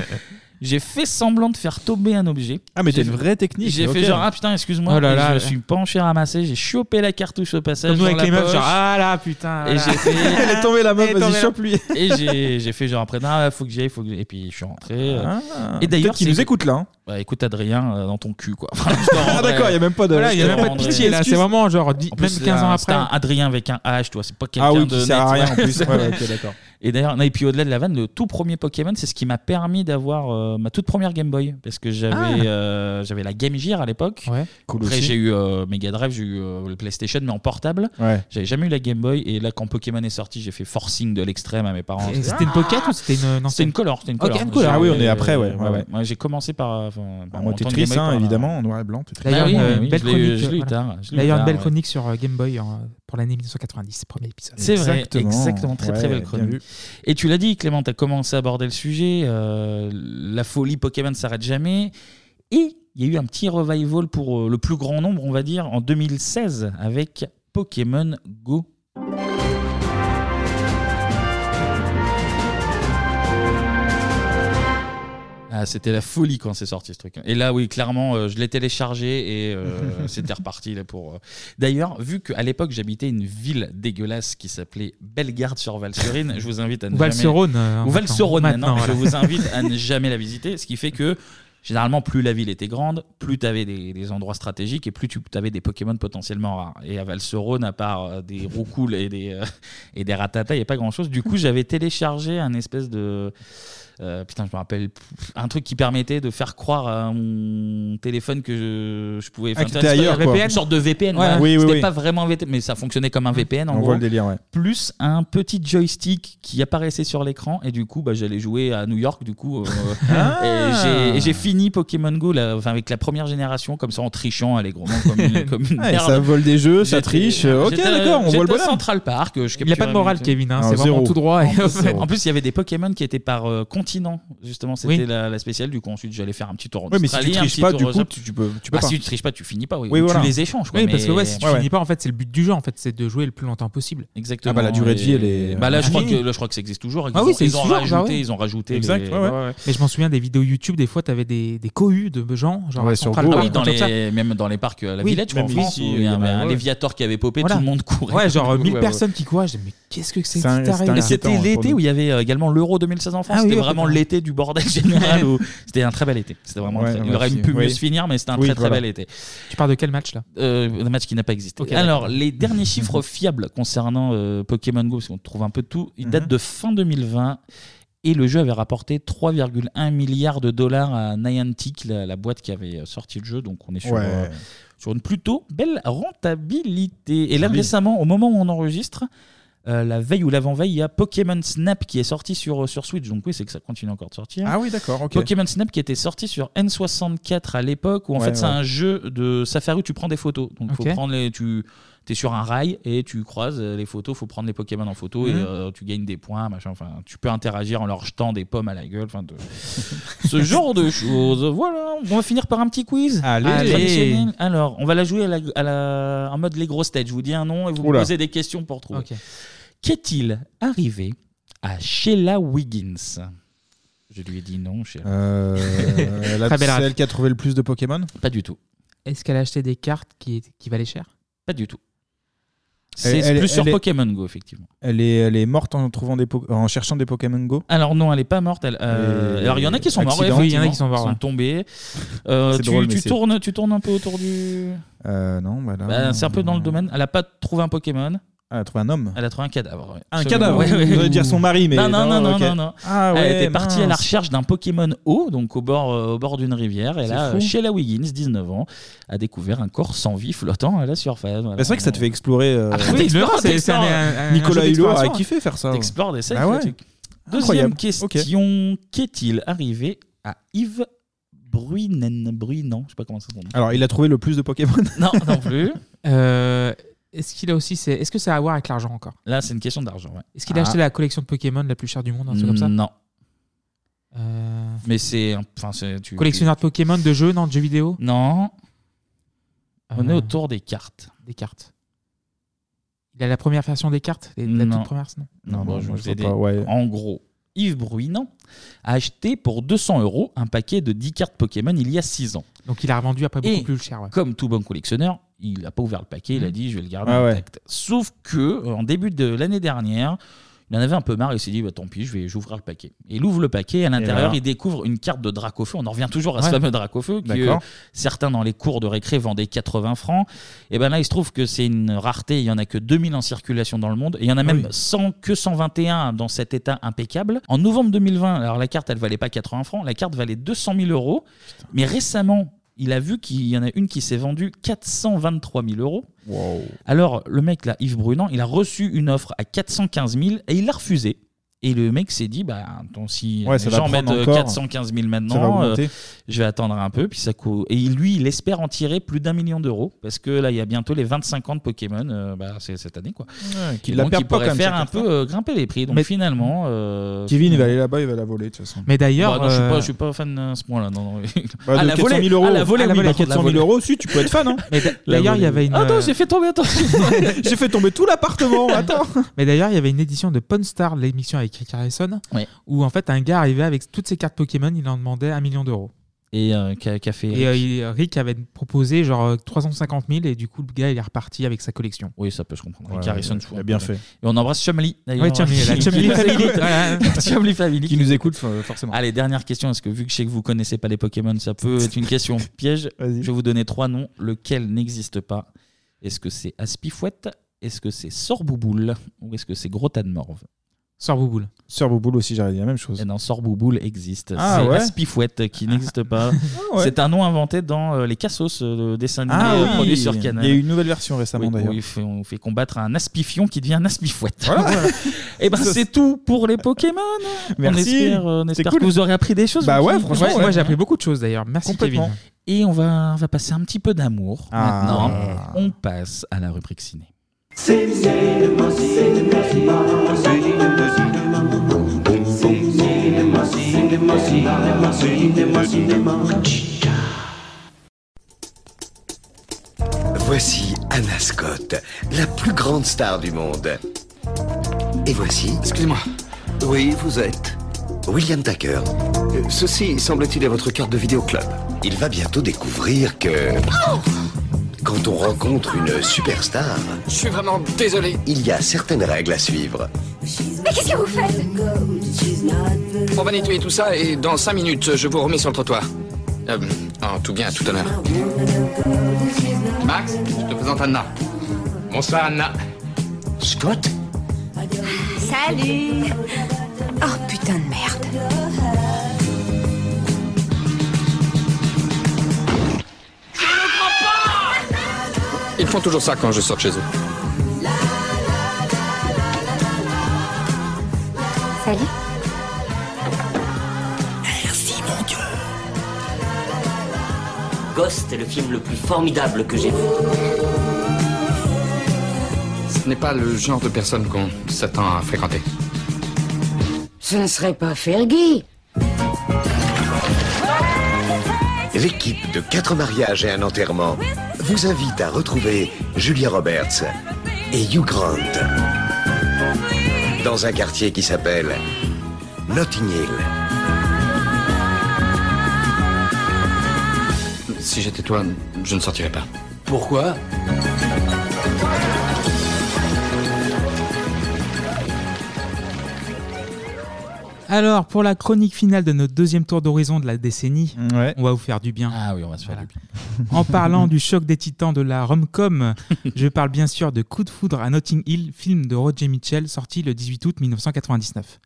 [SPEAKER 1] J'ai fait semblant de faire tomber un objet.
[SPEAKER 6] Ah, mais t'as
[SPEAKER 1] J'ai-
[SPEAKER 6] une vraie technique,
[SPEAKER 1] J'ai
[SPEAKER 6] ok.
[SPEAKER 1] fait genre, ah putain, excuse-moi.
[SPEAKER 6] Oh là
[SPEAKER 1] Et
[SPEAKER 6] là,
[SPEAKER 1] je
[SPEAKER 6] là.
[SPEAKER 1] suis penché ramassé, j'ai chopé la cartouche au passage.
[SPEAKER 9] Comme nous
[SPEAKER 1] dans
[SPEAKER 9] avec
[SPEAKER 1] la
[SPEAKER 9] les meufs,
[SPEAKER 1] poche.
[SPEAKER 9] genre, ah là, putain.
[SPEAKER 1] Et
[SPEAKER 9] là.
[SPEAKER 1] j'ai fait.
[SPEAKER 9] Elle est tombée, la meuf,
[SPEAKER 1] Elle est
[SPEAKER 9] vas-y,
[SPEAKER 1] tombée, la-
[SPEAKER 9] chope-lui.
[SPEAKER 1] Et j'ai- j'ai fait genre après, non, faut que j'y aille, faut que j'y aille. Et puis je suis rentré. euh.
[SPEAKER 6] Ah,
[SPEAKER 1] et d'ailleurs.
[SPEAKER 6] peut-être qu'il nous écoute, là, hein.
[SPEAKER 1] Bah écoute Adrien euh, dans ton cul quoi.
[SPEAKER 6] Ah, d'accord, il y a même pas de-
[SPEAKER 1] Voilà, il y a
[SPEAKER 6] je
[SPEAKER 1] même
[SPEAKER 6] te
[SPEAKER 1] pas de
[SPEAKER 6] rendrai.
[SPEAKER 1] pitié là, c'est
[SPEAKER 6] Excuse.
[SPEAKER 1] vraiment genre dix-
[SPEAKER 6] En
[SPEAKER 1] même
[SPEAKER 6] plus,
[SPEAKER 1] 15
[SPEAKER 6] là,
[SPEAKER 1] ans après.
[SPEAKER 6] c'était un
[SPEAKER 1] Adrien avec un H, toi, c'est pas
[SPEAKER 6] Ah oui, qui
[SPEAKER 1] de
[SPEAKER 6] sert à
[SPEAKER 1] net,
[SPEAKER 6] rien en plus.
[SPEAKER 1] c'est-
[SPEAKER 6] Ouais, ouais, ok, d'accord.
[SPEAKER 1] Et d'ailleurs, non, et puis au-delà de la vanne, le tout premier Pokémon, c'est ce qui m'a permis d'avoir euh, ma toute première Game Boy parce que j'avais
[SPEAKER 9] Ah.
[SPEAKER 1] euh, j'avais la Game Gear à l'époque.
[SPEAKER 9] Ouais. Cool
[SPEAKER 1] Après
[SPEAKER 9] aussi.
[SPEAKER 1] j'ai eu euh, Mega Drive, j'ai eu euh, le PlayStation mais en portable.
[SPEAKER 9] Ouais.
[SPEAKER 1] J'avais jamais eu la Game Boy et là quand Pokémon est sorti, j'ai fait forcing de l'extrême à mes parents.
[SPEAKER 9] Et C'était une pocket ou c'était une. non,
[SPEAKER 1] C'était une color, c'était une
[SPEAKER 9] Ok,
[SPEAKER 1] color.
[SPEAKER 9] une color.
[SPEAKER 1] J'ai-
[SPEAKER 6] Ah oui, on est après, ouais,
[SPEAKER 1] euh,
[SPEAKER 6] ouais, ouais.
[SPEAKER 1] Moi, j'ai commencé par. euh, enfin, par
[SPEAKER 6] moi,
[SPEAKER 1] mon
[SPEAKER 6] t'es
[SPEAKER 1] temps de
[SPEAKER 6] triste,
[SPEAKER 1] Game Boy,
[SPEAKER 6] hein,
[SPEAKER 1] par-
[SPEAKER 6] évidemment, en noir et blanc, t'es triste.
[SPEAKER 9] D'ailleurs,
[SPEAKER 1] Bah oui,
[SPEAKER 9] une
[SPEAKER 1] oui,
[SPEAKER 9] belle
[SPEAKER 1] je l'ai-
[SPEAKER 9] chronique.
[SPEAKER 1] je l'ai eu
[SPEAKER 9] voilà.
[SPEAKER 1] tard, je l'ai eu
[SPEAKER 9] D'ailleurs, une
[SPEAKER 1] tard,
[SPEAKER 9] belle
[SPEAKER 1] ouais.
[SPEAKER 9] chronique sur euh, Game Boy euh, pour l'année 1990, premier épisode.
[SPEAKER 1] C'est vrai, exactement, très très
[SPEAKER 9] Ouais,
[SPEAKER 1] belle
[SPEAKER 9] bien
[SPEAKER 1] chronique.
[SPEAKER 9] vu.
[SPEAKER 1] Et tu l'as dit, Clément, tu as commencé à aborder le sujet. euh, la folie Pokémon ne s'arrête jamais. Et il y a eu un petit revival pour euh, le plus grand nombre, on va dire, en 2016 avec Pokémon Go. Ah, c'était la folie quand c'est sorti ce truc. Et là, oui, clairement, euh, je l'ai téléchargé et euh, c'était reparti là pour. euh. D'ailleurs, vu qu'à l'époque j'habitais une ville dégueulasse qui s'appelait Bellegarde sur Valserine, je vous invite à ne
[SPEAKER 9] Ou Valserone,
[SPEAKER 1] jamais...
[SPEAKER 9] euh,
[SPEAKER 1] Ou Valserone,
[SPEAKER 9] maintenant,
[SPEAKER 1] maintenant,
[SPEAKER 9] voilà.
[SPEAKER 1] je vous invite à ne jamais la visiter, ce qui fait que. Généralement, plus la ville était grande, plus tu avais des, des endroits stratégiques et plus tu avais des Pokémon potentiellement rares. Et à Valserone, à part euh, des Roucoule et des, euh, et des Ratata, il n'y a pas grand-chose. Du coup, j'avais téléchargé un espèce de... Euh, putain, je me rappelle. Un truc qui permettait de faire croire à mon téléphone que je, je pouvais.
[SPEAKER 6] Ah,
[SPEAKER 1] enfin,
[SPEAKER 6] que
[SPEAKER 1] tu vois,
[SPEAKER 6] t'étais
[SPEAKER 1] c'est pas
[SPEAKER 6] ailleurs,
[SPEAKER 1] un
[SPEAKER 6] quoi.
[SPEAKER 1] VPN, une sorte de VPN.
[SPEAKER 6] Ouais.
[SPEAKER 1] voilà.
[SPEAKER 6] Oui, oui,
[SPEAKER 1] C'était
[SPEAKER 6] oui.
[SPEAKER 1] pas vraiment un VPN, mais ça fonctionnait comme un VPN en
[SPEAKER 6] On
[SPEAKER 1] gros.
[SPEAKER 6] voit le délire, ouais.
[SPEAKER 1] Plus un petit joystick qui apparaissait sur l'écran et du coup, bah, j'allais jouer à New York. Du coup, euh,
[SPEAKER 6] Ah.
[SPEAKER 1] et j'ai- et j'ai fini Pokémon Go là, enfin, avec la première génération comme ça en trichant allègrement comme une, comme une
[SPEAKER 6] Ah, et
[SPEAKER 1] merde.
[SPEAKER 6] ça vole des jeux, ça
[SPEAKER 1] J'étais-
[SPEAKER 6] triche, euh, ok,
[SPEAKER 1] j'étais-
[SPEAKER 6] d'accord, on voit le
[SPEAKER 1] j'étais à
[SPEAKER 6] bonhomme.
[SPEAKER 1] Central Park. euh, je
[SPEAKER 9] Il y a pas de
[SPEAKER 1] capturais
[SPEAKER 9] morale,
[SPEAKER 1] mes-
[SPEAKER 9] Kevin, hein, Non, c'est vraiment zéro. tout droit, et
[SPEAKER 1] En plus,
[SPEAKER 9] en fait-
[SPEAKER 1] en plus, il y avait des Pokémon qui étaient par euh, continent. Justement, c'était
[SPEAKER 6] Oui.
[SPEAKER 1] la, la spéciale. Du coup, ensuite, j'allais faire un petit tour en
[SPEAKER 6] Ouais, mais si
[SPEAKER 1] Australie,
[SPEAKER 6] tu
[SPEAKER 1] un
[SPEAKER 6] triches
[SPEAKER 1] petit
[SPEAKER 6] pas,
[SPEAKER 1] tour
[SPEAKER 6] du
[SPEAKER 1] au
[SPEAKER 6] coup,
[SPEAKER 1] Japon.
[SPEAKER 6] tu- tu peux- tu peux
[SPEAKER 1] Ah,
[SPEAKER 6] pas.
[SPEAKER 1] si tu triches pas, tu finis pas. Oui,
[SPEAKER 6] Oui,
[SPEAKER 1] Ou
[SPEAKER 6] voilà.
[SPEAKER 1] Tu les échanges. Quoi,
[SPEAKER 9] oui,
[SPEAKER 1] mais-
[SPEAKER 9] parce que ouais, si tu
[SPEAKER 1] Ouais,
[SPEAKER 9] finis
[SPEAKER 1] ouais.
[SPEAKER 9] pas, en fait, c'est le but du jeu, en fait, c'est de jouer le plus longtemps possible.
[SPEAKER 1] Exactement.
[SPEAKER 6] bah, la durée de vie, elle est-
[SPEAKER 1] Bah là, je
[SPEAKER 9] Ah,
[SPEAKER 1] crois, que,
[SPEAKER 9] oui.
[SPEAKER 1] là, je crois que ça existe toujours. Ils
[SPEAKER 9] Ah
[SPEAKER 1] ont-
[SPEAKER 9] oui, ça
[SPEAKER 1] ils
[SPEAKER 9] existe
[SPEAKER 1] ont
[SPEAKER 9] toujours,
[SPEAKER 1] rajouté,
[SPEAKER 9] ça, ouais.
[SPEAKER 1] ils ont rajouté. les-
[SPEAKER 9] Mais je m'en souviens des vidéos YouTube, des fois, t'avais des, des cohus de gens, genre à Central
[SPEAKER 1] Ah
[SPEAKER 9] Park,
[SPEAKER 1] oui, dans
[SPEAKER 9] un truc comme ça.
[SPEAKER 1] les, même dans les parcs à la
[SPEAKER 9] Oui,
[SPEAKER 1] Villette, je crois, en
[SPEAKER 9] même
[SPEAKER 1] France,
[SPEAKER 9] ici,
[SPEAKER 1] où il y
[SPEAKER 9] il y
[SPEAKER 1] avait
[SPEAKER 9] en a,
[SPEAKER 1] un
[SPEAKER 9] ouais.
[SPEAKER 1] Léviator qui avait popé,
[SPEAKER 9] Voilà.
[SPEAKER 1] tout le monde courait.
[SPEAKER 9] Ouais, genre
[SPEAKER 1] Ouais,
[SPEAKER 9] 1000
[SPEAKER 1] ouais,
[SPEAKER 9] personnes
[SPEAKER 1] ouais.
[SPEAKER 9] qui courent. Je me dis, mais qu'est-ce que c'est
[SPEAKER 1] C'est un-
[SPEAKER 9] que cette
[SPEAKER 1] c'est un-
[SPEAKER 9] arène,
[SPEAKER 1] Mais
[SPEAKER 9] là
[SPEAKER 1] c'était l'été où il y avait euh, également l'euro 2016 en France.
[SPEAKER 9] Ah oui,
[SPEAKER 1] c'était
[SPEAKER 9] ouais,
[SPEAKER 1] vraiment
[SPEAKER 9] peut-être.
[SPEAKER 1] l'été du bordel général. où- C'était un très bel été. C'était vraiment. un
[SPEAKER 9] Ouais,
[SPEAKER 1] très- Il
[SPEAKER 9] ouais,
[SPEAKER 1] aurait
[SPEAKER 9] si.
[SPEAKER 1] pu mieux
[SPEAKER 9] Oui.
[SPEAKER 1] se finir, mais c'était un
[SPEAKER 9] Oui,
[SPEAKER 1] très très
[SPEAKER 9] voilà.
[SPEAKER 1] bel été.
[SPEAKER 9] Tu parles de quel match là
[SPEAKER 1] Euh, un match qui n'a pas existé.
[SPEAKER 9] Ok,
[SPEAKER 1] Alors,
[SPEAKER 9] d'accord.
[SPEAKER 1] les derniers chiffres fiables concernant euh, Pokémon Go, parce qu'on trouve un peu de tout, ils
[SPEAKER 6] Mhm.
[SPEAKER 1] datent de fin 2020 et le jeu avait rapporté 3,1 milliards de dollars à Niantic, la, la boîte qui avait euh, sorti le jeu. Donc, on est sur,
[SPEAKER 6] Ouais.
[SPEAKER 1] euh, sur une plutôt belle rentabilité. Et là,
[SPEAKER 6] Joli.
[SPEAKER 1] récemment, au moment où on enregistre, euh, la veille ou l'avant-veille, il y a Pokémon Snap qui est sorti sur, euh, sur Switch. Donc, oui, c'est que ça continue encore de sortir.
[SPEAKER 6] Ah oui, d'accord, ok.
[SPEAKER 1] Pokémon Snap qui était sorti sur N64 à l'époque, où en
[SPEAKER 6] Ouais,
[SPEAKER 1] fait, c'est
[SPEAKER 6] ouais.
[SPEAKER 1] un jeu de Safari où tu prends des photos. Donc, faut
[SPEAKER 6] Ok.
[SPEAKER 1] prendre les, tu es sur un rail et tu croises euh, les photos, faut prendre les Pokémon en photo et
[SPEAKER 6] Mhm.
[SPEAKER 1] euh, tu gagnes des points, machin. Enfin, tu peux interagir en leur jetant des pommes à la gueule. Enfin, de- ce genre de choses. Voilà, on va finir par un petit quiz.
[SPEAKER 6] Allez.
[SPEAKER 1] Traditionnel. Alors, on va la jouer à la, à la- en mode les grosses têtes. Je vous dis un nom et vous me
[SPEAKER 6] Oula.
[SPEAKER 1] posez des questions pour trouver.
[SPEAKER 9] Ok.
[SPEAKER 1] Qu'est-il arrivé à Sheila Wiggins Je lui ai dit non, Sheila.
[SPEAKER 6] Euh, la-
[SPEAKER 9] Très belle
[SPEAKER 6] celle
[SPEAKER 9] ref.
[SPEAKER 6] qui a trouvé le plus de Pokémon
[SPEAKER 1] Pas du tout.
[SPEAKER 9] Est-ce qu'elle a acheté des cartes qui, qui valaient cher
[SPEAKER 1] Pas du tout. C'est plus sur Pokémon Go, effectivement.
[SPEAKER 6] Elle est, elle est morte en, trouvant des po- en cherchant des Pokémon Go
[SPEAKER 1] Alors non, elle est pas morte. elle, euh,
[SPEAKER 6] Et-
[SPEAKER 1] alors il y en a qui sont morts.
[SPEAKER 6] accident,
[SPEAKER 1] effectivement,
[SPEAKER 6] il y en a qui sont morts, Bah, ouais.
[SPEAKER 1] tombés. Euh,
[SPEAKER 6] C'est
[SPEAKER 1] tu,
[SPEAKER 6] drôle, mais
[SPEAKER 1] tu
[SPEAKER 6] c'est-
[SPEAKER 1] tournes, tu tournes un peu autour du.
[SPEAKER 6] Euh, non, bah là.
[SPEAKER 1] Bah, c'est un peu dans le domaine. Elle a pas trouvé un Pokémon.
[SPEAKER 6] Elle a trouvé un homme.
[SPEAKER 1] Elle a trouvé un cadavre. ouais.
[SPEAKER 6] Un
[SPEAKER 1] Absolument.
[SPEAKER 6] cadavre Je voulais dire son mari, mais
[SPEAKER 1] Non, non,
[SPEAKER 6] non,
[SPEAKER 1] non, non,
[SPEAKER 6] ok.
[SPEAKER 1] non, non.
[SPEAKER 6] Ah
[SPEAKER 1] Elle
[SPEAKER 6] ouais,
[SPEAKER 1] était partie à la
[SPEAKER 6] mince.
[SPEAKER 1] recherche d'un Pokémon eau, donc au bord, euh, au bord d'une rivière. Et
[SPEAKER 6] C'est
[SPEAKER 1] là,
[SPEAKER 6] fou.
[SPEAKER 1] euh, Sheila Wiggins, 19 ans, a découvert un corps sans vie flottant à la surface. Voilà.
[SPEAKER 6] Bah, c'est vrai que ça te fait explorer. euh,
[SPEAKER 1] Ah, bah, t'explores, t'explores.
[SPEAKER 6] Nicolas Hulot a kiffé faire ça. ouais.
[SPEAKER 1] T'explores des sacs,
[SPEAKER 6] Ah ouais.
[SPEAKER 1] le truc. Deuxième
[SPEAKER 6] Incroyable.
[SPEAKER 1] question
[SPEAKER 6] Ok.
[SPEAKER 1] qu'est-il arrivé à Yves Bruinen Bruinan, je sais pas comment ça se prononce.
[SPEAKER 6] Alors, il a trouvé le plus de Pokémon
[SPEAKER 1] Non, non plus.
[SPEAKER 9] Euh, Est-ce qu'il a aussi. ses- Est-ce que ça a à voir avec l'argent encore
[SPEAKER 1] Là, c'est une question d'argent. ouais.
[SPEAKER 9] Est-ce qu'il a
[SPEAKER 1] Ah.
[SPEAKER 9] acheté la collection de Pokémon la plus chère du monde, un truc comme ça
[SPEAKER 1] Non.
[SPEAKER 9] Euh,
[SPEAKER 1] Mais c'est. un- Enfin, c'est- tu-
[SPEAKER 9] Collectionneur de Pokémon, de jeux, non, de jeux vidéo
[SPEAKER 1] Non. On est
[SPEAKER 9] Euh.
[SPEAKER 1] autour des cartes.
[SPEAKER 9] Des cartes. Il a la première version des cartes La la toute première, non
[SPEAKER 1] Non,
[SPEAKER 9] Bon,
[SPEAKER 1] non, je
[SPEAKER 9] moi,
[SPEAKER 1] vous
[SPEAKER 9] je vois
[SPEAKER 1] ai dit.
[SPEAKER 9] pas, ouais.
[SPEAKER 1] En gros, Yves Bruinant a acheté pour 200 euros un paquet de 10 cartes Pokémon il y a 6 ans.
[SPEAKER 9] Donc il a revendu après beaucoup
[SPEAKER 1] Et
[SPEAKER 9] plus cher. ouais.
[SPEAKER 1] Comme tout bon collectionneur, il n'a pas ouvert le paquet, il a dit je vais le garder
[SPEAKER 9] Ah ouais.
[SPEAKER 1] intact. Sauf que euh, en début de l'année dernière, il en avait un peu marre, il s'est dit bah, tant pis, je vais j'ouvrirai le paquet. Et il ouvre le paquet, et à l'intérieur,
[SPEAKER 9] là.
[SPEAKER 1] il découvre une carte de Dracofeu. On en revient toujours à ce
[SPEAKER 9] Ouais.
[SPEAKER 1] fameux Dracofeu que
[SPEAKER 9] D'accord.
[SPEAKER 1] euh, certains dans les cours de récré vendaient 80 francs. Et ben là, il se trouve que c'est une rareté, il y en a que 2000 en circulation dans le monde et il y en a
[SPEAKER 9] Ah
[SPEAKER 1] même
[SPEAKER 9] oui.
[SPEAKER 1] 100 que 121 dans cet état impeccable. En novembre 2020, alors la carte, elle valait pas 80 francs, la carte valait 200 000 euros. Mais récemment, il a vu qu'il y en a une qui s'est vendue 423 000 euros. Alors le mec là, Yves Brunand, il a reçu une offre à 415 000 et il l'a refusée. Et le mec s'est dit, bah, attends, si
[SPEAKER 6] Ouais, ça
[SPEAKER 1] les
[SPEAKER 6] va
[SPEAKER 1] gens mettent
[SPEAKER 6] prendre
[SPEAKER 1] euh,
[SPEAKER 6] encore.
[SPEAKER 1] 415 000
[SPEAKER 6] Ça va
[SPEAKER 1] maintenant, euh,
[SPEAKER 6] augmenter.
[SPEAKER 1] je vais attendre un peu. Puis ça coûte... Et lui, il espère en tirer plus d'un million d'euros parce que là, il y a bientôt les 25 ans de Pokémon, euh, bah, c'est cette année quoi.
[SPEAKER 6] Ouais, qu'il
[SPEAKER 1] Et
[SPEAKER 6] la
[SPEAKER 1] donc,
[SPEAKER 6] perde
[SPEAKER 1] il
[SPEAKER 6] pas,
[SPEAKER 1] pourrait
[SPEAKER 6] quand même,
[SPEAKER 1] faire
[SPEAKER 6] cette
[SPEAKER 1] un
[SPEAKER 6] carte-là.
[SPEAKER 1] peu euh, grimper les prix. Donc
[SPEAKER 6] Mais-
[SPEAKER 1] finalement, euh,
[SPEAKER 6] Kevin, il va aller là-bas, il va la voler de toute façon.
[SPEAKER 9] Mais d'ailleurs,
[SPEAKER 1] Bah non, je suis pas-
[SPEAKER 9] euh,
[SPEAKER 1] je suis pas fan à ce point-là. Non, non.
[SPEAKER 6] Bah,
[SPEAKER 1] à
[SPEAKER 6] de
[SPEAKER 1] la
[SPEAKER 6] 400
[SPEAKER 1] volée,
[SPEAKER 6] 000 euros. Ah,
[SPEAKER 1] à la volée,
[SPEAKER 6] À la
[SPEAKER 1] oui,
[SPEAKER 6] volée,
[SPEAKER 1] par contre,
[SPEAKER 6] 400 000
[SPEAKER 1] la volée.
[SPEAKER 6] euros, si, tu peux être fan, hein.
[SPEAKER 9] Mais d'a- d'ailleurs, il y avait une.
[SPEAKER 1] Attends,
[SPEAKER 9] euh,
[SPEAKER 1] Ah, j'ai fait tomber. Attends,
[SPEAKER 6] j'ai fait tomber tout l'appartement. Attends.
[SPEAKER 9] Mais d'ailleurs, il y avait une édition de Pawn Star, l'émission avec Rick Harrison,
[SPEAKER 1] Ouais.
[SPEAKER 9] où en fait un gars arrivait avec toutes ses cartes Pokémon, il en demandait un million d'euros.
[SPEAKER 1] Et euh, qu'a qu'a fait
[SPEAKER 9] Et
[SPEAKER 1] Eric
[SPEAKER 9] euh, il- Rick avait proposé genre euh, 350 000 et du coup le gars il est reparti avec sa collection.
[SPEAKER 1] Oui, ça peut, je comprendre.
[SPEAKER 9] Rick
[SPEAKER 1] Rick Harrison, je trouve un
[SPEAKER 9] bien
[SPEAKER 1] peu.
[SPEAKER 9] fait.
[SPEAKER 1] hein, Et on embrasse Chumley. d'ailleurs. hein.
[SPEAKER 9] Ouais, Chumley, la Chumley Family. Ouais, ouais.
[SPEAKER 1] Chumley Family.
[SPEAKER 9] Qui nous écoute, euh,
[SPEAKER 1] forcément. Allez, dernière question. Est-ce que vu que je sais que vous connaissez pas les Pokémon, ça peut être une question piège Je vais vous donner trois noms. Lequel n'existe pas Est-ce que c'est Aspifouette Est-ce que c'est Sorbouboule Ou est-ce que c'est Grotanmorve
[SPEAKER 9] Sorbouboule.
[SPEAKER 6] Sorbouboule aussi, j'aurais dit la même chose.
[SPEAKER 1] Et non, Sorbouboule existe.
[SPEAKER 6] Ah,
[SPEAKER 1] c'est
[SPEAKER 6] ouais
[SPEAKER 1] Aspifouette qui n'existe pas.
[SPEAKER 6] Ah, ouais.
[SPEAKER 1] C'est un nom inventé dans euh, les Cassos, euh, le dessin animé
[SPEAKER 6] Ah
[SPEAKER 1] euh,
[SPEAKER 6] oui.
[SPEAKER 1] produit sur Canal.
[SPEAKER 6] Il y a eu une nouvelle version récemment,
[SPEAKER 1] Oui,
[SPEAKER 6] d'ailleurs.
[SPEAKER 1] où il fait- on fait combattre un Aspifion qui devient un Aspifouette. Et ben c'est tout pour les Pokémon.
[SPEAKER 9] Merci.
[SPEAKER 1] On espère, euh, on
[SPEAKER 9] C'est
[SPEAKER 1] espère
[SPEAKER 9] cool.
[SPEAKER 1] que vous aurez appris des choses.
[SPEAKER 9] Bah
[SPEAKER 1] vous
[SPEAKER 9] ouais,
[SPEAKER 1] qui-
[SPEAKER 9] franchement, ouais. Moi, j'ai appris beaucoup de choses d'ailleurs. Merci,
[SPEAKER 1] Complètement.
[SPEAKER 9] Kevin.
[SPEAKER 1] Et on va, on va passer un petit peu d'amour.
[SPEAKER 9] Ah.
[SPEAKER 1] Maintenant, on passe à la rubrique ciné.
[SPEAKER 27] Voici Anna Scott, la plus grande star du monde. Et voici. Excusez-moi. Oui, vous êtes. William Tucker. Euh, Ceci, semble-t-il, est votre carte de vidéoclub. Il va bientôt découvrir que. Quand on rencontre une superstar. Je suis vraiment désolé. Il y a certaines règles à suivre.
[SPEAKER 28] Mais qu'est-ce que vous faites
[SPEAKER 27] On va nettoyer tout ça et dans 5 minutes, je vous remets sur le trottoir.
[SPEAKER 15] Euh, en tout bien, tout honneur.
[SPEAKER 34] Max, je te présente Anna. Bonsoir Anna.
[SPEAKER 27] Scott
[SPEAKER 28] Salut Oh putain de merde
[SPEAKER 15] Ils font toujours ça quand je sors de chez eux.
[SPEAKER 28] Salut
[SPEAKER 35] Merci, mon Dieu. Ghost est le film le plus formidable que j'ai vu.
[SPEAKER 15] Ce n'est pas le genre de personne qu'on s'attend à fréquenter.
[SPEAKER 28] Ce ne serait pas Fergie
[SPEAKER 27] L'équipe de quatre mariages et un enterrement vous invite à retrouver Julia Roberts et Hugh Grant dans un quartier qui s'appelle Notting Hill.
[SPEAKER 15] Si j'étais toi, je ne sortirais pas.
[SPEAKER 27] Pourquoi
[SPEAKER 9] Alors, pour la chronique finale de notre deuxième tour d'horizon de la décennie, on va vous faire du bien.
[SPEAKER 1] Ah oui, on va se faire du
[SPEAKER 9] bien. en parlant du choc des titans de la rom-com, je parle bien sûr de Coup de foudre à Notting Hill, film de Roger Mitchell sorti le 18 août 1999.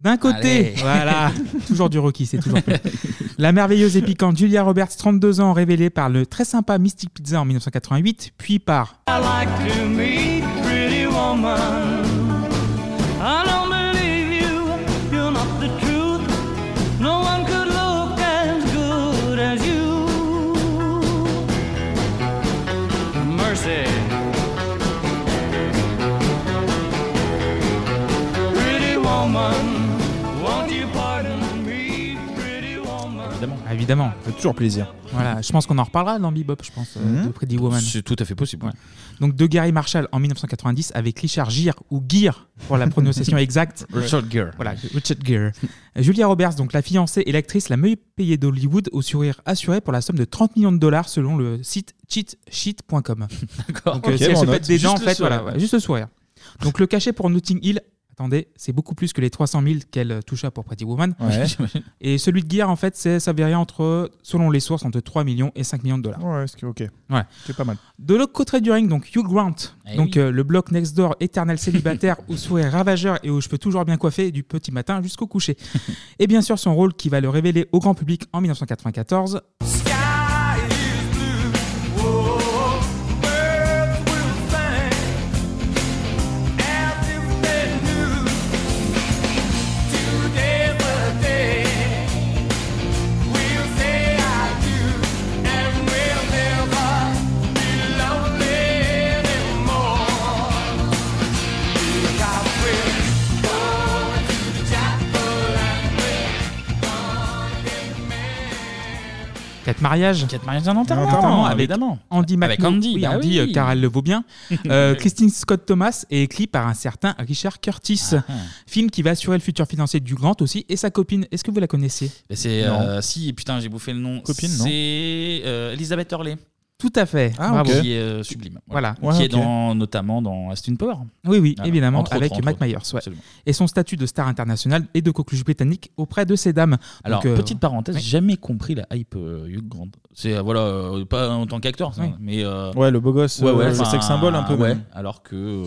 [SPEAKER 9] D'un côté,
[SPEAKER 28] Allez.
[SPEAKER 9] voilà, toujours du Rocky, c'est toujours plus. La merveilleuse et piquante Julia Roberts, 32 ans, révélée par le très sympa Mystic Pizza en 1988, puis par
[SPEAKER 10] I like to meet pretty woman. I don't believe you, you're not the truth.
[SPEAKER 17] woman, won't you pardon me, pretty woman?
[SPEAKER 9] Évidemment. Ah, Évidemment.
[SPEAKER 6] Ça fait toujours plaisir.
[SPEAKER 9] Voilà, je pense qu'on en reparlera dans Bebop, je pense, euh,
[SPEAKER 6] Mhm.
[SPEAKER 9] de Pretty Woman.
[SPEAKER 6] C'est
[SPEAKER 1] tout à fait possible.
[SPEAKER 9] Donc de Gary Marshall en 1990 avec Richard Gere ou Gere pour la prononciation exacte.
[SPEAKER 1] Richard Gere.
[SPEAKER 9] Voilà, Richard Gere. Julia Roberts, donc la fiancée et l'actrice la mieux payée d'Hollywood au sourire assuré pour la somme de 30 millions de dollars selon le site cheatsheet.com. D'accord. Donc euh,
[SPEAKER 6] Ok,
[SPEAKER 9] si elle
[SPEAKER 6] bon,
[SPEAKER 9] se
[SPEAKER 6] on
[SPEAKER 9] pète
[SPEAKER 6] note.
[SPEAKER 9] des dents, en
[SPEAKER 6] Juste le
[SPEAKER 9] fait, voilà,
[SPEAKER 6] sourire.
[SPEAKER 9] ouais, juste le sourire. Donc le cachet pour Notting Hill, attendez, c'est beaucoup plus que les 300 000 qu'elle euh, toucha pour Pretty Woman.
[SPEAKER 6] Ouais.
[SPEAKER 9] Et celui de Gear, en fait, c'est- ça varie entre, selon les sources, entre 3 millions et 5 millions de dollars.
[SPEAKER 6] Ouais, ce qui est ok.
[SPEAKER 9] Ouais.
[SPEAKER 6] C'est pas mal.
[SPEAKER 9] De l'autre côté du ring, donc Hugh Grant,
[SPEAKER 6] Eh
[SPEAKER 9] donc
[SPEAKER 6] oui.
[SPEAKER 9] euh, le bloc next door éternel célibataire au sourire ravageur et aux cheveux toujours bien coiffés du petit matin jusqu'au coucher. et bien sûr son rôle qui va le révéler au grand public en 1994. Quatre mariages.
[SPEAKER 1] Quatre mariages d'un enterrement.
[SPEAKER 9] Notamment avec
[SPEAKER 1] évidemment.
[SPEAKER 9] Andy
[SPEAKER 1] Avec
[SPEAKER 9] McNaught.
[SPEAKER 1] Andy,
[SPEAKER 9] Oui,
[SPEAKER 1] bah
[SPEAKER 9] Andy,
[SPEAKER 1] oui.
[SPEAKER 9] euh, car elle le vaut bien. Euh, Christine Scott Thomas est écrit par un certain Richard Curtis.
[SPEAKER 1] Ah,
[SPEAKER 9] Film qui va assurer le futur financier du Grant aussi. Et sa copine, est-ce que vous la connaissez
[SPEAKER 1] Mais c'est. euh, si, putain, j'ai bouffé le nom.
[SPEAKER 9] Copine, non
[SPEAKER 1] C'est euh, Elisabeth Hurley.
[SPEAKER 9] Tout à fait. Bravo.
[SPEAKER 1] Qui est euh, sublime.
[SPEAKER 9] Voilà.
[SPEAKER 1] Qui est dans, notamment dans Aston Power.
[SPEAKER 9] Oui, oui,
[SPEAKER 1] Voilà.
[SPEAKER 9] évidemment,
[SPEAKER 1] Entre autres,
[SPEAKER 9] avec
[SPEAKER 1] entre
[SPEAKER 9] Mac
[SPEAKER 1] autres.
[SPEAKER 9] Myers. ouais.
[SPEAKER 1] Absolument.
[SPEAKER 9] Et son statut de star internationale et de coqueluche britannique auprès de ces dames.
[SPEAKER 1] Alors,
[SPEAKER 9] Donc, euh,
[SPEAKER 1] petite parenthèse,
[SPEAKER 9] oui.
[SPEAKER 1] j'ai jamais compris la hype euh, Hugh Grant. C'est, euh, voilà, euh, pas en tant qu'acteur, ça,
[SPEAKER 9] Oui.
[SPEAKER 1] mais. euh,
[SPEAKER 6] Ouais, le beau gosse, euh, le
[SPEAKER 1] enfin,
[SPEAKER 6] sexe symbole un peu,
[SPEAKER 1] Ouais,
[SPEAKER 6] même.
[SPEAKER 1] alors que. euh,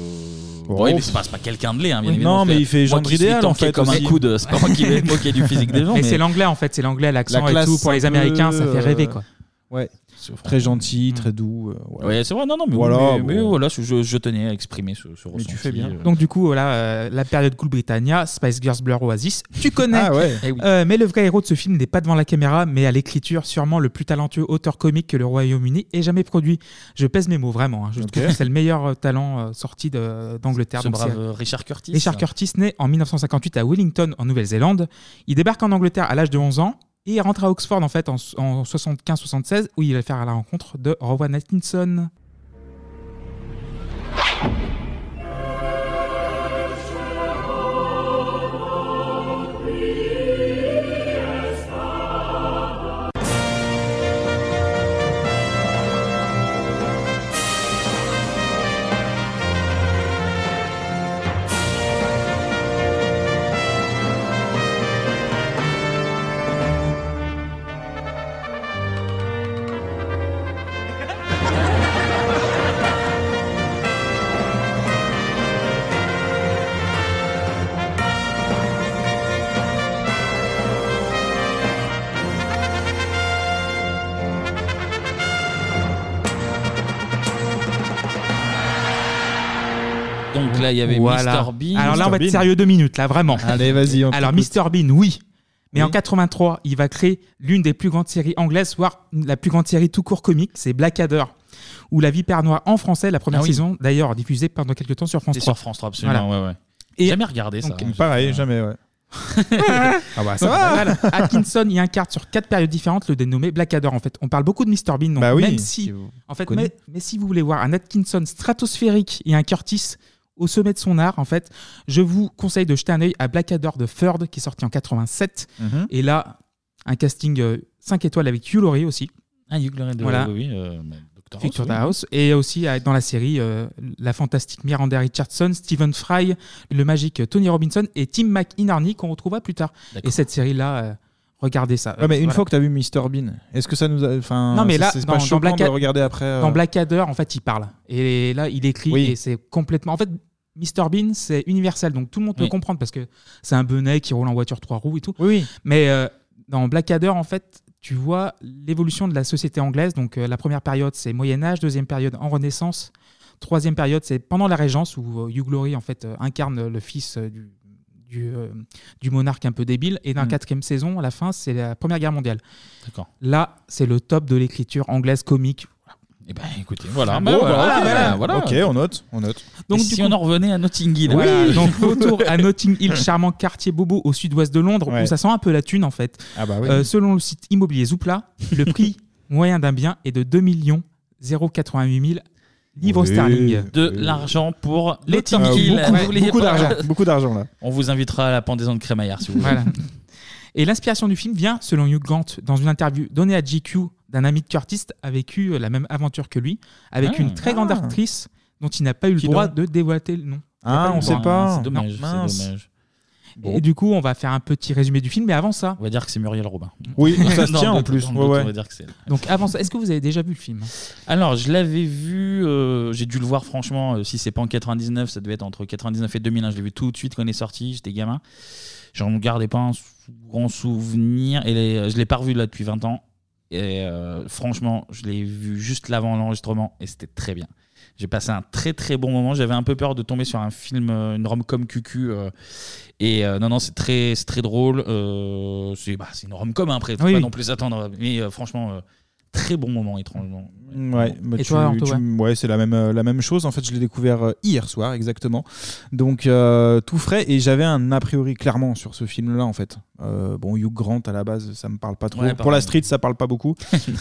[SPEAKER 6] Oh.
[SPEAKER 1] ouais, mais c'est pas, c'est pas quelqu'un de laid, hein, bien
[SPEAKER 6] Oui.
[SPEAKER 1] évidemment.
[SPEAKER 6] Non, mais il fait
[SPEAKER 1] Moi
[SPEAKER 6] genre
[SPEAKER 1] qui suis
[SPEAKER 6] idéal, en
[SPEAKER 1] tanké
[SPEAKER 6] fait,
[SPEAKER 1] comme
[SPEAKER 6] aussi.
[SPEAKER 1] un coude, c'est pas moi qui vais me moquer du physique des gens.
[SPEAKER 9] Et
[SPEAKER 1] mais-
[SPEAKER 9] c'est l'anglais en fait, c'est l'anglais, l'accent et tout. Pour les Américains, ça fait rêver quoi.
[SPEAKER 6] Ouais. Très gentil, très euh, doux. euh, voilà.
[SPEAKER 1] Ouais, c'est vrai, non, non, mais
[SPEAKER 6] voilà.
[SPEAKER 1] voilà, mais,
[SPEAKER 6] bon.
[SPEAKER 1] voilà je, je- je tenais à exprimer ce, ce ressenti.
[SPEAKER 6] tu fais bien.
[SPEAKER 1] euh,
[SPEAKER 9] Donc du coup, voilà, euh, la période cool Britannia, Spice Girls, Blur, Oasis, tu connais.
[SPEAKER 6] Ah ouais.
[SPEAKER 1] Eh oui.
[SPEAKER 9] Euh, mais le vrai héros de ce film n'est pas devant la caméra, mais à l'écriture, sûrement le plus talentueux auteur comique que le Royaume-Uni ait jamais produit. Je pèse mes mots vraiment. hein. Je
[SPEAKER 1] Ok.
[SPEAKER 9] trouve que c'est le meilleur euh, talent euh, sorti de- d'Angleterre.
[SPEAKER 1] Ce
[SPEAKER 9] Donc,
[SPEAKER 1] brave,
[SPEAKER 9] c'est-
[SPEAKER 1] euh, Richard Curtis.
[SPEAKER 9] Richard Curtis, né en 1958 à Wellington, en Nouvelle-Zélande. Il débarque en Angleterre à l'âge de 11 ans. Et il rentre à Oxford en fait en, en 75-76 où il va faire la rencontre de Rowan Atkinson.
[SPEAKER 1] Donc là, il y avait
[SPEAKER 9] Voilà.
[SPEAKER 1] Mr. Bean.
[SPEAKER 9] Alors là, on va
[SPEAKER 1] Mr.
[SPEAKER 9] être
[SPEAKER 1] Bean.
[SPEAKER 9] sérieux deux minutes, là, vraiment.
[SPEAKER 6] Allez, vas-y.
[SPEAKER 9] Alors, Mr. Bean, oui. Mais en 83, il va créer l'une des plus grandes séries anglaises, voire la plus grande série tout court comique, c'est Blackadder, ou La vie père noire en français, la première
[SPEAKER 1] Ah oui.
[SPEAKER 9] saison, d'ailleurs diffusée pendant quelques temps sur France
[SPEAKER 1] C'est
[SPEAKER 9] 3.
[SPEAKER 1] sur France 3, absolument, ouais, ouais. Jamais regardé ça, hein,
[SPEAKER 6] Pareil, jamais, ouais. ah bah ça va
[SPEAKER 9] Voilà. Atkinson y incarne sur quatre périodes différentes le dénommé Blackadder. En fait, on parle beaucoup de Mr Bean, donc
[SPEAKER 6] Bah oui,
[SPEAKER 9] même si,
[SPEAKER 6] si vous
[SPEAKER 9] en fait,
[SPEAKER 6] connaissez.
[SPEAKER 9] mais, mais si vous voulez voir un Atkinson stratosphérique et un Curtis au sommet de son art, en fait, je vous conseille de jeter un œil à Blackadder de Ferd qui est sorti en 87.
[SPEAKER 1] Mhm.
[SPEAKER 9] Et là, un casting 5 étoiles avec Hugh Laurie aussi.
[SPEAKER 1] Ah, Hugh Laurie de-
[SPEAKER 9] Voilà.
[SPEAKER 1] oui, oui, euh, mais Dr.
[SPEAKER 9] Future
[SPEAKER 1] House, oui.
[SPEAKER 9] House. Et aussi euh, dans la série, euh, la fantastique Miranda Richardson, Stephen Fry, le magique euh, Tony Robinson et Tim McInerney qu'on retrouvera plus tard. Et cette série-là, euh, regardez ça. Euh,
[SPEAKER 6] Ouais, mais une
[SPEAKER 9] Voilà.
[SPEAKER 6] fois que t'as vu Mr Bean, est-ce que ça nous a. Enfin,
[SPEAKER 9] Non, mais
[SPEAKER 6] c'est-
[SPEAKER 9] là,
[SPEAKER 6] c'est
[SPEAKER 9] dans,
[SPEAKER 6] pas
[SPEAKER 9] dans
[SPEAKER 6] choquant
[SPEAKER 9] Black
[SPEAKER 6] de
[SPEAKER 9] Ad-
[SPEAKER 6] regarder après. euh,
[SPEAKER 9] dans Blackadder, en fait, il parle. Et là, il écrit
[SPEAKER 6] Oui.
[SPEAKER 9] et c'est complètement. En fait, Mr. Bean, c'est universel, donc tout le monde peut
[SPEAKER 6] Oui.
[SPEAKER 9] comprendre parce que c'est un bonnet qui roule en voiture trois roues et tout. Mais euh, dans Blackadder, en fait, tu vois l'évolution de la société anglaise. Donc euh, la première période, c'est Moyen Âge, deuxième période en Renaissance, troisième période, c'est pendant la Régence où euh, Hugh Laurie en fait euh, incarne le fils euh, du du, euh, du monarque un peu débile. Et dans la
[SPEAKER 1] Mm.
[SPEAKER 9] quatrième saison, à la fin, c'est la Première Guerre mondiale.
[SPEAKER 1] D'accord.
[SPEAKER 9] Là, c'est le top de l'écriture anglaise comique. Voilà.
[SPEAKER 1] Eh ben, écoutez, voilà.
[SPEAKER 6] Bon,
[SPEAKER 1] Bah,
[SPEAKER 6] bah,
[SPEAKER 1] voilà,
[SPEAKER 6] ok.
[SPEAKER 1] voilà, voilà.
[SPEAKER 6] Ok, on note, on note.
[SPEAKER 1] Donc, si on en revenait à Notting Hill.
[SPEAKER 9] Voilà, donc retour à Notting Hill, charmant quartier bobo au sud-ouest de Londres,
[SPEAKER 1] Ouais.
[SPEAKER 9] où ça sent un peu la thune en fait.
[SPEAKER 6] Ah bah oui.
[SPEAKER 9] Euh, selon le site immobilier Zoopla, le prix moyen d'un bien est de 2 088 000 livres
[SPEAKER 1] Oui. Ah,
[SPEAKER 9] sterling.
[SPEAKER 1] De l'argent pour
[SPEAKER 9] Les
[SPEAKER 1] Notting
[SPEAKER 9] Tim
[SPEAKER 1] Hill.
[SPEAKER 9] Hill.
[SPEAKER 1] N'oubliez
[SPEAKER 9] Beaucoup
[SPEAKER 1] pas.
[SPEAKER 9] d'argent,
[SPEAKER 6] beaucoup d'argent là.
[SPEAKER 1] On vous invitera à la pendaison de crémaillère si vous voulez.
[SPEAKER 9] Voilà. Et l'inspiration du film vient, selon Hugh Grant, dans une interview donnée à GQ d'un ami de Curtis, a vécu euh, la même aventure que lui, avec
[SPEAKER 6] Ah.
[SPEAKER 9] une très grande
[SPEAKER 6] Ah.
[SPEAKER 9] actrice dont il n'a pas eu le
[SPEAKER 6] Qui
[SPEAKER 9] droit
[SPEAKER 6] donc
[SPEAKER 9] de dévoiler le nom. Il n'a
[SPEAKER 6] Ah,
[SPEAKER 9] eu le
[SPEAKER 6] on sait
[SPEAKER 9] droit.
[SPEAKER 6] pas.
[SPEAKER 9] Non.
[SPEAKER 6] Non, mince. Bon.
[SPEAKER 9] Et du coup, on va faire un petit résumé du film, mais avant ça.
[SPEAKER 1] On va dire que c'est Muriel Robin.
[SPEAKER 6] Oui, ça se tient en plus. Ouais, ouais.
[SPEAKER 9] Donc avant ça, est-ce que vous avez déjà vu le film
[SPEAKER 1] Alors, je l'avais vu, euh, j'ai dû le voir franchement, euh, si c'est pas en 99, ça devait être entre 99 et 2001. Je l'ai vu tout de suite quand il est sorti, j'étais gamin. J'en gardais pas un sou- grand souvenir. Et les- je l'ai pas revu là depuis 20 ans. Et euh, franchement, je l'ai vu juste l'avant l'enregistrement et c'était très bien. J'ai passé un très très bon moment. J'avais un peu peur de tomber sur un film, euh, une rom-com cucu. euh, et euh, non, non, c'est très, c'est très drôle. euh, c'est bah, c'est une rom-com hein, après, faut
[SPEAKER 9] Oui,
[SPEAKER 1] pas
[SPEAKER 9] oui.
[SPEAKER 1] non plus attendre. Mais euh, franchement, euh, très bon moment étrangement.
[SPEAKER 6] Ouais, bah,
[SPEAKER 9] Et
[SPEAKER 6] tu-
[SPEAKER 9] toi, Anto,
[SPEAKER 6] tu-
[SPEAKER 9] ouais.
[SPEAKER 6] ouais, c'est la même, euh, la même chose. En fait, je l'ai découvert euh, hier soir, exactement. Donc, euh, tout frais. Et j'avais un a priori clairement sur ce film-là, en fait. Euh, bon, Hugh Grant, à la base, ça me parle pas trop.
[SPEAKER 1] Ouais,
[SPEAKER 6] pour la
[SPEAKER 1] pareil.
[SPEAKER 6] street, ça parle pas beaucoup.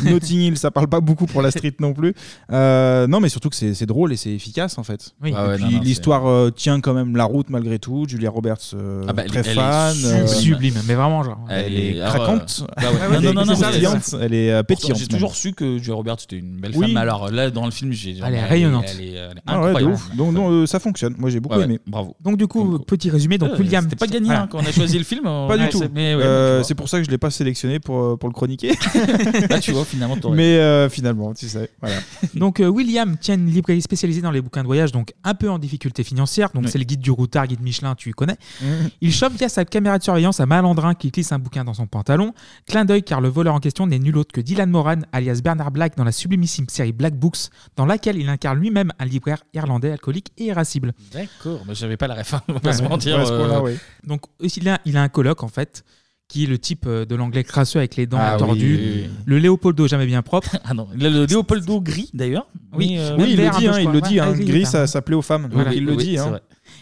[SPEAKER 6] Notting Hill, ça parle pas beaucoup pour la street non plus. Euh, non, mais surtout que c'est c'est drôle et c'est efficace, en fait.
[SPEAKER 1] Oui.
[SPEAKER 6] Et
[SPEAKER 1] Ah ouais,
[SPEAKER 6] puis,
[SPEAKER 1] non, non, c'est-
[SPEAKER 6] l'histoire euh, tient quand même la route, malgré tout. Julia Roberts, euh,
[SPEAKER 1] Ah bah, elle-
[SPEAKER 6] très
[SPEAKER 1] elle est
[SPEAKER 6] fan. euh,
[SPEAKER 9] Sublime, mais vraiment
[SPEAKER 1] hein.
[SPEAKER 9] genre.
[SPEAKER 6] Elle, est
[SPEAKER 1] alors,
[SPEAKER 6] craquante.
[SPEAKER 1] euh,
[SPEAKER 9] Ah
[SPEAKER 1] bah ouais.
[SPEAKER 6] Elle
[SPEAKER 1] Non,
[SPEAKER 6] est
[SPEAKER 1] non, non, non,
[SPEAKER 6] pétillante,
[SPEAKER 1] mais-
[SPEAKER 6] Elle est euh,
[SPEAKER 1] Pourtant,
[SPEAKER 6] pétillante.
[SPEAKER 1] J'ai
[SPEAKER 6] même.
[SPEAKER 1] toujours su que Julia Roberts était une belle
[SPEAKER 6] Oui.
[SPEAKER 1] femme. Alors là, dans le film, j'ai.
[SPEAKER 9] Elle est rayonnante.
[SPEAKER 1] Elle est, elle est
[SPEAKER 6] Ah ouais, de
[SPEAKER 1] incroyable.
[SPEAKER 6] ouf. Donc, non, euh, ça fonctionne. Moi, j'ai beaucoup
[SPEAKER 1] Ouais, ouais,
[SPEAKER 6] aimé.
[SPEAKER 1] Bravo.
[SPEAKER 9] Donc du coup, petit résumé. Donc
[SPEAKER 1] Euh,
[SPEAKER 9] William,
[SPEAKER 1] C'était pas gagné
[SPEAKER 9] Voilà.
[SPEAKER 1] hein, quand on a choisi le film. on-
[SPEAKER 6] Pas
[SPEAKER 1] Ouais,
[SPEAKER 6] du tout.
[SPEAKER 1] c'est- Mais ouais,
[SPEAKER 6] Euh,
[SPEAKER 1] tu
[SPEAKER 6] c'est pour ça que je l'ai pas sélectionné pour, euh, pour le chroniquer.
[SPEAKER 1] vois. Là, Bah, tu vois, finalement, t'aurais-
[SPEAKER 6] Mais euh, finalement, tu sais. Voilà.
[SPEAKER 9] Donc euh, William tient une librairie spécialisée dans les bouquins de voyage, donc un peu en difficulté financière. Donc
[SPEAKER 6] Oui.
[SPEAKER 9] c'est le guide du routard, guide Michelin, tu connais.
[SPEAKER 6] Mhm.
[SPEAKER 9] Il chope via sa caméra de surveillance un malandrin qui glisse un bouquin dans son pantalon. Clin d'œil car le voleur en question n'est nul autre que Dylan Moran, alias Bernard Black, dans la sublimissime série Black Books, dans laquelle il incarne lui-même un libraire irlandais alcoolique et irascible.
[SPEAKER 1] D'accord, mais j'avais pas la référence, on va pas se
[SPEAKER 9] Ouais,
[SPEAKER 1] mentir.
[SPEAKER 9] ouais, à ce
[SPEAKER 1] euh,
[SPEAKER 9] point-là, oui. Donc aussi, il a, il a un coloc en fait qui est le type euh, de l'anglais crasseux avec les dents
[SPEAKER 1] Ah oui,
[SPEAKER 9] tordues,
[SPEAKER 1] oui, oui.
[SPEAKER 9] le Léopoldo jamais bien propre.
[SPEAKER 1] ah non, le, le Léopoldo gris d'ailleurs.
[SPEAKER 9] Oui,
[SPEAKER 1] Mais, euh,
[SPEAKER 9] même
[SPEAKER 6] il le
[SPEAKER 9] vert un
[SPEAKER 6] dit,
[SPEAKER 9] peu,
[SPEAKER 6] hein,
[SPEAKER 9] je
[SPEAKER 6] il
[SPEAKER 9] crois.
[SPEAKER 6] le dit,
[SPEAKER 9] Ouais, Ah,
[SPEAKER 6] hein,
[SPEAKER 9] gris,
[SPEAKER 6] gris,
[SPEAKER 9] vert.
[SPEAKER 6] ça- ça plaît aux femmes.
[SPEAKER 9] Voilà.
[SPEAKER 6] Oui, Il le oui, dit, c'est hein. vrai.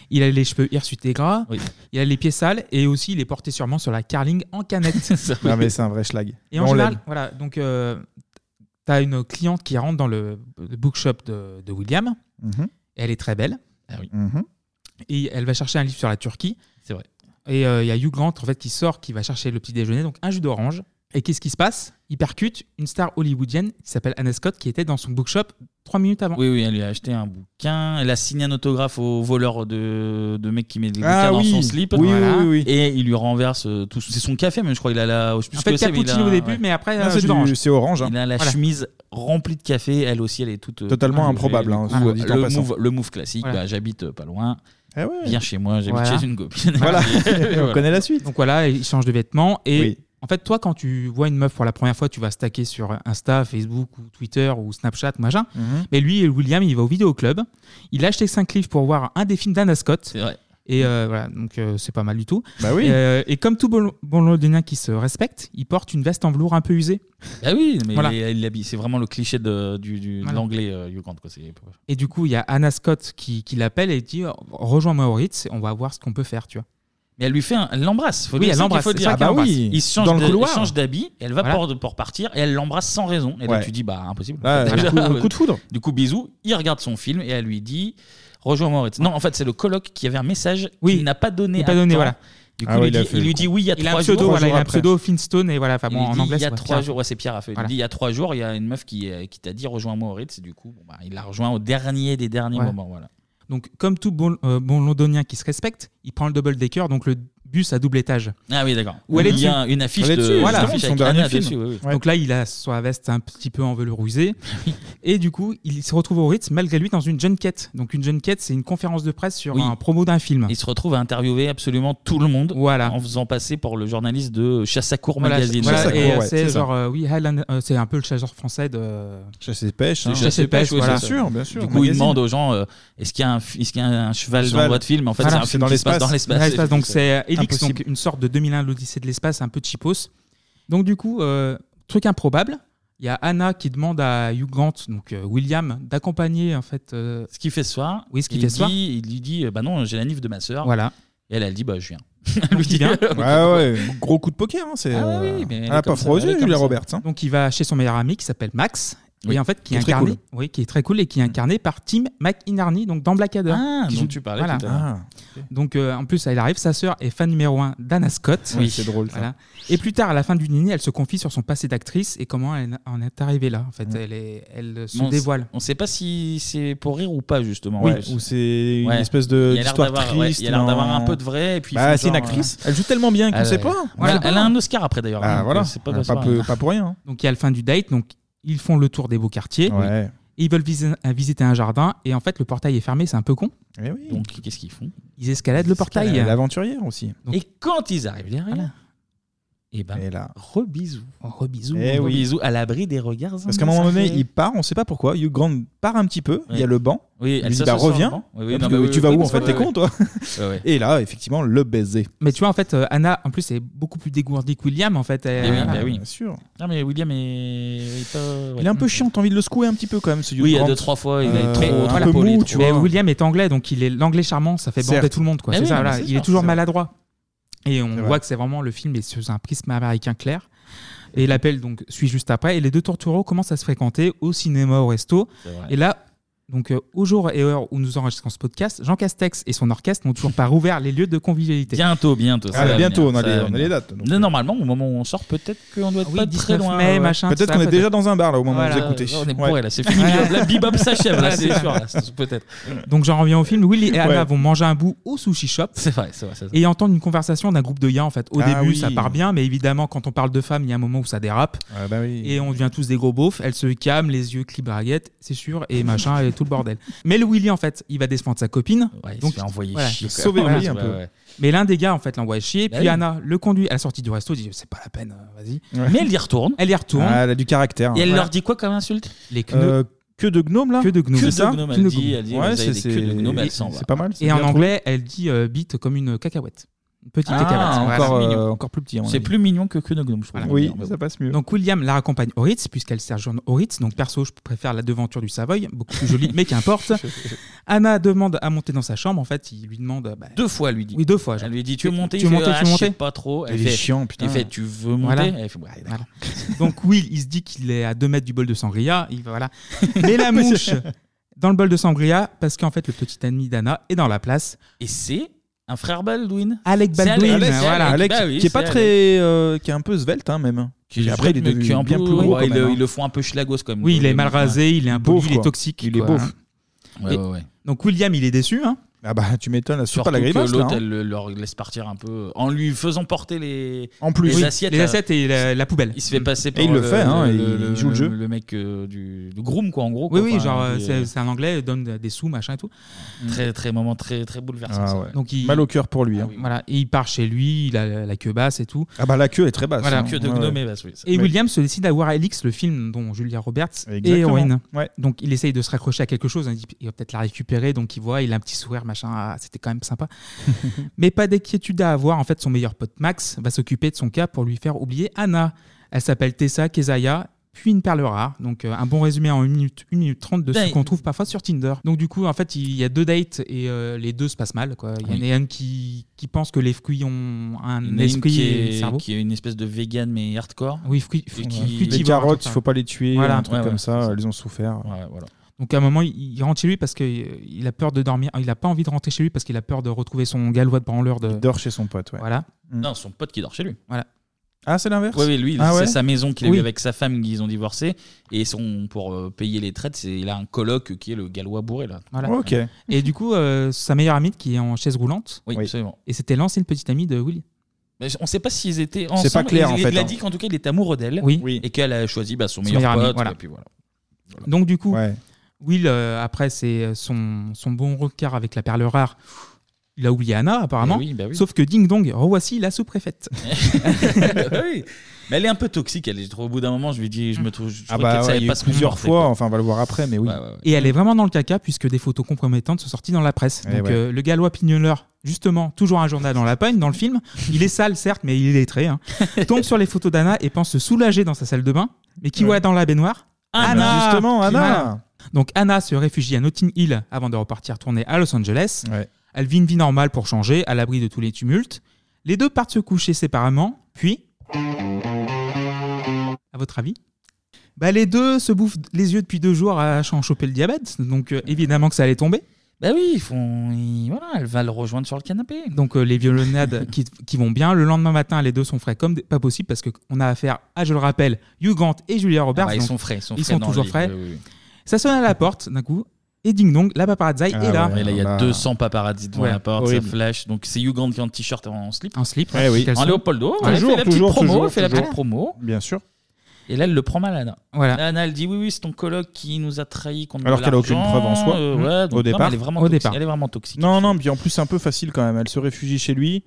[SPEAKER 9] Il a les cheveux hirsutes et gras, il a les pieds sales et aussi il est porté sûrement sur la carling en canette.
[SPEAKER 6] Non, mais c'est un vrai schlag.
[SPEAKER 9] Et en
[SPEAKER 6] On
[SPEAKER 9] général,
[SPEAKER 6] l'aime.
[SPEAKER 9] voilà, donc euh, t'as une cliente qui rentre dans le le bookshop de, de William.
[SPEAKER 6] Mhm.
[SPEAKER 9] Elle est très belle.
[SPEAKER 1] Ah
[SPEAKER 6] Mhm.
[SPEAKER 9] Et elle va chercher un livre sur la Turquie.
[SPEAKER 1] C'est vrai.
[SPEAKER 9] Et euh, il y a Hugh Grant en fait qui sort, qui va chercher le petit déjeuner, donc un jus d'orange. Et qu'est-ce qui se passe Il percute une star hollywoodienne qui s'appelle Anna Scott, qui était dans son bookshop trois minutes avant.
[SPEAKER 1] Oui, oui, elle lui a acheté un bouquin. Elle a signé un autographe au voleur de, de mec qui met des
[SPEAKER 9] Ah
[SPEAKER 1] bouquins dans
[SPEAKER 9] oui.
[SPEAKER 1] son slip.
[SPEAKER 9] Oui, oui, oui, oui.
[SPEAKER 1] Et il lui renverse euh, tout. C'est son café, même, je crois. Il a la. Je sais plus
[SPEAKER 9] En
[SPEAKER 1] ce
[SPEAKER 9] fait,
[SPEAKER 1] que c'est, mais il a-
[SPEAKER 9] cappuccino au début,
[SPEAKER 1] ouais.
[SPEAKER 9] mais après, Non, euh, c'est jus du- d'orange. c'est
[SPEAKER 6] orange, hein.
[SPEAKER 1] Il a la
[SPEAKER 6] Voilà.
[SPEAKER 1] chemise remplie de café. Elle aussi, elle est toute. euh,
[SPEAKER 6] Totalement
[SPEAKER 1] elle-
[SPEAKER 6] improbable,
[SPEAKER 1] elle-
[SPEAKER 6] hein,
[SPEAKER 1] elle-
[SPEAKER 6] soit dit en
[SPEAKER 1] le,
[SPEAKER 6] passant.
[SPEAKER 1] move, le move classique.
[SPEAKER 9] Voilà.
[SPEAKER 1] bah, j'habite euh, pas loin.
[SPEAKER 6] Eh ouais.
[SPEAKER 1] Viens chez moi, j'habite
[SPEAKER 9] Voilà.
[SPEAKER 1] chez une copine.
[SPEAKER 9] Et voilà. Donc voilà, il change de vêtements. Et
[SPEAKER 1] Oui.
[SPEAKER 9] en fait, toi, quand tu vois une meuf pour la première fois, tu vas stacker sur Insta, Facebook ou Twitter ou Snapchat, machin.
[SPEAKER 6] Mhm.
[SPEAKER 9] Mais lui, William, il va au vidéoclub. Il a acheté 5 livres pour voir un des films d'Anna Scott. Et euh, voilà, donc euh, c'est pas mal du tout.
[SPEAKER 6] Bah oui.
[SPEAKER 9] Euh, et comme tout bon bon londonien qui se respecte, il porte une veste en velours un peu usée.
[SPEAKER 1] Ah oui, mais
[SPEAKER 9] Voilà.
[SPEAKER 1] il est- il l'habille. C'est vraiment le cliché de, du, du- de
[SPEAKER 9] Voilà.
[SPEAKER 1] l'anglais, euh, Hugh Grant. quoi. C'est-
[SPEAKER 9] Et du coup, il y a Anna Scott qui, qui l'appelle et dit Rejoins-moi au Ritz, on va voir ce qu'on peut faire, tu vois.
[SPEAKER 1] Mais elle lui fait un- elle l'embrasse. Faut
[SPEAKER 9] Oui,
[SPEAKER 1] dire
[SPEAKER 9] elle
[SPEAKER 1] ça qu'il
[SPEAKER 9] l'embrasse,
[SPEAKER 1] faut
[SPEAKER 9] c'est
[SPEAKER 1] dire.
[SPEAKER 9] ça qu'elle Ah bah oui.
[SPEAKER 1] Il se change,
[SPEAKER 9] Dans le
[SPEAKER 1] de-
[SPEAKER 9] couloir.
[SPEAKER 1] il change d'habit, elle va
[SPEAKER 9] Voilà.
[SPEAKER 1] pour, pour partir et elle l'embrasse sans raison. Et là,
[SPEAKER 6] Ouais.
[SPEAKER 1] tu dis, bah, impossible.
[SPEAKER 6] Ah,
[SPEAKER 1] Déjà,
[SPEAKER 6] un coup- un
[SPEAKER 1] euh,
[SPEAKER 6] coup de foudre.
[SPEAKER 1] Du coup, bisous. Il regarde son film et elle lui dit, rejoins-moi au Ritz. Non, en fait, c'est le colloque qui avait un message qu'il n'a pas donné.
[SPEAKER 9] Il n'a pas
[SPEAKER 1] à
[SPEAKER 9] donné,
[SPEAKER 1] temps.
[SPEAKER 9] voilà. Ah
[SPEAKER 1] Du coup, il, lui dit, il lui dit oui, il y a
[SPEAKER 9] a
[SPEAKER 1] trois
[SPEAKER 9] un pseudo,
[SPEAKER 1] jours.
[SPEAKER 9] voilà, il a un pseudo Finstone, et voilà, enfin
[SPEAKER 1] Il
[SPEAKER 9] bon,
[SPEAKER 1] lui dit,
[SPEAKER 9] en anglais,
[SPEAKER 1] il y a
[SPEAKER 9] ça va,
[SPEAKER 1] trois
[SPEAKER 9] Pierre.
[SPEAKER 1] jours, ouais, c'est Pierre a fait.
[SPEAKER 9] Voilà.
[SPEAKER 1] Il dit il y a trois jours, il y a une meuf qui, euh, qui t'a dit rejoins-moi au Ritz. Et du coup, bon, bah, il la rejoint au dernier des derniers
[SPEAKER 9] Ouais.
[SPEAKER 1] moments. Voilà.
[SPEAKER 9] Donc, comme tout bon, euh, bon londonien qui se respecte, il prend le double decker, donc le bus à double étage.
[SPEAKER 1] Ah oui, d'accord.
[SPEAKER 9] Où elle est
[SPEAKER 1] Il y a
[SPEAKER 9] dessus.
[SPEAKER 1] une affiche
[SPEAKER 9] Elle est
[SPEAKER 1] de-
[SPEAKER 9] dessus, voilà.
[SPEAKER 1] une affiche
[SPEAKER 9] son
[SPEAKER 1] avec
[SPEAKER 9] dernier
[SPEAKER 1] Anna
[SPEAKER 9] film.
[SPEAKER 1] dessus, oui, oui.
[SPEAKER 9] Donc là, il a sa veste un petit peu en velours usé. et du coup, il se retrouve au Ritz, malgré lui, dans une junket. Donc, une junket, c'est une conférence de presse sur
[SPEAKER 1] Oui.
[SPEAKER 9] un promo d'un film.
[SPEAKER 1] Il se retrouve à interviewer absolument tout le monde en faisant passer pour le journaliste de Chasse à court
[SPEAKER 9] Voilà,
[SPEAKER 1] magazine.
[SPEAKER 9] voilà, et euh, c'est genre, euh, oui, Highland- euh, c'est un peu le chasseur français de.
[SPEAKER 6] Chasse et pêche, hein.
[SPEAKER 1] De
[SPEAKER 9] Chasse et pêche,
[SPEAKER 1] oui,
[SPEAKER 9] voilà.
[SPEAKER 1] c'est ça. Du coup, il demande aux gens euh, est-ce qu'il y, a un f- est-ce qu'il y a un cheval dans
[SPEAKER 9] Cheval.
[SPEAKER 1] votre film En fait,
[SPEAKER 9] Voilà.
[SPEAKER 1] c'est un film qui se passe dans l'espace.
[SPEAKER 9] donc c'est euh, Elix,
[SPEAKER 1] Impossible.
[SPEAKER 9] donc une sorte de 2001 l'Odyssée de l'espace, un peu cheapos. Donc du coup, euh, truc improbable, Il y a Anna qui demande à Hugh Grant, donc euh, William, d'accompagner en fait. euh,
[SPEAKER 1] Ce qu'il fait ce soir.
[SPEAKER 9] Oui, ce qu'il
[SPEAKER 1] il
[SPEAKER 9] fait
[SPEAKER 1] dit,
[SPEAKER 9] ce soir.
[SPEAKER 1] Il lui dit euh, Bah non, j'ai la nif de ma sœur.
[SPEAKER 9] Voilà.
[SPEAKER 1] Et elle, elle dit Bah je viens.
[SPEAKER 9] Qui vient.
[SPEAKER 6] Ouais, ouais, gros coup de poker. hein, c'est,
[SPEAKER 9] Ah oui,
[SPEAKER 6] euh,
[SPEAKER 9] mais elle
[SPEAKER 6] elle
[SPEAKER 9] est
[SPEAKER 6] a pas
[SPEAKER 9] comme ça,
[SPEAKER 6] froid aux
[SPEAKER 9] elle est
[SPEAKER 6] yeux,
[SPEAKER 9] comme
[SPEAKER 6] Julia
[SPEAKER 9] ça.
[SPEAKER 6] Roberts. hein.
[SPEAKER 9] Donc il va chez son meilleur ami qui s'appelle Max.
[SPEAKER 6] Oui.
[SPEAKER 9] Et en fait, qui
[SPEAKER 6] Qui
[SPEAKER 9] est,
[SPEAKER 6] est très
[SPEAKER 9] incarné,
[SPEAKER 6] cool.
[SPEAKER 9] oui, qui est très cool et qui est incarné par Tim McInerney, donc dans Blackadder.
[SPEAKER 1] Ah,
[SPEAKER 9] qui
[SPEAKER 1] dont tu parlais tout à l'heure. Ah.
[SPEAKER 9] Donc euh, en plus, elle arrive, sa sœur est fan numéro un d'Anna Scott.
[SPEAKER 6] Oui, c'est drôle, ça.
[SPEAKER 9] Voilà. Et plus tard, à la fin du dîner, elle se confie sur son passé d'actrice et comment elle en est arrivée là. En fait, elle, est- elle se
[SPEAKER 1] Mais on s-
[SPEAKER 9] dévoile.
[SPEAKER 1] On sait pas si c'est pour rire ou pas, justement.
[SPEAKER 6] Oui,
[SPEAKER 1] Ouais.
[SPEAKER 6] ou c'est une
[SPEAKER 1] Ouais.
[SPEAKER 6] espèce de
[SPEAKER 1] Il y a l'air
[SPEAKER 6] d'histoire
[SPEAKER 1] d'avoir-
[SPEAKER 6] triste.
[SPEAKER 1] ouais, il y a l'air d'avoir
[SPEAKER 6] non.
[SPEAKER 1] un peu de vrai. et puis ils
[SPEAKER 6] Bah,
[SPEAKER 1] font
[SPEAKER 6] c'est une
[SPEAKER 1] genre,
[SPEAKER 6] actrice.
[SPEAKER 1] euh,
[SPEAKER 6] Elle joue tellement bien qu'on
[SPEAKER 1] Elle-
[SPEAKER 6] sait pas.
[SPEAKER 1] Ouais, Elle, a un Oscar après d'ailleurs.
[SPEAKER 6] Ah,
[SPEAKER 1] donc,
[SPEAKER 6] voilà.
[SPEAKER 1] euh, c'est
[SPEAKER 6] Pas
[SPEAKER 1] ça.
[SPEAKER 6] peu- pas pour rien, hein.
[SPEAKER 9] Donc il y a le fin du date, donc ils font le tour des beaux quartiers.
[SPEAKER 6] Ouais.
[SPEAKER 9] Et ils veulent visi- euh, visiter un jardin et en fait le portail est fermé, c'est un peu con.
[SPEAKER 1] Donc qu'est-ce qu'ils font
[SPEAKER 9] Ils escaladent le portail.
[SPEAKER 6] escaladent l'aventurière aussi.
[SPEAKER 1] Et quand ils arrivent derrière, et ben, rebisous.
[SPEAKER 9] Rebisous.
[SPEAKER 6] Eh oui.
[SPEAKER 1] Rebisous à l'abri des regards.
[SPEAKER 6] Parce qu'à un moment donné,
[SPEAKER 1] embarrassés.
[SPEAKER 6] il part, on sait pas pourquoi. Hugh Grant part un petit peu, il y a
[SPEAKER 1] Oui.
[SPEAKER 6] le banc. il
[SPEAKER 1] Oui,
[SPEAKER 6] lui
[SPEAKER 1] elle
[SPEAKER 6] dit
[SPEAKER 1] s'assoit
[SPEAKER 6] bah
[SPEAKER 1] sur le
[SPEAKER 6] reviens.
[SPEAKER 1] banc. Oui, oui,
[SPEAKER 6] Parce
[SPEAKER 1] non,
[SPEAKER 6] que
[SPEAKER 1] mais oui,
[SPEAKER 6] tu vas
[SPEAKER 1] oui,
[SPEAKER 6] où en
[SPEAKER 1] parce
[SPEAKER 6] fait
[SPEAKER 1] que-
[SPEAKER 6] T'es con toi
[SPEAKER 1] Ouais, ouais.
[SPEAKER 6] Et là, effectivement, le baiser.
[SPEAKER 9] Mais tu vois, en fait, euh, Anna, en plus, est beaucoup plus dégourdie que William, en fait.
[SPEAKER 1] Eh
[SPEAKER 9] Elle-
[SPEAKER 1] oui,
[SPEAKER 9] voilà.
[SPEAKER 1] bah oui.
[SPEAKER 6] sûr.
[SPEAKER 1] Non, mais William est. Il est, pas- ouais.
[SPEAKER 6] Il est un peu chiant, t'as envie de le secouer un petit peu quand même, ce Hugh
[SPEAKER 1] Oui, il y a
[SPEAKER 6] Grant.
[SPEAKER 1] deux, trois fois, il est
[SPEAKER 6] Euh,
[SPEAKER 1] trop- trop
[SPEAKER 6] un
[SPEAKER 1] la
[SPEAKER 6] peu
[SPEAKER 1] police,
[SPEAKER 6] mou,
[SPEAKER 1] trop-
[SPEAKER 6] tu
[SPEAKER 9] Mais
[SPEAKER 6] vois.
[SPEAKER 9] William est anglais, donc il est l'anglais charmant, ça fait bander
[SPEAKER 6] Certes.
[SPEAKER 9] tout le monde, quoi.
[SPEAKER 6] Eh
[SPEAKER 9] c'est
[SPEAKER 6] oui,
[SPEAKER 9] ça,
[SPEAKER 6] non, mais
[SPEAKER 9] voilà.
[SPEAKER 6] c'est
[SPEAKER 9] Il est
[SPEAKER 6] sûr,
[SPEAKER 9] toujours
[SPEAKER 6] c'est
[SPEAKER 9] maladroit. Et on
[SPEAKER 6] C'est
[SPEAKER 9] voit
[SPEAKER 6] vrai.
[SPEAKER 9] que c'est vraiment le film est sous un prisme américain clair. Et l'appel donc suit juste après. Et les deux tourtureaux commencent à se fréquenter au cinéma, au resto.
[SPEAKER 1] C'est vrai.
[SPEAKER 9] Et là, donc euh, au jour et heure où nous enregistrons ce podcast, Jean Castex et son orchestre n'ont toujours pas rouvert les lieux de convivialité.
[SPEAKER 1] Bientôt, bientôt. ça
[SPEAKER 9] Ah,
[SPEAKER 1] va
[SPEAKER 9] bientôt,
[SPEAKER 1] venir,
[SPEAKER 9] on a
[SPEAKER 1] ça
[SPEAKER 9] les-
[SPEAKER 1] va
[SPEAKER 9] on a
[SPEAKER 1] venir.
[SPEAKER 9] les dates,
[SPEAKER 1] Non, normalement, au moment où on sort, peut-être qu'on doit être
[SPEAKER 9] Ah oui,
[SPEAKER 1] pas très
[SPEAKER 9] 19
[SPEAKER 1] loin.
[SPEAKER 9] mai,
[SPEAKER 1] ouais.
[SPEAKER 9] machin,
[SPEAKER 6] Peut-être qu'on est déjà dans un bar là au moment où
[SPEAKER 1] Voilà,
[SPEAKER 6] vous écoutez.
[SPEAKER 1] on est bourré, là, c'est fini. La bebop s'achève, là, c'est sûr, là, c'est- peut-être.
[SPEAKER 9] Donc j'en reviens au film. Willy et Anna
[SPEAKER 6] Ouais.
[SPEAKER 9] vont manger un bout au sushi shop.
[SPEAKER 1] C'est vrai, c'est vrai, c'est vrai.
[SPEAKER 9] Et entendre une conversation d'un groupe de gars en fait. Au
[SPEAKER 6] Ah
[SPEAKER 9] début,
[SPEAKER 6] oui.
[SPEAKER 9] ça part bien, mais évidemment, quand on parle de femmes, il y a un moment où ça dérape.
[SPEAKER 6] bah
[SPEAKER 9] Et on devient tous des gros beaufs. Elle se calme, les yeux clibraguettes, c'est sûr, et machin, et tout le bordel. Mais le Willy en fait, il va défendre sa copine.
[SPEAKER 1] il se fait envoyer chier, quoi.
[SPEAKER 9] Sauver
[SPEAKER 1] Voilà,
[SPEAKER 9] Willy un
[SPEAKER 1] ouais,
[SPEAKER 9] peu.
[SPEAKER 1] ouais.
[SPEAKER 9] Mais l'un des gars en fait l'envoie chier.
[SPEAKER 1] Bah
[SPEAKER 9] Puis
[SPEAKER 1] oui.
[SPEAKER 9] Anna le conduit à la sortie du resto, dit c'est pas la peine, euh, vas-y.
[SPEAKER 1] Mais elle y retourne.
[SPEAKER 9] Elle y retourne.
[SPEAKER 6] Ah, elle a du caractère.
[SPEAKER 1] Et elle
[SPEAKER 9] Voilà.
[SPEAKER 1] leur dit quoi comme insulte
[SPEAKER 9] Les queues.
[SPEAKER 6] Euh, que de gnomes là
[SPEAKER 9] Que de gnomes,
[SPEAKER 6] c'est
[SPEAKER 9] c'est
[SPEAKER 6] ça
[SPEAKER 9] ça
[SPEAKER 1] elle dit- elle dit, vous avez
[SPEAKER 6] c'est-
[SPEAKER 1] des queues de
[SPEAKER 6] c'est-
[SPEAKER 1] gnomes, elle s'en va.
[SPEAKER 6] C'est pas mal. c'est
[SPEAKER 9] Et en
[SPEAKER 6] bien
[SPEAKER 9] anglais, elle dit euh, bite comme une cacahuète. Une petite
[SPEAKER 1] Ah,
[SPEAKER 9] cacahuète.
[SPEAKER 1] encore,
[SPEAKER 9] Voilà.
[SPEAKER 1] euh, Mignon. encore plus petit, à mon C'est avis. plus mignon que Queue de Gnome, je trouve. Oui, Mais bon. ça
[SPEAKER 6] passe mieux.
[SPEAKER 9] Donc William la raccompagne au Ritz, puisqu'elle séjourne au Ritz. Donc perso, je préfère la devanture du Savoy, beaucoup plus jolie, mais qu'importe. Anna demande à monter dans sa chambre. En fait, il lui demande. bah,
[SPEAKER 1] Deux fois, elle lui dit.
[SPEAKER 9] Oui, deux fois.
[SPEAKER 1] Elle lui dit Tu veux
[SPEAKER 9] Tu-
[SPEAKER 1] monter
[SPEAKER 9] tu
[SPEAKER 1] Il
[SPEAKER 9] veux
[SPEAKER 1] fait,
[SPEAKER 9] monter,
[SPEAKER 1] ah,
[SPEAKER 9] tu veux
[SPEAKER 1] je sais
[SPEAKER 9] monter
[SPEAKER 1] pas trop.
[SPEAKER 9] Il est
[SPEAKER 1] fait-
[SPEAKER 9] chiant, putain.
[SPEAKER 1] Il fait Tu veux monter
[SPEAKER 9] Voilà.
[SPEAKER 1] Elle fait, Ouais, d'accord.
[SPEAKER 9] Donc Will, il se dit qu'il est à 2 mètres du bol de sangria. Il, voilà. Mais la mouche dans le bol de sangria, parce qu'en fait, le petit ami d'Anna est dans la place.
[SPEAKER 1] Et c'est un frère Baldwin.
[SPEAKER 9] Alec
[SPEAKER 1] C'est
[SPEAKER 9] Baldwin,
[SPEAKER 1] Alec, c'est
[SPEAKER 9] voilà. Alec,
[SPEAKER 1] Alec, bah oui,
[SPEAKER 6] qui est pas
[SPEAKER 1] c'est Alec.
[SPEAKER 6] très. euh, qui est un peu svelte hein, même.
[SPEAKER 1] Qui est
[SPEAKER 6] après, il est
[SPEAKER 1] jeune, mais
[SPEAKER 6] devenu
[SPEAKER 1] qui est un
[SPEAKER 6] bien
[SPEAKER 1] peu-
[SPEAKER 6] plus gros.
[SPEAKER 1] ouais,
[SPEAKER 6] quand
[SPEAKER 1] ils
[SPEAKER 6] même,
[SPEAKER 1] le-
[SPEAKER 6] hein.
[SPEAKER 1] ils le font un peu schlagos quand même.
[SPEAKER 9] Oui, il est mal rasé, il est un peu,
[SPEAKER 6] Beauf,
[SPEAKER 9] il est
[SPEAKER 6] quoi.
[SPEAKER 9] toxique.
[SPEAKER 6] Il est
[SPEAKER 9] quoi,
[SPEAKER 6] beauf.
[SPEAKER 9] hein.
[SPEAKER 1] Ouais,
[SPEAKER 9] Et-
[SPEAKER 1] ouais, ouais.
[SPEAKER 9] Donc William, il est déçu. Hein.
[SPEAKER 6] Ah bah, tu m'étonnes, là, c'est
[SPEAKER 1] Surtout
[SPEAKER 6] pas la
[SPEAKER 1] que
[SPEAKER 6] grimace. là,
[SPEAKER 1] l'autre,
[SPEAKER 6] hein.
[SPEAKER 1] elle le- leur laisse partir un peu en lui faisant porter les,
[SPEAKER 6] En plus.
[SPEAKER 1] les
[SPEAKER 6] Oui,
[SPEAKER 1] assiettes.
[SPEAKER 6] les
[SPEAKER 1] là.
[SPEAKER 6] assiettes
[SPEAKER 9] et la, poubelle.
[SPEAKER 1] Il se fait passer par
[SPEAKER 6] il le fait, hein, il joue le jeu.
[SPEAKER 1] Le mec euh, du, du groom, quoi, en gros.
[SPEAKER 9] Oui,
[SPEAKER 1] quoi.
[SPEAKER 9] oui,
[SPEAKER 1] Enfin,
[SPEAKER 9] genre,
[SPEAKER 1] il
[SPEAKER 9] euh,
[SPEAKER 1] est- Mm.
[SPEAKER 9] c'est c'est un anglais, il donne des sous, machin et tout.
[SPEAKER 1] Très, très moment très, très bouleversant.
[SPEAKER 6] Ah
[SPEAKER 1] ça.
[SPEAKER 6] ouais.
[SPEAKER 9] Donc, il- Ah
[SPEAKER 6] Mal au cœur pour lui. hein.
[SPEAKER 9] Voilà, et il part chez lui, il a la- la queue basse et tout.
[SPEAKER 6] Ah bah, la queue est très basse.
[SPEAKER 9] Voilà.
[SPEAKER 6] hein. Ouais, ouais.
[SPEAKER 9] Et
[SPEAKER 6] Mais-
[SPEAKER 9] William se décide à voir Alix, le film dont Julia Roberts est
[SPEAKER 6] Exactement.
[SPEAKER 9] héroïne.
[SPEAKER 6] Ouais.
[SPEAKER 9] Donc il essaye de se raccrocher à quelque chose. hein, Il, dit, il va peut-être la récupérer. Donc il voit, il a un petit sourire, machin. ah, C'était quand même sympa. Mais pas d'inquiétude à avoir. En fait, son meilleur pote Max va s'occuper de son cas pour lui faire oublier Anna. Elle s'appelle Tessa Kezaya. Puis une perle rare, donc euh, un bon résumé en 1 minute, 1 minute 30 de
[SPEAKER 1] Ben,
[SPEAKER 9] ce qu'on trouve parfois sur Tinder. Donc du coup, en fait, il y a deux dates et euh, les deux se passent mal. quoi. Il y en
[SPEAKER 1] Oui.
[SPEAKER 9] a une qui, qui pense que les fruits ont
[SPEAKER 1] Il y
[SPEAKER 9] un
[SPEAKER 1] en a une
[SPEAKER 9] esprit
[SPEAKER 1] qui
[SPEAKER 9] et
[SPEAKER 1] est-
[SPEAKER 9] un cerveau.
[SPEAKER 1] qui est une espèce de vegan mais hardcore.
[SPEAKER 9] Oui, fruit-
[SPEAKER 1] Et
[SPEAKER 9] fruit-
[SPEAKER 1] qui-
[SPEAKER 9] fruit-
[SPEAKER 6] Les
[SPEAKER 9] Cultivar,
[SPEAKER 6] carottes,
[SPEAKER 9] tout ça.
[SPEAKER 6] il faut pas les tuer,
[SPEAKER 9] Voilà.
[SPEAKER 6] un truc
[SPEAKER 9] Ouais,
[SPEAKER 6] comme
[SPEAKER 9] ouais,
[SPEAKER 6] ça, elles ont souffert.
[SPEAKER 9] Donc à un moment, il, il rentre chez lui parce qu'il a peur de dormir. Il n'a pas envie de rentrer chez lui parce qu'il a peur de retrouver son gallois de branleur. De... Il
[SPEAKER 6] dort chez son pote, ouais.
[SPEAKER 9] Voilà.
[SPEAKER 1] Non, son pote qui dort chez lui.
[SPEAKER 9] Mm. Voilà.
[SPEAKER 6] Ah, c'est l'inverse
[SPEAKER 1] Oui, oui, lui, il-
[SPEAKER 6] Ah ouais
[SPEAKER 1] c'est sa maison qu'il a
[SPEAKER 6] Oui.
[SPEAKER 1] eu avec sa femme qu'ils ont divorcé. Et son, pour euh, payer les traites, c'est- il a un coloc qui est le gallois bourré. Là.
[SPEAKER 9] Voilà.
[SPEAKER 6] Ok.
[SPEAKER 9] Et du coup, euh, sa meilleure amie qui est en chaise roulante.
[SPEAKER 1] Oui, absolument.
[SPEAKER 9] Et c'était l'ancienne petite amie de Willy.
[SPEAKER 1] Mais on ne sait pas s'ils étaient ensemble.
[SPEAKER 9] C'est pas clair,
[SPEAKER 1] il,
[SPEAKER 9] en
[SPEAKER 1] il-
[SPEAKER 9] fait,
[SPEAKER 1] Il a
[SPEAKER 9] hein.
[SPEAKER 1] dit qu'en tout cas, il était amoureux d'elle.
[SPEAKER 9] Oui.
[SPEAKER 1] Et qu'elle a choisi bah,
[SPEAKER 9] Son
[SPEAKER 1] son, meilleur,
[SPEAKER 9] meilleur ami,
[SPEAKER 1] pote.
[SPEAKER 9] voilà.
[SPEAKER 1] Et puis voilà.
[SPEAKER 9] Donc euh, du coup, Will, euh, après c'est son, son bon regard avec la perle rare, Il a oublié Anna, apparemment.
[SPEAKER 1] Eh oui, bah oui.
[SPEAKER 9] Sauf que Ding Dong, revoici la sous-préfète.
[SPEAKER 1] oui. Mais elle est un peu toxique, elle est je trouve, au bout d'un moment, je lui dis je me trouve je
[SPEAKER 6] Ah
[SPEAKER 1] trouvais
[SPEAKER 6] bah,
[SPEAKER 1] qu'elle
[SPEAKER 6] ouais,
[SPEAKER 1] savait
[SPEAKER 6] il y a
[SPEAKER 1] pas
[SPEAKER 6] eu
[SPEAKER 1] ce qu'on
[SPEAKER 6] plusieurs
[SPEAKER 1] portait,
[SPEAKER 6] fois,
[SPEAKER 1] quoi.
[SPEAKER 6] enfin on va le voir après, mais oui.
[SPEAKER 9] Et elle est vraiment dans le caca puisque des photos compromettantes sont sorties dans la presse.
[SPEAKER 6] Eh
[SPEAKER 9] Donc
[SPEAKER 6] ouais.
[SPEAKER 9] euh, le gallois pignoleur, justement, toujours un journal dans la pogne, dans le film, il est sale certes, mais il est lettré, hein, tombe sur les photos d'Anna et pense se soulager dans sa salle de bain. Mais qui voit dans la baignoire
[SPEAKER 6] Ah,
[SPEAKER 9] Anna
[SPEAKER 6] bah, justement,
[SPEAKER 9] Qui
[SPEAKER 6] Anna
[SPEAKER 9] malin. Donc Anna se réfugie à Notting Hill avant de repartir tourner à Los Angeles. Elle vit une vie normale pour changer, à l'abri de tous les tumultes. Les deux partent se coucher séparément, puis... À votre avis bah, les deux se bouffent les yeux depuis deux jours à ch- en choper le diabète, donc euh, évidemment que ça allait tomber.
[SPEAKER 1] Bah oui, ils font. ils- Voilà, elle va le rejoindre sur le canapé.
[SPEAKER 9] Donc euh, les violonades qui, qui vont bien. Le lendemain matin, les deux sont frais comme des- pas possible parce qu'on a affaire à, je le rappelle, Hugh Grant et Julia Roberts.
[SPEAKER 1] Ah bah, ils
[SPEAKER 9] donc
[SPEAKER 1] sont frais, ils sont
[SPEAKER 9] ils
[SPEAKER 1] frais
[SPEAKER 9] sont
[SPEAKER 1] dans
[SPEAKER 9] toujours
[SPEAKER 1] le
[SPEAKER 9] frais.
[SPEAKER 1] livre, oui, oui.
[SPEAKER 9] Ça sonne à la porte d'un coup et ding dong, la paparazzi
[SPEAKER 1] Ah
[SPEAKER 9] est là. bah.
[SPEAKER 1] ouais, il y a 200 paparazzi devant
[SPEAKER 9] Ouais,
[SPEAKER 1] la porte,
[SPEAKER 9] horrible.
[SPEAKER 1] ça flash. Donc c'est Hugh Grant qui est en t-shirt en slip.
[SPEAKER 9] En slip,
[SPEAKER 1] ouais,
[SPEAKER 6] Eh
[SPEAKER 9] ouais, Eh oui.
[SPEAKER 1] En Léopoldo.
[SPEAKER 9] Toujours,
[SPEAKER 1] elle fait la petite
[SPEAKER 9] toujours,
[SPEAKER 1] promo,
[SPEAKER 9] toujours,
[SPEAKER 1] elle fait la petite
[SPEAKER 9] toujours.
[SPEAKER 1] promo.
[SPEAKER 6] Bien sûr.
[SPEAKER 1] Et là, elle le prend mal, Anna.
[SPEAKER 9] Voilà.
[SPEAKER 1] Là, Anna, elle dit oui, oui, c'est ton coloc qui nous a trahi. qu'on
[SPEAKER 6] Alors
[SPEAKER 1] de
[SPEAKER 6] qu'elle a aucune
[SPEAKER 1] l'argent,
[SPEAKER 6] preuve en soi.
[SPEAKER 1] euh,
[SPEAKER 6] Mmh.
[SPEAKER 1] ouais, donc, non,
[SPEAKER 6] au
[SPEAKER 1] mais
[SPEAKER 6] départ.
[SPEAKER 1] elle est vraiment
[SPEAKER 6] au
[SPEAKER 1] toxique.
[SPEAKER 6] départ.
[SPEAKER 1] Elle est vraiment toxique.
[SPEAKER 6] Non, non, puis en plus, c'est un peu facile quand même. Elle se réfugie chez lui.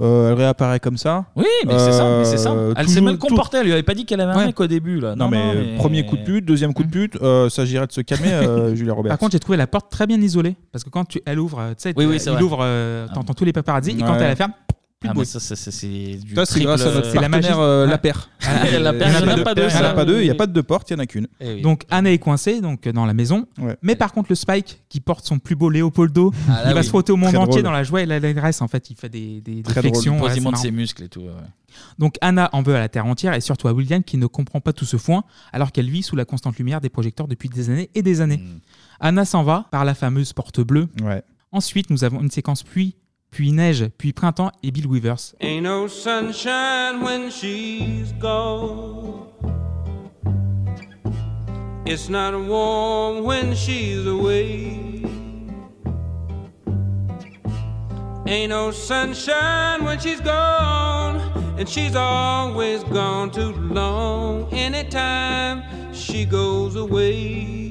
[SPEAKER 6] euh, elle réapparaît comme ça.
[SPEAKER 1] Oui, mais c'est ça, mais c'est ça.
[SPEAKER 6] Euh,
[SPEAKER 1] Elle s'est
[SPEAKER 6] toujours-
[SPEAKER 1] mal comportée, elle lui avait pas dit qu'elle avait
[SPEAKER 6] Ouais.
[SPEAKER 1] un mec au début. Là.
[SPEAKER 6] Non, mais, euh, premier coup de pute, deuxième coup de
[SPEAKER 1] Hum.
[SPEAKER 6] pute, euh, ça s'agirait de se calmer, euh, Julia Roberts.
[SPEAKER 9] Par contre, j'ai trouvé la porte très bien isolée parce que quand tu, elle ouvre, euh, tu sais,
[SPEAKER 6] Oui,
[SPEAKER 9] tu-
[SPEAKER 6] oui, c'est
[SPEAKER 9] il
[SPEAKER 6] vrai.
[SPEAKER 9] ouvre, euh, t'entends tous les paparazzi et quand
[SPEAKER 6] Ouais.
[SPEAKER 9] elle la ferme, plus
[SPEAKER 1] Ah,
[SPEAKER 9] de
[SPEAKER 1] mais
[SPEAKER 9] bruit.
[SPEAKER 1] ça, ça, ça, c'est du
[SPEAKER 6] Ça, c'est grâce à notre
[SPEAKER 9] C'est la
[SPEAKER 6] partenaire,
[SPEAKER 9] magie.
[SPEAKER 6] euh,
[SPEAKER 9] Ouais.
[SPEAKER 6] la paire.
[SPEAKER 9] Ah,
[SPEAKER 6] Elle a pas-
[SPEAKER 9] il y en
[SPEAKER 6] elle a pas deux,
[SPEAKER 9] paire,
[SPEAKER 6] ça.
[SPEAKER 9] il y en a pas deux,
[SPEAKER 6] Il y a pas de porte, il y en a qu'une. Eh oui.
[SPEAKER 9] Donc Anna est coincée donc euh, dans la maison, mais par contre le Spike qui porte son plus beau Léopoldo,
[SPEAKER 1] Ah, là,
[SPEAKER 9] il va
[SPEAKER 1] oui.
[SPEAKER 9] se frotter au monde
[SPEAKER 1] Très
[SPEAKER 9] entier
[SPEAKER 1] drôle.
[SPEAKER 9] dans la joie et l'allégresse en fait, il fait des, des, des
[SPEAKER 1] Très drôle.
[SPEAKER 9] flexions,
[SPEAKER 1] Il pose
[SPEAKER 9] ouais,
[SPEAKER 1] des
[SPEAKER 9] c'est
[SPEAKER 1] mondes de
[SPEAKER 9] marrant.
[SPEAKER 1] ses muscles et tout. ouais.
[SPEAKER 9] Donc Anna en veut à la terre entière et surtout à William qui ne comprend pas tout ce foin alors qu'elle vit sous la constante lumière des projecteurs depuis des années et des années.
[SPEAKER 1] Hmm.
[SPEAKER 9] Anna s'en va par la fameuse porte bleue. Ensuite nous avons une séquence pluie, puis neige, puis printemps et Bill Weavers.
[SPEAKER 17] Ain't no sunshine when she's gone. It's not warm when she's away. Ain't no sunshine when she's gone. And she's always gone too long. Anytime she goes away.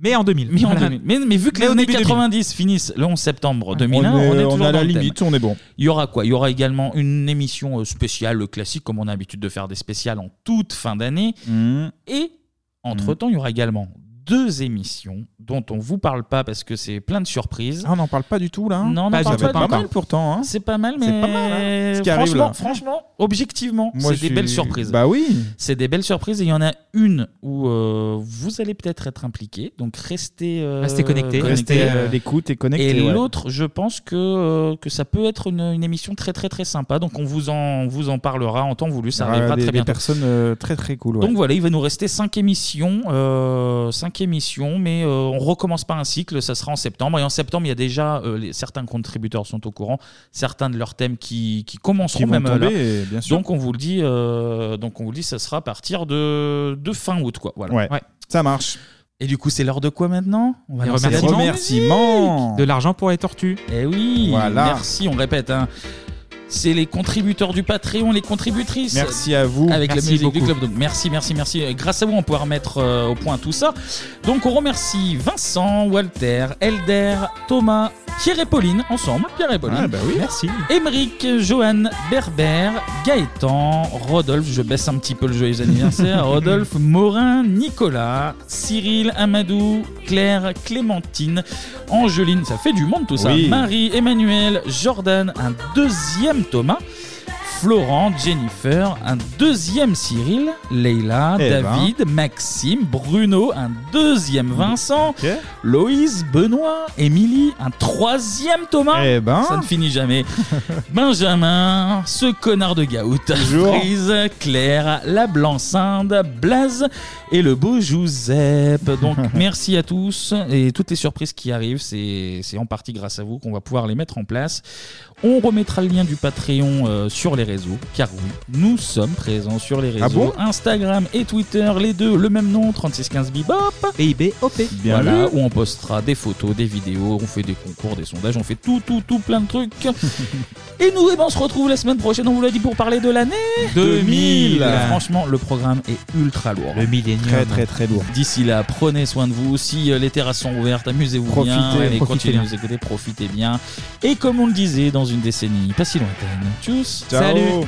[SPEAKER 9] mais en 2000.
[SPEAKER 1] Mais, en
[SPEAKER 9] Voilà.
[SPEAKER 1] 2000. mais, mais vu que
[SPEAKER 9] Mais
[SPEAKER 1] les
[SPEAKER 9] au
[SPEAKER 1] années
[SPEAKER 9] début
[SPEAKER 1] 90 finissent le 11 septembre 2001,
[SPEAKER 6] On
[SPEAKER 1] on
[SPEAKER 6] est-
[SPEAKER 1] est,
[SPEAKER 6] on
[SPEAKER 1] toujours
[SPEAKER 6] est à
[SPEAKER 1] dans
[SPEAKER 6] la
[SPEAKER 1] le thème.
[SPEAKER 6] limite, on est bon.
[SPEAKER 1] Il y aura quoi Il y aura également une émission euh, spéciale euh, classique, comme on a l'habitude de faire des spéciales en toute fin d'année.
[SPEAKER 6] Mm.
[SPEAKER 1] Et entre-temps, il y aura également deux émissions dont on vous parle pas parce que c'est plein de surprises.
[SPEAKER 6] Ah, on n'en parle pas du tout là.
[SPEAKER 1] Non, on en
[SPEAKER 6] Bah,
[SPEAKER 1] parle
[SPEAKER 6] ça
[SPEAKER 1] pas
[SPEAKER 6] va être
[SPEAKER 1] du
[SPEAKER 6] mal
[SPEAKER 1] tout.
[SPEAKER 6] pourtant. hein.
[SPEAKER 1] C'est pas mal, mais
[SPEAKER 6] C'est pas mal, hein, ce qui
[SPEAKER 1] franchement,
[SPEAKER 6] arrive, là.
[SPEAKER 1] franchement, objectivement,
[SPEAKER 6] Moi,
[SPEAKER 1] c'est
[SPEAKER 6] je
[SPEAKER 1] des belles
[SPEAKER 6] suis-
[SPEAKER 1] surprises.
[SPEAKER 6] Bah oui.
[SPEAKER 1] C'est des belles surprises et il y en a une où euh, vous allez peut-être être impliqué, donc restez, euh,
[SPEAKER 9] Restez connectés.
[SPEAKER 6] Restez à l'écoute et connectés,
[SPEAKER 1] Et
[SPEAKER 6] ouais.
[SPEAKER 1] l'autre, je pense que, euh, que ça peut être une, une émission très très très sympa, donc on vous en, on vous en parlera en temps voulu,
[SPEAKER 6] Il
[SPEAKER 1] ça
[SPEAKER 6] y aura
[SPEAKER 1] arrivera
[SPEAKER 6] Ah, des,
[SPEAKER 1] très
[SPEAKER 6] des
[SPEAKER 1] bien.
[SPEAKER 6] personnes euh, très très cool. ouais.
[SPEAKER 1] Donc voilà, il va nous rester 5 émissions, euh, cinq émissions, mais euh, on recommence par un cycle, ça sera en septembre. Et en septembre, il y a déjà, euh, les- certains contributeurs sont au courant, certains de leurs thèmes qui, qui commenceront
[SPEAKER 6] Qui vont
[SPEAKER 1] même euh,
[SPEAKER 6] tomber,
[SPEAKER 1] là.
[SPEAKER 6] et bien sûr.
[SPEAKER 1] Donc on vous le dit, euh, donc on vous le dit, ça sera à partir de, de fin août, quoi. Voilà.
[SPEAKER 6] Ouais. Ça marche.
[SPEAKER 1] Et du coup, c'est l'heure de quoi maintenant On
[SPEAKER 9] Les
[SPEAKER 1] lancer la
[SPEAKER 9] remerciements.
[SPEAKER 1] musique.
[SPEAKER 9] Remerciements. De l'argent pour les tortues.
[SPEAKER 1] Eh oui,
[SPEAKER 9] Voilà.
[SPEAKER 1] merci, on répète. hein. C'est les contributeurs du Patreon, les contributrices.
[SPEAKER 6] Merci à vous.
[SPEAKER 1] Avec
[SPEAKER 6] Merci
[SPEAKER 1] la musique du
[SPEAKER 6] beaucoup.
[SPEAKER 1] club. Donc merci, merci, merci. Et Grâce à vous, on pourra remettre euh, au point tout ça. Donc on remercie Vincent, Walter, Elder, Thomas, Pierre et Pauline, ensemble. Pierre et Pauline.
[SPEAKER 6] Ah, bah oui.
[SPEAKER 1] Merci. Émeric, Johan, Berber, Gaëtan, Rodolphe, je baisse un petit peu le joyeux anniversaire, Rodolphe, Morin, Nicolas, Cyril, Amadou, Claire, Clémentine, Angeline, ça fait du monde tout ça,
[SPEAKER 6] Oui.
[SPEAKER 1] Marie, Emmanuel, Jordan, un deuxième Thomas, Florent, Jennifer, un deuxième Cyril, Leila,
[SPEAKER 6] Eh ben.
[SPEAKER 1] David, Maxime, Bruno, un deuxième Vincent, Loïse, Benoît, Émilie, un troisième Thomas.
[SPEAKER 6] Eh ben.
[SPEAKER 1] Ça ne finit jamais. Benjamin, ce connard de Gaout, Frise, Claire, la Blancinde, Blaze et le beau Joseph. Donc merci à tous et toutes les surprises qui arrivent, c'est c'est en partie grâce à vous qu'on va pouvoir les mettre en place. On remettra le lien du Patreon euh, sur les réseaux, car oui, nous sommes présents sur les réseaux.
[SPEAKER 6] Ah bon
[SPEAKER 1] Instagram et Twitter, les deux, le même nom, 3615bibop. BIBOP.
[SPEAKER 6] Bien
[SPEAKER 1] voilà,
[SPEAKER 6] vu.
[SPEAKER 1] où on postera des photos, des vidéos, on fait des concours, des sondages, on fait tout, tout, tout plein de trucs. et nous, eh ben, on se retrouve la semaine prochaine, on vous l'a dit, pour parler de l'année
[SPEAKER 6] 2000.
[SPEAKER 1] Franchement, le programme est ultra lourd. Le millénium.
[SPEAKER 6] Très, très, très lourd.
[SPEAKER 1] D'ici là, prenez soin de vous. Si euh, les terrasses sont ouvertes, amusez-vous
[SPEAKER 6] Profitez,
[SPEAKER 1] bien. Allez,
[SPEAKER 6] profitez
[SPEAKER 1] continuez à
[SPEAKER 6] bien.
[SPEAKER 1] nous écouter, profitez bien. Et comme on le disait, dans une décennie pas si lointaine. Tchuss
[SPEAKER 6] Ciao.
[SPEAKER 1] Salut